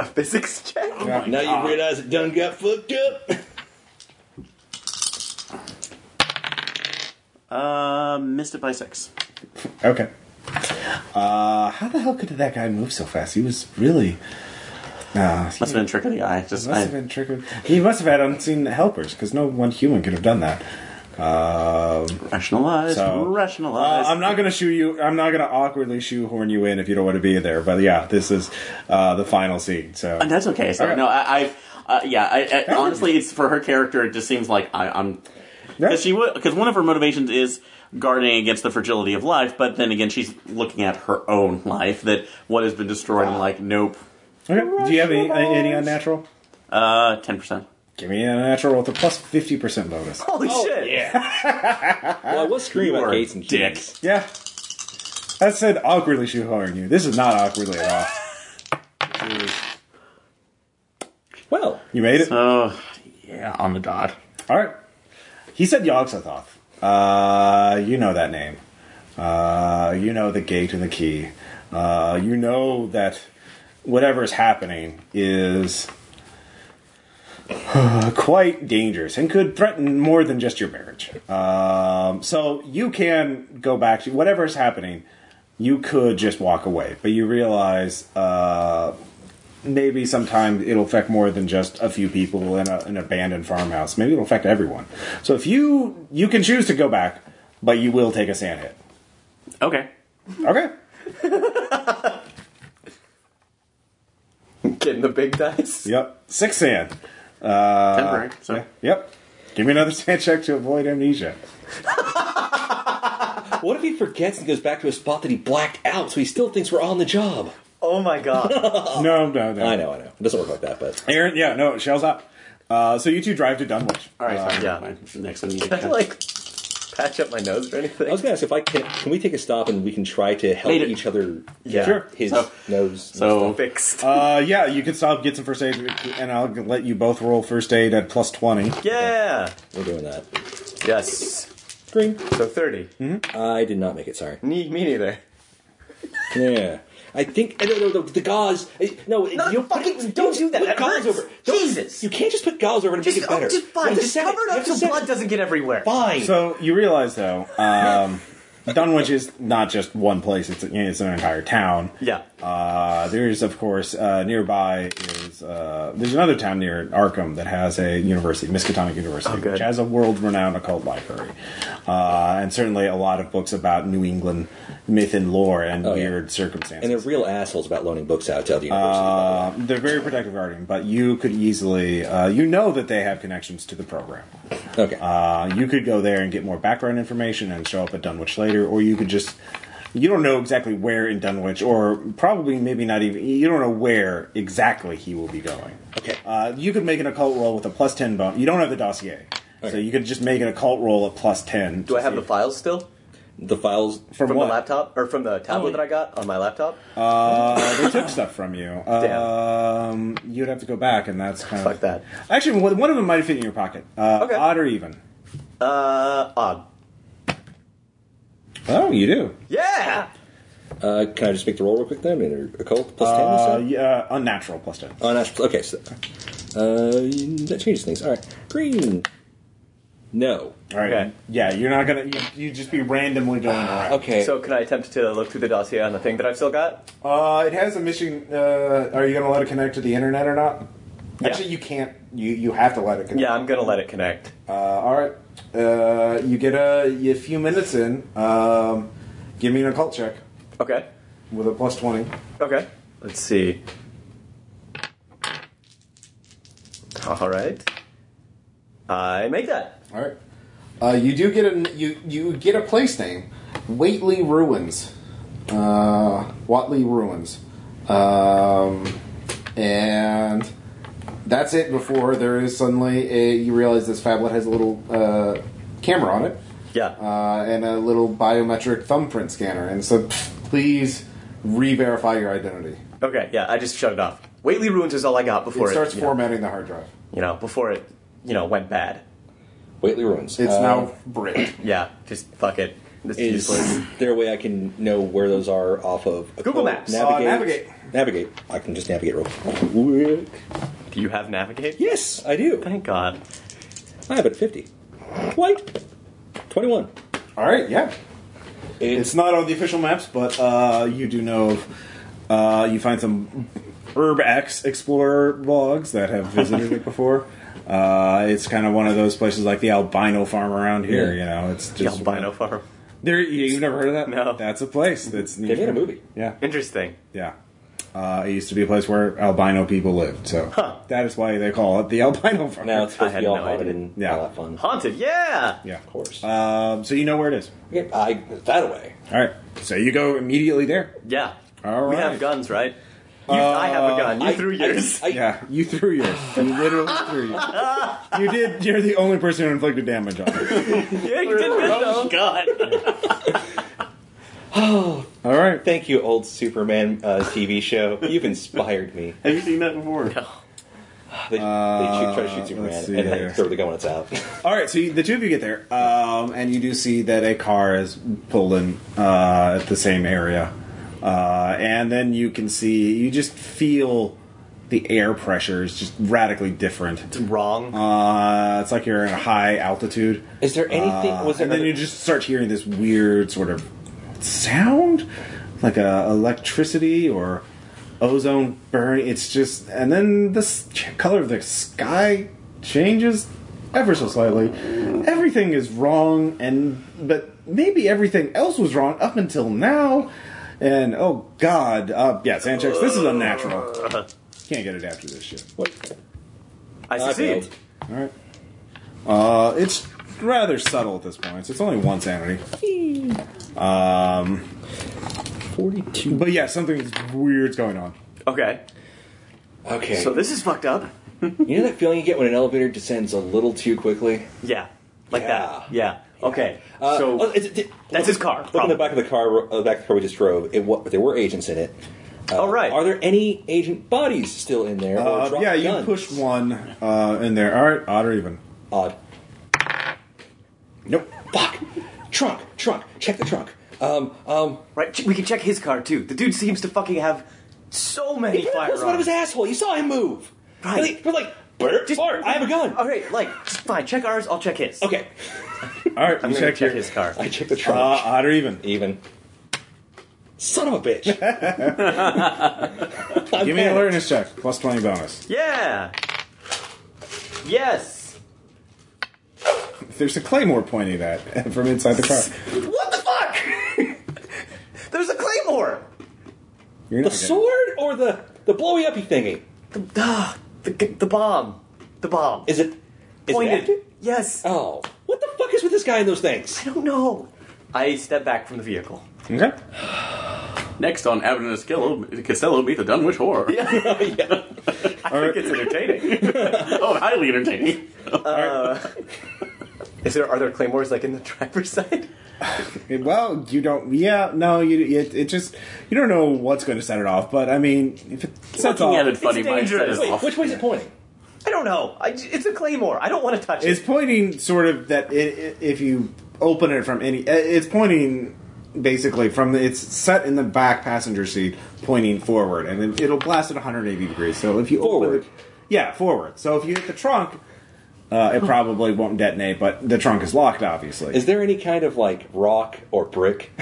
[SPEAKER 2] a physics check.
[SPEAKER 3] Now you realize it done got fucked up.
[SPEAKER 4] Uh, missed it by six.
[SPEAKER 1] Okay. Uh, how the hell could that guy move so fast? He was really. Uh, he
[SPEAKER 4] Must have been a trick of the eye. Just
[SPEAKER 1] must
[SPEAKER 4] I,
[SPEAKER 1] have been triggered. He must have had unseen helpers because no one human could have done that. Um,
[SPEAKER 4] rationalize,
[SPEAKER 1] So- uh,
[SPEAKER 4] rationalize.
[SPEAKER 1] I'm not gonna shoe you. I'm not gonna awkwardly shoehorn you in if you don't want to be there. But yeah, this is uh, the final scene. So
[SPEAKER 4] And That's okay. So
[SPEAKER 1] Okay.
[SPEAKER 4] no, I, I uh, yeah. I, I, honestly, it's for her character. It just seems like I, I'm
[SPEAKER 1] Yeah.
[SPEAKER 4] because she because one of her motivations is guarding against the fragility of life, but then again, she's looking at her own life that what has been destroyed. and like, nope.
[SPEAKER 1] Okay. Do you have any, any unnatural?
[SPEAKER 4] Uh, ten percent.
[SPEAKER 1] Give me an unnatural with a plus fifty percent bonus.
[SPEAKER 2] Holy
[SPEAKER 3] Oh,
[SPEAKER 2] shit.
[SPEAKER 3] Well, I was screaming about
[SPEAKER 4] are a
[SPEAKER 3] Gates and
[SPEAKER 4] dick.
[SPEAKER 3] Keys.
[SPEAKER 1] Yeah. That said, awkwardly shoehorn you. This is not awkwardly at all.
[SPEAKER 3] Well,
[SPEAKER 1] You made it.
[SPEAKER 4] Oh, yeah, on the dot.
[SPEAKER 1] All right. He said Yogg-Sothoth. Uh, you know that name. Uh, you know the gate and the key. Uh, you know that whatever is happening is uh, quite dangerous and could threaten more than just your marriage. Um, so you can go back to whatever is happening. You could just walk away, but you realize uh, maybe sometimes it'll affect more than just a few people in a, an abandoned farmhouse. Maybe it'll affect everyone. So if you you can choose to go back, but you will take a sand hit.
[SPEAKER 4] Okay.
[SPEAKER 1] Okay.
[SPEAKER 2] Getting the big dice.
[SPEAKER 1] Yep. Six sand. Uh,
[SPEAKER 4] Temporary. So
[SPEAKER 1] Yep. Give me another sand check to avoid amnesia.
[SPEAKER 3] what if he forgets and goes back to a spot that he blacked out, so he still thinks we're on the job?
[SPEAKER 2] Oh my god.
[SPEAKER 1] No, no, no.
[SPEAKER 3] I know, I know. It doesn't work like that, but
[SPEAKER 1] Aaron, yeah, no, Shell's up. Uh, so you two drive to Dunwich.
[SPEAKER 4] all right. sorry,
[SPEAKER 2] Uh, yeah.
[SPEAKER 4] fine. Next one.
[SPEAKER 2] Can I like patch up my nose or anything?
[SPEAKER 3] I was going to ask if I can. Can we take a stop and we can try to help
[SPEAKER 4] Later.
[SPEAKER 3] each other?
[SPEAKER 2] Yeah.
[SPEAKER 1] Sure.
[SPEAKER 3] His
[SPEAKER 4] So-
[SPEAKER 3] nose.
[SPEAKER 4] so
[SPEAKER 2] fixed.
[SPEAKER 1] Uh, yeah, you can stop, get some first aid, and I'll let you both roll first aid at plus 20.
[SPEAKER 2] yeah.
[SPEAKER 3] we're doing that.
[SPEAKER 2] Yes.
[SPEAKER 3] Green.
[SPEAKER 2] So 30.
[SPEAKER 3] I did not make it. Sorry.
[SPEAKER 2] Me, me neither.
[SPEAKER 3] Yeah. I think eh, no, no, no, the gauze. I- No,
[SPEAKER 2] No,
[SPEAKER 3] you
[SPEAKER 2] fucking
[SPEAKER 3] put-
[SPEAKER 2] don't do that.
[SPEAKER 3] Put
[SPEAKER 2] That
[SPEAKER 3] gauze
[SPEAKER 2] hurts.
[SPEAKER 3] over. Don't-
[SPEAKER 2] Jesus.
[SPEAKER 3] you can't just put gauze over to
[SPEAKER 2] Just,
[SPEAKER 3] make it
[SPEAKER 2] oh,
[SPEAKER 3] better.
[SPEAKER 2] just
[SPEAKER 3] You
[SPEAKER 2] fine.
[SPEAKER 3] have to
[SPEAKER 2] Just
[SPEAKER 3] set
[SPEAKER 2] cover it
[SPEAKER 3] You
[SPEAKER 2] up
[SPEAKER 3] have to
[SPEAKER 2] so
[SPEAKER 3] set
[SPEAKER 2] blood doesn't get everywhere.
[SPEAKER 3] Fine.
[SPEAKER 1] So you realize, though, um, Dunwich is not just one place; it's, it's an entire town.
[SPEAKER 2] Yeah.
[SPEAKER 1] Uh, there's, of course, uh, nearby is uh, there's another town near Arkham that has a university, Miskatonic University,
[SPEAKER 2] good.
[SPEAKER 1] which has a world-renowned occult library, uh, and certainly a lot of books about New England myth and lore and weird circumstances.
[SPEAKER 3] And they're real assholes about loaning books out to other universities.
[SPEAKER 1] Uh, they're very protective guardian, but you could easily, uh, you know that they have connections to the program.
[SPEAKER 3] okay.
[SPEAKER 1] Uh, you could go there and get more background information and show up at Dunwich later, or you could just, you don't know exactly where in Dunwich, or probably maybe not even, you don't know where exactly he will be going.
[SPEAKER 3] okay.
[SPEAKER 1] Uh, you could make an occult roll with a plus 10 bone. You don't have the dossier. So you could just make an occult roll at plus 10.
[SPEAKER 2] Do I have the files still
[SPEAKER 3] the files.
[SPEAKER 1] From,
[SPEAKER 2] from
[SPEAKER 1] what?
[SPEAKER 2] the laptop or from the tablet that I got on my laptop?
[SPEAKER 1] Uh, they took stuff from you. Um, you'd have to go back, and that's kind
[SPEAKER 2] Fuck
[SPEAKER 1] of
[SPEAKER 2] that.
[SPEAKER 1] Actually, one one of them might fit in your pocket. Uh,
[SPEAKER 2] Okay.
[SPEAKER 1] Odd or even?
[SPEAKER 2] Uh, odd.
[SPEAKER 1] Oh, you do.
[SPEAKER 2] Yeah.
[SPEAKER 3] Uh, can I just make the roll real quick then? Or occult plus ten? or
[SPEAKER 1] Uh,
[SPEAKER 3] something?
[SPEAKER 1] yeah, unnatural plus ten.
[SPEAKER 3] Oh, that's okay. So, uh, that changes things. All right, green. No.
[SPEAKER 1] All right.
[SPEAKER 2] Okay.
[SPEAKER 1] Yeah, you're not gonna. You, you just be randomly going around.
[SPEAKER 3] Okay.
[SPEAKER 2] So can I attempt to look through the dossier on the thing that I've still got?
[SPEAKER 1] Uh, it has a mission. Uh, are you gonna let it connect to the internet or not?
[SPEAKER 2] Yeah.
[SPEAKER 1] Actually, you can't. You you have to let it connect.
[SPEAKER 2] Yeah, I'm gonna let it connect.
[SPEAKER 1] Uh, all right. Uh, you get a, a few minutes in. Um, give me an occult check
[SPEAKER 2] Okay.
[SPEAKER 1] with a plus twenty.
[SPEAKER 2] Okay. Let's see. All right. I make that.
[SPEAKER 7] All right. Uh, you do get a you you get a place name, Waitley Ruins, uh, Watley Ruins, um, and that's it. Before there is suddenly a you realize this phablet has a little uh, camera on it
[SPEAKER 2] Yeah.
[SPEAKER 7] uh, and a little biometric thumbprint scanner, and so please re-verify your identity.
[SPEAKER 2] okay. Yeah. I just shut it off. Waitley ruins is all I got before
[SPEAKER 7] It
[SPEAKER 2] it.
[SPEAKER 7] starts
[SPEAKER 2] you know-
[SPEAKER 7] formatting the hard drive.
[SPEAKER 2] you know, before it, you know, went bad.
[SPEAKER 3] Waitley ruins.
[SPEAKER 7] It's
[SPEAKER 3] Uh,
[SPEAKER 7] now bricked.
[SPEAKER 2] Yeah, just fuck it. This
[SPEAKER 3] Is
[SPEAKER 2] is useless.
[SPEAKER 3] there a way I can know where those are off of
[SPEAKER 2] Google
[SPEAKER 3] occult?
[SPEAKER 2] Maps. Uh,
[SPEAKER 3] Navigate,
[SPEAKER 1] navigate.
[SPEAKER 3] Navigate. I can just navigate real quick.
[SPEAKER 2] Do you have navigate?
[SPEAKER 3] Yes, I do.
[SPEAKER 2] Thank God.
[SPEAKER 3] I have it at fifty. White. Twenty-one.
[SPEAKER 1] All right. Yeah. It's not on the official maps, but uh, you do know of. Uh, you find some Herb X Explorer blogs that have visited it before. Uh, it's kind of one of those places like the albino farm around here.
[SPEAKER 3] Yeah.
[SPEAKER 1] You know, it's
[SPEAKER 2] The
[SPEAKER 1] just
[SPEAKER 2] albino farm.
[SPEAKER 1] There, you've never heard of that?
[SPEAKER 2] No.
[SPEAKER 1] that's a place that's
[SPEAKER 3] They made a movie.
[SPEAKER 1] Yeah,
[SPEAKER 2] Interesting.
[SPEAKER 1] yeah. Uh, it used to be a place where albino people lived, so
[SPEAKER 2] Huh.
[SPEAKER 1] that is why they call it the albino farm.
[SPEAKER 3] Now it's supposed
[SPEAKER 2] I
[SPEAKER 3] to
[SPEAKER 2] had
[SPEAKER 3] be all
[SPEAKER 2] no
[SPEAKER 3] haunted
[SPEAKER 2] idea.
[SPEAKER 3] and
[SPEAKER 1] Yeah.
[SPEAKER 3] all that fun.
[SPEAKER 2] Haunted, yeah!
[SPEAKER 1] yeah.
[SPEAKER 3] Of course.
[SPEAKER 1] Um, so you know where it is.
[SPEAKER 3] okay, I that way.
[SPEAKER 1] All right, so you go immediately there.
[SPEAKER 2] Yeah.
[SPEAKER 1] All
[SPEAKER 2] we
[SPEAKER 1] right.
[SPEAKER 2] have guns, right? You, I have a gun. You
[SPEAKER 3] Uh, I-
[SPEAKER 2] threw
[SPEAKER 3] I-
[SPEAKER 2] yours.
[SPEAKER 3] I-
[SPEAKER 1] Yeah, you threw yours. You literally threw yours. You did. You're the only person who inflicted damage on it.
[SPEAKER 2] yeah, you did good,
[SPEAKER 4] oh,
[SPEAKER 2] though. God.
[SPEAKER 1] All right.
[SPEAKER 3] Thank you, old Superman uh, TV show. You've inspired me.
[SPEAKER 4] Have you seen that before?
[SPEAKER 3] They, they shoot, try to shoot
[SPEAKER 1] let's
[SPEAKER 3] Superman
[SPEAKER 1] see
[SPEAKER 3] and
[SPEAKER 1] here.
[SPEAKER 3] then throw the gun when it's out.
[SPEAKER 1] All right. So you, the two of you get there, um, and you do see that a car is pulled in uh, at the same area, uh, and then you can see. You just feel the air pressure is just radically different.
[SPEAKER 2] Wrong.
[SPEAKER 1] Uh, it's like you're in a high altitude.
[SPEAKER 3] Is there anything?
[SPEAKER 1] Uh,
[SPEAKER 3] was there?
[SPEAKER 1] and then
[SPEAKER 3] another-
[SPEAKER 1] you just start hearing this weird sort of sound, like a electricity or ozone burn. It's just, and then the s- color of the sky changes ever so slightly. Everything is wrong, and but maybe everything else was wrong up until now. And oh god, uh, yeah, Sanchex, this is unnatural. Can't get it after this shit.
[SPEAKER 3] What?
[SPEAKER 2] I
[SPEAKER 3] I
[SPEAKER 2] succeed.
[SPEAKER 3] failed.
[SPEAKER 1] All right. Uh, it's rather subtle at this point. It's only one sanity.
[SPEAKER 3] Forty-two.
[SPEAKER 1] But yeah, something weird's going on.
[SPEAKER 2] Okay.
[SPEAKER 3] Okay.
[SPEAKER 2] So this is fucked up.
[SPEAKER 3] you know that feeling you get when an elevator descends a little too quickly.
[SPEAKER 2] Yeah. Like that. Yeah. Okay.
[SPEAKER 3] Uh,
[SPEAKER 2] so
[SPEAKER 3] oh, it's- it-
[SPEAKER 2] that's his car.
[SPEAKER 3] Look in
[SPEAKER 2] probably.
[SPEAKER 3] the back of the car. Uh, the back of the car we just drove. It, wa there were agents in it. Uh,
[SPEAKER 2] All right.
[SPEAKER 3] Are there any agent bodies still in there? or
[SPEAKER 1] Uh,
[SPEAKER 3] dropped
[SPEAKER 1] yeah, you
[SPEAKER 3] guns?
[SPEAKER 1] push one uh, in there. All right, odd or even.
[SPEAKER 3] Odd.
[SPEAKER 1] Nope.
[SPEAKER 3] Uh, Fuck. Trunk. Trunk. Check the trunk. Um. Um.
[SPEAKER 2] Right, ch- we can check his car too. The dude seems to fucking have so many
[SPEAKER 3] He pulls
[SPEAKER 2] firearms.
[SPEAKER 3] one of his asshole. You saw him move.
[SPEAKER 2] Right.
[SPEAKER 3] And they- We're like, Bert,
[SPEAKER 2] Just-
[SPEAKER 3] Bart, I have a gun.
[SPEAKER 2] All right, like just fine. Check ours. I'll check his.
[SPEAKER 3] Okay.
[SPEAKER 1] All right,
[SPEAKER 2] I'm
[SPEAKER 1] you
[SPEAKER 2] gonna
[SPEAKER 1] check,
[SPEAKER 2] check
[SPEAKER 1] your-
[SPEAKER 2] his car.
[SPEAKER 3] I check the
[SPEAKER 1] Uh,
[SPEAKER 3] trunk.
[SPEAKER 1] odd or even.
[SPEAKER 3] Even. Son of a bitch. I'm
[SPEAKER 1] Give me a
[SPEAKER 3] panicked.
[SPEAKER 1] awareness check. Plus 20 bonus.
[SPEAKER 2] Yeah. Yes.
[SPEAKER 1] There's a claymore pointing at from inside the car.
[SPEAKER 2] What the fuck? There's a claymore.
[SPEAKER 1] You're
[SPEAKER 3] The
[SPEAKER 1] not good.
[SPEAKER 3] sword or the the blowy uppy thingy?
[SPEAKER 2] The, ah, the the bomb. The bomb.
[SPEAKER 3] Is it is It active?
[SPEAKER 2] yes.
[SPEAKER 3] oh, what the fuck is with this guy and those things?
[SPEAKER 2] I don't know. I step back from the vehicle.
[SPEAKER 1] Okay.
[SPEAKER 4] Next on Avenue Costello, Costello meet the Dunwich Horror.
[SPEAKER 3] yeah.
[SPEAKER 2] I think it's entertaining.
[SPEAKER 4] oh, highly entertaining.
[SPEAKER 2] Is there are there claymores like in the driver's side?
[SPEAKER 1] Well, you don't. Yeah, no, you. It, it just. You don't know what's going to set it off, but I mean, if it sets
[SPEAKER 4] Looking
[SPEAKER 1] off,
[SPEAKER 4] at it funny,
[SPEAKER 2] It's
[SPEAKER 4] Mike set
[SPEAKER 2] dangerous.
[SPEAKER 4] it
[SPEAKER 2] Wait,
[SPEAKER 4] off.
[SPEAKER 3] Which way is it pointing?
[SPEAKER 2] I don't know. I j it's a claymore. I don't want to touch
[SPEAKER 1] it's
[SPEAKER 2] it.
[SPEAKER 1] pointing sort of that it, i if you open it from any, i- it's pointing basically from the, it's set in the back passenger seat, pointing forward, and it, it'll blast at 180 degrees. So if you open
[SPEAKER 3] Forward.
[SPEAKER 1] it, yeah, forward. So if you hit the trunk, uh, it probably won't detonate, but the trunk is locked, obviously.
[SPEAKER 3] Is there any kind of like rock or brick?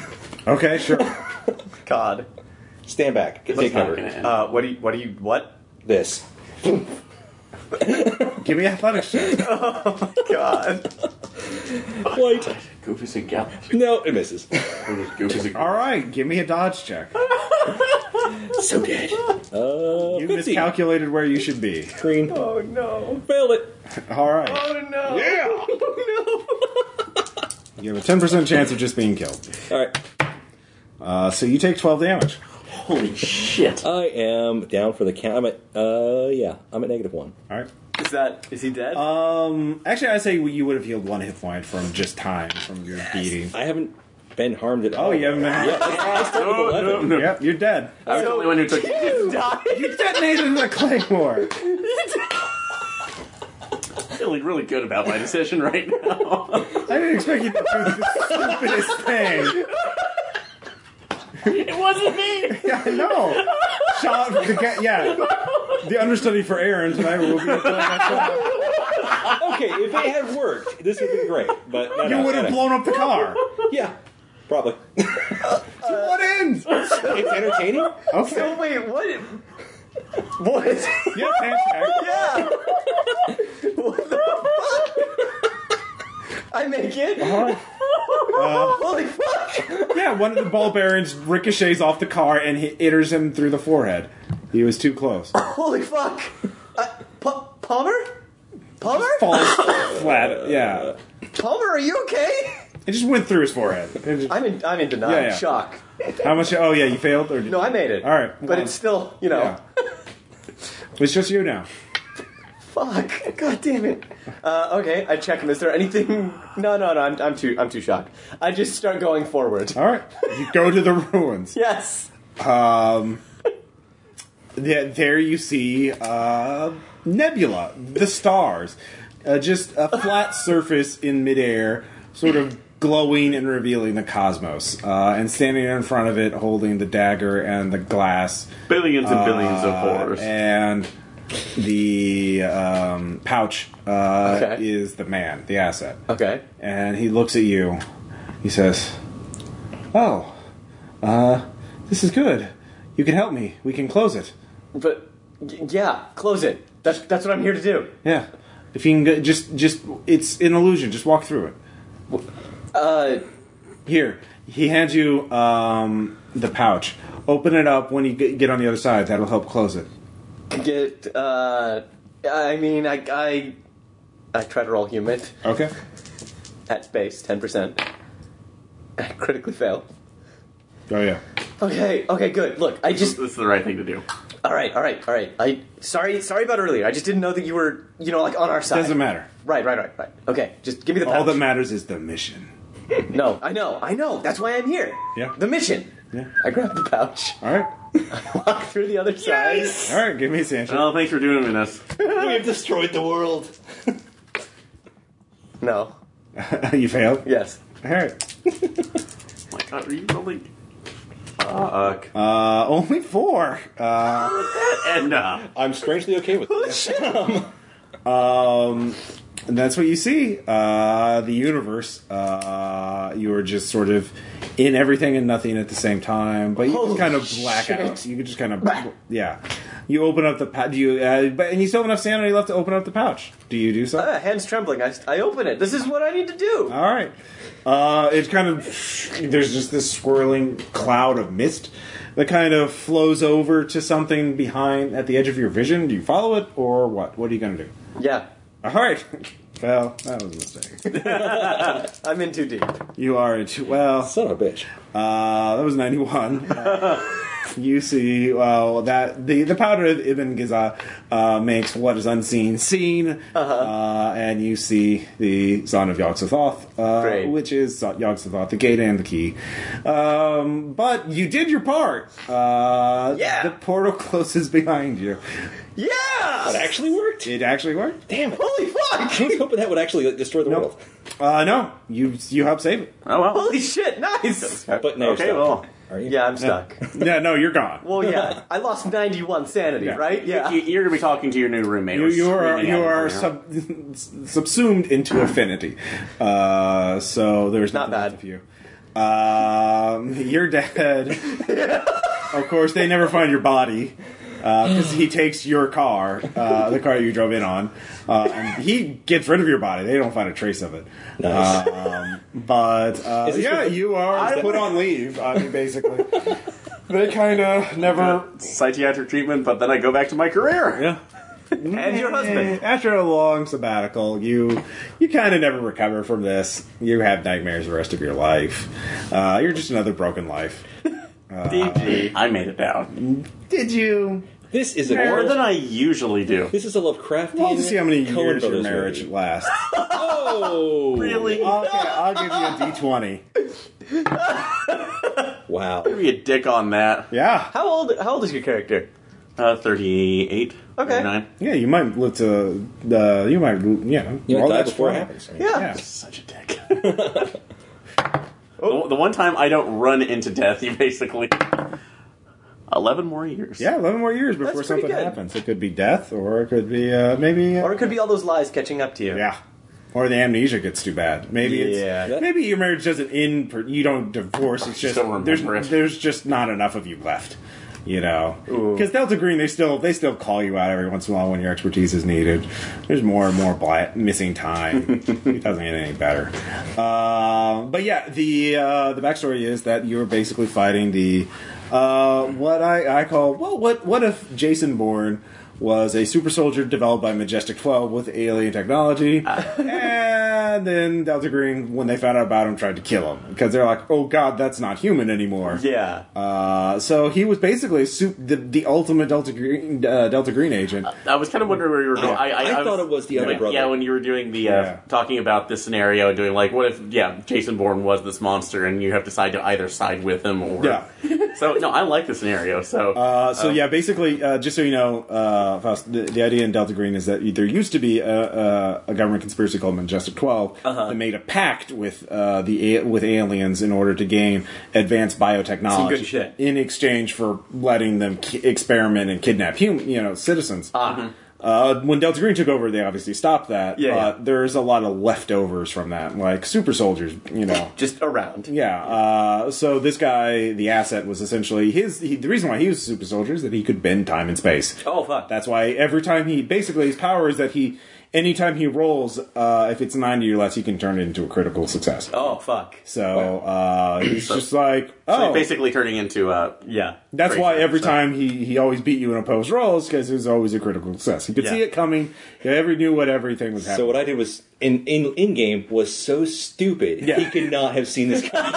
[SPEAKER 1] okay, sure.
[SPEAKER 2] God.
[SPEAKER 3] Stand back. Get, take
[SPEAKER 4] not
[SPEAKER 3] cover.
[SPEAKER 4] gonna happen.
[SPEAKER 2] Uh, what do you? What do you? What?
[SPEAKER 3] This.
[SPEAKER 1] Give me athletics check.
[SPEAKER 2] God.
[SPEAKER 3] Wait.
[SPEAKER 4] Goofus and Gallop.
[SPEAKER 3] No, it misses.
[SPEAKER 4] Goofus and
[SPEAKER 1] All right, give me a dodge check.
[SPEAKER 3] so dead. Uh,
[SPEAKER 1] You
[SPEAKER 3] 50.
[SPEAKER 1] miscalculated where you should be.
[SPEAKER 3] Green.
[SPEAKER 2] Oh no.
[SPEAKER 3] Failed it.
[SPEAKER 1] All right.
[SPEAKER 2] Oh no.
[SPEAKER 1] Yeah.
[SPEAKER 2] Oh no.
[SPEAKER 1] You have a ten percent chance of just being killed.
[SPEAKER 3] All right.
[SPEAKER 1] Uh, so you take twelve damage.
[SPEAKER 4] Holy shit.
[SPEAKER 3] I am down for the count. I'm at, uh, yeah, I'm at negative one.
[SPEAKER 1] All right.
[SPEAKER 2] Is that? Is he dead?
[SPEAKER 1] Um. Actually, I say you would have healed one hit point from just time from your beating.
[SPEAKER 3] I haven't been harmed at all.
[SPEAKER 1] Oh, you haven't been.
[SPEAKER 3] Yeah, that's why I started with 11.
[SPEAKER 1] Yep, you're dead.
[SPEAKER 4] Oh, I was the only one who took it.
[SPEAKER 2] died.
[SPEAKER 1] You detonated the claymore.
[SPEAKER 4] feeling really good about my decision right now.
[SPEAKER 1] I didn't expect you to do the stupidest thing.
[SPEAKER 4] it wasn't me.
[SPEAKER 1] Yeah, I know. Sean, the guy, yeah, the understudy for Aaron tonight will be.
[SPEAKER 3] Okay, if it had worked, this would have been great. But no,
[SPEAKER 1] You
[SPEAKER 3] no,
[SPEAKER 1] would
[SPEAKER 3] no,
[SPEAKER 1] have
[SPEAKER 3] no.
[SPEAKER 1] blown up the car.
[SPEAKER 3] Yeah, probably.
[SPEAKER 1] What ends?
[SPEAKER 3] it's entertaining.
[SPEAKER 1] Okay.
[SPEAKER 2] Wait. What? What?
[SPEAKER 1] Yes, hashtag.
[SPEAKER 2] Yeah. what the fuck? I make it.
[SPEAKER 1] Uh-huh. Uh.
[SPEAKER 2] Holy fuck!
[SPEAKER 1] Yeah, one of the ball bearings ricochets off the car and hit, enters him through the forehead. He was too close.
[SPEAKER 2] Holy fuck! Uh, Pa- Palmer? Palmer?
[SPEAKER 1] Falls flat. Yeah,
[SPEAKER 2] Palmer, are you okay?
[SPEAKER 1] it just went through his forehead. It just-
[SPEAKER 2] I'm in. I'm in denial.
[SPEAKER 1] Yeah, yeah.
[SPEAKER 2] Shock.
[SPEAKER 1] how much? Oh yeah, you failed. Or
[SPEAKER 2] No, I made it.
[SPEAKER 1] All right,
[SPEAKER 2] but
[SPEAKER 1] well,
[SPEAKER 2] it's still, you know,
[SPEAKER 1] Yeah. It's just you now.
[SPEAKER 2] fuck. God damn it. Uh, okay, I check him. Is there anything? No, no, no. I'm, I'm too. I'm too shocked. I just start going forward.
[SPEAKER 1] All right, you go to the ruins.
[SPEAKER 2] Yes.
[SPEAKER 1] There, there you see uh, nebula, the stars, uh, just a flat surface in midair, sort of glowing and revealing the cosmos. Uh, and standing in front of it, holding the dagger and the glass,
[SPEAKER 4] Billions and billions of horrors.
[SPEAKER 1] and the um, pouch uh,
[SPEAKER 2] Okay.
[SPEAKER 1] is the man, the asset.
[SPEAKER 2] Okay.
[SPEAKER 1] And he looks at you. He says, "Oh, uh, this is good. You can help me. We can close it.
[SPEAKER 2] But y- yeah, close it. That's that's what I'm here to do.
[SPEAKER 1] Yeah. If you can go, just just it's an illusion. Just walk through it.
[SPEAKER 2] Uh,
[SPEAKER 1] Here, he hands you um, the pouch. Open it up when you get get on the other side. That'll help close it.
[SPEAKER 2] get. Uh, I mean, I, I, I try to roll human
[SPEAKER 1] Okay.
[SPEAKER 2] at base, ten percent. I critically fail.
[SPEAKER 1] Oh yeah.
[SPEAKER 2] Okay, okay, good. Look, I just.
[SPEAKER 4] this is the right thing to do.
[SPEAKER 2] All right, all right, all right. I sorry, sorry about earlier. I just didn't know that you were, you know, like on our side.
[SPEAKER 1] Doesn't matter.
[SPEAKER 2] Right, right, right, right. Okay, just give me the.
[SPEAKER 1] All
[SPEAKER 2] pouch.
[SPEAKER 1] that matters is the mission.
[SPEAKER 2] No, I know, I know. That's why I'm here.
[SPEAKER 1] Yeah.
[SPEAKER 2] The mission.
[SPEAKER 1] Yeah.
[SPEAKER 2] I grab the pouch,
[SPEAKER 1] All right.
[SPEAKER 2] walk through the other side.
[SPEAKER 1] All right. Give me a sandwich.
[SPEAKER 4] Well, thanks for doing me this. Oh
[SPEAKER 3] We've destroyed the world.
[SPEAKER 2] No.
[SPEAKER 1] Uh, you failed.
[SPEAKER 2] Yes.
[SPEAKER 1] All right.
[SPEAKER 4] Oh my god, are you rolling? Fuck.
[SPEAKER 1] Uh, only four. Uh,
[SPEAKER 4] and uh,
[SPEAKER 3] I'm strangely okay with this.
[SPEAKER 1] And that's what you see. Uh, the universe. Uh, you are just sort of in everything and nothing at the same time, but you
[SPEAKER 2] Holy
[SPEAKER 1] just kind of black out. You can just kind of yeah. You open up the pouch. Do you? Uh, but and you still have enough sanity left to open up the pouch. Do you do so?
[SPEAKER 2] Ah, hands trembling. I, I open it. This is what I need to do.
[SPEAKER 1] All right. Uh, it's kind of there's just this swirling cloud of mist that kind of flows over to something behind at the edge of your vision. Do you follow it or what? What are you gonna do?
[SPEAKER 2] yeah,
[SPEAKER 1] All right. Well, that was a mistake.
[SPEAKER 2] I'm in too deep.
[SPEAKER 1] You are at well.
[SPEAKER 3] Son of a bitch.
[SPEAKER 1] Uh, that was ninety one. you see, well, that the the powder of Ibn Giza uh, makes what is unseen seen, uh
[SPEAKER 2] Uh-huh.
[SPEAKER 1] and you see the son of Yog-Sothoth, uh,
[SPEAKER 2] Great.
[SPEAKER 1] which is Yog-Sothoth, the gate and the key. Um, but you did your part. Uh,
[SPEAKER 2] Yeah.
[SPEAKER 1] the portal closes behind you.
[SPEAKER 3] That
[SPEAKER 2] Yeah!
[SPEAKER 3] actually worked.
[SPEAKER 1] It actually worked.
[SPEAKER 3] Damn it.
[SPEAKER 2] Holy
[SPEAKER 3] I
[SPEAKER 2] fuck!
[SPEAKER 3] was hoping that would actually like, destroy the world.
[SPEAKER 1] Uh, no, you you help save it.
[SPEAKER 4] Oh well.
[SPEAKER 2] Holy shit! Nice.
[SPEAKER 3] But now
[SPEAKER 4] okay,
[SPEAKER 3] you're stuck.
[SPEAKER 4] well,
[SPEAKER 3] Are you?
[SPEAKER 2] Yeah, I'm stuck.
[SPEAKER 1] Yeah, no, you're gone.
[SPEAKER 2] Well, yeah, I lost 91 sanity,
[SPEAKER 1] Yeah.
[SPEAKER 2] right? Yeah.
[SPEAKER 4] you, you're gonna be talking to your new roommate.
[SPEAKER 1] You,
[SPEAKER 4] or
[SPEAKER 1] you are
[SPEAKER 4] screaming at
[SPEAKER 1] you
[SPEAKER 4] him
[SPEAKER 1] are
[SPEAKER 4] right now.
[SPEAKER 1] sub, subsumed into affinity, uh, so there's
[SPEAKER 2] Not
[SPEAKER 1] nothing left
[SPEAKER 2] bad.
[SPEAKER 1] of you. Um, you're dead. of course, they never find your body because he takes your car, uh, the car you drove in on, uh, and he gets rid of your body. They don't find a trace of it.
[SPEAKER 3] Nice.
[SPEAKER 1] Um, but uh,
[SPEAKER 3] Is this
[SPEAKER 1] yeah,
[SPEAKER 3] the-
[SPEAKER 1] you are put on leave. I mean, basically, they kind of never.
[SPEAKER 4] Uh, psychiatric treatment, but then I go back to my career.
[SPEAKER 1] Yeah.
[SPEAKER 2] and your husband.
[SPEAKER 1] Eh, After a long sabbatical, you you kind of never recover from this. You have nightmares the rest of your life. Uh, you're just another broken life.
[SPEAKER 4] I made it down
[SPEAKER 1] Did you?
[SPEAKER 3] This is a
[SPEAKER 4] more than I usually do.
[SPEAKER 3] This is a Lovecraftian.
[SPEAKER 1] We'll have to see how many
[SPEAKER 3] Coen
[SPEAKER 1] years your
[SPEAKER 3] Brothers
[SPEAKER 1] marriage
[SPEAKER 3] movie.
[SPEAKER 1] lasts.
[SPEAKER 3] Oh,
[SPEAKER 4] Really?
[SPEAKER 1] okay, I'll give you a D twenty.
[SPEAKER 3] Wow.
[SPEAKER 4] Be a dick on that.
[SPEAKER 1] Yeah,
[SPEAKER 2] How old How old is your character?
[SPEAKER 4] Uh, 38.
[SPEAKER 2] Okay.
[SPEAKER 4] 39.
[SPEAKER 1] yeah. You might live to. Uh, you might. You know.
[SPEAKER 3] You might
[SPEAKER 1] all
[SPEAKER 3] die
[SPEAKER 1] that's
[SPEAKER 3] before it
[SPEAKER 1] fine.
[SPEAKER 3] happens. I mean,
[SPEAKER 2] Yeah.
[SPEAKER 1] Yeah.
[SPEAKER 4] Such a dick. The- The one time I don't run into death, you basically. 11 more years.
[SPEAKER 1] Yeah, eleven more years before
[SPEAKER 2] pretty
[SPEAKER 1] something
[SPEAKER 2] good.
[SPEAKER 1] happens. It could be death, or it could be uh, maybe. Uh,
[SPEAKER 2] Or it could be all those lies catching up to you.
[SPEAKER 1] Yeah. Or the amnesia gets too bad. Maybe
[SPEAKER 2] Yeah.
[SPEAKER 1] it's maybe your marriage doesn't end. Per, you don't divorce. It's just
[SPEAKER 4] don't remember
[SPEAKER 1] there's
[SPEAKER 4] it.
[SPEAKER 1] there's just not enough of you left. You know, because Delta Green they still they still call you out every once in a while when your expertise is needed. There's more and more bla- missing time. it doesn't get any better. Um, but yeah, the uh, the backstory is that you were basically fighting the uh, what I, I call well what what if Jason Bourne was a super soldier developed by Majestic 12 with alien technology. and then Delta Green, when they found out about him, tried to kill him because they're like, "Oh God, that's not human anymore."
[SPEAKER 2] Yeah.
[SPEAKER 1] Uh, so he was basically a sup- the, the ultimate Delta Green uh, Delta Green agent.
[SPEAKER 4] I was kind of wondering where you were going. I, I,
[SPEAKER 3] I thought it was the other
[SPEAKER 4] like,
[SPEAKER 3] brother.
[SPEAKER 4] Yeah, when you were doing the uh,
[SPEAKER 1] Yeah.
[SPEAKER 4] talking about the scenario, doing like, what if yeah, Jason Bourne was this monster, and you have to side to either side with him, or
[SPEAKER 1] Yeah.
[SPEAKER 4] so no, I like the scenario. So
[SPEAKER 1] Uh, so yeah, basically, uh, just so you know, uh, Faust, the, the idea in Delta Green is that there used to be a, a, a government conspiracy called Majestic 12
[SPEAKER 2] Uh-huh.
[SPEAKER 1] that made a pact with uh, the a- with aliens in order to gain advanced biotechnology
[SPEAKER 2] Some good shit.
[SPEAKER 1] in exchange for letting them ki- experiment and kidnap human, you know, citizens. Uh, when Delta Green took over, they obviously stopped that.
[SPEAKER 2] Ah. Yeah,
[SPEAKER 1] but
[SPEAKER 2] yeah.
[SPEAKER 1] there's a lot of leftovers from that, like super soldiers, you know.
[SPEAKER 2] Just around.
[SPEAKER 1] Yeah. Uh, so this guy, the asset, was essentially his. He, the reason why he was a super soldier is that he could bend time and space.
[SPEAKER 2] Oh, fuck.
[SPEAKER 1] That's why every time he basically his power is that he, anytime he rolls, uh, if it's ninety or less, he can turn it into a critical success.
[SPEAKER 2] Oh, fuck.
[SPEAKER 1] So uh, he's just like, oh,
[SPEAKER 4] basically turning into uh,
[SPEAKER 2] Yeah.
[SPEAKER 1] that's why
[SPEAKER 4] Crazy,
[SPEAKER 1] every
[SPEAKER 4] so.
[SPEAKER 1] time he, he always beat you in opposed rolls because it was always a critical success. He could
[SPEAKER 2] Yeah.
[SPEAKER 1] see it coming. He every knew what everything was happening.
[SPEAKER 3] So what I did was in in in game was so stupid.
[SPEAKER 1] Yeah.
[SPEAKER 3] He could not have seen this. coming.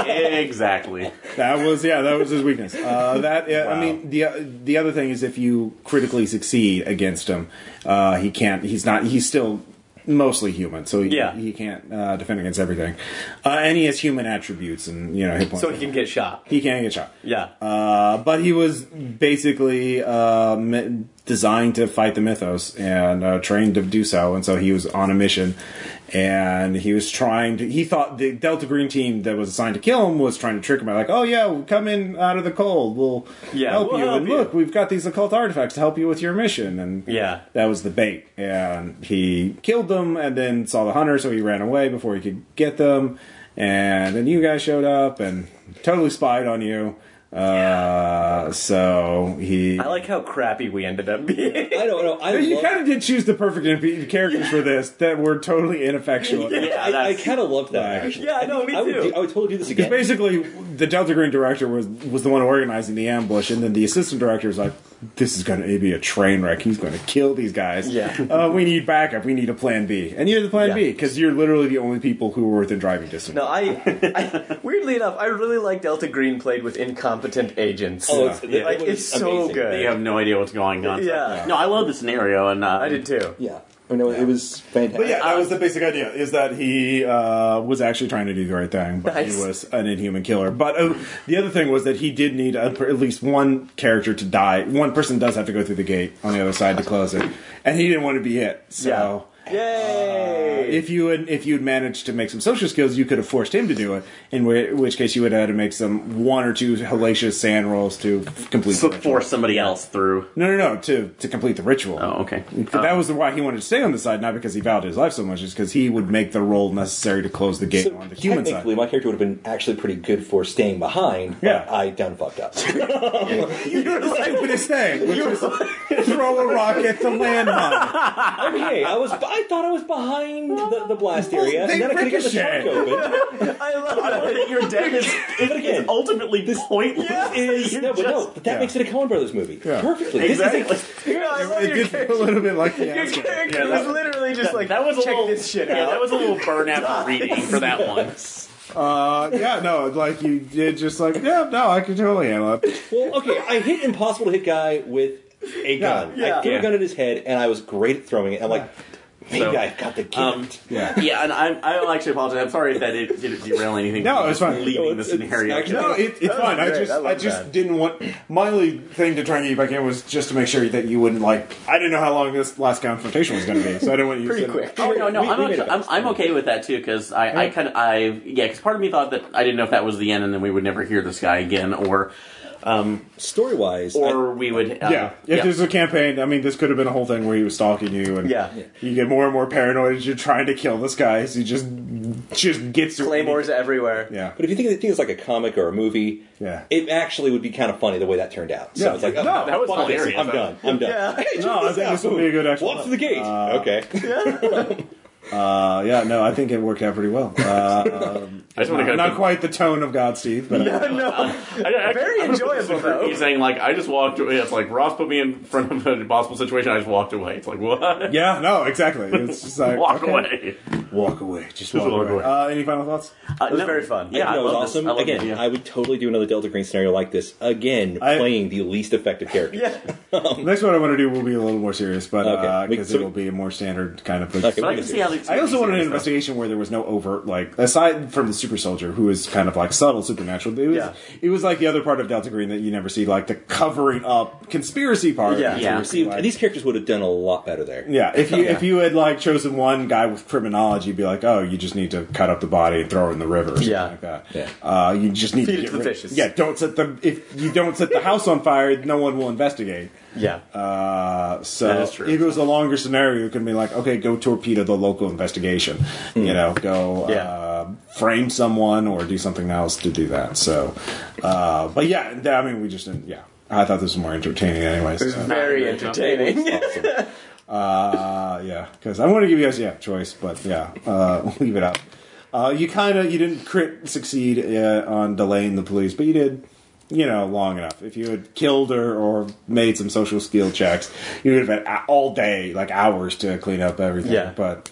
[SPEAKER 4] exactly.
[SPEAKER 1] That was yeah, that was his weakness. Uh, that yeah, I mean the the other thing is if you critically succeed against him, uh, he can't. He's not. He's still mostly human, so he,
[SPEAKER 2] Yeah.
[SPEAKER 1] he can't uh, defend against everything. Uh, and he has human attributes and you know hit points.
[SPEAKER 2] So he can get shot.
[SPEAKER 1] Uh. He can't get shot.
[SPEAKER 2] Yeah.
[SPEAKER 1] Uh, but he was basically uh, m- designed to fight the mythos and uh, trained to do so, and so he was on a mission. And he was trying to. He thought the Delta Green team that was assigned to kill him was trying to trick him. Like, oh yeah, we'll come in out of the cold. We'll
[SPEAKER 2] Yeah,
[SPEAKER 1] help
[SPEAKER 2] we'll
[SPEAKER 1] you.
[SPEAKER 2] help
[SPEAKER 1] and
[SPEAKER 2] you."
[SPEAKER 1] look, we've got these occult artifacts to help you with your mission. And
[SPEAKER 2] Yeah.
[SPEAKER 1] that was the bait. And he killed them and then saw the hunter, so he ran away before he could get them. And then you guys showed up and totally spied on you. Uh, so he.
[SPEAKER 2] I like how crappy we ended up being.
[SPEAKER 3] I don't know. I
[SPEAKER 1] you
[SPEAKER 3] love-
[SPEAKER 1] kind of did choose the perfect NP characters for this that were totally ineffectual. Because
[SPEAKER 2] yeah,
[SPEAKER 3] I, I
[SPEAKER 2] that's-
[SPEAKER 3] kind of loved that. Actually.
[SPEAKER 2] Yeah, no, me
[SPEAKER 3] I would,
[SPEAKER 2] too.
[SPEAKER 3] do- I would totally do this again.
[SPEAKER 1] basically, the Delta Green director was was the one organizing the ambush, and then the assistant director was like, "This is going to be a train wreck. He's going to kill these guys.
[SPEAKER 2] Yeah.
[SPEAKER 1] uh, we need backup. We need a plan B." And you're the plan
[SPEAKER 2] Yeah.
[SPEAKER 1] B because you're literally the only people who were within driving distance.
[SPEAKER 2] No, I, I weirdly enough, I really like Delta Green played with incompetent agents.
[SPEAKER 3] Oh, it's-
[SPEAKER 2] Yeah. like
[SPEAKER 3] that was
[SPEAKER 2] it's so
[SPEAKER 3] amazing.
[SPEAKER 2] good.
[SPEAKER 4] You have no idea what's going on.
[SPEAKER 2] Yeah.
[SPEAKER 4] No, I love the scenario, and uh,
[SPEAKER 2] I did too.
[SPEAKER 3] Yeah. I know it was fantastic.
[SPEAKER 1] But yeah, that was the
[SPEAKER 2] Um,
[SPEAKER 1] basic idea: is that he uh, was actually trying to do the right thing, but
[SPEAKER 2] Nice.
[SPEAKER 1] he was an inhuman killer. But uh, the other thing was that he did need a, at least one character to die. One person does have to go through the gate on the other side to close it, and he didn't want to be it. So. uh,
[SPEAKER 2] Yeah. Yay!
[SPEAKER 1] If you had, if you'd managed to make some social skills, you could have forced him to do it. In whi- which case, you would have had to make some one or two hellacious sand rolls to complete. the
[SPEAKER 4] so
[SPEAKER 1] ritual.
[SPEAKER 4] force somebody else through.
[SPEAKER 1] No, no, no, to to complete the ritual.
[SPEAKER 4] Oh, okay.
[SPEAKER 1] But that was the why he wanted to stay on the side, not because he valued his life so much, is because he would make the roll necessary to close the gate
[SPEAKER 3] So
[SPEAKER 1] on the human side.
[SPEAKER 3] technically, my character would have been actually pretty good for staying behind. but
[SPEAKER 1] Yeah.
[SPEAKER 3] I done fucked up.
[SPEAKER 1] Stupidest thing, which is throw a rock at the landmine.
[SPEAKER 3] I mean, hey, I was. I thought I was behind the, the blast area,
[SPEAKER 1] they
[SPEAKER 3] and then I could get the
[SPEAKER 1] ricochet.
[SPEAKER 3] trunk open.
[SPEAKER 2] I love that your deck is.
[SPEAKER 3] But again,
[SPEAKER 4] Ultimately pointless.
[SPEAKER 3] is
[SPEAKER 4] You're
[SPEAKER 3] no, but no,
[SPEAKER 4] just-
[SPEAKER 3] but that
[SPEAKER 1] yeah.
[SPEAKER 3] makes it a Coen Brothers movie
[SPEAKER 1] Yeah.
[SPEAKER 3] perfectly.
[SPEAKER 4] Exactly.
[SPEAKER 3] This is
[SPEAKER 2] Yeah, I love your
[SPEAKER 1] It did
[SPEAKER 2] character.
[SPEAKER 1] a little bit like the
[SPEAKER 2] Your
[SPEAKER 1] answer.
[SPEAKER 2] character
[SPEAKER 4] Yeah, that-
[SPEAKER 2] was literally just like
[SPEAKER 4] that was a
[SPEAKER 2] check
[SPEAKER 4] little,
[SPEAKER 2] this shit
[SPEAKER 4] Yeah,
[SPEAKER 2] out.
[SPEAKER 4] that was a little burnout reading for that one.
[SPEAKER 1] Uh, yeah, no, like you did, just like yeah, no, I can totally handle it.
[SPEAKER 3] a, well, okay. I hit impossible to hit guy with a gun.
[SPEAKER 2] Yeah.
[SPEAKER 3] I threw
[SPEAKER 4] Yeah.
[SPEAKER 3] a gun at his head, and I was great at throwing it. I'm like, maybe
[SPEAKER 4] So,
[SPEAKER 3] I got the gift.
[SPEAKER 4] Um,
[SPEAKER 1] Yeah.
[SPEAKER 4] yeah, and I, I actually apologize. I'm sorry if that did, didn't derail anything.
[SPEAKER 1] No,
[SPEAKER 4] from
[SPEAKER 1] it's fine.
[SPEAKER 4] Leaving
[SPEAKER 3] No,
[SPEAKER 4] the
[SPEAKER 3] it's- it's
[SPEAKER 4] scenario.
[SPEAKER 3] actually-
[SPEAKER 1] No, it, it's
[SPEAKER 2] That was
[SPEAKER 1] fine. I
[SPEAKER 2] great.
[SPEAKER 1] just,
[SPEAKER 2] I
[SPEAKER 1] I,
[SPEAKER 2] love
[SPEAKER 1] just
[SPEAKER 2] that.
[SPEAKER 1] didn't want my only thing to try and get you back in was just to make sure that you wouldn't like. I didn't know how long this last confrontation was going to be, so I didn't want you.
[SPEAKER 2] pretty
[SPEAKER 1] to-
[SPEAKER 2] quick.
[SPEAKER 4] Oh no, no,
[SPEAKER 3] We-
[SPEAKER 4] I'm,
[SPEAKER 3] we
[SPEAKER 4] okay,
[SPEAKER 3] made it.
[SPEAKER 4] I'm, I'm okay with that too because I, I kind of I yeah because part of me thought that I didn't know if that was the end and then we would never hear this guy again or um
[SPEAKER 3] Story wise,
[SPEAKER 4] or we would uh,
[SPEAKER 1] Yeah, if there's a campaign, I mean, this could have been a whole thing where he was stalking you, and
[SPEAKER 2] Yeah. Yeah.
[SPEAKER 1] you get more and more paranoid as you're trying to kill this guy. So he just just gets you.
[SPEAKER 2] Claymores everywhere.
[SPEAKER 1] Yeah,
[SPEAKER 3] But if you think of the thing as like a comic or a movie,
[SPEAKER 1] Yeah.
[SPEAKER 3] it actually would be kind of funny the way that turned out. So
[SPEAKER 1] Yeah.
[SPEAKER 3] it's like,
[SPEAKER 1] No,
[SPEAKER 3] oh,
[SPEAKER 1] that
[SPEAKER 4] was
[SPEAKER 3] fuck this.
[SPEAKER 4] hilarious.
[SPEAKER 3] I'm done. I'm done.
[SPEAKER 2] Yeah.
[SPEAKER 3] Hey, check
[SPEAKER 1] No, I
[SPEAKER 3] this
[SPEAKER 1] think
[SPEAKER 3] out.
[SPEAKER 1] this would be a good extra
[SPEAKER 3] Walk
[SPEAKER 1] one.
[SPEAKER 3] through the gate. okay.
[SPEAKER 1] uh, yeah, no, I think it worked out pretty well. Uh, um,
[SPEAKER 4] I just want to
[SPEAKER 1] not, not quite the tone of God, Steve, but uh,
[SPEAKER 2] No, no. Very enjoyable, though.
[SPEAKER 4] He's saying like I just walked away. It's like Ross put me in front of an impossible situation. I just walked away. It's like what?
[SPEAKER 1] yeah, no, exactly. It's just like
[SPEAKER 4] Walk
[SPEAKER 1] okay.
[SPEAKER 4] away.
[SPEAKER 1] walk away, just walk,
[SPEAKER 4] walk
[SPEAKER 1] away.
[SPEAKER 4] away.
[SPEAKER 1] Uh, any final thoughts?
[SPEAKER 4] Uh,
[SPEAKER 2] was very fun.
[SPEAKER 4] Yeah,
[SPEAKER 3] that
[SPEAKER 4] I
[SPEAKER 3] was
[SPEAKER 4] love this.
[SPEAKER 3] awesome.
[SPEAKER 4] I love
[SPEAKER 3] Again,
[SPEAKER 4] the idea.
[SPEAKER 3] I would totally do another Delta Green scenario like this. Again,
[SPEAKER 1] I-
[SPEAKER 3] playing the least effective character.
[SPEAKER 2] Yeah.
[SPEAKER 1] Next one I want to do will be a little more serious, but
[SPEAKER 3] Okay.
[SPEAKER 1] because
[SPEAKER 3] We- so-
[SPEAKER 1] it'll be a more standard kind of.
[SPEAKER 3] Okay,
[SPEAKER 4] But I
[SPEAKER 3] we can
[SPEAKER 4] can see
[SPEAKER 3] do
[SPEAKER 4] how
[SPEAKER 3] this.
[SPEAKER 4] these-
[SPEAKER 1] I also wanted an
[SPEAKER 4] these-
[SPEAKER 1] investigation where there was no overt, like aside from the super soldier, who is kind of like subtle supernatural. It was,
[SPEAKER 2] Yeah.
[SPEAKER 1] it was like the other part of Delta Green that you never see, like the covering up conspiracy part.
[SPEAKER 2] Yeah.
[SPEAKER 1] You
[SPEAKER 4] Yeah.
[SPEAKER 1] never
[SPEAKER 3] See,
[SPEAKER 1] like-
[SPEAKER 3] these characters would have done a lot better there.
[SPEAKER 1] yeah, if you if you had like chosen one guy with criminology, you'd be like, oh, you just need to cut up the body and throw it in the river, or something
[SPEAKER 2] Yeah.
[SPEAKER 1] like that.
[SPEAKER 3] Yeah.
[SPEAKER 1] Uh, you just need
[SPEAKER 2] Feed
[SPEAKER 1] to
[SPEAKER 2] it
[SPEAKER 1] get
[SPEAKER 2] to the
[SPEAKER 1] rid-
[SPEAKER 2] fishes.
[SPEAKER 1] Yeah, don't set the if you don't set the house on fire, no one will investigate.
[SPEAKER 2] Yeah.
[SPEAKER 1] Uh, so
[SPEAKER 4] That is true.
[SPEAKER 1] if it was a longer scenario, it could be like, okay, go torpedo the local investigation.
[SPEAKER 4] Hmm.
[SPEAKER 1] You know, go
[SPEAKER 2] Yeah.
[SPEAKER 1] uh, frame someone or do something else to do that. So, uh, but yeah, th- I mean, we just didn't. Yeah, I thought this was more entertaining, anyways. So,
[SPEAKER 2] Very
[SPEAKER 4] Yeah.
[SPEAKER 2] entertaining.
[SPEAKER 1] uh, yeah, because I want to give you guys yeah choice, but yeah, uh, leave it out. Uh, you kind of you didn't crit succeed uh, on delaying the police, but you did. You know, long enough. If you had killed her or made some social skill checks, you would have had a- all day, like hours, to clean up everything.
[SPEAKER 2] Yeah.
[SPEAKER 1] But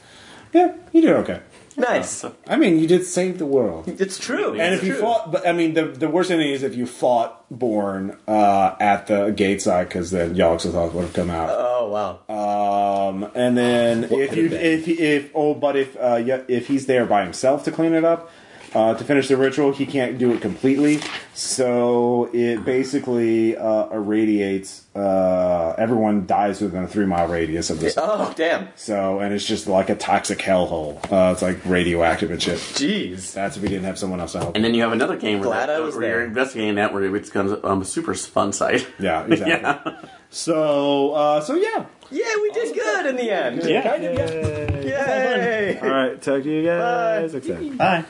[SPEAKER 1] yeah, you did okay.
[SPEAKER 2] nice.
[SPEAKER 1] I mean, you did save the world.
[SPEAKER 2] It's true.
[SPEAKER 1] And
[SPEAKER 2] It's
[SPEAKER 1] if you
[SPEAKER 2] true.
[SPEAKER 1] fought, but I mean, the the worst thing is if you fought Born uh, at the gateside because then Yogg-Sothoth would have come out.
[SPEAKER 2] Oh wow.
[SPEAKER 1] Um, and then
[SPEAKER 3] What
[SPEAKER 1] if
[SPEAKER 3] could
[SPEAKER 1] you
[SPEAKER 3] have been?
[SPEAKER 1] if he- if oh, but if uh, yeah, if he's there by himself to clean it up, Uh, to finish the ritual, he can't do it completely, so it basically uh, irradiates. Uh, everyone dies within a three mile radius of this.
[SPEAKER 2] Oh, damn.
[SPEAKER 1] So, and it's just like a toxic hellhole. Uh, it's like radioactive and shit.
[SPEAKER 2] Jeez.
[SPEAKER 1] That's if we didn't have someone else to help.
[SPEAKER 4] And then you have another game where,
[SPEAKER 2] Glad
[SPEAKER 4] that-
[SPEAKER 2] I was
[SPEAKER 4] where
[SPEAKER 2] there.
[SPEAKER 4] you're investigating that, where it becomes um, a super fun site.
[SPEAKER 1] yeah, exactly. So, uh, so yeah.
[SPEAKER 2] Yeah, we did good in the end.
[SPEAKER 1] Yeah.
[SPEAKER 8] Kind of, yeah.
[SPEAKER 2] Yay.
[SPEAKER 1] All right, talk to you guys. Bye.